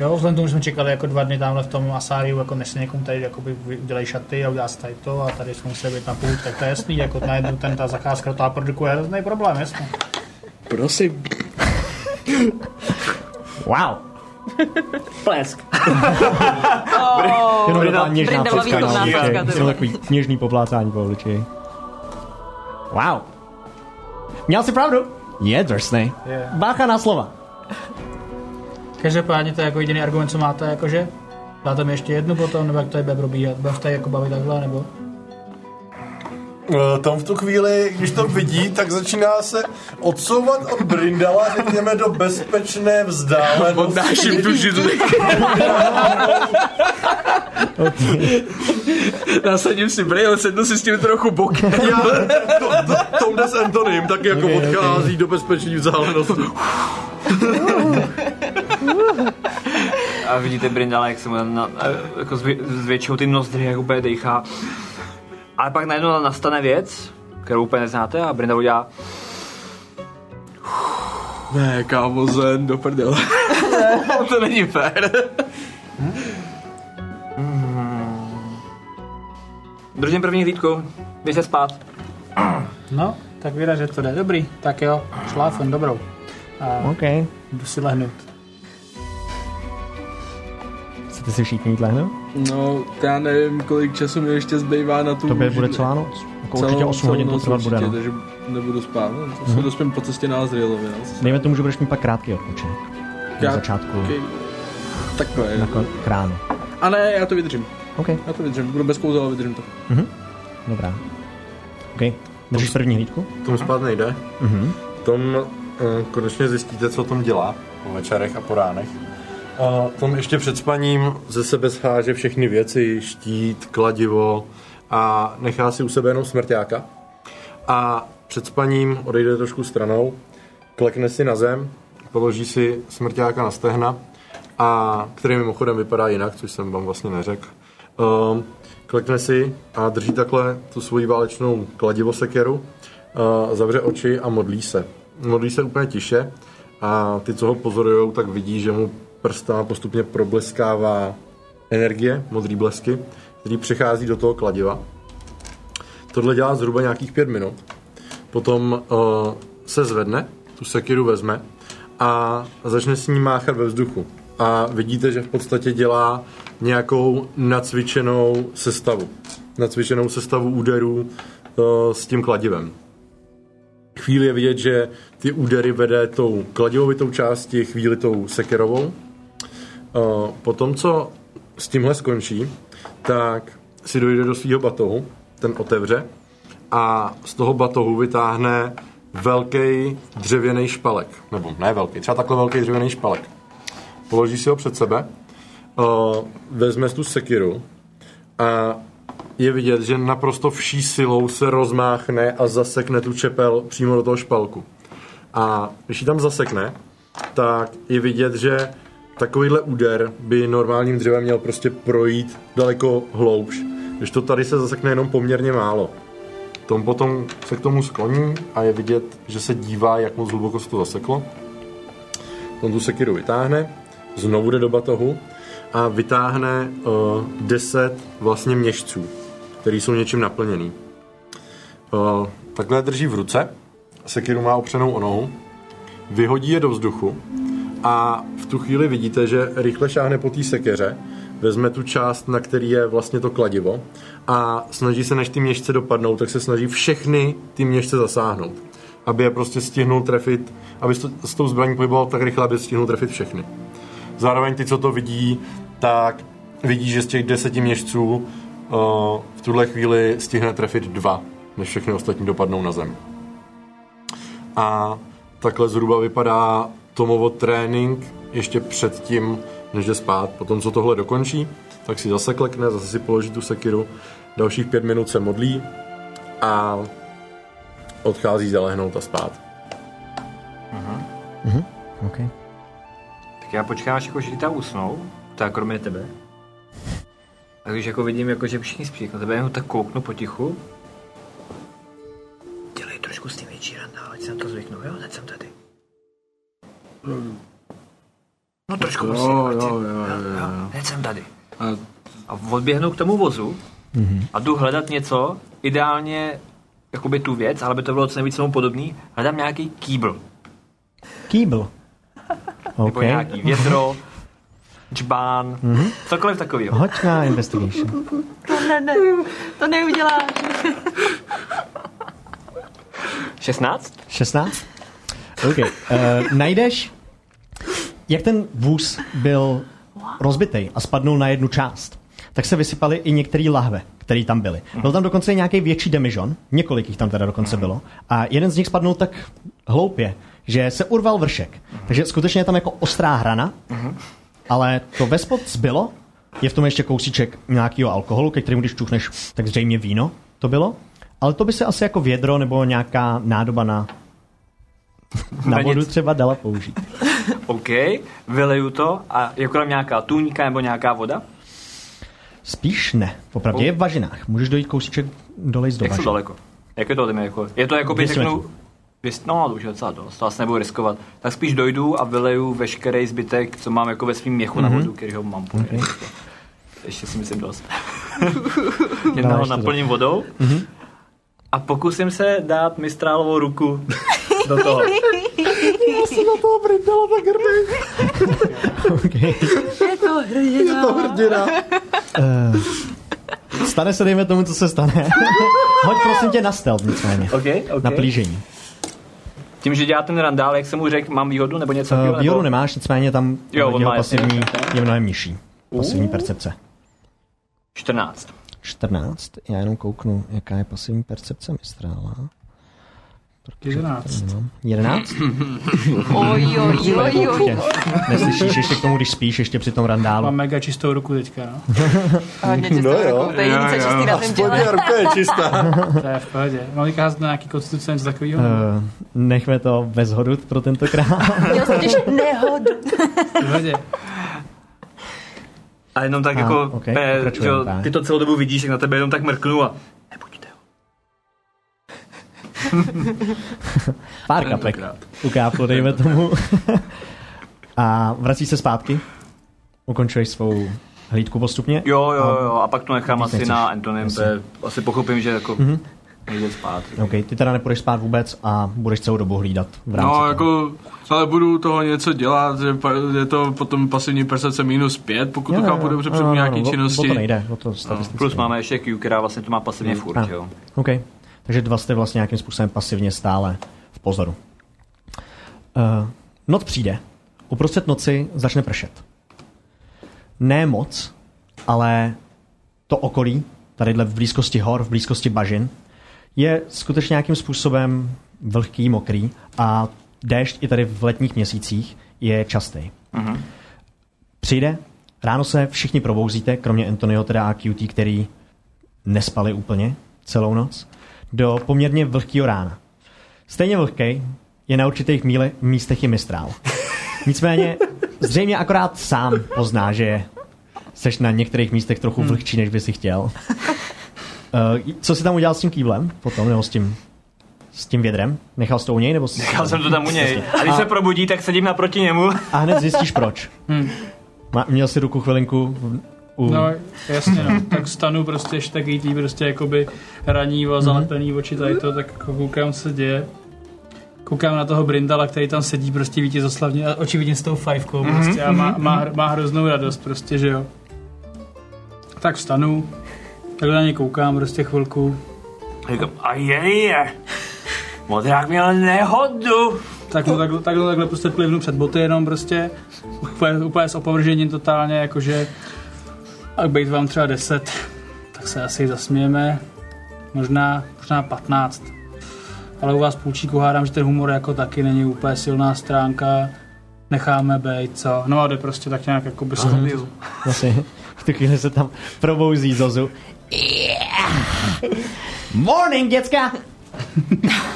[SPEAKER 5] Jo, vzhledem k tomu, že jsme čekali jako dva dny tamhle v tom Asáriu, jako než se někomu tady jakoby vy- udělají šaty a udělá se tady to a tady jsme museli být na půl, tak to je jasný, jako najednou ten ta zakázka do toho produkuje hrozný problém, jasně.
[SPEAKER 3] Prosím.
[SPEAKER 1] Wow.
[SPEAKER 2] Plesk.
[SPEAKER 1] Jenom taková něžná
[SPEAKER 7] Brindalový
[SPEAKER 1] plecka na obličeji.
[SPEAKER 7] poplácánka, ty vole.
[SPEAKER 1] Jenom takový něžný poplácání po obličeji. Wow. Měl jsi pravdu? Je drsnej.
[SPEAKER 5] Je.
[SPEAKER 1] Bácha na slova.
[SPEAKER 5] Každopádně to je jako jediný argument, co máte, jakože jako dáte mi ještě jednu potom, nebo jak to je bude probíhat, bude tady jako bavit takhle, nebo
[SPEAKER 8] eh, Tom v tu chvíli, když to vidí, tak začíná se odsouvat od Brindala, řekněme, do bezpečné vzdálenosti.
[SPEAKER 3] Oddáš jim tu židli. Nasadím si brýle, sednu si s tím trochu bokem.
[SPEAKER 8] Já, to, to, Tom jde s Antonym, tak jako odchází do bezpečné vzdálenosti.
[SPEAKER 2] A vidíte Brindala, jak se mu na, eh, jako zvě- zvětšují ty nozdry, jak úplně dejchá. Ale pak najednou nastane věc, kterou úplně neznáte a Brindal udělá
[SPEAKER 3] Ne, kámo, zen, do prdele. to není fér.
[SPEAKER 2] Držím první hlídku, běž se spát.
[SPEAKER 5] No, tak vyra, že to jde. Dobrý, tak jo, šláfen, dobrou.
[SPEAKER 1] OK.
[SPEAKER 5] Jdu si lehnout.
[SPEAKER 1] Chcete si všichni jít lehnout?
[SPEAKER 3] No, já nevím, kolik času mi ještě zbývá na tu
[SPEAKER 1] To bude
[SPEAKER 3] židli.
[SPEAKER 1] celá noc. Jako určitě 8 hodin to
[SPEAKER 3] noc
[SPEAKER 1] trvat bude.
[SPEAKER 3] určitě,
[SPEAKER 1] no. Mhm.
[SPEAKER 3] Takže nebudu spát, no. To se dospím po cestě na Azrielovi, no.
[SPEAKER 1] Dejme tomu, že budeš mít pak krátký odpočinek. Na
[SPEAKER 3] Krát-
[SPEAKER 1] začátku,
[SPEAKER 3] Okay. Takhle,
[SPEAKER 1] na
[SPEAKER 3] jo.
[SPEAKER 1] kon- k ránu.
[SPEAKER 3] A ne, já to vydržím.
[SPEAKER 1] Jako OK,
[SPEAKER 3] Já to vydržím, budu bez kouzela, vydržím to.
[SPEAKER 1] dobrá. OK, držíš první hlídku?
[SPEAKER 8] Tom spát nejde. Mm-hmm.
[SPEAKER 1] Mhm.
[SPEAKER 8] Tom eh, konečně zjistíte, co Tom dělá po večerech a po ránech. A Tom ještě před spaním ze sebe scháže všechny věci, štít, kladivo a nechá si u sebe jenom smrťáka. A před spaním odejde trošku stranou, klekne si na zem, položí si smrťáka na stehna, a, který mimochodem vypadá jinak, což jsem vám vlastně neřekl. Um, klekne si a drží takhle tu svoji válečnou kladivosekeru, uh, zavře oči a modlí se. Modlí se úplně tiše a ty, co ho pozorujou, tak vidí, že mu prstama postupně probleskává energie, modrý blesky, který přechází do toho kladiva. Tohle dělá zhruba nějakých pět minut. Potom uh, se zvedne, tu sekiru vezme a začne s ní máchat ve vzduchu. A vidíte, že v podstatě dělá nějakou nacvičenou sestavu. Nacvičenou sestavu úderů uh, s tím kladivem. Chvíli je vidět, že ty údery vede tou kladivovitou částí, chvíli tou sekerovou. Uh, potom, co s tímhle skončí, tak si dojde do svého batohu, ten otevře a z toho batohu vytáhne velký dřevěný špalek. Nebo ne velký, třeba takhle velký dřevěný špalek. Položí si ho před sebe, uh, vezme tu sekiru a je vidět, že naprosto vší silou se rozmáchne a zasekne tu čepel přímo do toho špalku. A když ji tam zasekne, tak je vidět, že takovýhle úder by normálním dřevem měl prostě projít daleko hloubš. Když to tady se zasekne jenom poměrně málo. Tom potom se k tomu skloní a je vidět, že se dívá, jak moc hluboko se to zaseklo. Tom tu sekiru vytáhne, znovu jde do batohu a vytáhne uh, 10 vlastně měšců, který jsou něčím naplněný. Uh, takhle je drží v ruce, sekiru má opřenou o nohu, vyhodí je do vzduchu a v tu chvíli vidíte, že rychle šáhne po té sekeře, vezme tu část, na který je vlastně to kladivo a snaží se, než ty měšce dopadnou, tak se snaží všechny ty měšce zasáhnout, aby je prostě stihnul trefit, aby s to- s tou zbraní pohyboval tak rychle, aby stihnul trefit všechny. Zároveň ty, co to vidí, tak vidí, že z těch deseti měšců uh, v tuhle chvíli stihne trefit dva, než všechny ostatní dopadnou na zem. A takhle zhruba vypadá Tomovo trénink ještě před tím, než jde spát. Potom, co tohle dokončí, tak si zase klekne, zase si položí tu sekiru. Dalších pět minut se modlí a odchází zalehnout a spát.
[SPEAKER 1] OK.
[SPEAKER 2] Tak já počkám, až jako žita usnou, tak kromě tebe. A když jako vidím, jako, že všichni spí, tak na tebe jenom tak kouknu potichu. Dělej trošku s tím větší randa, ať se na to zvyknu, jo, hned jsem tady. No trošku, prosím,
[SPEAKER 3] Hmm. jo,
[SPEAKER 2] ať
[SPEAKER 3] jo,
[SPEAKER 2] se-
[SPEAKER 3] jo, jo, jo.
[SPEAKER 2] hned jsem tady.
[SPEAKER 3] A
[SPEAKER 2] A odběhnu k tomu vozu a jdu hledat něco, ideálně jakoby tu věc, ale by to bylo co nejvíc tomu podobný, hledám nějaký kýbl.
[SPEAKER 1] Kýbl. OK.
[SPEAKER 2] Nebo nějaký větro, džbán, cokoliv takového.
[SPEAKER 1] Hoď na investigation.
[SPEAKER 4] Ne, ne, to neudělá.
[SPEAKER 2] 16?
[SPEAKER 1] 16? OK. Uh, najdeš, jak ten vůz byl rozbitej a spadnul na jednu část, tak se vysypaly i některé lahve, které tam byly. Byl tam dokonce i nějaký větší demižon, několik jich tam teda dokonce bylo, a jeden z nich spadnul tak hloupě, že se urval vršek. Takže skutečně je tam jako ostrá hrana, ale to ve spod zbylo, je v tom ještě kousíček nějakého alkoholu, ke kterému když čuchneš, tak zřejmě víno to bylo. Ale to by se asi jako vědro nebo nějaká nádoba na, na
[SPEAKER 2] Na nic.
[SPEAKER 1] vodu třeba dala použít.
[SPEAKER 2] OK, vyleju to a je kolem nějaká tůňka nebo nějaká voda?
[SPEAKER 1] Spíš ne. Popravdě je v važinách. Můžeš dojít kousíček dolej z do
[SPEAKER 2] Jak jsou
[SPEAKER 1] važin.
[SPEAKER 2] daleko? Jak je to od mě jako? Je to jako by
[SPEAKER 1] 200
[SPEAKER 2] řeknu...
[SPEAKER 1] metrů.
[SPEAKER 2] 200, no, to už je docela dost, to asi nebudu riskovat. Tak spíš dojdu a vyleju veškerý zbytek, co mám jako ve svým měchu
[SPEAKER 1] Mhm.
[SPEAKER 2] mm-hmm. na vodu, který ho mám okay. Ještě si myslím dost. Jednoho
[SPEAKER 1] Dáváš No, to Mhm.
[SPEAKER 2] naplním vodou mm-hmm. a pokusím se dát mistrálovou ruku do toho.
[SPEAKER 1] Okay.
[SPEAKER 7] Je to hrdina.
[SPEAKER 8] Hrdina.
[SPEAKER 1] Eh, Stane se, dejme tomu, co se stane. Hoď prosím tě na stealth nicméně.
[SPEAKER 2] Okay, okay.
[SPEAKER 1] Na plížení.
[SPEAKER 2] Tím, že dělá ten randál, jak jsem mu řekl, mám výhodu nebo něco? takového,
[SPEAKER 1] Uh,
[SPEAKER 2] nebo-
[SPEAKER 1] Výhodu nemáš, nicméně tam
[SPEAKER 2] Jo,
[SPEAKER 1] uh,
[SPEAKER 2] on
[SPEAKER 1] jeho
[SPEAKER 2] má jasně,
[SPEAKER 1] pasivní
[SPEAKER 2] jasně, jasně.
[SPEAKER 1] je mnohem nižší. Pasivní
[SPEAKER 2] Uh.
[SPEAKER 1] percepce.
[SPEAKER 2] 14.
[SPEAKER 1] 14. Já jenom kouknu, jaká je pasivní percepce mistrála.
[SPEAKER 5] 11.
[SPEAKER 1] 11?
[SPEAKER 7] Oj, oj, oj, oj.
[SPEAKER 1] Určitě. Neslyšíš ještě k tomu, když spíš, ještě při tom randálu.
[SPEAKER 5] Mám mega čistou ruku teďka, no.
[SPEAKER 7] A hodně čistou
[SPEAKER 8] No jo.
[SPEAKER 7] rukou, to je jediný, co je čistý na tom
[SPEAKER 8] Spodní
[SPEAKER 7] těle.
[SPEAKER 8] ruka je čistá.
[SPEAKER 5] To je v pohodě. Mám teďka házet na nějaký konstituce, něco takového?
[SPEAKER 1] Uh, nechme to bez hodu pro tentokrát.
[SPEAKER 7] Měl jsem těž nehodu.
[SPEAKER 5] V pohodě.
[SPEAKER 2] A jenom tak
[SPEAKER 1] A,
[SPEAKER 2] jako,
[SPEAKER 1] ok,
[SPEAKER 2] pe,
[SPEAKER 1] pokračujeme,
[SPEAKER 2] že jo,
[SPEAKER 1] tak.
[SPEAKER 2] ty to celou dobu vidíš, jak na tebe jenom tak mrknu a nebuďte ho.
[SPEAKER 1] Pár kapek ukáplo, dejme tomu. A vracíš se zpátky. Ukončuješ svou hlídku postupně.
[SPEAKER 2] Jo, jo, jo, a pak to nechám asi
[SPEAKER 1] nechceš.
[SPEAKER 2] na Antonem,
[SPEAKER 1] Jasně.
[SPEAKER 2] pe, asi pochopím, že jako mm-hmm. nejde spát.
[SPEAKER 1] OK, ty teda nepůjdeš spát vůbec a budeš celou dobu hlídat v rámci.
[SPEAKER 3] No,
[SPEAKER 1] toho.
[SPEAKER 3] jako, ale budu toho něco dělat, že pa- je to potom pasivní percepce minus pět, pokud to chápu
[SPEAKER 1] No,
[SPEAKER 3] dobře, před nějaký
[SPEAKER 1] o- O to
[SPEAKER 3] činnosti. No,
[SPEAKER 1] nejde, o to statisticky.
[SPEAKER 2] Plus máme ještě Q, která vlastně to má pasivně furt,
[SPEAKER 1] A,
[SPEAKER 2] jo.
[SPEAKER 1] OK. Takže dva jste vlastně nějakým způsobem pasivně stále v pozoru. Uh, noc přijde. Uprostřed noci začne pršet. Ne moc, ale to okolí, tadyhle v blízkosti hor, v blízkosti bažin, je skutečně nějakým způsobem vlhký, mokrý a déšť i tady v letních měsících je častý. Přijde, ráno se všichni probouzíte, kromě Antonio teda a QT, který nespali úplně celou noc, do poměrně vlhkého rána. Stejně vlhký je na určitých míle, místech i mistrál. Nicméně zřejmě akorát sám pozná, že je. Seš na některých místech trochu vlhčí, než by si chtěl. Eh, Co jsi tam udělal s tím kýblem potom, nebo s tím, s tím vědrem? Nechal jsi to u něj, nebo jsi...
[SPEAKER 2] Já jsem to tam u něj. A když se probudí, tak sedím naproti němu.
[SPEAKER 1] A hned zjistíš proč. Ma- Měl jsi ruku chvilinku v- u...
[SPEAKER 5] No, jasně, no. Tak stanu prostě ještě taky tý prostě jakoby raní a zalepený oči tady to, tak jako koukám, co se děje. Koukám na toho Brindala, který tam sedí prostě vítězoslavně a očividně s tou fajfkou prostě a má, má, má hroznou radost prostě, že jo. Tak vstanu, takhle na ně koukám prostě chvilku,
[SPEAKER 2] A říkám, a je, je. Modrák měl nehodu.
[SPEAKER 5] tak mu takhle, takhle, takhle prostě plivnu před boty jenom prostě, úplně, úplně s opovržením totálně, jakože a být vám třeba 10, tak se asi zasmějeme, možná, možná 15. Ale u vás půlčíku hádám, že ten humor jako taky není úplně silná stránka, necháme být, co? No a jde prostě tak nějak jako by se
[SPEAKER 2] Mhm.
[SPEAKER 1] Vlastně v tu chvíli se tam probouzí Zozu. Morning, děcka!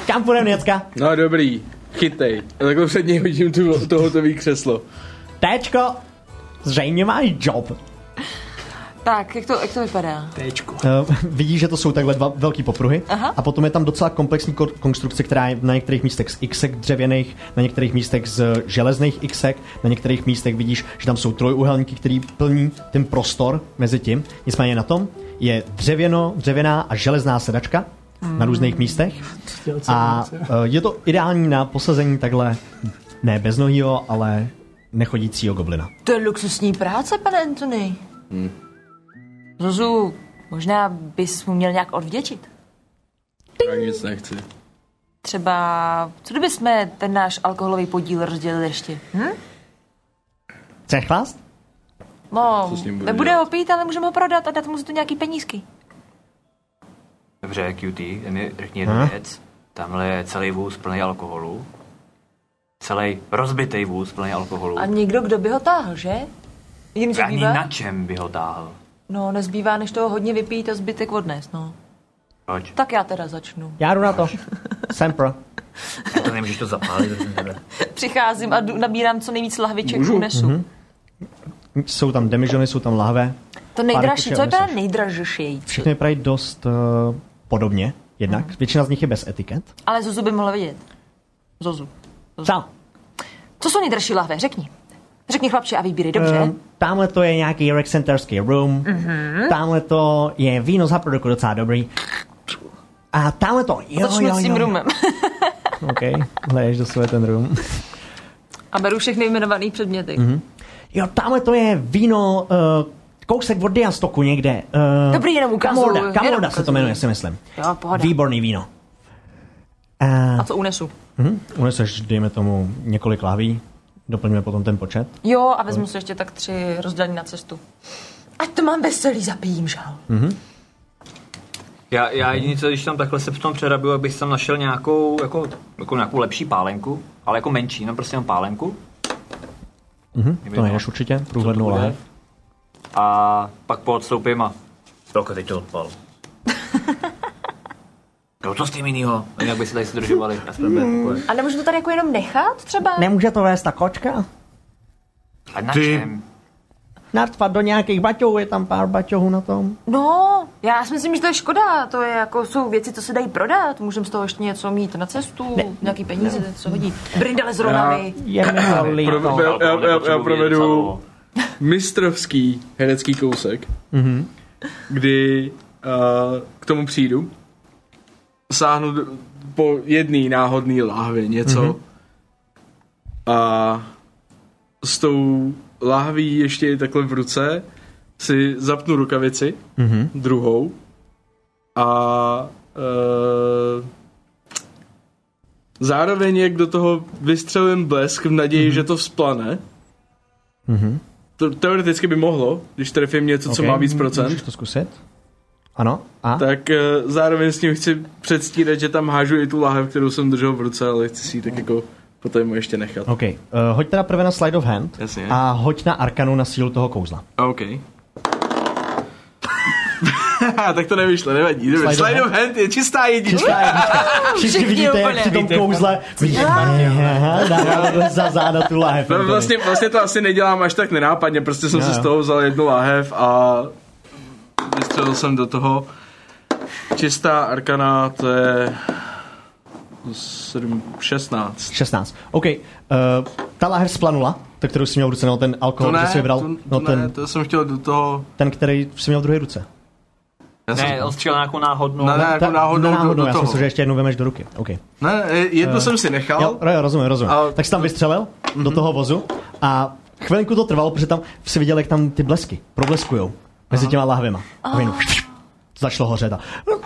[SPEAKER 1] Kam půjdeme, děcka?
[SPEAKER 3] No dobrý, chytej. A takhle před něj hodím tu, to hotový křeslo.
[SPEAKER 1] Téčko, zřejmě máš job.
[SPEAKER 7] Tak, jak to, jak to vypadá?
[SPEAKER 5] Téčko.
[SPEAKER 1] Uh, vidíš, že to jsou takhle dva velký popruhy
[SPEAKER 7] Aha.
[SPEAKER 1] a potom je tam docela komplexní ko- konstrukce, která je na některých místech z xek dřevěných, na některých místech z eh, železných xek, na některých místech vidíš, že tam jsou trojúhelníky, který plní ten prostor mezi tím. Nicméně na tom je dřevěno, dřevěná a železná sedačka na různých místech a eh, je to ideální na posazení takhle ne beznohýho, ale nechodícího goblina.
[SPEAKER 7] To je luxusní práce, pane Anthony. Zuzu, možná bys mu měl nějak odvděčit.
[SPEAKER 3] Já nic nechci.
[SPEAKER 7] Třeba, co kdyby jsme ten náš alkoholový podíl rozdělili ještě? Hm?
[SPEAKER 1] Chceš chlást?
[SPEAKER 4] No,
[SPEAKER 3] Co s ním bude
[SPEAKER 4] nebude
[SPEAKER 3] dělat?
[SPEAKER 4] ho pít, ale můžeme ho prodat a dát mu za to nějaký penízky.
[SPEAKER 2] Dobře, QT, jen mi řekni jednu věc. Tamhle je celý vůz plný alkoholu. Celý rozbitý vůz plný alkoholu.
[SPEAKER 4] A někdo, kdo by ho táhl, že? Jim
[SPEAKER 2] Ani
[SPEAKER 4] zbývá?
[SPEAKER 2] na čem by ho táhl?
[SPEAKER 4] No, nezbývá, než toho hodně vypít a zbytek odnést, no.
[SPEAKER 2] Proč?
[SPEAKER 4] Tak já teda začnu.
[SPEAKER 1] Já jdu na to. Jsem pro.
[SPEAKER 2] To nemůžeš to zapálit, prosím tebe.
[SPEAKER 4] Přicházím a jdu, nabírám co nejvíc lahviček, Můžu? unesu.
[SPEAKER 1] Mhm. Jsou tam demižony, jsou tam lahve.
[SPEAKER 4] To nejdražší,
[SPEAKER 1] kuče
[SPEAKER 4] co je teda
[SPEAKER 1] uneseš.
[SPEAKER 4] nejdražší?
[SPEAKER 1] Všechny vypadají dost uh, podobně,
[SPEAKER 4] Mhm.
[SPEAKER 1] jednak. Většina z nich je bez etiket.
[SPEAKER 4] Ale Zuzu by mohla vědět. Zuzu.
[SPEAKER 1] Čau.
[SPEAKER 4] Co jsou nejdražší lahve? Řekni. Řekni chlapče a vybírej, dobře?
[SPEAKER 1] Um, tamhle to je nějaký Rexenterský room.
[SPEAKER 4] Mhm.
[SPEAKER 1] Mm-hmm. Tamhle to je víno z Haprodoku docela dobrý. A tamhle to, jo,
[SPEAKER 4] Začnu
[SPEAKER 1] jo,
[SPEAKER 4] s tím
[SPEAKER 1] jo.
[SPEAKER 4] rumem.
[SPEAKER 1] OK, hleješ do sebe ten room.
[SPEAKER 4] A beru všechny jmenované předměty.
[SPEAKER 1] Mhm. Jo, tamhle to je víno, uh, kousek od Diastoku někde. Uh,
[SPEAKER 4] Dobrý, jenom ukazuju,
[SPEAKER 1] Kamolda,
[SPEAKER 4] jenom
[SPEAKER 1] Kamolda se
[SPEAKER 4] ukazuju.
[SPEAKER 1] to jmenuje, si myslím.
[SPEAKER 4] Jo, pohoda.
[SPEAKER 1] Výborný víno. Uh,
[SPEAKER 4] A co unesu?
[SPEAKER 1] uneseš, dejme tomu, několik lahví. Doplňme potom ten počet.
[SPEAKER 4] Jo, a vezmu si ještě tak tři rozdělení na cestu. Ať to mám veselý, zapijím žal.
[SPEAKER 1] Mhm.
[SPEAKER 2] Já, já jediný, co když tam takhle se v tom přerabil, abych tam našel nějakou, jako, jako nějakou lepší pálenku, ale jako menší, no prostě jenom pálenku.
[SPEAKER 3] Mhm,
[SPEAKER 2] Mm-hmm,
[SPEAKER 3] no.
[SPEAKER 1] To nejdeš určitě, průhlednou lahev.
[SPEAKER 2] A pak poodstoupím a... Velko, teď to odpal. no to s tím jinýho, nevím, jak by se tady zdržovali. Já jsem takové.
[SPEAKER 4] A nemůžu to tady jako jenom nechat třeba?
[SPEAKER 1] Nemůže to vést ta kočka?
[SPEAKER 2] A na
[SPEAKER 8] Ty-
[SPEAKER 2] čem?
[SPEAKER 1] Nartvat do nějakých baťohů, je tam pár baťohů na tom.
[SPEAKER 4] No, já si myslím, že to je škoda. To je jako, jsou věci, co se dají prodat. Můžeme z toho ještě něco mít na cestu, ne. nějaký peníze, co hodí. Brindale s ronami.
[SPEAKER 1] Je mi to líto.
[SPEAKER 3] Pro- já- já- já
[SPEAKER 2] Nepotřebuji
[SPEAKER 3] provedu-
[SPEAKER 2] celou-
[SPEAKER 3] mistrovský herecký kousek, mm-hmm. kdy uh, k tomu přijdu, sáhnu d- po jedný náhodný láhvi něco mm-hmm. a s tou láhví ještě takhle v ruce si zapnu rukavici, mm-hmm. druhou a uh, zároveň jak do toho vystřelím blesk v naději, mm-hmm. že to vzplane, to, teoreticky by mohlo, když trefím něco, okay. co
[SPEAKER 1] Ok,
[SPEAKER 3] má víc procent,
[SPEAKER 1] Můžeš to zkusit? Ano, a?
[SPEAKER 3] tak eh, zároveň s ním chci předstírat, že tam hážu i tu lahev, kterou jsem držel v ruce, ale chci si ji tak jako potom ještě nechat.
[SPEAKER 1] OK, uh, hoď teda prvé na slide of hand
[SPEAKER 3] Jasně.
[SPEAKER 1] a hoď na arkanu na sílu toho kouzla.
[SPEAKER 3] OK. tak to nevyšlo, nevadí. Dobře,
[SPEAKER 1] Slide of
[SPEAKER 3] Slide of hand je čistá jednička.
[SPEAKER 1] Všichni vidíte, jak při tom kouzle vidíte, aha, dává za záda tu lahev.
[SPEAKER 3] No, vlastně, vlastně to asi nedělám až tak nenápadně, prostě jsem
[SPEAKER 1] Jo,
[SPEAKER 3] si
[SPEAKER 1] jo.
[SPEAKER 3] z toho vzal jednu lahev a vystřelil jsem do toho. Čistá arkana, to je 7, 16.
[SPEAKER 1] 16. OK, uh, ta lahev splanula, to, kterou jsi měl v ruce, no ten
[SPEAKER 3] To
[SPEAKER 1] alkohol, že
[SPEAKER 3] ne,
[SPEAKER 1] jsi vybral,
[SPEAKER 3] to, to
[SPEAKER 1] no ten,
[SPEAKER 3] ne, to jsem chtěl do toho...
[SPEAKER 1] ten, který jsi měl v druhé ruce.
[SPEAKER 3] Já jsem,
[SPEAKER 2] Ne, on střelil nějakou náhodnou.
[SPEAKER 3] ne, ne,
[SPEAKER 1] Ta-
[SPEAKER 3] jako náhodnou,
[SPEAKER 1] náhodou
[SPEAKER 3] do, do
[SPEAKER 1] já si
[SPEAKER 3] toho.
[SPEAKER 1] myslím, že ještě jednou vemeš do ruky. OK.
[SPEAKER 3] Ne, ne, jednu jsem si nechal.
[SPEAKER 1] Eh, Jo, jo, rozumím, rozumím.
[SPEAKER 3] A-
[SPEAKER 1] tak jsi tam vystřelil do toho vozu a chvilinku to trvalo, protože tam si viděl, jak tam ty blesky probleskujou mezi těma lahvema. A oh. Začalo hořet a No,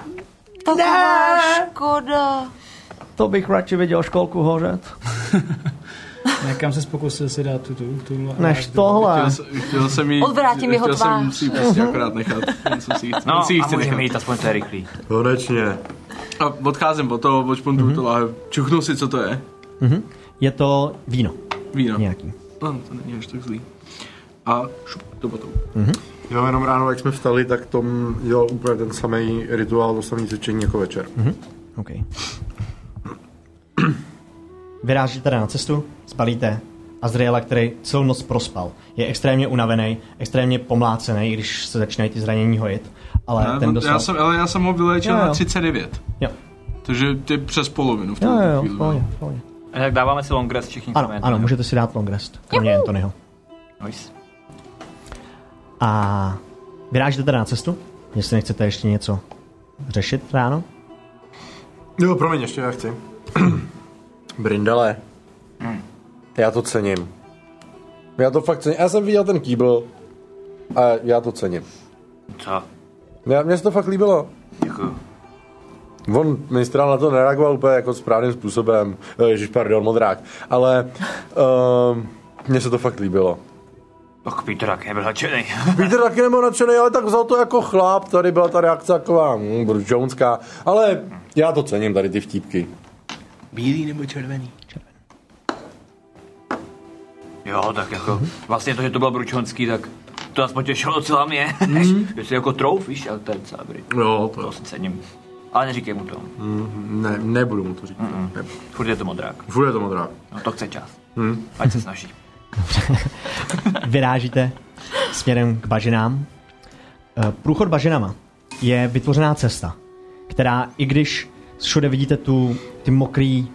[SPEAKER 4] Taková škoda.
[SPEAKER 1] to bych radši viděl školku hořet,
[SPEAKER 5] Někam se pokusil si dát tu, tu, tu
[SPEAKER 1] než
[SPEAKER 5] tu-
[SPEAKER 1] tohle.
[SPEAKER 3] Chtěl, jsem- chtěl jsem jí,
[SPEAKER 4] Odvrátím jeho
[SPEAKER 3] chtěl jsem
[SPEAKER 4] tvář.
[SPEAKER 3] si ji prostě akorát nechat. Jen jsem si ji chci-
[SPEAKER 2] No,
[SPEAKER 3] jen si ji
[SPEAKER 2] a
[SPEAKER 3] chci
[SPEAKER 2] můžeme
[SPEAKER 3] nechat.
[SPEAKER 2] jít, aspoň to je rychlý.
[SPEAKER 8] Konečně.
[SPEAKER 3] A odcházím od toho, odšpuntuju
[SPEAKER 1] Mhm.
[SPEAKER 3] mm-hmm. to láhev. Čuchnu si, co to je.
[SPEAKER 1] Je to víno
[SPEAKER 3] Víno.
[SPEAKER 1] nějaký.
[SPEAKER 3] No, to není až tak zlý. A šup, to potom.
[SPEAKER 8] Jo, jenom ráno, jak jsme vstali, tak Tom dělal úplně ten samý rituál, to samý cvičení jako večer.
[SPEAKER 1] OK. Vyrážíte teda na cestu, spalíte Azriela, který celou noc prospal. Je extrémně unavený, extrémně pomlácený, i když se začínají ty zranění hojit. Ale
[SPEAKER 3] Ale,
[SPEAKER 1] ten dostal...
[SPEAKER 3] no, já jsem, ale já jsem ho vylečil
[SPEAKER 1] Jo, jo.
[SPEAKER 3] na 39.
[SPEAKER 1] Jo.
[SPEAKER 3] Takže ty přes polovinu v
[SPEAKER 1] Jo,
[SPEAKER 3] tom
[SPEAKER 1] jo, jo,
[SPEAKER 3] chvíli. no.
[SPEAKER 1] v pohodě, v pohodě.
[SPEAKER 2] A Tak dáváme si long rest všichni.
[SPEAKER 1] Ano,
[SPEAKER 2] kromě
[SPEAKER 1] ano,
[SPEAKER 2] Anthonyho.
[SPEAKER 1] můžete si dát long rest, kromě Anthonyho.
[SPEAKER 2] Nice.
[SPEAKER 1] A vyrážíte teda na cestu, jestli nechcete ještě něco řešit ráno.
[SPEAKER 8] Jo, promiň, ještě já chci. Hmm. Brindale. Já to cením. Já to fakt cením. Já jsem viděl ten kýbl a já to cením.
[SPEAKER 2] Co? Jako-
[SPEAKER 8] Já, mně se to fakt líbilo.
[SPEAKER 2] Děkuju.
[SPEAKER 8] On mistral na to nereagoval úplně jako správným způsobem. Eh, ehm, Ježiš, pardon, modrák. Ale uh, mně se to fakt líbilo.
[SPEAKER 2] Tak Peter tak nebyl nadšený.
[SPEAKER 8] Peter taky nebyl nadšený, ale tak vzal to jako chlap, tady byla ta reakce taková hm, brudžounská, ale já to cením, tady ty vtípky.
[SPEAKER 3] Bílý nebo červený?
[SPEAKER 2] Jo, tak jako vlastně to, že to bylo Bručonský, tak to nás potěšilo celá mě. že si jako trouf, víš, ale to je docela dobrý.
[SPEAKER 8] Mhm. Jo, Mhm,
[SPEAKER 2] To si cením. Ale neříkej mu to.
[SPEAKER 8] Ne, nebudu mu to říkat. Mm-mm.
[SPEAKER 2] Furt je to modrák.
[SPEAKER 8] Furt je to Mhm. modrá.
[SPEAKER 2] No to chce čas. Ať se snaží.
[SPEAKER 1] Vyrážíte směrem k bažinám. Eh, Průchod bažinama je vytvořená cesta, která, i když všude vidíte tu, ty mokrý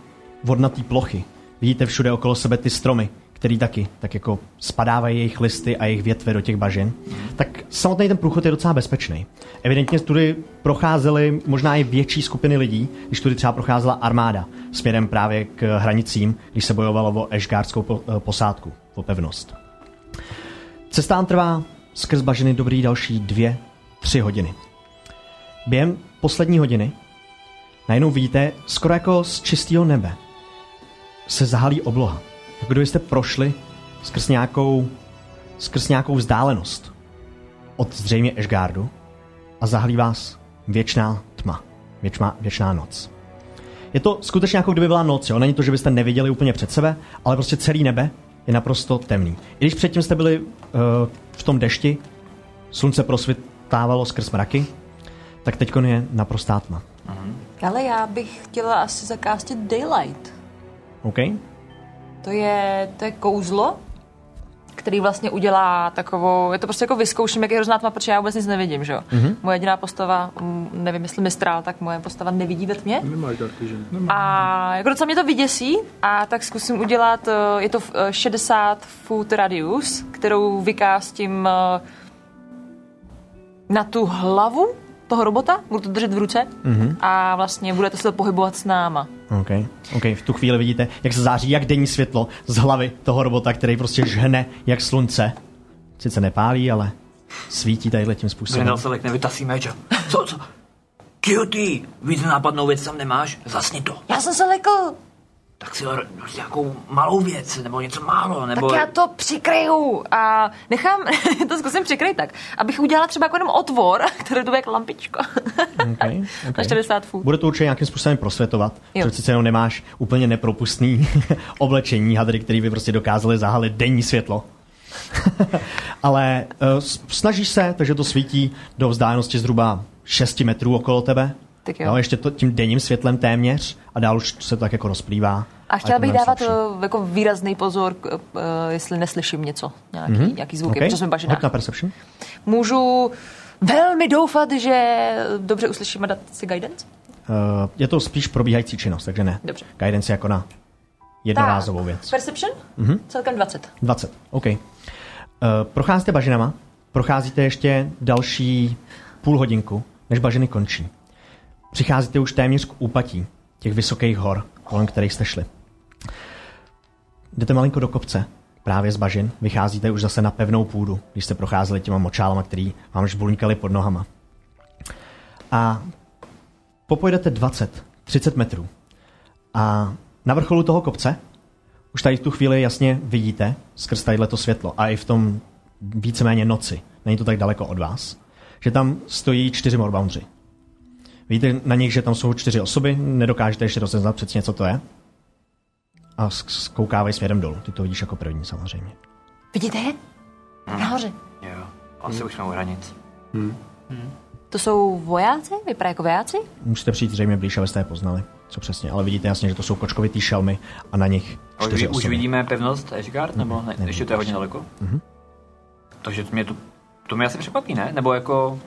[SPEAKER 1] vodnatý plochy, vidíte všude okolo sebe ty stromy, který taky, tak jako spadávají jejich listy a jejich větve do těch bažin, tak samotný ten průchod je docela bezpečný. Evidentně tudy procházely možná i větší skupiny lidí, když tudy třeba procházela armáda směrem právě k hranicím, když se bojovalo o Ešgardskou po- eh, posádku, o pevnost. Cesta vám trvá skrz bažiny dobrý další dvě, tři hodiny. Během poslední hodiny najednou vidíte, skoro jako z čistého nebe, se zahalí obloha. Jako kdybyste prošli skrz nějakou, skrz nějakou vzdálenost od zřejmě Ashgardu a zahalí vás věčná tma, věčná, věčná noc. Je to skutečně jako kdyby byla noc, jo? Není to, že byste neviděli úplně před sebe, ale prostě celý nebe je naprosto temný. I když předtím jste byli uh, v tom dešti, slunce prosvitávalo skrz mraky, tak teď je naprostá tma.
[SPEAKER 4] Ale já bych chtěla asi zakástit Daylight.
[SPEAKER 1] OK?
[SPEAKER 4] To je, to je kouzlo, který vlastně udělá takovou, je to prostě jako vyzkouším, jak je hrozná tma, protože já vůbec nic nevidím, že jo. Mm-hmm. Moje jediná postava, mm, nevím, jestli mistrál, tak moje postava nevidí ve tmě.
[SPEAKER 3] Nemáš Dark Vision.
[SPEAKER 4] A jako docela mě to vyděsí, a tak zkusím udělat, eh, je to eh, 60 foot radius, kterou vykástím eh, na tu hlavu toho robota, budu to držet v ruce mm-hmm. a vlastně bude to se pohybovat s náma.
[SPEAKER 1] OK, OK, v tu chvíli vidíte, jak se září jak denní světlo z hlavy toho robota, který prostě žhne jak slunce. Sice nepálí, ale svítí tadyhle tím způsobem.
[SPEAKER 2] Brindal se lekne, vytasí meč. a- Co, co? Cutie, víc nápadnou věc tam nemáš? Zasni to.
[SPEAKER 4] Já jsem se lekl,
[SPEAKER 2] Tak si ho nějakou malou věc, nebo něco málo, nebo...
[SPEAKER 4] tak já to přikryju a nechám, to zkusím přikryt tak, abych udělala třeba jako jenom otvor, který jdu jak lampičko
[SPEAKER 1] Okay,
[SPEAKER 4] na
[SPEAKER 1] okay.
[SPEAKER 4] 60 foot.
[SPEAKER 1] Mm, Bude to určitě nějakým způsobem prosvětovat,
[SPEAKER 4] Jo.
[SPEAKER 1] protože přece jenom nemáš úplně nepropustný oblečení hadry, který by prostě dokázali zahalit denní světlo. Ale uh, snažíš se, takže to svítí do vzdálenosti zhruba 6 metrů okolo tebe.
[SPEAKER 4] Tak jo.
[SPEAKER 1] No, ještě to tím denním světlem téměř a dál už se to tak jako rozplývá.
[SPEAKER 4] A
[SPEAKER 1] je
[SPEAKER 4] chtěla
[SPEAKER 1] to
[SPEAKER 4] bych
[SPEAKER 1] mnohem
[SPEAKER 4] dávat
[SPEAKER 1] slabší.
[SPEAKER 4] eh, jako výrazný pozor, k, eh, jestli neslyším něco, nějaký, mm-hmm. nějaký zvuky,
[SPEAKER 1] Mhm. OK,
[SPEAKER 4] protože jsme v
[SPEAKER 1] hoď
[SPEAKER 4] bažinách.
[SPEAKER 1] na perception.
[SPEAKER 4] Můžu velmi doufat, že dobře uslyším a dát si guidance?
[SPEAKER 1] Uh, je to spíš probíhající činnost, takže ne.
[SPEAKER 4] Dobře.
[SPEAKER 1] Guidance je jako na jednorázovou věc. Mhm.
[SPEAKER 4] Perception? Mm-hmm. Celkem 20.
[SPEAKER 1] 20, OK. Uh, procházíte bažinama, procházíte ještě další půl hodinku, než bažiny končí. Přicházíte už téměř k úpatí těch vysokých hor, kolem kterých jste šli. Jdete malinko do kopce, právě z bažin, vycházíte už zase na pevnou půdu, když jste procházeli těma močálama, který vám žbulnikaly pod nohama. A popojdete 20, 30 metrů. A na vrcholu toho kopce už tady v tu chvíli jasně vidíte skrz tadyhle to světlo a i v tom víceméně noci, není to tak daleko od vás, že tam stojí čtyři morboundři. Vidíte na nich, že tam jsou čtyři osoby, nedokážete ještě rozeznat přesně, co to je. A sk- skoukávají směrem dolů. Ty to vidíš jako první samozřejmě.
[SPEAKER 4] Vidíte je? Nahoře.
[SPEAKER 2] Jo, asi už jsme u hranic.
[SPEAKER 4] To jsou vojáci? Vypadá jako vojáci?
[SPEAKER 1] Musíte přijít zřejmě blíž, abyste je poznali, co přesně, ale vidíte jasně, že to jsou kočkovitý šelmy a na nich
[SPEAKER 2] A Už,
[SPEAKER 1] čtyři
[SPEAKER 2] už
[SPEAKER 1] osoby. Mhm.
[SPEAKER 2] vidíme pevnost Ashgard, nebo ne, ještě to je hodně daleko? Takže to mě to, to mě asi překvapí, ne? Nebo jako,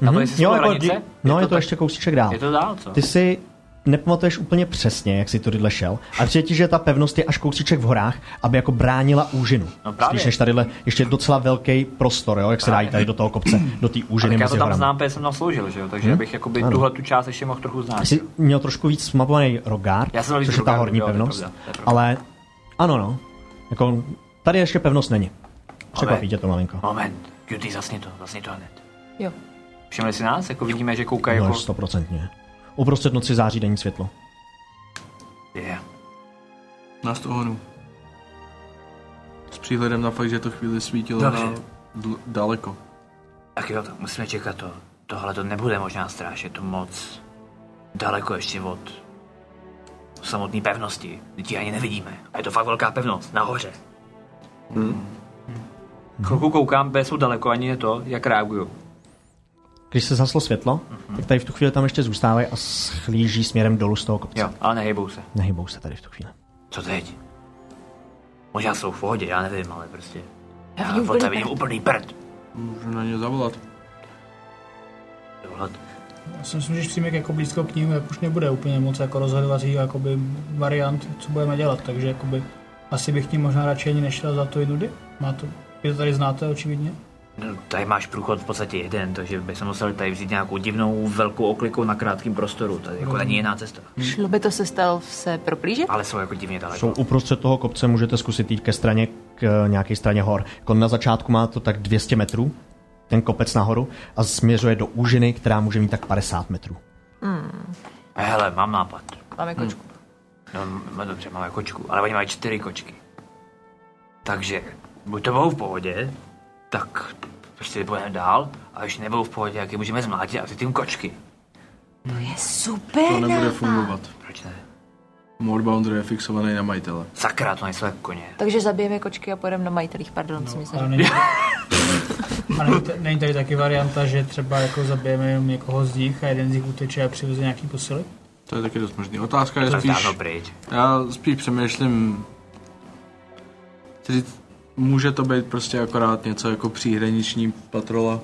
[SPEAKER 2] na to jestli
[SPEAKER 1] jo,
[SPEAKER 2] jsou
[SPEAKER 1] jako,
[SPEAKER 2] hranice?
[SPEAKER 1] di- no, je to,
[SPEAKER 2] tak-
[SPEAKER 1] ještě kousíček dál.
[SPEAKER 2] Je to dál, co?
[SPEAKER 1] Ty si nepamatuješ úplně přesně, jak si tudyhle šel. A přijde ti, že ta pevnost je až kousíček v horách, aby jako bránila úžinu.
[SPEAKER 2] No právě.
[SPEAKER 1] Spíš než tadyhle, ještě je docela velký prostor, jo, jak se dá jít tady do toho kopce, do té
[SPEAKER 2] A
[SPEAKER 1] úžiny
[SPEAKER 2] tak já
[SPEAKER 1] mezi
[SPEAKER 2] to tam
[SPEAKER 1] horami.
[SPEAKER 2] znám, protože jsem tam sloužil, že jo?
[SPEAKER 1] Mhm.
[SPEAKER 2] Takže bych jakoby tuhle tu část ještě mohl trochu znát.
[SPEAKER 1] Jsi měl trošku víc smapovaný Rogard,
[SPEAKER 2] Já jsem měl víc
[SPEAKER 1] což je ta
[SPEAKER 2] Rogard,
[SPEAKER 1] horní
[SPEAKER 2] jo, to je
[SPEAKER 1] pevnost.
[SPEAKER 2] pravda, to je pravda.
[SPEAKER 1] ale ano, no. Jako, tady ještě pevnost není. Překvapí
[SPEAKER 2] Ale-
[SPEAKER 1] tě to malinko.
[SPEAKER 2] Moment, Cutie, zasni to, zasni to hned.
[SPEAKER 4] Jo.
[SPEAKER 2] Všimli si nás? Jako vidíme, že koukají
[SPEAKER 1] No,
[SPEAKER 2] jako...
[SPEAKER 1] stoprocentně. Uprostřed noci září denní světlo.
[SPEAKER 2] Je.
[SPEAKER 3] Nás to honu. příhledem na fakt, že to chvíli svítilo
[SPEAKER 2] Dobře.
[SPEAKER 3] na dl- daleko.
[SPEAKER 2] Tak jo, tak musíme čekat to. Tohle to nebude možná stráž, je to moc daleko ještě od samotné pevnosti. Teď ji ani nevidíme. A je to fakt velká pevnost, nahoře. Hmm. Chvilku koukám, kde jsou daleko, ani je to, jak reaguju.
[SPEAKER 1] Když se zaslo světlo,
[SPEAKER 2] Mhm.
[SPEAKER 1] tak tady v tu chvíli tam ještě zůstávají a schlíží směrem dolů z toho kopce.
[SPEAKER 2] Jo, ale nehybou se.
[SPEAKER 1] Nehybou se tady v tu chvíli.
[SPEAKER 2] Co teď? Možná jsou v pohodě, já nevím, ale prostě.
[SPEAKER 7] Já
[SPEAKER 2] Já
[SPEAKER 7] vidím
[SPEAKER 2] fotce
[SPEAKER 7] úplný
[SPEAKER 2] vidím úplný prd.
[SPEAKER 3] Můžu na ně zavolat.
[SPEAKER 2] Tohle-
[SPEAKER 5] Já si myslím, že když přijme jako blízko k ním, tak už nebude úplně moc jako rozhodovací jakoby variant, co budeme dělat, takže jakoby asi bych tím možná radši ani nešel za to i nudy. Má to, vy to tady znáte očividně.
[SPEAKER 2] No, tady máš průchod v podstatě jeden, takže bychom museli tady vzít nějakou divnou velkou okliku na krátkém prostoru. Tady jako není jiná cesta.
[SPEAKER 7] Šlo by to se stealth se proplížit?
[SPEAKER 2] Ale jsou jako divně daleko.
[SPEAKER 1] Jsou uprostřed toho kopce, můžete zkusit jít ke straně, k eh, nějaké straně hor. Jako na začátku má to tak 200 metrů, ten kopec nahoru, a směřuje do úžiny, která může mít tak 50 metrů.
[SPEAKER 2] Hele, mám nápad.
[SPEAKER 7] Máme
[SPEAKER 4] jako
[SPEAKER 1] Mhm.
[SPEAKER 7] kočku. Hmm.
[SPEAKER 2] No, m- no dobře, máme kočku, ale oni mají čtyři kočky. Takže, buď to budou v pohodě, tak prostě budeme dál, a když nebudou v pohodě, jak je můžeme zmlátit a ty tím kočky.
[SPEAKER 3] To nebude fungovat.
[SPEAKER 2] Proč ne?
[SPEAKER 3] Morbounder je fixovaný na majitele.
[SPEAKER 2] Sakra, to nejsou jako koně.
[SPEAKER 7] Takže zabijeme kočky a pojedeme na majitelích, pardon, no, si myslím.
[SPEAKER 5] Ale není, a není, t- není tady taky varianta, že třeba jako zabijeme jenom někoho z nich a jeden z nich uteče a přiveze nějaký posily?
[SPEAKER 3] To je taky dost možný. Otázka je
[SPEAKER 2] To je
[SPEAKER 3] spíš...
[SPEAKER 2] dávno pryč.
[SPEAKER 3] Já spíš přemýšlím... Tedy může to být prostě akorát něco jako příhraniční patrola.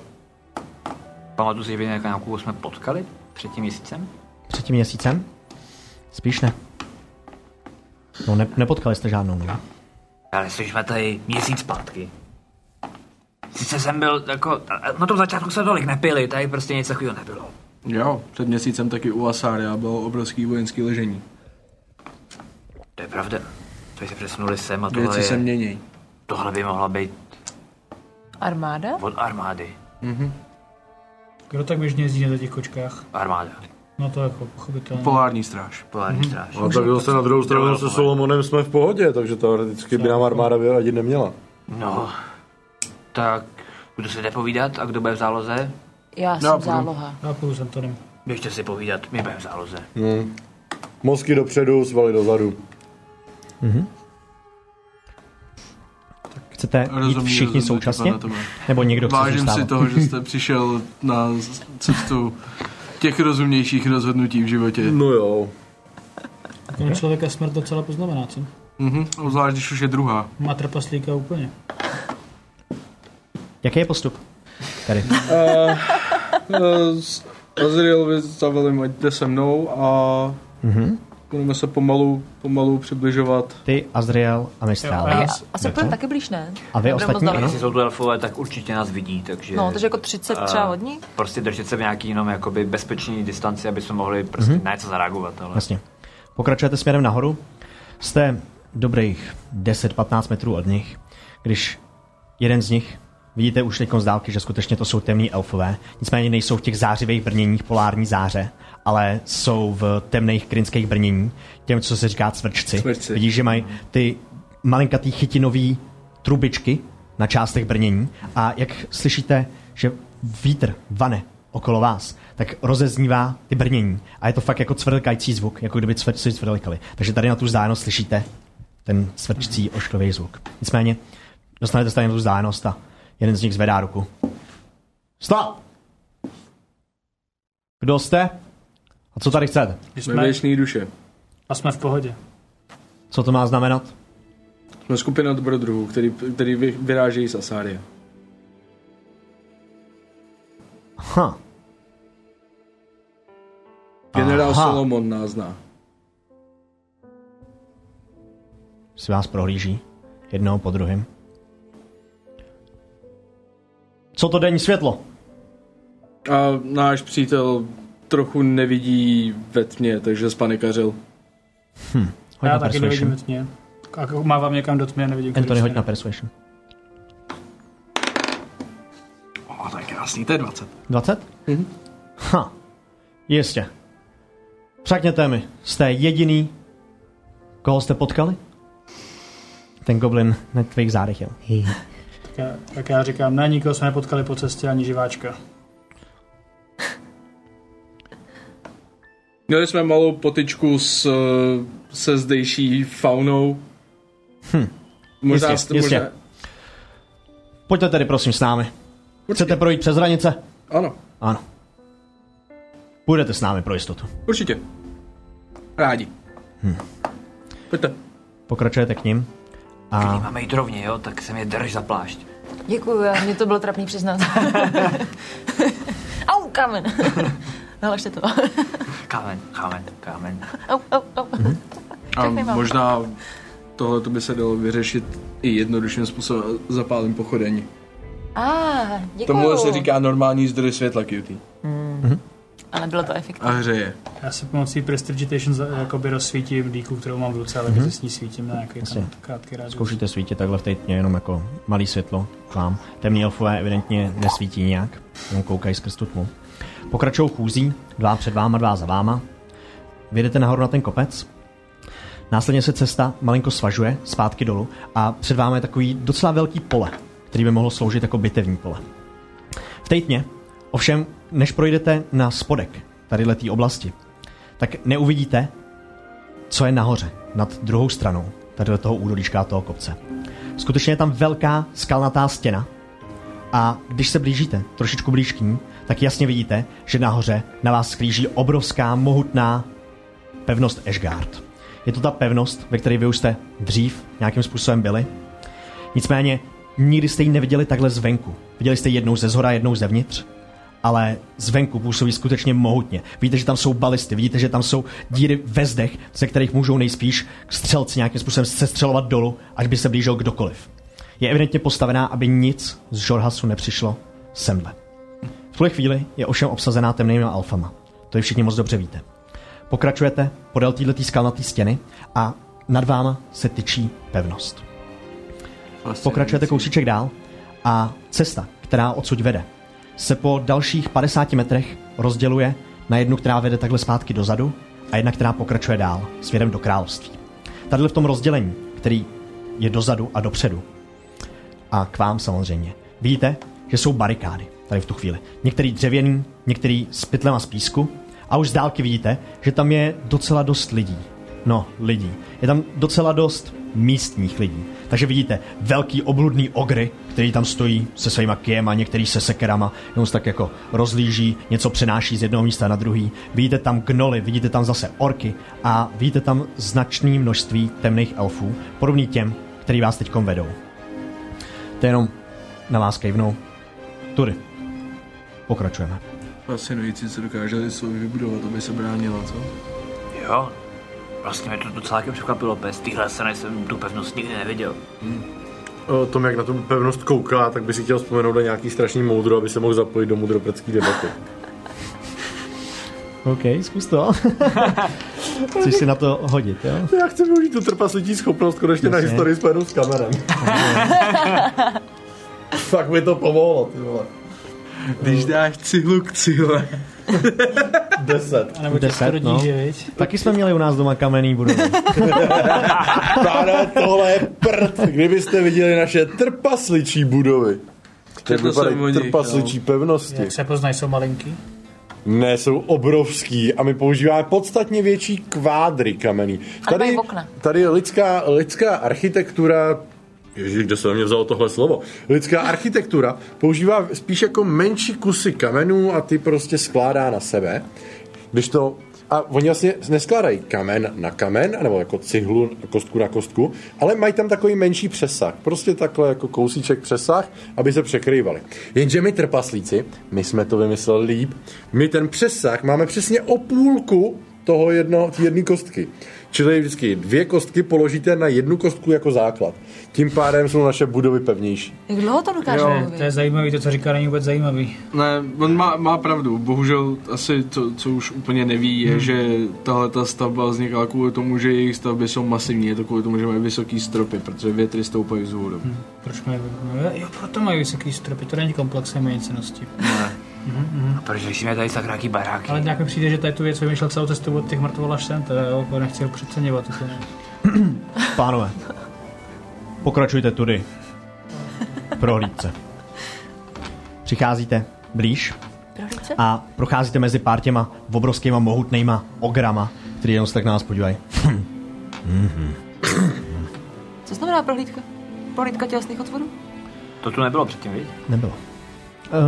[SPEAKER 2] Pamatuju si, že vy nějakou- nějakou jsme potkali před tím měsícem?
[SPEAKER 1] Před tím měsícem? Spíš ne. No, ne, nepotkali jste žádnou. no. Ne?
[SPEAKER 2] Ale jsme tady měsíc zpátky. Sice jsem byl jako, na tom začátku se tolik nepili, tady prostě nic takového nebylo.
[SPEAKER 3] Jo, před měsícem taky u Asária bylo obrovský vojenský ležení.
[SPEAKER 2] To je pravda. Tady se přesunuli sem a tohle,
[SPEAKER 3] Věci se
[SPEAKER 2] je,
[SPEAKER 3] mění.
[SPEAKER 2] tohle by mohla být
[SPEAKER 7] Armáda?
[SPEAKER 2] od armády.
[SPEAKER 5] Kdo tak běžně jezdí na těch kočkách?
[SPEAKER 2] Armáda.
[SPEAKER 5] No to jako pochopitelně.
[SPEAKER 3] Polární stráž.
[SPEAKER 2] Polární stráž.
[SPEAKER 8] A No, tak zase na druhou stranu
[SPEAKER 2] Dobrá,
[SPEAKER 8] se
[SPEAKER 2] pohled.
[SPEAKER 8] Solomonem jsme v pohodě, takže teoreticky by nám armáda vyradit neměla.
[SPEAKER 2] No, tak kdo se jde povídat a kdo bude v záloze?
[SPEAKER 7] Já jsem
[SPEAKER 3] Já budu.
[SPEAKER 7] záloha.
[SPEAKER 5] Já půjdu s Antonem.
[SPEAKER 2] Běžte si povídat, my budeme v záloze.
[SPEAKER 8] Mozky dopředu, svaly dozadu.
[SPEAKER 1] Chcete jít
[SPEAKER 3] Rozumím,
[SPEAKER 1] všichni
[SPEAKER 3] rozumím,
[SPEAKER 1] současně?
[SPEAKER 3] Ivane, to bude.
[SPEAKER 1] Nebo někdo chce
[SPEAKER 3] Vážím si
[SPEAKER 1] zůstávat?
[SPEAKER 3] toho, že jste přišel na cestu těch rozumnějších rozhodnutí v životě.
[SPEAKER 8] No jo.
[SPEAKER 5] Ten člověka smrt docela poznamená, co?
[SPEAKER 3] Mhm, obzvlášť když už je druhá.
[SPEAKER 5] Má trpaslíka úplně.
[SPEAKER 1] Jaký je postup? Tady.
[SPEAKER 3] Eh, Azriel vy zavelim, ať jde se mnou a
[SPEAKER 1] Mhm.
[SPEAKER 3] budeme se pomalu, pomalu přibližovat.
[SPEAKER 1] Ty, Azriel a Mistral.
[SPEAKER 5] Jo, a já-
[SPEAKER 7] A se půjdeme taky blíž, ne?
[SPEAKER 1] A vy
[SPEAKER 7] Nebudeme moc
[SPEAKER 1] ostatní?
[SPEAKER 4] No.
[SPEAKER 7] daleko.
[SPEAKER 1] Ano.
[SPEAKER 2] Jestli jsou tu elfové, tak určitě nás vidí, takže...
[SPEAKER 7] No, takže jako 30 třeba od ní?
[SPEAKER 2] Prostě držet se v nějaký jenom jakoby bezpečný distanci, aby jsme mohli prostě mm-hmm. na něco zareagovat, ale...
[SPEAKER 1] Jasně. Pokračujete směrem nahoru. Jste dobrých 10-15 metrů od nich, když jeden z nich vidíte už teď z dálky, že skutečně to jsou temní elfové. Nicméně nejsou v těch zářivých brněních polární záře, ale jsou v temných krynských brnění, těm, co se říká cvrčci.
[SPEAKER 3] Cvrčci.
[SPEAKER 1] Vidíš, že mají ty malinkatý chytinový trubičky na částech brnění a jak slyšíte, že vítr vane okolo vás, tak rozeznívá ty brnění a je to fakt jako cvrlkající zvuk, jako kdyby cvrčci cvrlkali. Takže tady na tu vzdálenost slyšíte ten cvrčcí ošklivý zvuk. Nicméně dostanete stejně tu vzdálenost a jeden z nich zvedá ruku. Stop! Kdo jste? A co tady chcete?
[SPEAKER 3] Jsme věčný duše.
[SPEAKER 5] A jsme v pohodě.
[SPEAKER 1] Co to má znamenat?
[SPEAKER 3] Jsme skupina dobrodruhů, který, který vy- vyrážejí z Asária.
[SPEAKER 1] Ha.
[SPEAKER 3] Generál
[SPEAKER 1] Aha.
[SPEAKER 3] Solomon nás zná.
[SPEAKER 1] si vás prohlíží, jednoho po druhém. Co to denní světlo?
[SPEAKER 3] A náš přítel trochu nevidí ve tmě, takže spanikařil.
[SPEAKER 5] A
[SPEAKER 1] Hoď
[SPEAKER 5] já
[SPEAKER 1] na
[SPEAKER 5] taky nevidím ve
[SPEAKER 1] persuasion.
[SPEAKER 5] tmě. A mávám někam do tmy a nevidím.
[SPEAKER 1] Anthony,
[SPEAKER 5] kudy
[SPEAKER 1] hoď
[SPEAKER 5] se
[SPEAKER 1] na
[SPEAKER 5] jde.
[SPEAKER 1] persuasion.
[SPEAKER 3] O, to je krásný, to je 20.
[SPEAKER 1] 20? Mhm. Ha. Jistě. Řekněte mi, jste jediný, koho jste potkali? Ten goblin na tvých zádech jel.
[SPEAKER 5] Tak já, tak já říkám, ne, nikoho jsme nepotkali po cestě, ani živáčka.
[SPEAKER 3] Měli jsme malou potičku s, eh, se zdejší faunou. Hm. Možná,
[SPEAKER 1] Jistě,
[SPEAKER 3] jste,
[SPEAKER 1] jistě.
[SPEAKER 3] možná,
[SPEAKER 1] Pojďte tedy prosím s námi. Chcete projít přes hranice?
[SPEAKER 3] ano,
[SPEAKER 1] Ano. Půjdete s námi pro jistotu.
[SPEAKER 3] určitě. Rádi. Hm. Pojďte.
[SPEAKER 1] Pokračujete k ním.
[SPEAKER 2] Když
[SPEAKER 1] A
[SPEAKER 2] máme jít rovně, jo, tak se mě drž za plášť.
[SPEAKER 7] Děkuju, já- mě to bylo trapný přiznat. Au, kámen. Halašte to.
[SPEAKER 2] Kámen, kámen, kámen.
[SPEAKER 7] Au, au, au.
[SPEAKER 3] A
[SPEAKER 7] Všechny mám.
[SPEAKER 3] možná tohle by se dalo vyřešit i jednodušším způsobem zapálím pochodeň.
[SPEAKER 7] A, děkuju.
[SPEAKER 3] Tomuhle se říká normální zdroj světla cutie.
[SPEAKER 7] Ale bylo to efektivní.
[SPEAKER 3] A hřeje.
[SPEAKER 5] Já si pomocí Prestigitation za- jakoby rozsvítím dýku, kterou mám v ruce, ale
[SPEAKER 1] Mhm.
[SPEAKER 5] mm-hmm. s ní svítím na nějaký ten krátký rád.
[SPEAKER 1] zkoušíte svítit takhle v té tmě, jenom jako malý světlo k vám. Temní elfové evidentně nesvítí nijak, jenom koukají skrz tu tmu. Pokračují chůzí, dva před váma, dva za váma. Vyjedete nahoru na ten kopec. Následně se cesta malinko svažuje zpátky dolů a před vámi je takový docela velký pole, který by mohlo sloužit jako bitevní pole. V té tmě, ovšem, než projdete na spodek tady té oblasti, tak neuvidíte, co je nahoře, nad druhou stranou tady toho údolíčka a toho kopce. Skutečně je tam velká skalnatá stěna a když se blížíte trošičku blíž k ní, tak jasně vidíte, že nahoře na vás sklíží obrovská, mohutná pevnost Ashgard. Je to ta pevnost, ve které vy už jste dřív nějakým způsobem byli. Nicméně nikdy jste ji neviděli takhle zvenku. Viděli jste ji jednou ze zhora, jednou zevnitř, ale zvenku působí skutečně mohutně. Víte, že tam jsou balisty, vidíte, že tam jsou díry ve zdech, ze kterých můžou nejspíš střelci nějakým způsobem sestřelovat dolů, až by se blížil kdokoliv. Je evidentně postavená, aby nic z Žorhasu nepřišlo semhle. V tuhle chvíli je ovšem obsazená temnými alfama. To je všichni moc dobře víte. Pokračujete podél této skalnaté stěny a nad váma se tyčí pevnost.
[SPEAKER 3] Vlastně
[SPEAKER 1] Pokračujete kousíček dál a cesta, která odsud vede, se po dalších 50 metrech rozděluje na jednu, která vede takhle zpátky dozadu a jedna, která pokračuje dál směrem do království. Tady v tom rozdělení, který je dozadu a dopředu a k vám samozřejmě, vidíte, že jsou barikády tady v tu chvíli. Některý dřevěný, některý s pytlem a z písku a už z dálky vidíte, že tam je docela dost lidí. No, lidí. Je tam docela dost místních lidí. Takže vidíte velký obludný ogry, který tam stojí se svýma kijem a některý se sekerama, jenom se tak jako rozlíží, něco přenáší z jednoho místa na druhý. Vidíte tam gnoly, vidíte tam zase orky a vidíte tam značné množství temných elfů, podobný těm, který vás teď vedou. To jenom na vás kejvnou. Tudy. Pokračujeme.
[SPEAKER 3] Fascinující, co dokáželi svou vybudovat, aby se bránila, co?
[SPEAKER 2] Jo, vlastně mě to docela taky překvapilo, bez téhle strany jsem tu pevnost nikdy neviděl.
[SPEAKER 8] O tom, jak na tu pevnost kouká, tak by si chtěl vzpomenout na nějaký strašný moudro, aby se mohl zapojit do mudroprecký debaty.
[SPEAKER 1] OK, zkus to. Chceš si na to hodit, jo?
[SPEAKER 8] Já chci využít tu trpasličí schopnost konečně na
[SPEAKER 1] Jasně.
[SPEAKER 8] historii spojenou s kamerem. Fakt mi to pomohlo, ty vole.
[SPEAKER 3] Když dáš cihlu k cihle.
[SPEAKER 8] Deset.
[SPEAKER 5] A nebo těch
[SPEAKER 1] Deset,
[SPEAKER 5] rodí,
[SPEAKER 1] no.
[SPEAKER 5] no. že viď?
[SPEAKER 1] Taky jsme měli u nás doma kamenný budovy.
[SPEAKER 8] Pána, tohle je prd. Kdybyste viděli naše trpasličí budovy. Jak
[SPEAKER 3] Četl jsem o
[SPEAKER 8] vypadají
[SPEAKER 3] nich, no.
[SPEAKER 8] trpasličí pevnosti.
[SPEAKER 5] Jak se poznají, jsou malinký?
[SPEAKER 8] Ne, jsou obrovský a my používáme podstatně větší kvádry kamenný.
[SPEAKER 7] mají okna.
[SPEAKER 8] tady je lidská, lidská architektura Ježíš, kde se na mě vzalo tohle slovo? Lidská architektura používá spíš jako menší kusy kamenů a ty prostě skládá na sebe. Když to... A oni vlastně neskládají kamen na kamen, nebo jako cihlu, kostku na kostku, ale mají tam takový menší přesah. Prostě takhle jako kousíček přesah, aby se překrývali. Jenže my trpaslíci, my jsme to vymysleli líp, my ten přesah máme přesně o půlku toho jedno, jedné kostky. Čili vždycky dvě kostky položíte na jednu kostku jako základ. Tím pádem jsou naše budovy pevnější.
[SPEAKER 7] Jak dlouho to dokáže
[SPEAKER 5] Jo, to je
[SPEAKER 7] mluvit?
[SPEAKER 5] zajímavý, to, co říká, není vůbec zajímavý.
[SPEAKER 3] Ne, on má, má pravdu. Bohužel asi to, co už úplně neví, je, hmm. že tahle ta stavba vznikla kvůli tomu, že jejich stavby jsou masivní. Je to kvůli tomu, že mají vysoký stropy, protože větry stoupají z hůru. Hmm.
[SPEAKER 5] Proč mají... no, Jo, proto mají vysoký stropy, to není komplexem mají cennosti.
[SPEAKER 2] A proč řešíme tady tak nějaký baráky?
[SPEAKER 5] Ale nějak mi přijde, že tady tu věc vymýšlel celou cestu od těch mrtvol až sem, teda jo, jako nechci ho přeceňovat. Úplně.
[SPEAKER 1] Pánové, pokračujte tudy. Prohlídce. Přicházíte blíž a procházíte mezi pár těma obrovskýma mohutnýma ograma, který jenom se tak na nás podívají.
[SPEAKER 7] Co znamená prohlídka? Prohlídka tělesných otvorů?
[SPEAKER 2] To tu nebylo předtím, víš?
[SPEAKER 1] Nebylo.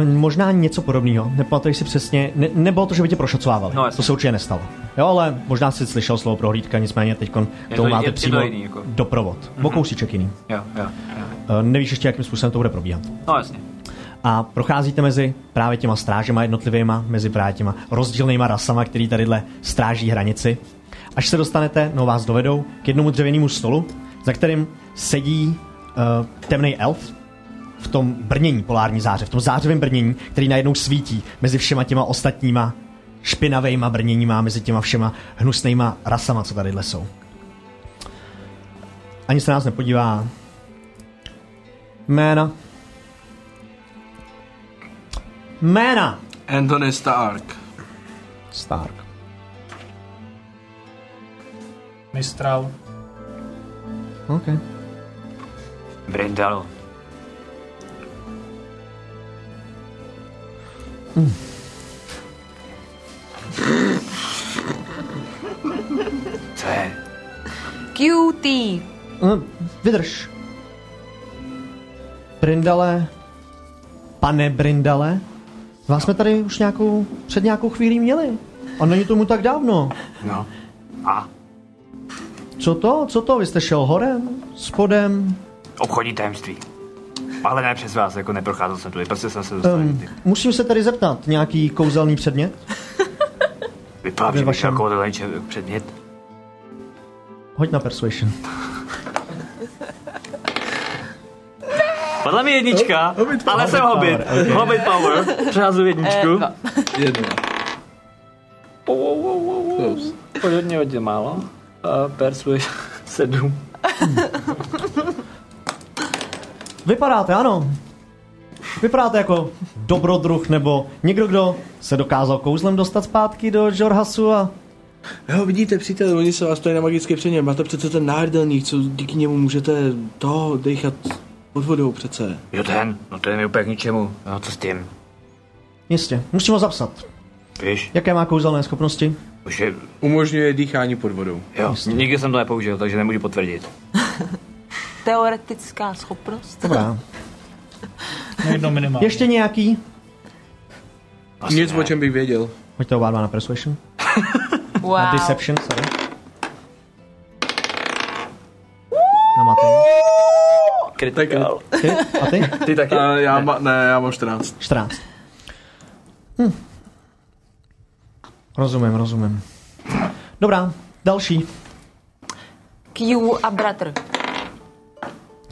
[SPEAKER 1] E, možná něco podobného, nepamatuji si přesně, ne, nebylo to, že by tě prošacovávali,
[SPEAKER 2] No,
[SPEAKER 1] no,
[SPEAKER 2] jasně.
[SPEAKER 1] to se určitě nestalo. Jo, ale možná jsi slyšel slovo prohlídka, nicméně teď
[SPEAKER 2] Je
[SPEAKER 1] to
[SPEAKER 2] to-
[SPEAKER 1] máte
[SPEAKER 2] je- je to
[SPEAKER 1] přímo
[SPEAKER 2] jiný, jako.
[SPEAKER 1] doprovod, mm-hmm. o kousíček jiný.
[SPEAKER 2] Jo, jo, jo.
[SPEAKER 1] E, Nevíš ještě, jakým způsobem to bude probíhat.
[SPEAKER 2] No jasně.
[SPEAKER 1] A procházíte mezi právě těma strážema jednotlivýma, mezi právě těma rozdílnýma rasama, který tadyhle stráží hranici. Až se dostanete, no vás dovedou, k jednomu dřevěnému stolu, za kterým sedí uh, temný elf v tom brnění polární záře, v tom zářivém brnění, který najednou svítí mezi všema těma ostatníma špinavejma brněníma, mezi těma všema hnusnýma rasama, co tadyhle jsou. Ani se nás nepodívá. Jména. Jména.
[SPEAKER 3] Anthony Stark.
[SPEAKER 1] Stark.
[SPEAKER 5] Mistral.
[SPEAKER 1] OK. Eh,
[SPEAKER 2] Brindalo. Co je?
[SPEAKER 7] QT.
[SPEAKER 1] No, vydrž. Brindale. Pane Brindale. Vás jsme tady už nějakou, před nějakou chvílí měli. A není tomu tak dávno.
[SPEAKER 2] No. A?
[SPEAKER 1] Co to? Co to? Vy jste šel horem? Spodem?
[SPEAKER 2] Obchodní tajemství. Ale ne přes vás, jako neprocházel jsem tudy, prostě jsem se dostal um,
[SPEAKER 1] Um, musím se tady zeptat. Nějaký kouzelný předmět?
[SPEAKER 2] Vypadá,
[SPEAKER 1] ve
[SPEAKER 2] že bych
[SPEAKER 1] vašem-
[SPEAKER 2] jako předmět.
[SPEAKER 1] Hoď na persuasion.
[SPEAKER 2] Padla mi jednička, ale jsem hobit.
[SPEAKER 1] power, okay.
[SPEAKER 2] Hobit power. Přehazuji jedničku. Eh, no.
[SPEAKER 3] Jedna.
[SPEAKER 2] Podobně hodně málo. Uh, Persuji sedm.
[SPEAKER 1] Vypadáte, ano. Vypadáte jako dobrodruh nebo někdo, kdo se dokázal kouzlem dostat zpátky do Jorhasu a
[SPEAKER 3] Jo, vidíte, přítel, oni se vás tady na magické přeně. Máte přece ten náhrdelník, co díky němu můžete to dechat pod vodou přece.
[SPEAKER 2] Jo ten, no to je mi úplně k ničemu. No co s tím?
[SPEAKER 1] jistě, musím ho zapsat.
[SPEAKER 2] Víš,
[SPEAKER 1] Jaké má kouzelné schopnosti?
[SPEAKER 2] už je,
[SPEAKER 8] Umožňuje dýchání pod vodou.
[SPEAKER 2] jo, nikdy jsem to nepoužil, takže nemůžu potvrdit.
[SPEAKER 7] Teoretická schopnost.
[SPEAKER 1] Dobrá.
[SPEAKER 5] Na jedno minimálně.
[SPEAKER 1] Ještě nějaký?
[SPEAKER 2] Asi
[SPEAKER 8] Nic,
[SPEAKER 2] ne.
[SPEAKER 8] o čem bych věděl.
[SPEAKER 1] Hoďte oba dva na persuasion.
[SPEAKER 7] Wow.
[SPEAKER 1] Na deception, sorry. Na matení.
[SPEAKER 2] Kritikál.
[SPEAKER 1] Ty? A ty?
[SPEAKER 2] Ty taky?
[SPEAKER 3] A eh, já, ma, ne, já mám 14.
[SPEAKER 1] 14. Hm. Rozumím, rozumím. Dobrá, další.
[SPEAKER 7] Q a bratr.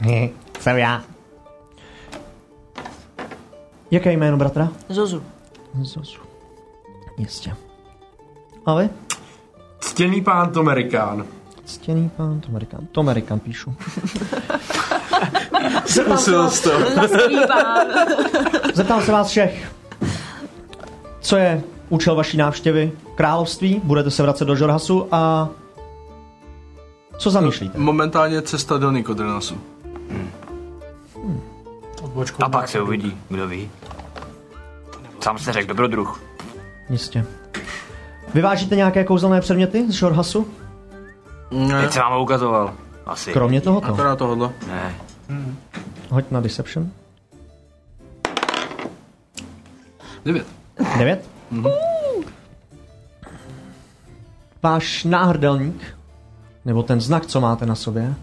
[SPEAKER 1] Hm, Jsem já. Jaké je jméno bratra?
[SPEAKER 7] Zozu.
[SPEAKER 1] Zosu. Jistě. A vy?
[SPEAKER 8] Ctěný pán Tomerikán.
[SPEAKER 1] Ctěný pán Tomerikán. Tomerikán píšu.
[SPEAKER 3] Zkusil jsi to.
[SPEAKER 1] Zeptám se vás všech. Co je účel vaší návštěvy království? Budete se vracet do Žorhasu a... Co zamýšlíte?
[SPEAKER 3] Momentálně cesta do Nikodrnasu.
[SPEAKER 5] Odbočkou.
[SPEAKER 2] A pak se uvidí, kdo ví. Sám se řekl, dobrodruh.
[SPEAKER 1] Jistě. Vyvážíte nějaké kouzelné předměty z Žorhasu?
[SPEAKER 3] Ne,
[SPEAKER 2] Teď se vám ho ukazoval. Asi.
[SPEAKER 1] Kromě tohoto.
[SPEAKER 3] akorát tohodle.
[SPEAKER 2] Ne.
[SPEAKER 1] Hoď na Deception.
[SPEAKER 3] Devět.
[SPEAKER 1] 9. Váš náhrdelník, nebo ten znak, co máte na sobě.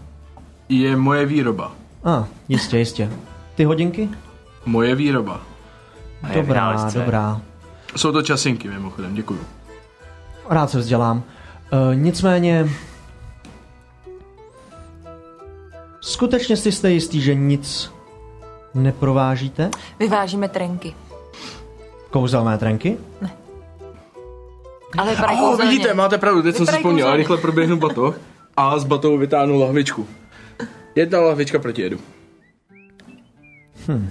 [SPEAKER 3] Je moje výroba.
[SPEAKER 1] A, ah, jistě, jistě. Ty hodinky?
[SPEAKER 3] Moje výroba.
[SPEAKER 2] A je
[SPEAKER 1] Dobrá,
[SPEAKER 2] vynálezce.
[SPEAKER 1] dobrá.
[SPEAKER 3] Jsou to časinky mimochodem, děkuju.
[SPEAKER 1] Rád se vzdělám. E, nicméně... Skutečně si jste jistý, že nic neprovážíte?
[SPEAKER 7] Vyvážíme trenky.
[SPEAKER 1] Kouzelné trenky?
[SPEAKER 7] Ale vypadá
[SPEAKER 3] Oh,
[SPEAKER 7] kouzelně.
[SPEAKER 3] vidíte, máte pravdu, teď jsem si
[SPEAKER 7] Vypadají
[SPEAKER 3] vzpomněl, ale
[SPEAKER 7] kouzelně.
[SPEAKER 3] rychle proběhnu batoh a s batou vytáhnu lahvičku. Jedna lahvička proti jedu. Hmm.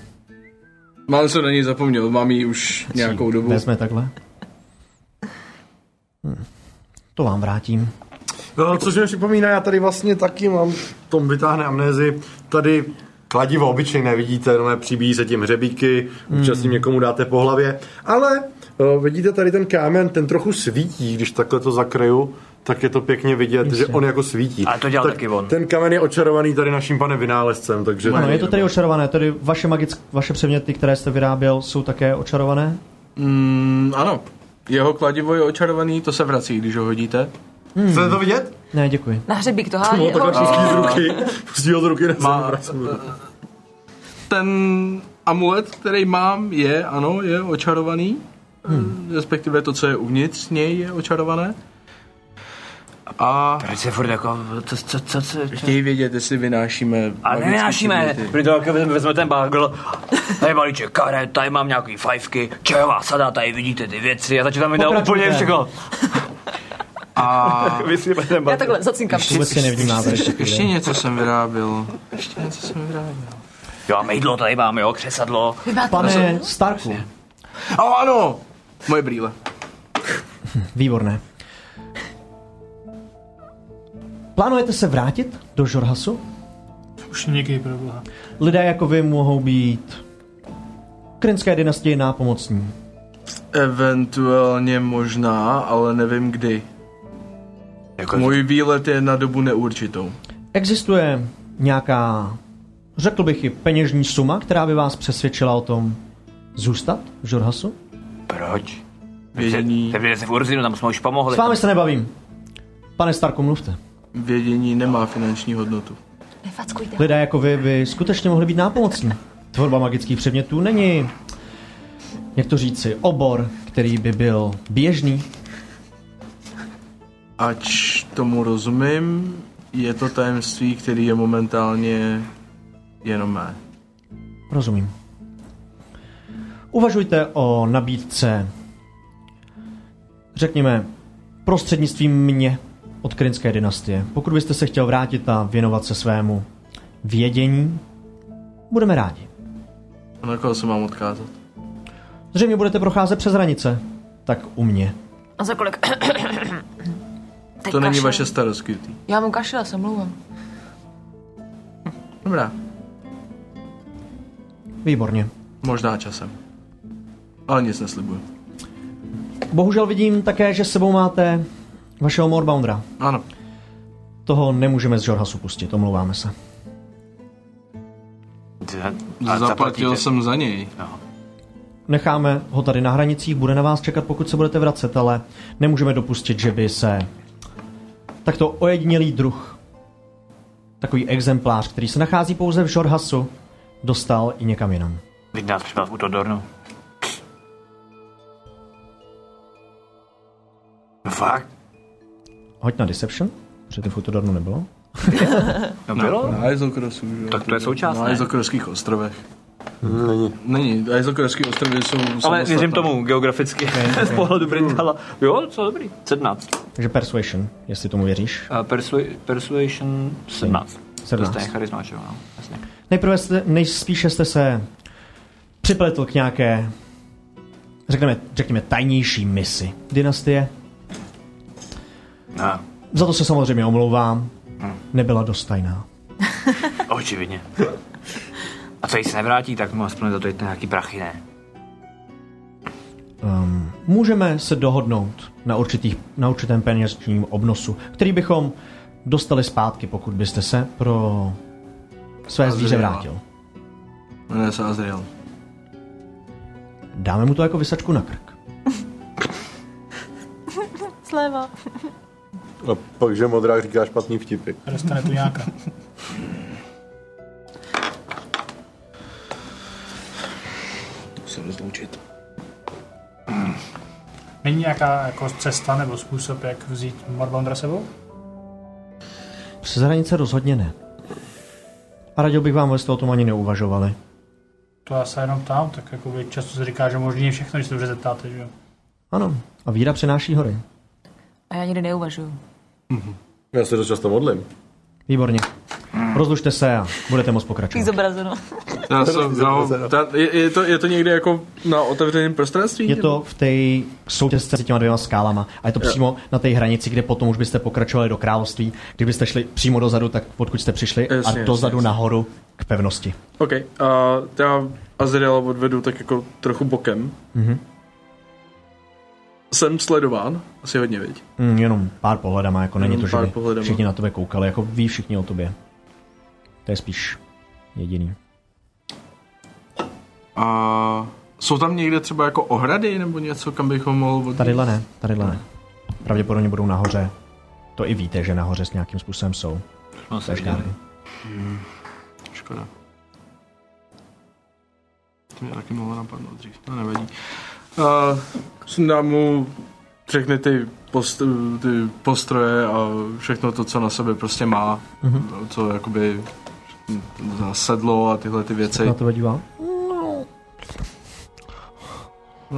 [SPEAKER 3] Mám se na něj zapomněl, mám ji už nějakou dobu.
[SPEAKER 1] Vezme takhle. Hm. To vám vrátím.
[SPEAKER 8] No, což mi připomíná, já tady vlastně taky mám, v tom vytáhne amnézi, tady kladivo obyčejné, vidíte, no, přibíjí se tím hřebíky, občas tím někomu dáte po hlavě, ale o, vidíte tady ten kámen, ten trochu svítí, když takhle to zakryju, tak je to pěkně vidět, že on jako svítí.
[SPEAKER 2] Ale to dělal
[SPEAKER 8] tak
[SPEAKER 2] taky on.
[SPEAKER 8] Ten kámen je očarovaný tady naším panem vynálezcem, takže...
[SPEAKER 1] Ano, je to tedy očarované, tedy vaše, magick, vaše předměty, které jste vyráběl, jsou také očarované?
[SPEAKER 3] Mm, ano. Jeho kladivo je očarovaný, to se vrací, když ho hodíte.
[SPEAKER 6] Chcete to vidět?
[SPEAKER 1] Ne, děkuji.
[SPEAKER 7] Na hřebík to hází.
[SPEAKER 8] Takhle pustí z ruky, pustí ho z ruky na
[SPEAKER 3] Má-
[SPEAKER 8] zem, vracím mu to.
[SPEAKER 3] Ten amulet, který mám, je, ano, je očarovaný. Hmm. Respektive to, co je uvnitř něj, je očarované. A
[SPEAKER 2] Proč se furt jako, co, co, co, co, co?
[SPEAKER 3] chtějí vědět, jestli vynášíme
[SPEAKER 2] A
[SPEAKER 3] magické
[SPEAKER 2] nenášíme,
[SPEAKER 3] předměty.
[SPEAKER 2] protože jak vezme- vezme ten bagl, tady balíček karet, tady mám nějaký fajfky, čajová sada, tady vidíte ty věci, já začnu tam vydat úplně
[SPEAKER 1] Pokračujte.
[SPEAKER 2] všechno. A... Vysype ten
[SPEAKER 7] Já
[SPEAKER 2] bagl.
[SPEAKER 7] takhle zacinkám.
[SPEAKER 1] Vůbec si nevnímáte.
[SPEAKER 3] Ještě něco jsem vyráběl. Ještě něco jsem vyráběl.
[SPEAKER 2] Jo, mejdlo tady mám, jo, křesadlo.
[SPEAKER 1] Pane Starku,
[SPEAKER 3] A ano! Moje brýle.
[SPEAKER 1] výborné. Plánujete se vrátit do Žorhasu?
[SPEAKER 5] Už někdy proboha.
[SPEAKER 1] Lidé jako vy mohou být krynské dynastii nápomocní.
[SPEAKER 3] Eventuálně možná, ale nevím kdy.
[SPEAKER 2] Jako,
[SPEAKER 3] Můj výlet je na dobu neurčitou.
[SPEAKER 1] Existuje nějaká, řekl bych i peněžní suma, která by vás přesvědčila o tom zůstat v Žorhasu?
[SPEAKER 2] proč?
[SPEAKER 3] Vědění,
[SPEAKER 2] Teď se v Urzinu, tam jsme už pomohli.
[SPEAKER 1] S vámi se nebavím. Pane Starku, mluvte.
[SPEAKER 3] vědění nemá finanční hodnotu.
[SPEAKER 7] Nefackujte.
[SPEAKER 1] Lidé jako vy by skutečně mohli být nápomocní. Tvorba magických předmětů není, jak to říci, obor, který by byl běžný.
[SPEAKER 3] Ač tomu rozumím, je to tajemství, který je momentálně jenom mé.
[SPEAKER 1] Rozumím. Uvažujte o nabídce, řekněme, prostřednictvím mě od krynské dynastie. Pokud byste se chtěl vrátit a věnovat se svému vědění, budeme rádi.
[SPEAKER 3] A Na koho se mám odkázat?
[SPEAKER 1] Zřejmě budete procházet přes hranice, tak u mě.
[SPEAKER 7] A za kolik? Teď
[SPEAKER 3] To není
[SPEAKER 7] kašlu.
[SPEAKER 3] vaše starost, cutie.
[SPEAKER 7] Já mu kašel, se mluvím.
[SPEAKER 3] Dobrá,
[SPEAKER 1] Výborně.
[SPEAKER 3] možná časem. Ale nic neslibuju.
[SPEAKER 1] Bohužel vidím také, že s sebou máte vašeho Morboundera.
[SPEAKER 3] Ano,
[SPEAKER 1] Toho nemůžeme z Žorhasu pustit, omlouváme se.
[SPEAKER 2] A
[SPEAKER 3] zaplatil
[SPEAKER 2] zaplatíte?
[SPEAKER 3] jsem za něj.
[SPEAKER 1] Necháme ho tady na hranicích, bude na vás čekat, pokud se budete vracet, ale nemůžeme dopustit, že by se takto ojedinělý druh, takový exemplář, který se nachází pouze v Žorhasu, dostal i někam jinam.
[SPEAKER 2] Teď nás připrav u Todornu. No Fakt?
[SPEAKER 1] Hoď na Deception, protože to v Utodornu nebylo.
[SPEAKER 2] No bylo?
[SPEAKER 3] Na Izokrosu, že? jo?
[SPEAKER 2] Tak to je součást,
[SPEAKER 3] Na
[SPEAKER 2] ne?
[SPEAKER 3] Izokroských ostrovech. Není. Není, Izokroské ostrovy jsou
[SPEAKER 2] Ale věřím
[SPEAKER 3] samostatné.
[SPEAKER 2] tomu geograficky, z pohledu Brindala. Jo, co dobrý, 17.
[SPEAKER 1] Takže Persuasion, jestli tomu věříš.
[SPEAKER 3] Eh,
[SPEAKER 2] Uh, persua- persuasion 17.
[SPEAKER 1] 17.
[SPEAKER 2] To je charisma, že jo, no, jasně.
[SPEAKER 1] Nejprve jste, nejspíše jste se připletl k nějaké, řekneme, řekněme, tajnější misi dynastie.
[SPEAKER 2] No,
[SPEAKER 1] Za to se samozřejmě omlouvám. Nebyla dost tajná.
[SPEAKER 2] očividně. A co, když se nevrátí, tak mu aspoň za to jděte nějaký prachy, ne?
[SPEAKER 1] Um, můžeme se dohodnout na, určitých, na určitém peněžním obnosu, který bychom dostali zpátky, pokud byste se pro své zvíře
[SPEAKER 3] zřejmě.
[SPEAKER 1] vrátil.
[SPEAKER 3] Jmenuje se Azriel.
[SPEAKER 1] Dáme mu to jako vysačku na krk.
[SPEAKER 7] Sleva.
[SPEAKER 8] A No, pak, že modrák říká špatný vtipy.
[SPEAKER 5] Dostane tu nějaká.
[SPEAKER 3] Musím rozloučit.
[SPEAKER 5] Není nějaká jako cesta nebo způsob, jak vzít Morbondra sebou?
[SPEAKER 1] Přes hranice rozhodně ne. A radil bych vám, abyste o tom ani neuvažovali.
[SPEAKER 5] To já se jenom tam, tak jako by často se říká, že možný je všechno, když se dobře zeptáte, že jo.
[SPEAKER 1] Ano, a víra přináší hory.
[SPEAKER 7] A já nikdy neuvažuju.
[SPEAKER 8] Já se dost často modlím.
[SPEAKER 1] Výborně. Rozlučte se a budete moc pokračovat.
[SPEAKER 7] Zobrazeno.
[SPEAKER 3] Já jsem, no, ta, je, je, to, je to někde jako na otevřeném prostranství?
[SPEAKER 1] Je to v té soutězce s těma dvěma skálama a je to přímo na té hranici, kde potom už byste pokračovali do království. Kdybyste šli přímo dozadu, tak odkud jste přišli
[SPEAKER 3] Jasně,
[SPEAKER 1] a
[SPEAKER 3] jasně,
[SPEAKER 1] dozadu
[SPEAKER 3] jasně.
[SPEAKER 1] nahoru k pevnosti.
[SPEAKER 3] OK, a já Azriela odvedu tak jako trochu bokem. Mm-hmm. Jsem sledován, asi hodně, viď?
[SPEAKER 1] Mm, jenom pár pohledama, jako není
[SPEAKER 3] Jenom
[SPEAKER 1] to, že
[SPEAKER 3] pár
[SPEAKER 1] by
[SPEAKER 3] pohledama.
[SPEAKER 1] všichni na tebe koukali, jako ví všichni o tobě. To je spíš jediný.
[SPEAKER 3] A jsou tam někde třeba jako ohrady nebo něco, kam bychom mohl odjít?
[SPEAKER 1] Tadyhle ne, tadyhle ne. Hmm. Pravděpodobně budou nahoře. To i víte, že nahoře s nějakým způsobem jsou.
[SPEAKER 2] No, se
[SPEAKER 1] Každárny.
[SPEAKER 3] Škoda. To mě taky mohlo napadnout dřív, to nevadí. A sundám mu všechny ty, post, ty postroje a všechno to, co na sobě prostě má, mm-hmm. co jakoby za sedlo a tyhle ty věci.
[SPEAKER 1] Na to dívá?
[SPEAKER 3] No,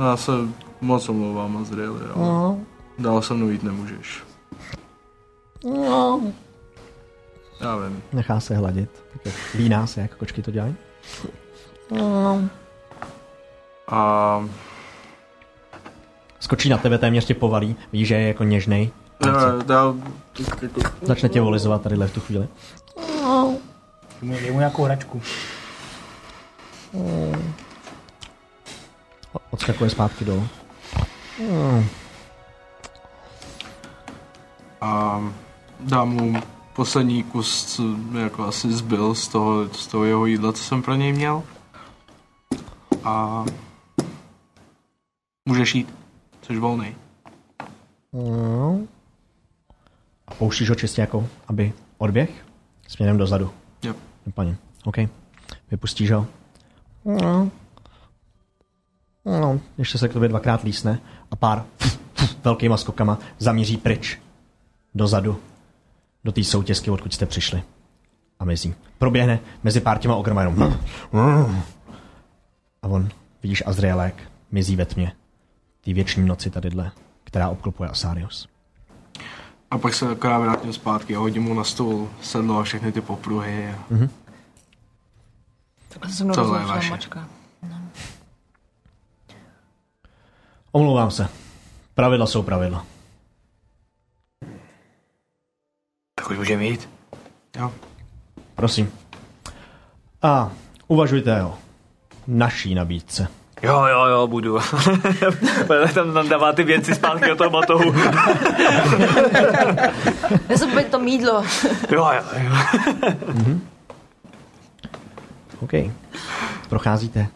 [SPEAKER 3] Já se moc omlouvám, Azrieli, ale no. dál se mnou jít nemůžeš. No. Já vím.
[SPEAKER 1] Nechá se hladit. Tak jak líná se, jak kočky to dělají.
[SPEAKER 3] A
[SPEAKER 1] Skočí na tebe, téměř tě povalí. Ví, že je jako něžnej.
[SPEAKER 3] ne, já, tak jako,
[SPEAKER 1] Začne tě volizovat tadyhle v tu chvíli.
[SPEAKER 5] Dej mu nějakou hračku.
[SPEAKER 1] O- Odskakuje zpátky dolů.
[SPEAKER 3] a dám mu poslední kus, co mi jako asi zbyl z toho, z toho jeho jídla, co jsem pro něj měl. A můžeš jít, jsi volnej.
[SPEAKER 1] A pouštíš ho čistě jako, aby odběh směrem dozadu.
[SPEAKER 3] Jo.
[SPEAKER 1] Paní. OK. Vypustíš ho. No. No. Ještě se k tobě dvakrát lísne a pár velkýma skokama zamíří pryč. Dozadu. Do té soutězky, odkud jste přišli. A mizí. Proběhne mezi pár těma ogroma jenom. A on, vidíš Azrielek, mizí ve tmě. Tý věční noci tadyhle, která obklopuje Asarius.
[SPEAKER 3] A pak se akorát vrátím zpátky a hodím mu na stůl sedlo a všechny ty popruhy. A... Mm-hmm.
[SPEAKER 7] Takhle se mnou
[SPEAKER 3] Tohle je
[SPEAKER 7] rozloučila
[SPEAKER 3] vaše.
[SPEAKER 7] mačka.
[SPEAKER 1] Omlouvám se. Pravidla jsou pravidla.
[SPEAKER 2] Tak už můžeme jít.
[SPEAKER 3] Jo.
[SPEAKER 1] Prosím. A uvažujte o naší nabídce.
[SPEAKER 2] Jo, jo, jo, budu. tam, tam dává ty věci zpátky do toho batohu.
[SPEAKER 7] Nezapomeň to mídlo.
[SPEAKER 2] Jo, jo, jo.
[SPEAKER 1] OK. Procházíte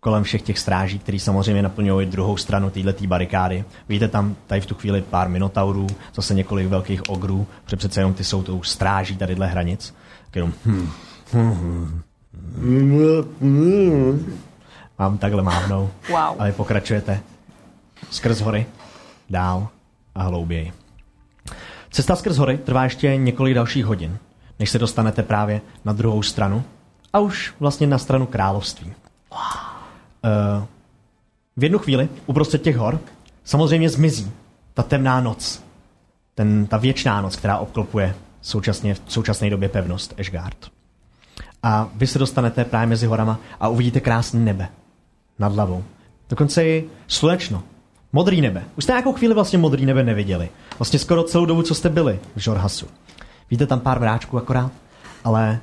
[SPEAKER 1] kolem všech těch stráží, který samozřejmě naplňují druhou stranu této barikády. Víte tam tady v tu chvíli pár minotaurů, zase několik velkých ogrů, protože přece jenom ty jsou tou stráží tadyhle hranic. Tak jenom, hm. hm. Mám takhle mávnou.
[SPEAKER 7] Wow.
[SPEAKER 1] Ale pokračujete skrz hory, dál a hlouběji. Cesta skrz hory trvá ještě několik dalších hodin, než se dostanete právě na druhou stranu a už vlastně na stranu království. Eh, V jednu chvíli uprostřed těch hor samozřejmě zmizí ta temná noc, ten, ta věčná noc, která obklopuje současně, v současné době pevnost Ashgard. A vy se dostanete právě mezi horama a uvidíte krásné nebe nad hlavou. Dokonce i slunečno. Modrý nebe. Už jste nějakou chvíli vlastně modrý nebe neviděli. Vlastně skoro celou dobu, co jste byli v Žorhasu. Víte tam pár mráčků akorát, ale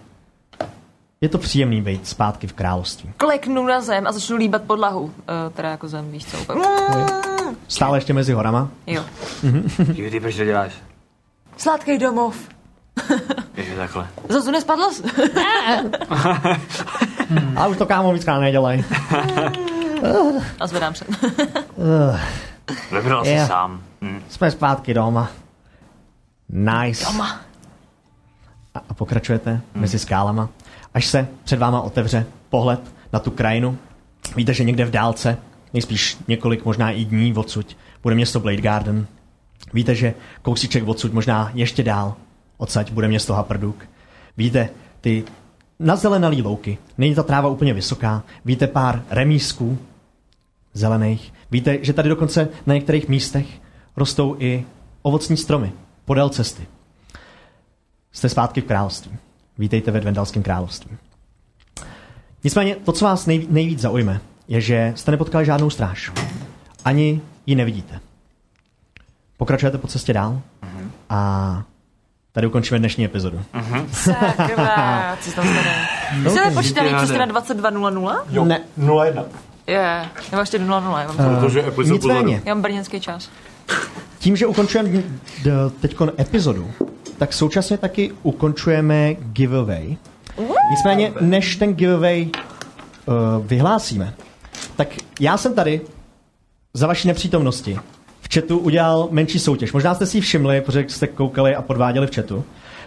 [SPEAKER 1] je to příjemný být zpátky v království.
[SPEAKER 7] Kleknu na zem a začnu líbat podlahu. Uh, teda jako zem, víš co, úplně.
[SPEAKER 1] Stále ještě mezi horama.
[SPEAKER 7] Jo.
[SPEAKER 2] Dívej, ty proč to děláš?
[SPEAKER 7] Sládkej domov.
[SPEAKER 2] Ježi, takhle.
[SPEAKER 7] Zazu nespadl jsi?
[SPEAKER 1] A už to kámo víckrát nedělej.
[SPEAKER 7] A zvedám se.
[SPEAKER 2] Vybral jsi
[SPEAKER 1] Jo.
[SPEAKER 2] sám. Hm.
[SPEAKER 1] Jsme zpátky doma. Nice.
[SPEAKER 7] Doma.
[SPEAKER 1] A, a pokračujete mezi skálama, až se před váma otevře pohled na tu krajinu. Víte, že někde v dálce, nejspíš několik, možná i dní odsud, bude město Blade Garden. Víte, že kousíček odsud, možná ještě dál, odsaď bude město Haprduk. Víte, ty nazelenalý louky, není ta tráva úplně vysoká, víte pár remísků, zelených. Víte, že tady dokonce na některých místech rostou i ovocní stromy podél cesty. Jste zpátky v království. Vítejte ve Dvendalském království. Nicméně to, co vás nej, nejvíc zaujme, je, že jste nepotkali žádnou stráž. Ani ji nevidíte. Pokračujete po cestě dál a tady ukončíme dnešní epizodu.
[SPEAKER 7] Sakra, co se tam stane? No, Jste nepočítaný
[SPEAKER 2] Žádné.
[SPEAKER 7] přesně na 22.00?
[SPEAKER 1] Jo. Ne,
[SPEAKER 6] 0-1.
[SPEAKER 7] Je, nebo ještě 00, já mám, to-
[SPEAKER 8] Protože epizodu
[SPEAKER 1] nicméně,
[SPEAKER 7] já mám brněnský čas.
[SPEAKER 1] tím, že ukončujeme teď epizodu, tak současně taky ukončujeme giveaway. Nicméně, než ten giveaway uh, vyhlásíme, tak já jsem tady za vaší nepřítomnosti v chatu udělal menší soutěž. Možná jste si ji všimli, protože jste koukali a podváděli v chatu,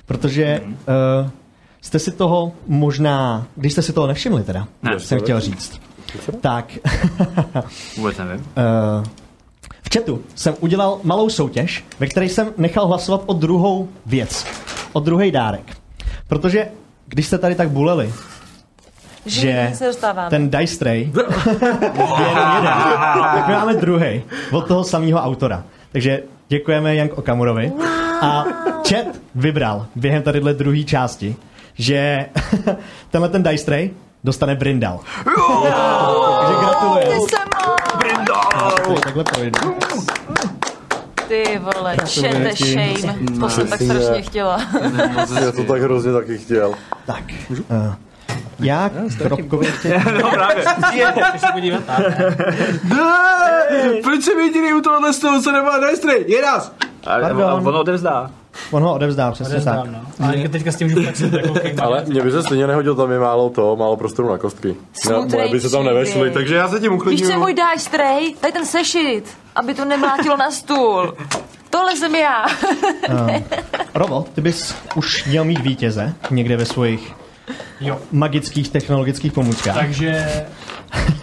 [SPEAKER 1] protože uh, jste si toho možná, když jste si toho nevšimli teda,
[SPEAKER 2] Ne.
[SPEAKER 1] jsem chtěl říct, tak
[SPEAKER 2] Vůbec nevím.
[SPEAKER 1] Eh, v chatu jsem udělal malou soutěž, ve které jsem nechal hlasovat o druhou věc, o druhý dárek. Protože když jste tady tak buleli,
[SPEAKER 7] Že
[SPEAKER 1] že
[SPEAKER 7] se dostáváme.
[SPEAKER 1] ten Dice Tray je jenom jeden, tak my máme druhý od toho samého autora. Takže děkujeme Jank Okamurovi. A chat vybral během tadyhle druhé části, že tenhle ten Dice Tray dostane Brindal. Takže gratuluju.
[SPEAKER 7] Jsem on,
[SPEAKER 1] Takhle projdu.
[SPEAKER 7] Ty vole, čete shame. To jsem tak
[SPEAKER 8] Myslím, že-
[SPEAKER 7] strašně chtěla.
[SPEAKER 8] Já to tak hrozně taky chtěl.
[SPEAKER 1] Tak. Uh, já k Drobkovi ještě...
[SPEAKER 2] No právě.
[SPEAKER 3] Proč jsem jediný u tohohle z toho, co nemá Nestry? Je nás!
[SPEAKER 2] A, a
[SPEAKER 1] Pardon.
[SPEAKER 2] on odevzdá.
[SPEAKER 1] On ho odevzdá, přesně tak.
[SPEAKER 5] Neznám, no. Ale teďka s tím můžu flexit, tak okay,
[SPEAKER 8] Ale mě by se stejně nehodil, tam je málo to, málo prostoru na kostky. Ne,
[SPEAKER 7] Smutnej
[SPEAKER 8] moje by se tam
[SPEAKER 7] příběh.
[SPEAKER 8] nevešly, takže já se tím
[SPEAKER 7] Víš, co je
[SPEAKER 8] uklidňuju.
[SPEAKER 7] můj dáš trej? Daj ten sešit, aby to nemlátilo na stůl. Tohle jsem já.
[SPEAKER 1] Robo, ty bys už měl mít vítěze někde ve svojich
[SPEAKER 5] Jo.
[SPEAKER 1] magických technologických pomůckách. Tak.
[SPEAKER 5] Takže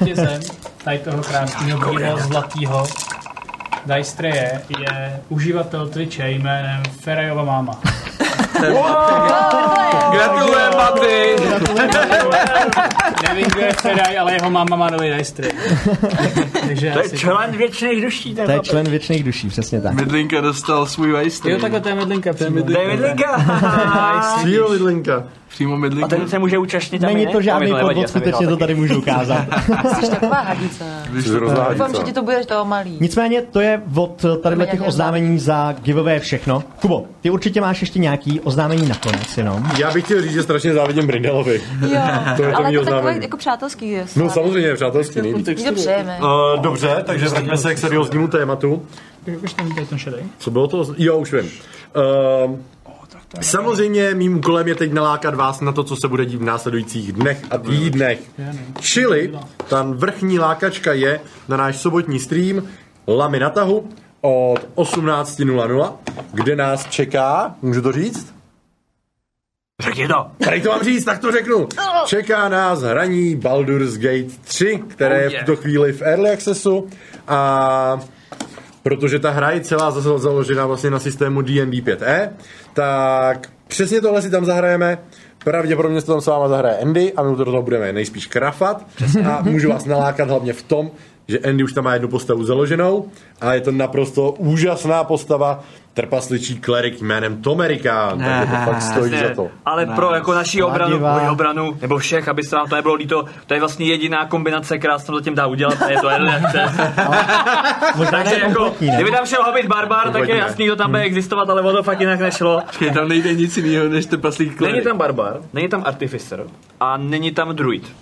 [SPEAKER 5] vítězem tady toho krásného bílého zlatého Dice Traye je uživatel Twitche jménem Ferajova máma.
[SPEAKER 3] Gratulujeme, Patry!
[SPEAKER 5] Nevím, kdo je Feraj, ale jeho máma má nový Dice Tray. Takže
[SPEAKER 2] To je
[SPEAKER 5] asi-
[SPEAKER 2] člen věčných duší. ten
[SPEAKER 1] To je
[SPEAKER 2] chlapec.
[SPEAKER 1] člen věčných duší, přesně tak.
[SPEAKER 3] Medlinka dostal svůj vajstry.
[SPEAKER 5] Jo, takhle to je medlinka. To je
[SPEAKER 2] David Linka.
[SPEAKER 8] Cíl, Lidlinka.
[SPEAKER 3] Přímo
[SPEAKER 2] A
[SPEAKER 3] Medlinka.
[SPEAKER 2] ten se může účastnit. tam
[SPEAKER 1] Není
[SPEAKER 2] je?
[SPEAKER 1] to žádný
[SPEAKER 2] mi nevadí, já
[SPEAKER 1] podvod,
[SPEAKER 2] jsem vyhrál
[SPEAKER 1] skutečně to
[SPEAKER 2] taky.
[SPEAKER 1] tady můžu ukázat.
[SPEAKER 7] Jsi taková hadice.
[SPEAKER 8] Jsi hrozná
[SPEAKER 7] Doufám, že
[SPEAKER 8] hadica.
[SPEAKER 7] ti to bude toho malý.
[SPEAKER 1] Nicméně to je od eh, tady těch oznámení za giveaway všechno. Kubo, ty určitě máš ještě nějaký oznámení nakonec jenom.
[SPEAKER 8] Já bych chtěl říct, že strašně závidím Brindalovi.
[SPEAKER 7] Jo,
[SPEAKER 8] To je to
[SPEAKER 7] ale
[SPEAKER 8] mý
[SPEAKER 7] to takové
[SPEAKER 8] oznámení.
[SPEAKER 7] jako přátelský je.
[SPEAKER 8] No samozřejmě, přátelský nejvíc.
[SPEAKER 7] My to přejeme.
[SPEAKER 8] Uh, dobře, takže vraťme se k serióznímu tématu.
[SPEAKER 5] Jakož tam tady ten šedej.
[SPEAKER 8] Co bylo to? Jo, už vím. Ehm, Samozřejmě mým úkolem je teď nalákat vás na to, co se bude dít v následujících dnech a týdnech. Čili ta vrchní lákačka je na náš sobotní stream Lamy na tahu od 18.00, kde nás čeká, můžu to říct?
[SPEAKER 2] Řekni to.
[SPEAKER 8] Tady to mám říct, tak to řeknu. Čeká nás hraní Baldur's Gate 3, které
[SPEAKER 2] Oh,
[SPEAKER 8] je v
[SPEAKER 2] yeah.
[SPEAKER 8] tuto chvíli v Early Accessu a protože ta hra je celá zase založená vlastně na systému D&D 5e, E, tak přesně tohle si tam zahrajeme. Pravděpodobně se tam s váma zahraje Andy a my do toho budeme nejspíš krafat a můžu vás nalákat hlavně v tom, že Andy už tam má jednu postavu založenou a je to naprosto úžasná postava trpasličí klerik jménem Tomerikán, takže to fakt stojí za
[SPEAKER 2] Ne,
[SPEAKER 8] to.
[SPEAKER 2] ale pro jako naši obranu,
[SPEAKER 1] Mladivá.
[SPEAKER 2] moji obranu, nebo všech, aby se vám to nebylo líto, to je vlastně jediná kombinace, která se tam zatím dá udělat, a je to Early Access.
[SPEAKER 1] Možná
[SPEAKER 2] Takže
[SPEAKER 1] ne
[SPEAKER 2] jako,
[SPEAKER 1] kompletní, ne? Hmm.
[SPEAKER 2] kdyby tam šel Hobbit Barbar, tak je
[SPEAKER 8] Kompletní, ne.
[SPEAKER 2] jasný, kdo tam bude existovat, ale ono to fakt jinak nešlo.
[SPEAKER 3] Je tam nejde nic jiného, než ten paslík
[SPEAKER 2] Není
[SPEAKER 3] klerik.
[SPEAKER 2] tam Barbar, není tam Artificer a není tam Druid.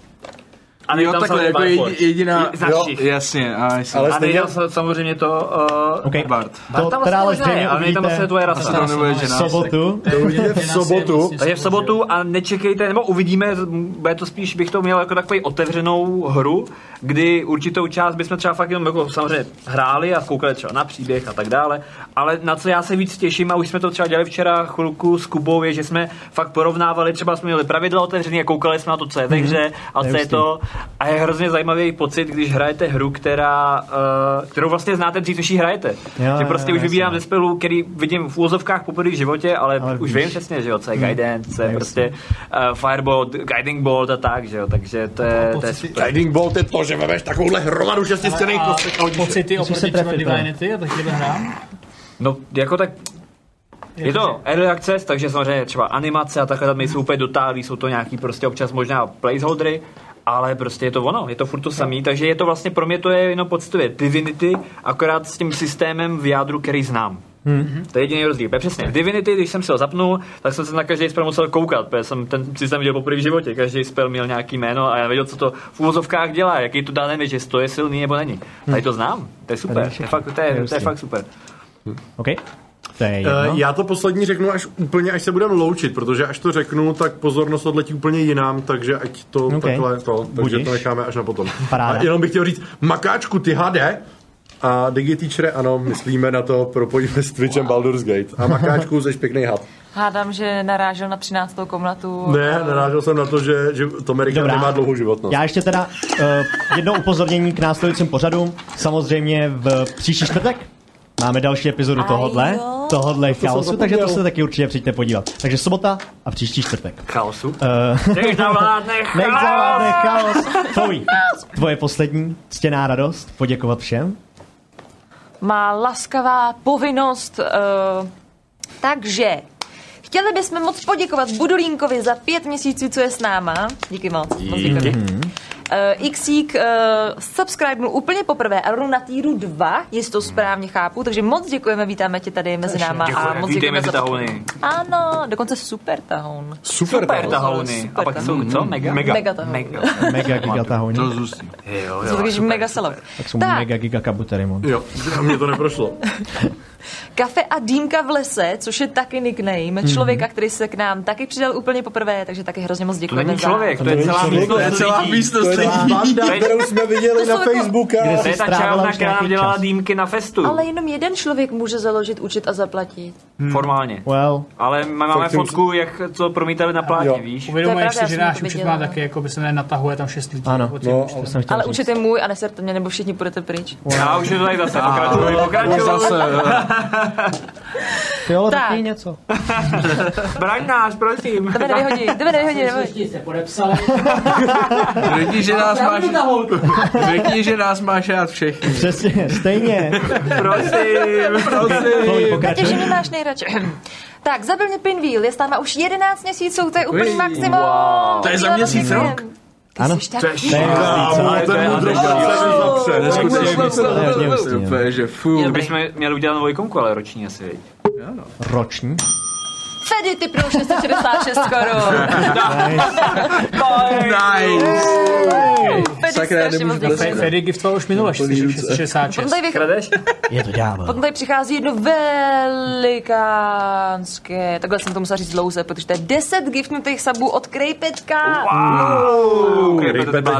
[SPEAKER 2] A není
[SPEAKER 3] Jo,
[SPEAKER 2] tam
[SPEAKER 3] takhle,
[SPEAKER 2] samozřejmě
[SPEAKER 3] jako
[SPEAKER 2] Barfor.
[SPEAKER 3] jedi- jediná...
[SPEAKER 2] Z našich.
[SPEAKER 3] Jasně, a jsem.
[SPEAKER 8] Ale
[SPEAKER 2] A není
[SPEAKER 8] stejně,
[SPEAKER 2] tam sa- samozřejmě to... Uh,
[SPEAKER 1] Okay.
[SPEAKER 3] Bart.
[SPEAKER 1] To
[SPEAKER 2] tam
[SPEAKER 1] teda ale
[SPEAKER 2] vlastně
[SPEAKER 1] zřejmě
[SPEAKER 2] ne, ale není tam vlastně
[SPEAKER 1] uvidíte
[SPEAKER 2] tvoje
[SPEAKER 3] To
[SPEAKER 2] rasa.
[SPEAKER 3] nebo je
[SPEAKER 1] v
[SPEAKER 3] žena.
[SPEAKER 1] sobotu.
[SPEAKER 8] to uvidíte v sobotu.
[SPEAKER 4] prostě
[SPEAKER 2] Takže v sobotu a nečekejte, nebo uvidíme, z- bude to spíš, bych to měl jako takovou otevřenou hru, kdy určitou část bychom třeba fakt jenom jako samozřejmě hráli a koukali třeba na příběh a tak dále, ale na co já se víc těším, a už jsme to třeba dělali včera chvilku s Kubou, je, že jsme fakt porovnávali, třeba jsme měli pravidla otevřený a koukali jsme na to, co
[SPEAKER 1] Mhm,
[SPEAKER 2] je ve hře a co je to. A je hrozně zajímavý pocit, když hrajete hru, která, eh, kterou vlastně znáte dřív, než ji hrajete.
[SPEAKER 1] jo,
[SPEAKER 2] že prostě
[SPEAKER 1] jo,
[SPEAKER 2] už vybírám
[SPEAKER 1] jasně.
[SPEAKER 2] ze spelu, který vidím v úzovkách poprvé v životě, ale,
[SPEAKER 1] Ale
[SPEAKER 2] už
[SPEAKER 1] víš.
[SPEAKER 2] vím, přesně, že jo, co je guidance, co je prostě uh, firebolt, guiding bolt a tak, že jo, takže to je, to je super.
[SPEAKER 8] Guiding Bolt je to, že vemeš takovouhle hromadu šestistěných
[SPEAKER 5] A
[SPEAKER 8] kostek a hodíš je.
[SPEAKER 5] pocity
[SPEAKER 1] se
[SPEAKER 5] oproti třeba
[SPEAKER 1] trefit, ale.
[SPEAKER 5] Divinity a taky hrám.
[SPEAKER 2] No, jako tak, je to early access, takže samozřejmě třeba animace a takhle tam nejsou úplně dotálí, jsou to nějaký prostě občas možná placeholdery, ale prostě je to ono, je to furt to samý, takže je to vlastně pro mě to je jenom poctivě Divinity, akorát s tím systémem v jádru, který znám. Mm-hmm. To je jediný rozdíl. Protože přesně, Divinity, když jsem si ho zapnul, tak jsem se na každý spell musel koukat, protože jsem ten systém viděl poprvé v životě. Každý spell měl nějaký jméno a já věděl, co to v úvozovkách dělá, jaký to dá damage, jestli to je silný nebo není. Hmm. Tady to znám, to je super, to je fakt, to je, to je fakt super.
[SPEAKER 1] OK? To je
[SPEAKER 8] Eh,
[SPEAKER 1] jedno.
[SPEAKER 8] Já to poslední řeknu až úplně, až se budeme loučit, protože až to řeknu, tak pozornost odletí úplně jinam, takže ať to okay. takhle to, takže
[SPEAKER 1] Budíš.
[SPEAKER 8] to necháme až na potom.
[SPEAKER 1] Paráda.
[SPEAKER 8] A jenom bych chtěl říct, makáčku, ty hade, a DigiTeachere, ano, myslíme na to, propojíme s Twitchem Baldur's Gate. A makáčku, jsi pěkný had.
[SPEAKER 4] Hádám, že narážel na 13. komnatu.
[SPEAKER 8] Ne, narážel jsem na to, že, že Tomerika
[SPEAKER 1] Dobrá.
[SPEAKER 8] nemá dlouhou životnost.
[SPEAKER 1] Já ještě teda uh, jedno upozornění k následujícím pořadům. Samozřejmě v příští čtvrtek máme další epizodu tohodle,
[SPEAKER 4] jo.
[SPEAKER 1] tohodle chaosu, takže to
[SPEAKER 8] zapomněl.
[SPEAKER 1] se taky určitě přijďte podívat. Takže sobota a příští čtvrtek.
[SPEAKER 2] Chaosu.
[SPEAKER 1] Eh,
[SPEAKER 2] Nech zavládne
[SPEAKER 1] Nech
[SPEAKER 2] chaos!
[SPEAKER 1] zavládne chaos. Tvoj, tvoje poslední ctěná radost poděkovat všem.
[SPEAKER 4] má laskavá povinnost. Uh, takže chtěli bychom moc poděkovat Budulínkovi za pět měsíců, co je s náma. Díky moc. moc díky. Uh, Xík uh, subscribenul úplně poprvé a rovnou na týru 2, jestli to správně chápu, takže moc děkujeme, vítáme tě tady mezi náma a
[SPEAKER 2] Děkujeme,
[SPEAKER 4] moc děkujeme
[SPEAKER 2] vítejme ty
[SPEAKER 4] za
[SPEAKER 2] tahouny.
[SPEAKER 4] Ano, dokonce super tahoun.
[SPEAKER 8] Super,
[SPEAKER 2] Super
[SPEAKER 8] super
[SPEAKER 2] tahouny. A pak jsou, co? Mega?
[SPEAKER 4] Mega. Mega tahoun.
[SPEAKER 2] Mega.
[SPEAKER 1] Mega giga tahouni.
[SPEAKER 3] To zůstí.
[SPEAKER 2] Jo,
[SPEAKER 4] To
[SPEAKER 2] jo.
[SPEAKER 4] je
[SPEAKER 2] super.
[SPEAKER 4] mega salok.
[SPEAKER 1] Tak jsou
[SPEAKER 4] Tak,
[SPEAKER 1] mega giga kabuterimon.
[SPEAKER 8] Jo, a mě to neprošlo.
[SPEAKER 4] Kafe a dýmka v lese, což je taky nickname člověka, který se k nám taky přidal úplně poprvé, takže taky hrozně moc
[SPEAKER 2] To
[SPEAKER 4] děkujeme.
[SPEAKER 2] není
[SPEAKER 4] za-
[SPEAKER 2] člověk, to je celá
[SPEAKER 3] To je
[SPEAKER 2] místnost
[SPEAKER 3] celá
[SPEAKER 2] lidí.
[SPEAKER 3] místnost lidí. jako-
[SPEAKER 8] Banda, kterou jsme viděli na
[SPEAKER 4] jako-
[SPEAKER 8] Facebooku.
[SPEAKER 2] To je ta
[SPEAKER 1] Strávila
[SPEAKER 2] čávna,
[SPEAKER 1] už
[SPEAKER 2] která nám
[SPEAKER 1] nějaký
[SPEAKER 2] dělala
[SPEAKER 1] čas.
[SPEAKER 2] dýmky na festu.
[SPEAKER 4] Ale jenom jeden člověk může založit účet a zaplatit.
[SPEAKER 2] Formálně.
[SPEAKER 1] Well,
[SPEAKER 2] Ale my máme
[SPEAKER 8] Fakt jim-
[SPEAKER 2] fotku, jak to promítali na
[SPEAKER 8] Jo.
[SPEAKER 2] plátně, víš?
[SPEAKER 4] To je
[SPEAKER 5] Uvědomuješ
[SPEAKER 4] pravda,
[SPEAKER 5] si, že
[SPEAKER 4] já jsem
[SPEAKER 5] náš
[SPEAKER 4] to
[SPEAKER 5] účet
[SPEAKER 4] viděla.
[SPEAKER 5] má taky, jako by se nenatahuje tam šest lidí.
[SPEAKER 1] Ano.
[SPEAKER 5] Nebo tři,
[SPEAKER 8] No,
[SPEAKER 5] čtyři.
[SPEAKER 1] to jsem chtěl
[SPEAKER 4] Ale
[SPEAKER 1] říct.
[SPEAKER 4] účet je můj a neserte mě, nebo všichni budete pryč.
[SPEAKER 2] Já už je to tady zase pokračuji,
[SPEAKER 3] To
[SPEAKER 2] pokračuji.
[SPEAKER 3] zase, eh,
[SPEAKER 1] Ty jo,
[SPEAKER 4] Tak.
[SPEAKER 1] taky něco.
[SPEAKER 2] Braň nás, prosím.
[SPEAKER 4] Jdeme nevyhodí, jdeme nevyhodí, nevyhodí.
[SPEAKER 10] Všichni se podepsali.
[SPEAKER 3] řekni, že nás
[SPEAKER 10] Já
[SPEAKER 3] máš,
[SPEAKER 10] budu na holku.
[SPEAKER 3] řekni, že nás máš rád všechny.
[SPEAKER 1] Přesně, stejně.
[SPEAKER 2] Prosím.
[SPEAKER 1] Chloe,
[SPEAKER 4] Tě, že
[SPEAKER 1] pokračuj.
[SPEAKER 4] mě máš nejradši. tak, zabil mě Pinwheel, je s náma už 11 měsíců, to je úplný
[SPEAKER 3] Uj,
[SPEAKER 4] maximum.
[SPEAKER 2] wow.
[SPEAKER 3] To je za
[SPEAKER 4] Jo,
[SPEAKER 3] měsíc
[SPEAKER 4] děkujem.
[SPEAKER 3] rok.
[SPEAKER 4] Ty
[SPEAKER 1] Ano.
[SPEAKER 4] jsi tak...
[SPEAKER 1] To je hezký, co?
[SPEAKER 8] Kámo,
[SPEAKER 2] to je
[SPEAKER 8] ten mudrý
[SPEAKER 2] Andrej.
[SPEAKER 8] chlap se nezapře, neskutečný.
[SPEAKER 1] Hrozně hustý, jo.
[SPEAKER 3] Úplně, že fů.
[SPEAKER 4] Dobrý.
[SPEAKER 2] Bychom měli udělat novou ikonku, ale roční asi, viď?
[SPEAKER 1] Roční.
[SPEAKER 4] Fedy, ty pro 666 korun.
[SPEAKER 3] Nice.
[SPEAKER 4] Fedy,
[SPEAKER 3] Sakra, já
[SPEAKER 4] strašně moc
[SPEAKER 3] nemůžu
[SPEAKER 4] děkuji.
[SPEAKER 5] Fe- Fedy giftoval už minule 466.
[SPEAKER 4] Potom tady, vych...
[SPEAKER 2] Kradeš?
[SPEAKER 1] Je to ďábel.
[SPEAKER 4] Potom tady přichází jedno velikánské, takhle jsem to musela říct dlouze, protože to je 10 giftnutých sabů od Krejpetka.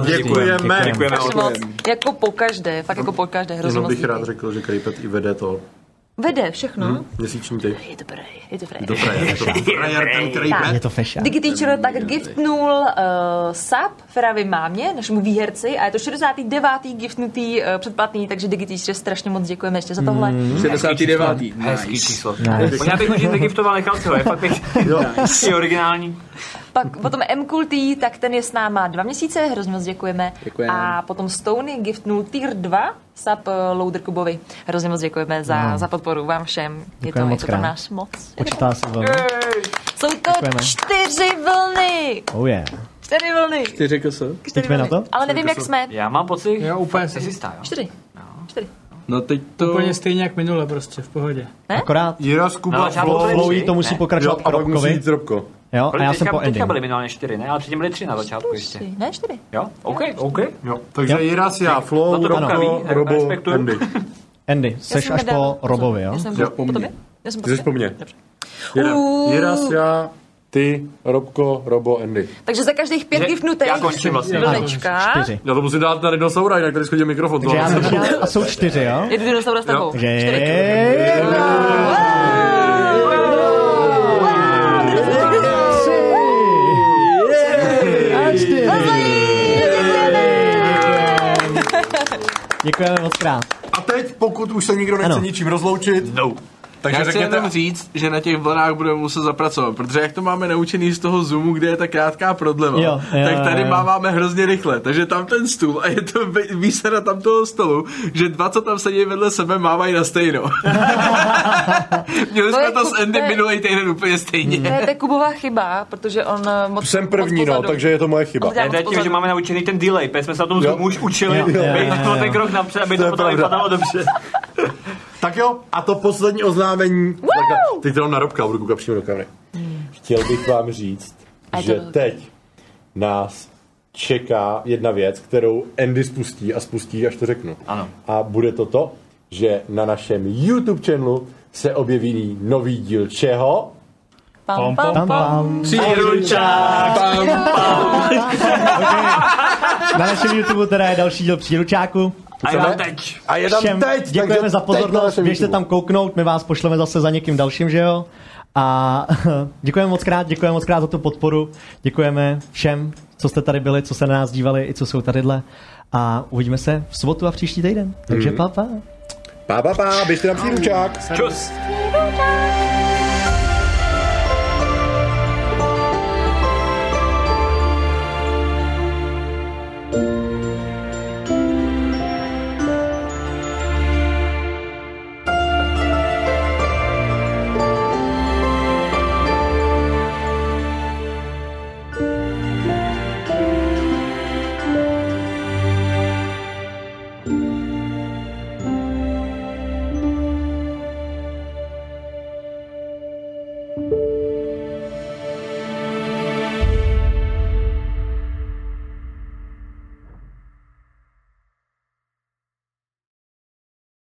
[SPEAKER 8] Děkujeme.
[SPEAKER 2] Děkujeme.
[SPEAKER 4] Strašně moc. Jako po každé, fakt jako po každé, hrozně
[SPEAKER 8] No, Jenom
[SPEAKER 4] moc
[SPEAKER 8] bych rád
[SPEAKER 4] díky.
[SPEAKER 8] řekl, Mhm. že Krejpet i vede to
[SPEAKER 4] Vede všechno.
[SPEAKER 8] měsíční ty.
[SPEAKER 4] Je dobrý, je dobrý.
[SPEAKER 8] Dobré, to
[SPEAKER 3] Frajer ten krejpet.
[SPEAKER 1] Je to feša.
[SPEAKER 4] Digiteacher tak giftnul uh, sub Feravi mámě, našemu výherci, a je to 69. giftnutý uh, předplatný, takže Digiteacher strašně moc děkujeme ještě za tohle.
[SPEAKER 8] Mhm.
[SPEAKER 3] 69.
[SPEAKER 2] Hezký
[SPEAKER 3] Nice.
[SPEAKER 2] číslo. Já bych už negiftoval, nechal si ho, je fakt pěkný. Je originální.
[SPEAKER 4] Pak potom M. Kultý, tak ten je s náma dva měsíce, hrozně moc děkujeme.
[SPEAKER 3] Děkujeme.
[SPEAKER 4] A potom Stony giftnul tier 2 sub eh, Loader Kubovi. Hrozně moc děkujeme za, za podporu vám všem. Je to,
[SPEAKER 1] Děkujeme
[SPEAKER 4] je
[SPEAKER 1] moc
[SPEAKER 4] to pro
[SPEAKER 1] krát.
[SPEAKER 4] nás moc.
[SPEAKER 1] Počítá se to.
[SPEAKER 4] Jsou to
[SPEAKER 1] Děkujeme.
[SPEAKER 4] čtyři vlny!
[SPEAKER 1] Oh yeah.
[SPEAKER 4] Čtyři vlny!
[SPEAKER 3] Ty řekl se?
[SPEAKER 4] Čtyři
[SPEAKER 1] Pojďme na to?
[SPEAKER 4] Ale nevím, jak jsme.
[SPEAKER 2] Já mám pocit,
[SPEAKER 5] Jo, úplně
[SPEAKER 2] jsi jistá, jo?
[SPEAKER 4] Čtyři. Čtyři.
[SPEAKER 3] No teď to...
[SPEAKER 5] Úplně stejně jak minule prostě, v pohodě.
[SPEAKER 1] Akorát
[SPEAKER 8] Jira z
[SPEAKER 2] No,
[SPEAKER 8] Kuba
[SPEAKER 2] ale žádnou
[SPEAKER 8] Flo-
[SPEAKER 2] tady-
[SPEAKER 1] Chloe to musí
[SPEAKER 2] Ne.
[SPEAKER 8] Jo,
[SPEAKER 1] pokračovat
[SPEAKER 8] a pak musí
[SPEAKER 1] Robkovi.
[SPEAKER 8] jít Robko.
[SPEAKER 1] Jo, a
[SPEAKER 2] Kolik
[SPEAKER 1] já jsem
[SPEAKER 2] teďka-
[SPEAKER 1] po
[SPEAKER 2] Teďka
[SPEAKER 1] ending.
[SPEAKER 2] byly minimálně čtyři, ne? Ale předtím byly tři na začátku ještě.
[SPEAKER 4] Čtyři. Ne, čtyři.
[SPEAKER 2] Jo? OK, OK.
[SPEAKER 8] Jo, takže
[SPEAKER 1] Jo.
[SPEAKER 8] Jiras, já, Flo,
[SPEAKER 2] Za to Robka
[SPEAKER 8] Robko,
[SPEAKER 2] ví,
[SPEAKER 8] Robo,
[SPEAKER 2] respektuju.
[SPEAKER 8] Andy.
[SPEAKER 1] Andy,
[SPEAKER 4] Já
[SPEAKER 1] seš
[SPEAKER 4] jsem
[SPEAKER 1] až
[SPEAKER 4] nedala
[SPEAKER 1] po
[SPEAKER 4] pozor.
[SPEAKER 1] Robovi, jo?
[SPEAKER 4] Já jsem po,
[SPEAKER 8] Jo, po
[SPEAKER 4] po
[SPEAKER 8] mně.
[SPEAKER 4] tobě? Já jsem po
[SPEAKER 8] Ty jsi po
[SPEAKER 4] tobě.
[SPEAKER 8] mně. Jira-
[SPEAKER 4] Uuu.
[SPEAKER 8] Jiras, já, ty, Robko, Robo, Andy.
[SPEAKER 4] Takže za každých pět
[SPEAKER 2] Že-
[SPEAKER 4] giftnutých.
[SPEAKER 2] já končím vlastně.
[SPEAKER 4] Vlnečka.
[SPEAKER 1] Čtyři.
[SPEAKER 8] Já to musím dát na dinosaura, jinak tady schodí mikrofon. no.
[SPEAKER 1] Takže já začnu. A jsou čtyři, jo?
[SPEAKER 4] Jedu dinosaura s tebou.
[SPEAKER 1] Takže... Tři. A čtyři. Děkujeme moc krát.
[SPEAKER 8] A teď, pokud už se nikdo nechce
[SPEAKER 1] Ano.
[SPEAKER 8] ničím rozloučit, no.
[SPEAKER 3] Takže
[SPEAKER 8] Takže
[SPEAKER 3] Já chci
[SPEAKER 8] řekněte,
[SPEAKER 3] jenom říct, že na těch vlnách budeme muset zapracovat, protože jak to máme naučený z toho Zoomu, kde je ta krátká prodleva,
[SPEAKER 1] Jo, jo,
[SPEAKER 3] tak tady
[SPEAKER 1] jo.
[SPEAKER 3] máváme hrozně rychle. Takže tam ten stůl a je to vy- výsada tam toho stolu, že dva, co tam sedí vedle sebe, mávají na stejno. Měli
[SPEAKER 7] To
[SPEAKER 3] jsme
[SPEAKER 7] je
[SPEAKER 3] to s
[SPEAKER 7] kup-
[SPEAKER 3] Andy
[SPEAKER 7] to je-
[SPEAKER 3] minulý týden úplně stejně.
[SPEAKER 7] To je ta Kubová chyba, protože on eh, moc
[SPEAKER 8] jsem první,
[SPEAKER 7] moc
[SPEAKER 8] no,
[SPEAKER 7] pozadu.
[SPEAKER 8] takže je to moje chyba.
[SPEAKER 7] On dělá
[SPEAKER 2] Ne,
[SPEAKER 7] moc
[SPEAKER 2] to je tím,
[SPEAKER 7] pozadu.
[SPEAKER 2] že máme naučený ten delay, protože jsme se na tom Zoomu už učili,
[SPEAKER 1] Jo, jo,
[SPEAKER 2] být
[SPEAKER 1] jo,
[SPEAKER 2] to
[SPEAKER 1] jo.
[SPEAKER 2] ten krok napřed, aby
[SPEAKER 8] To
[SPEAKER 2] to
[SPEAKER 8] je
[SPEAKER 2] potom
[SPEAKER 8] pravda.
[SPEAKER 2] vypadalo dobře.
[SPEAKER 8] Tak jo, a to poslední oznámení. Takhle, Teď to mám na robka, budu koukat přímo do kamery. Chtěl bych vám říct,
[SPEAKER 7] A je to
[SPEAKER 8] že
[SPEAKER 7] velký.
[SPEAKER 8] teď nás čeká jedna věc, kterou Andy spustí a spustí, až to řeknu.
[SPEAKER 2] Ano.
[SPEAKER 8] A bude to to, že na našem YouTube channelu se objeví nový díl čeho?
[SPEAKER 7] Pam, pam,
[SPEAKER 1] Tam,
[SPEAKER 7] pam,
[SPEAKER 1] tam. Na našem YouTube teda je další díl příručáku.
[SPEAKER 2] A já mám teď.
[SPEAKER 8] A je tam
[SPEAKER 1] Všem
[SPEAKER 8] teď!
[SPEAKER 1] děkujeme
[SPEAKER 8] takže
[SPEAKER 1] za
[SPEAKER 8] teď na
[SPEAKER 1] pozornost,
[SPEAKER 8] našem
[SPEAKER 1] běžte
[SPEAKER 8] YouTube.
[SPEAKER 1] tam kouknout, my vás pošleme zase za někým dalším, že jo? A děkujeme moc krát, děkujeme moc krát za tu podporu, děkujeme všem, co jste tady byli, co se na nás dívali i co jsou tadyhle. A uvidíme se v sobotu a
[SPEAKER 8] Mhm.
[SPEAKER 1] příští týden. Takže mm. pa, pa.
[SPEAKER 8] Pa, pa, pa, běžte na příručák.
[SPEAKER 2] Čus.
[SPEAKER 7] pam.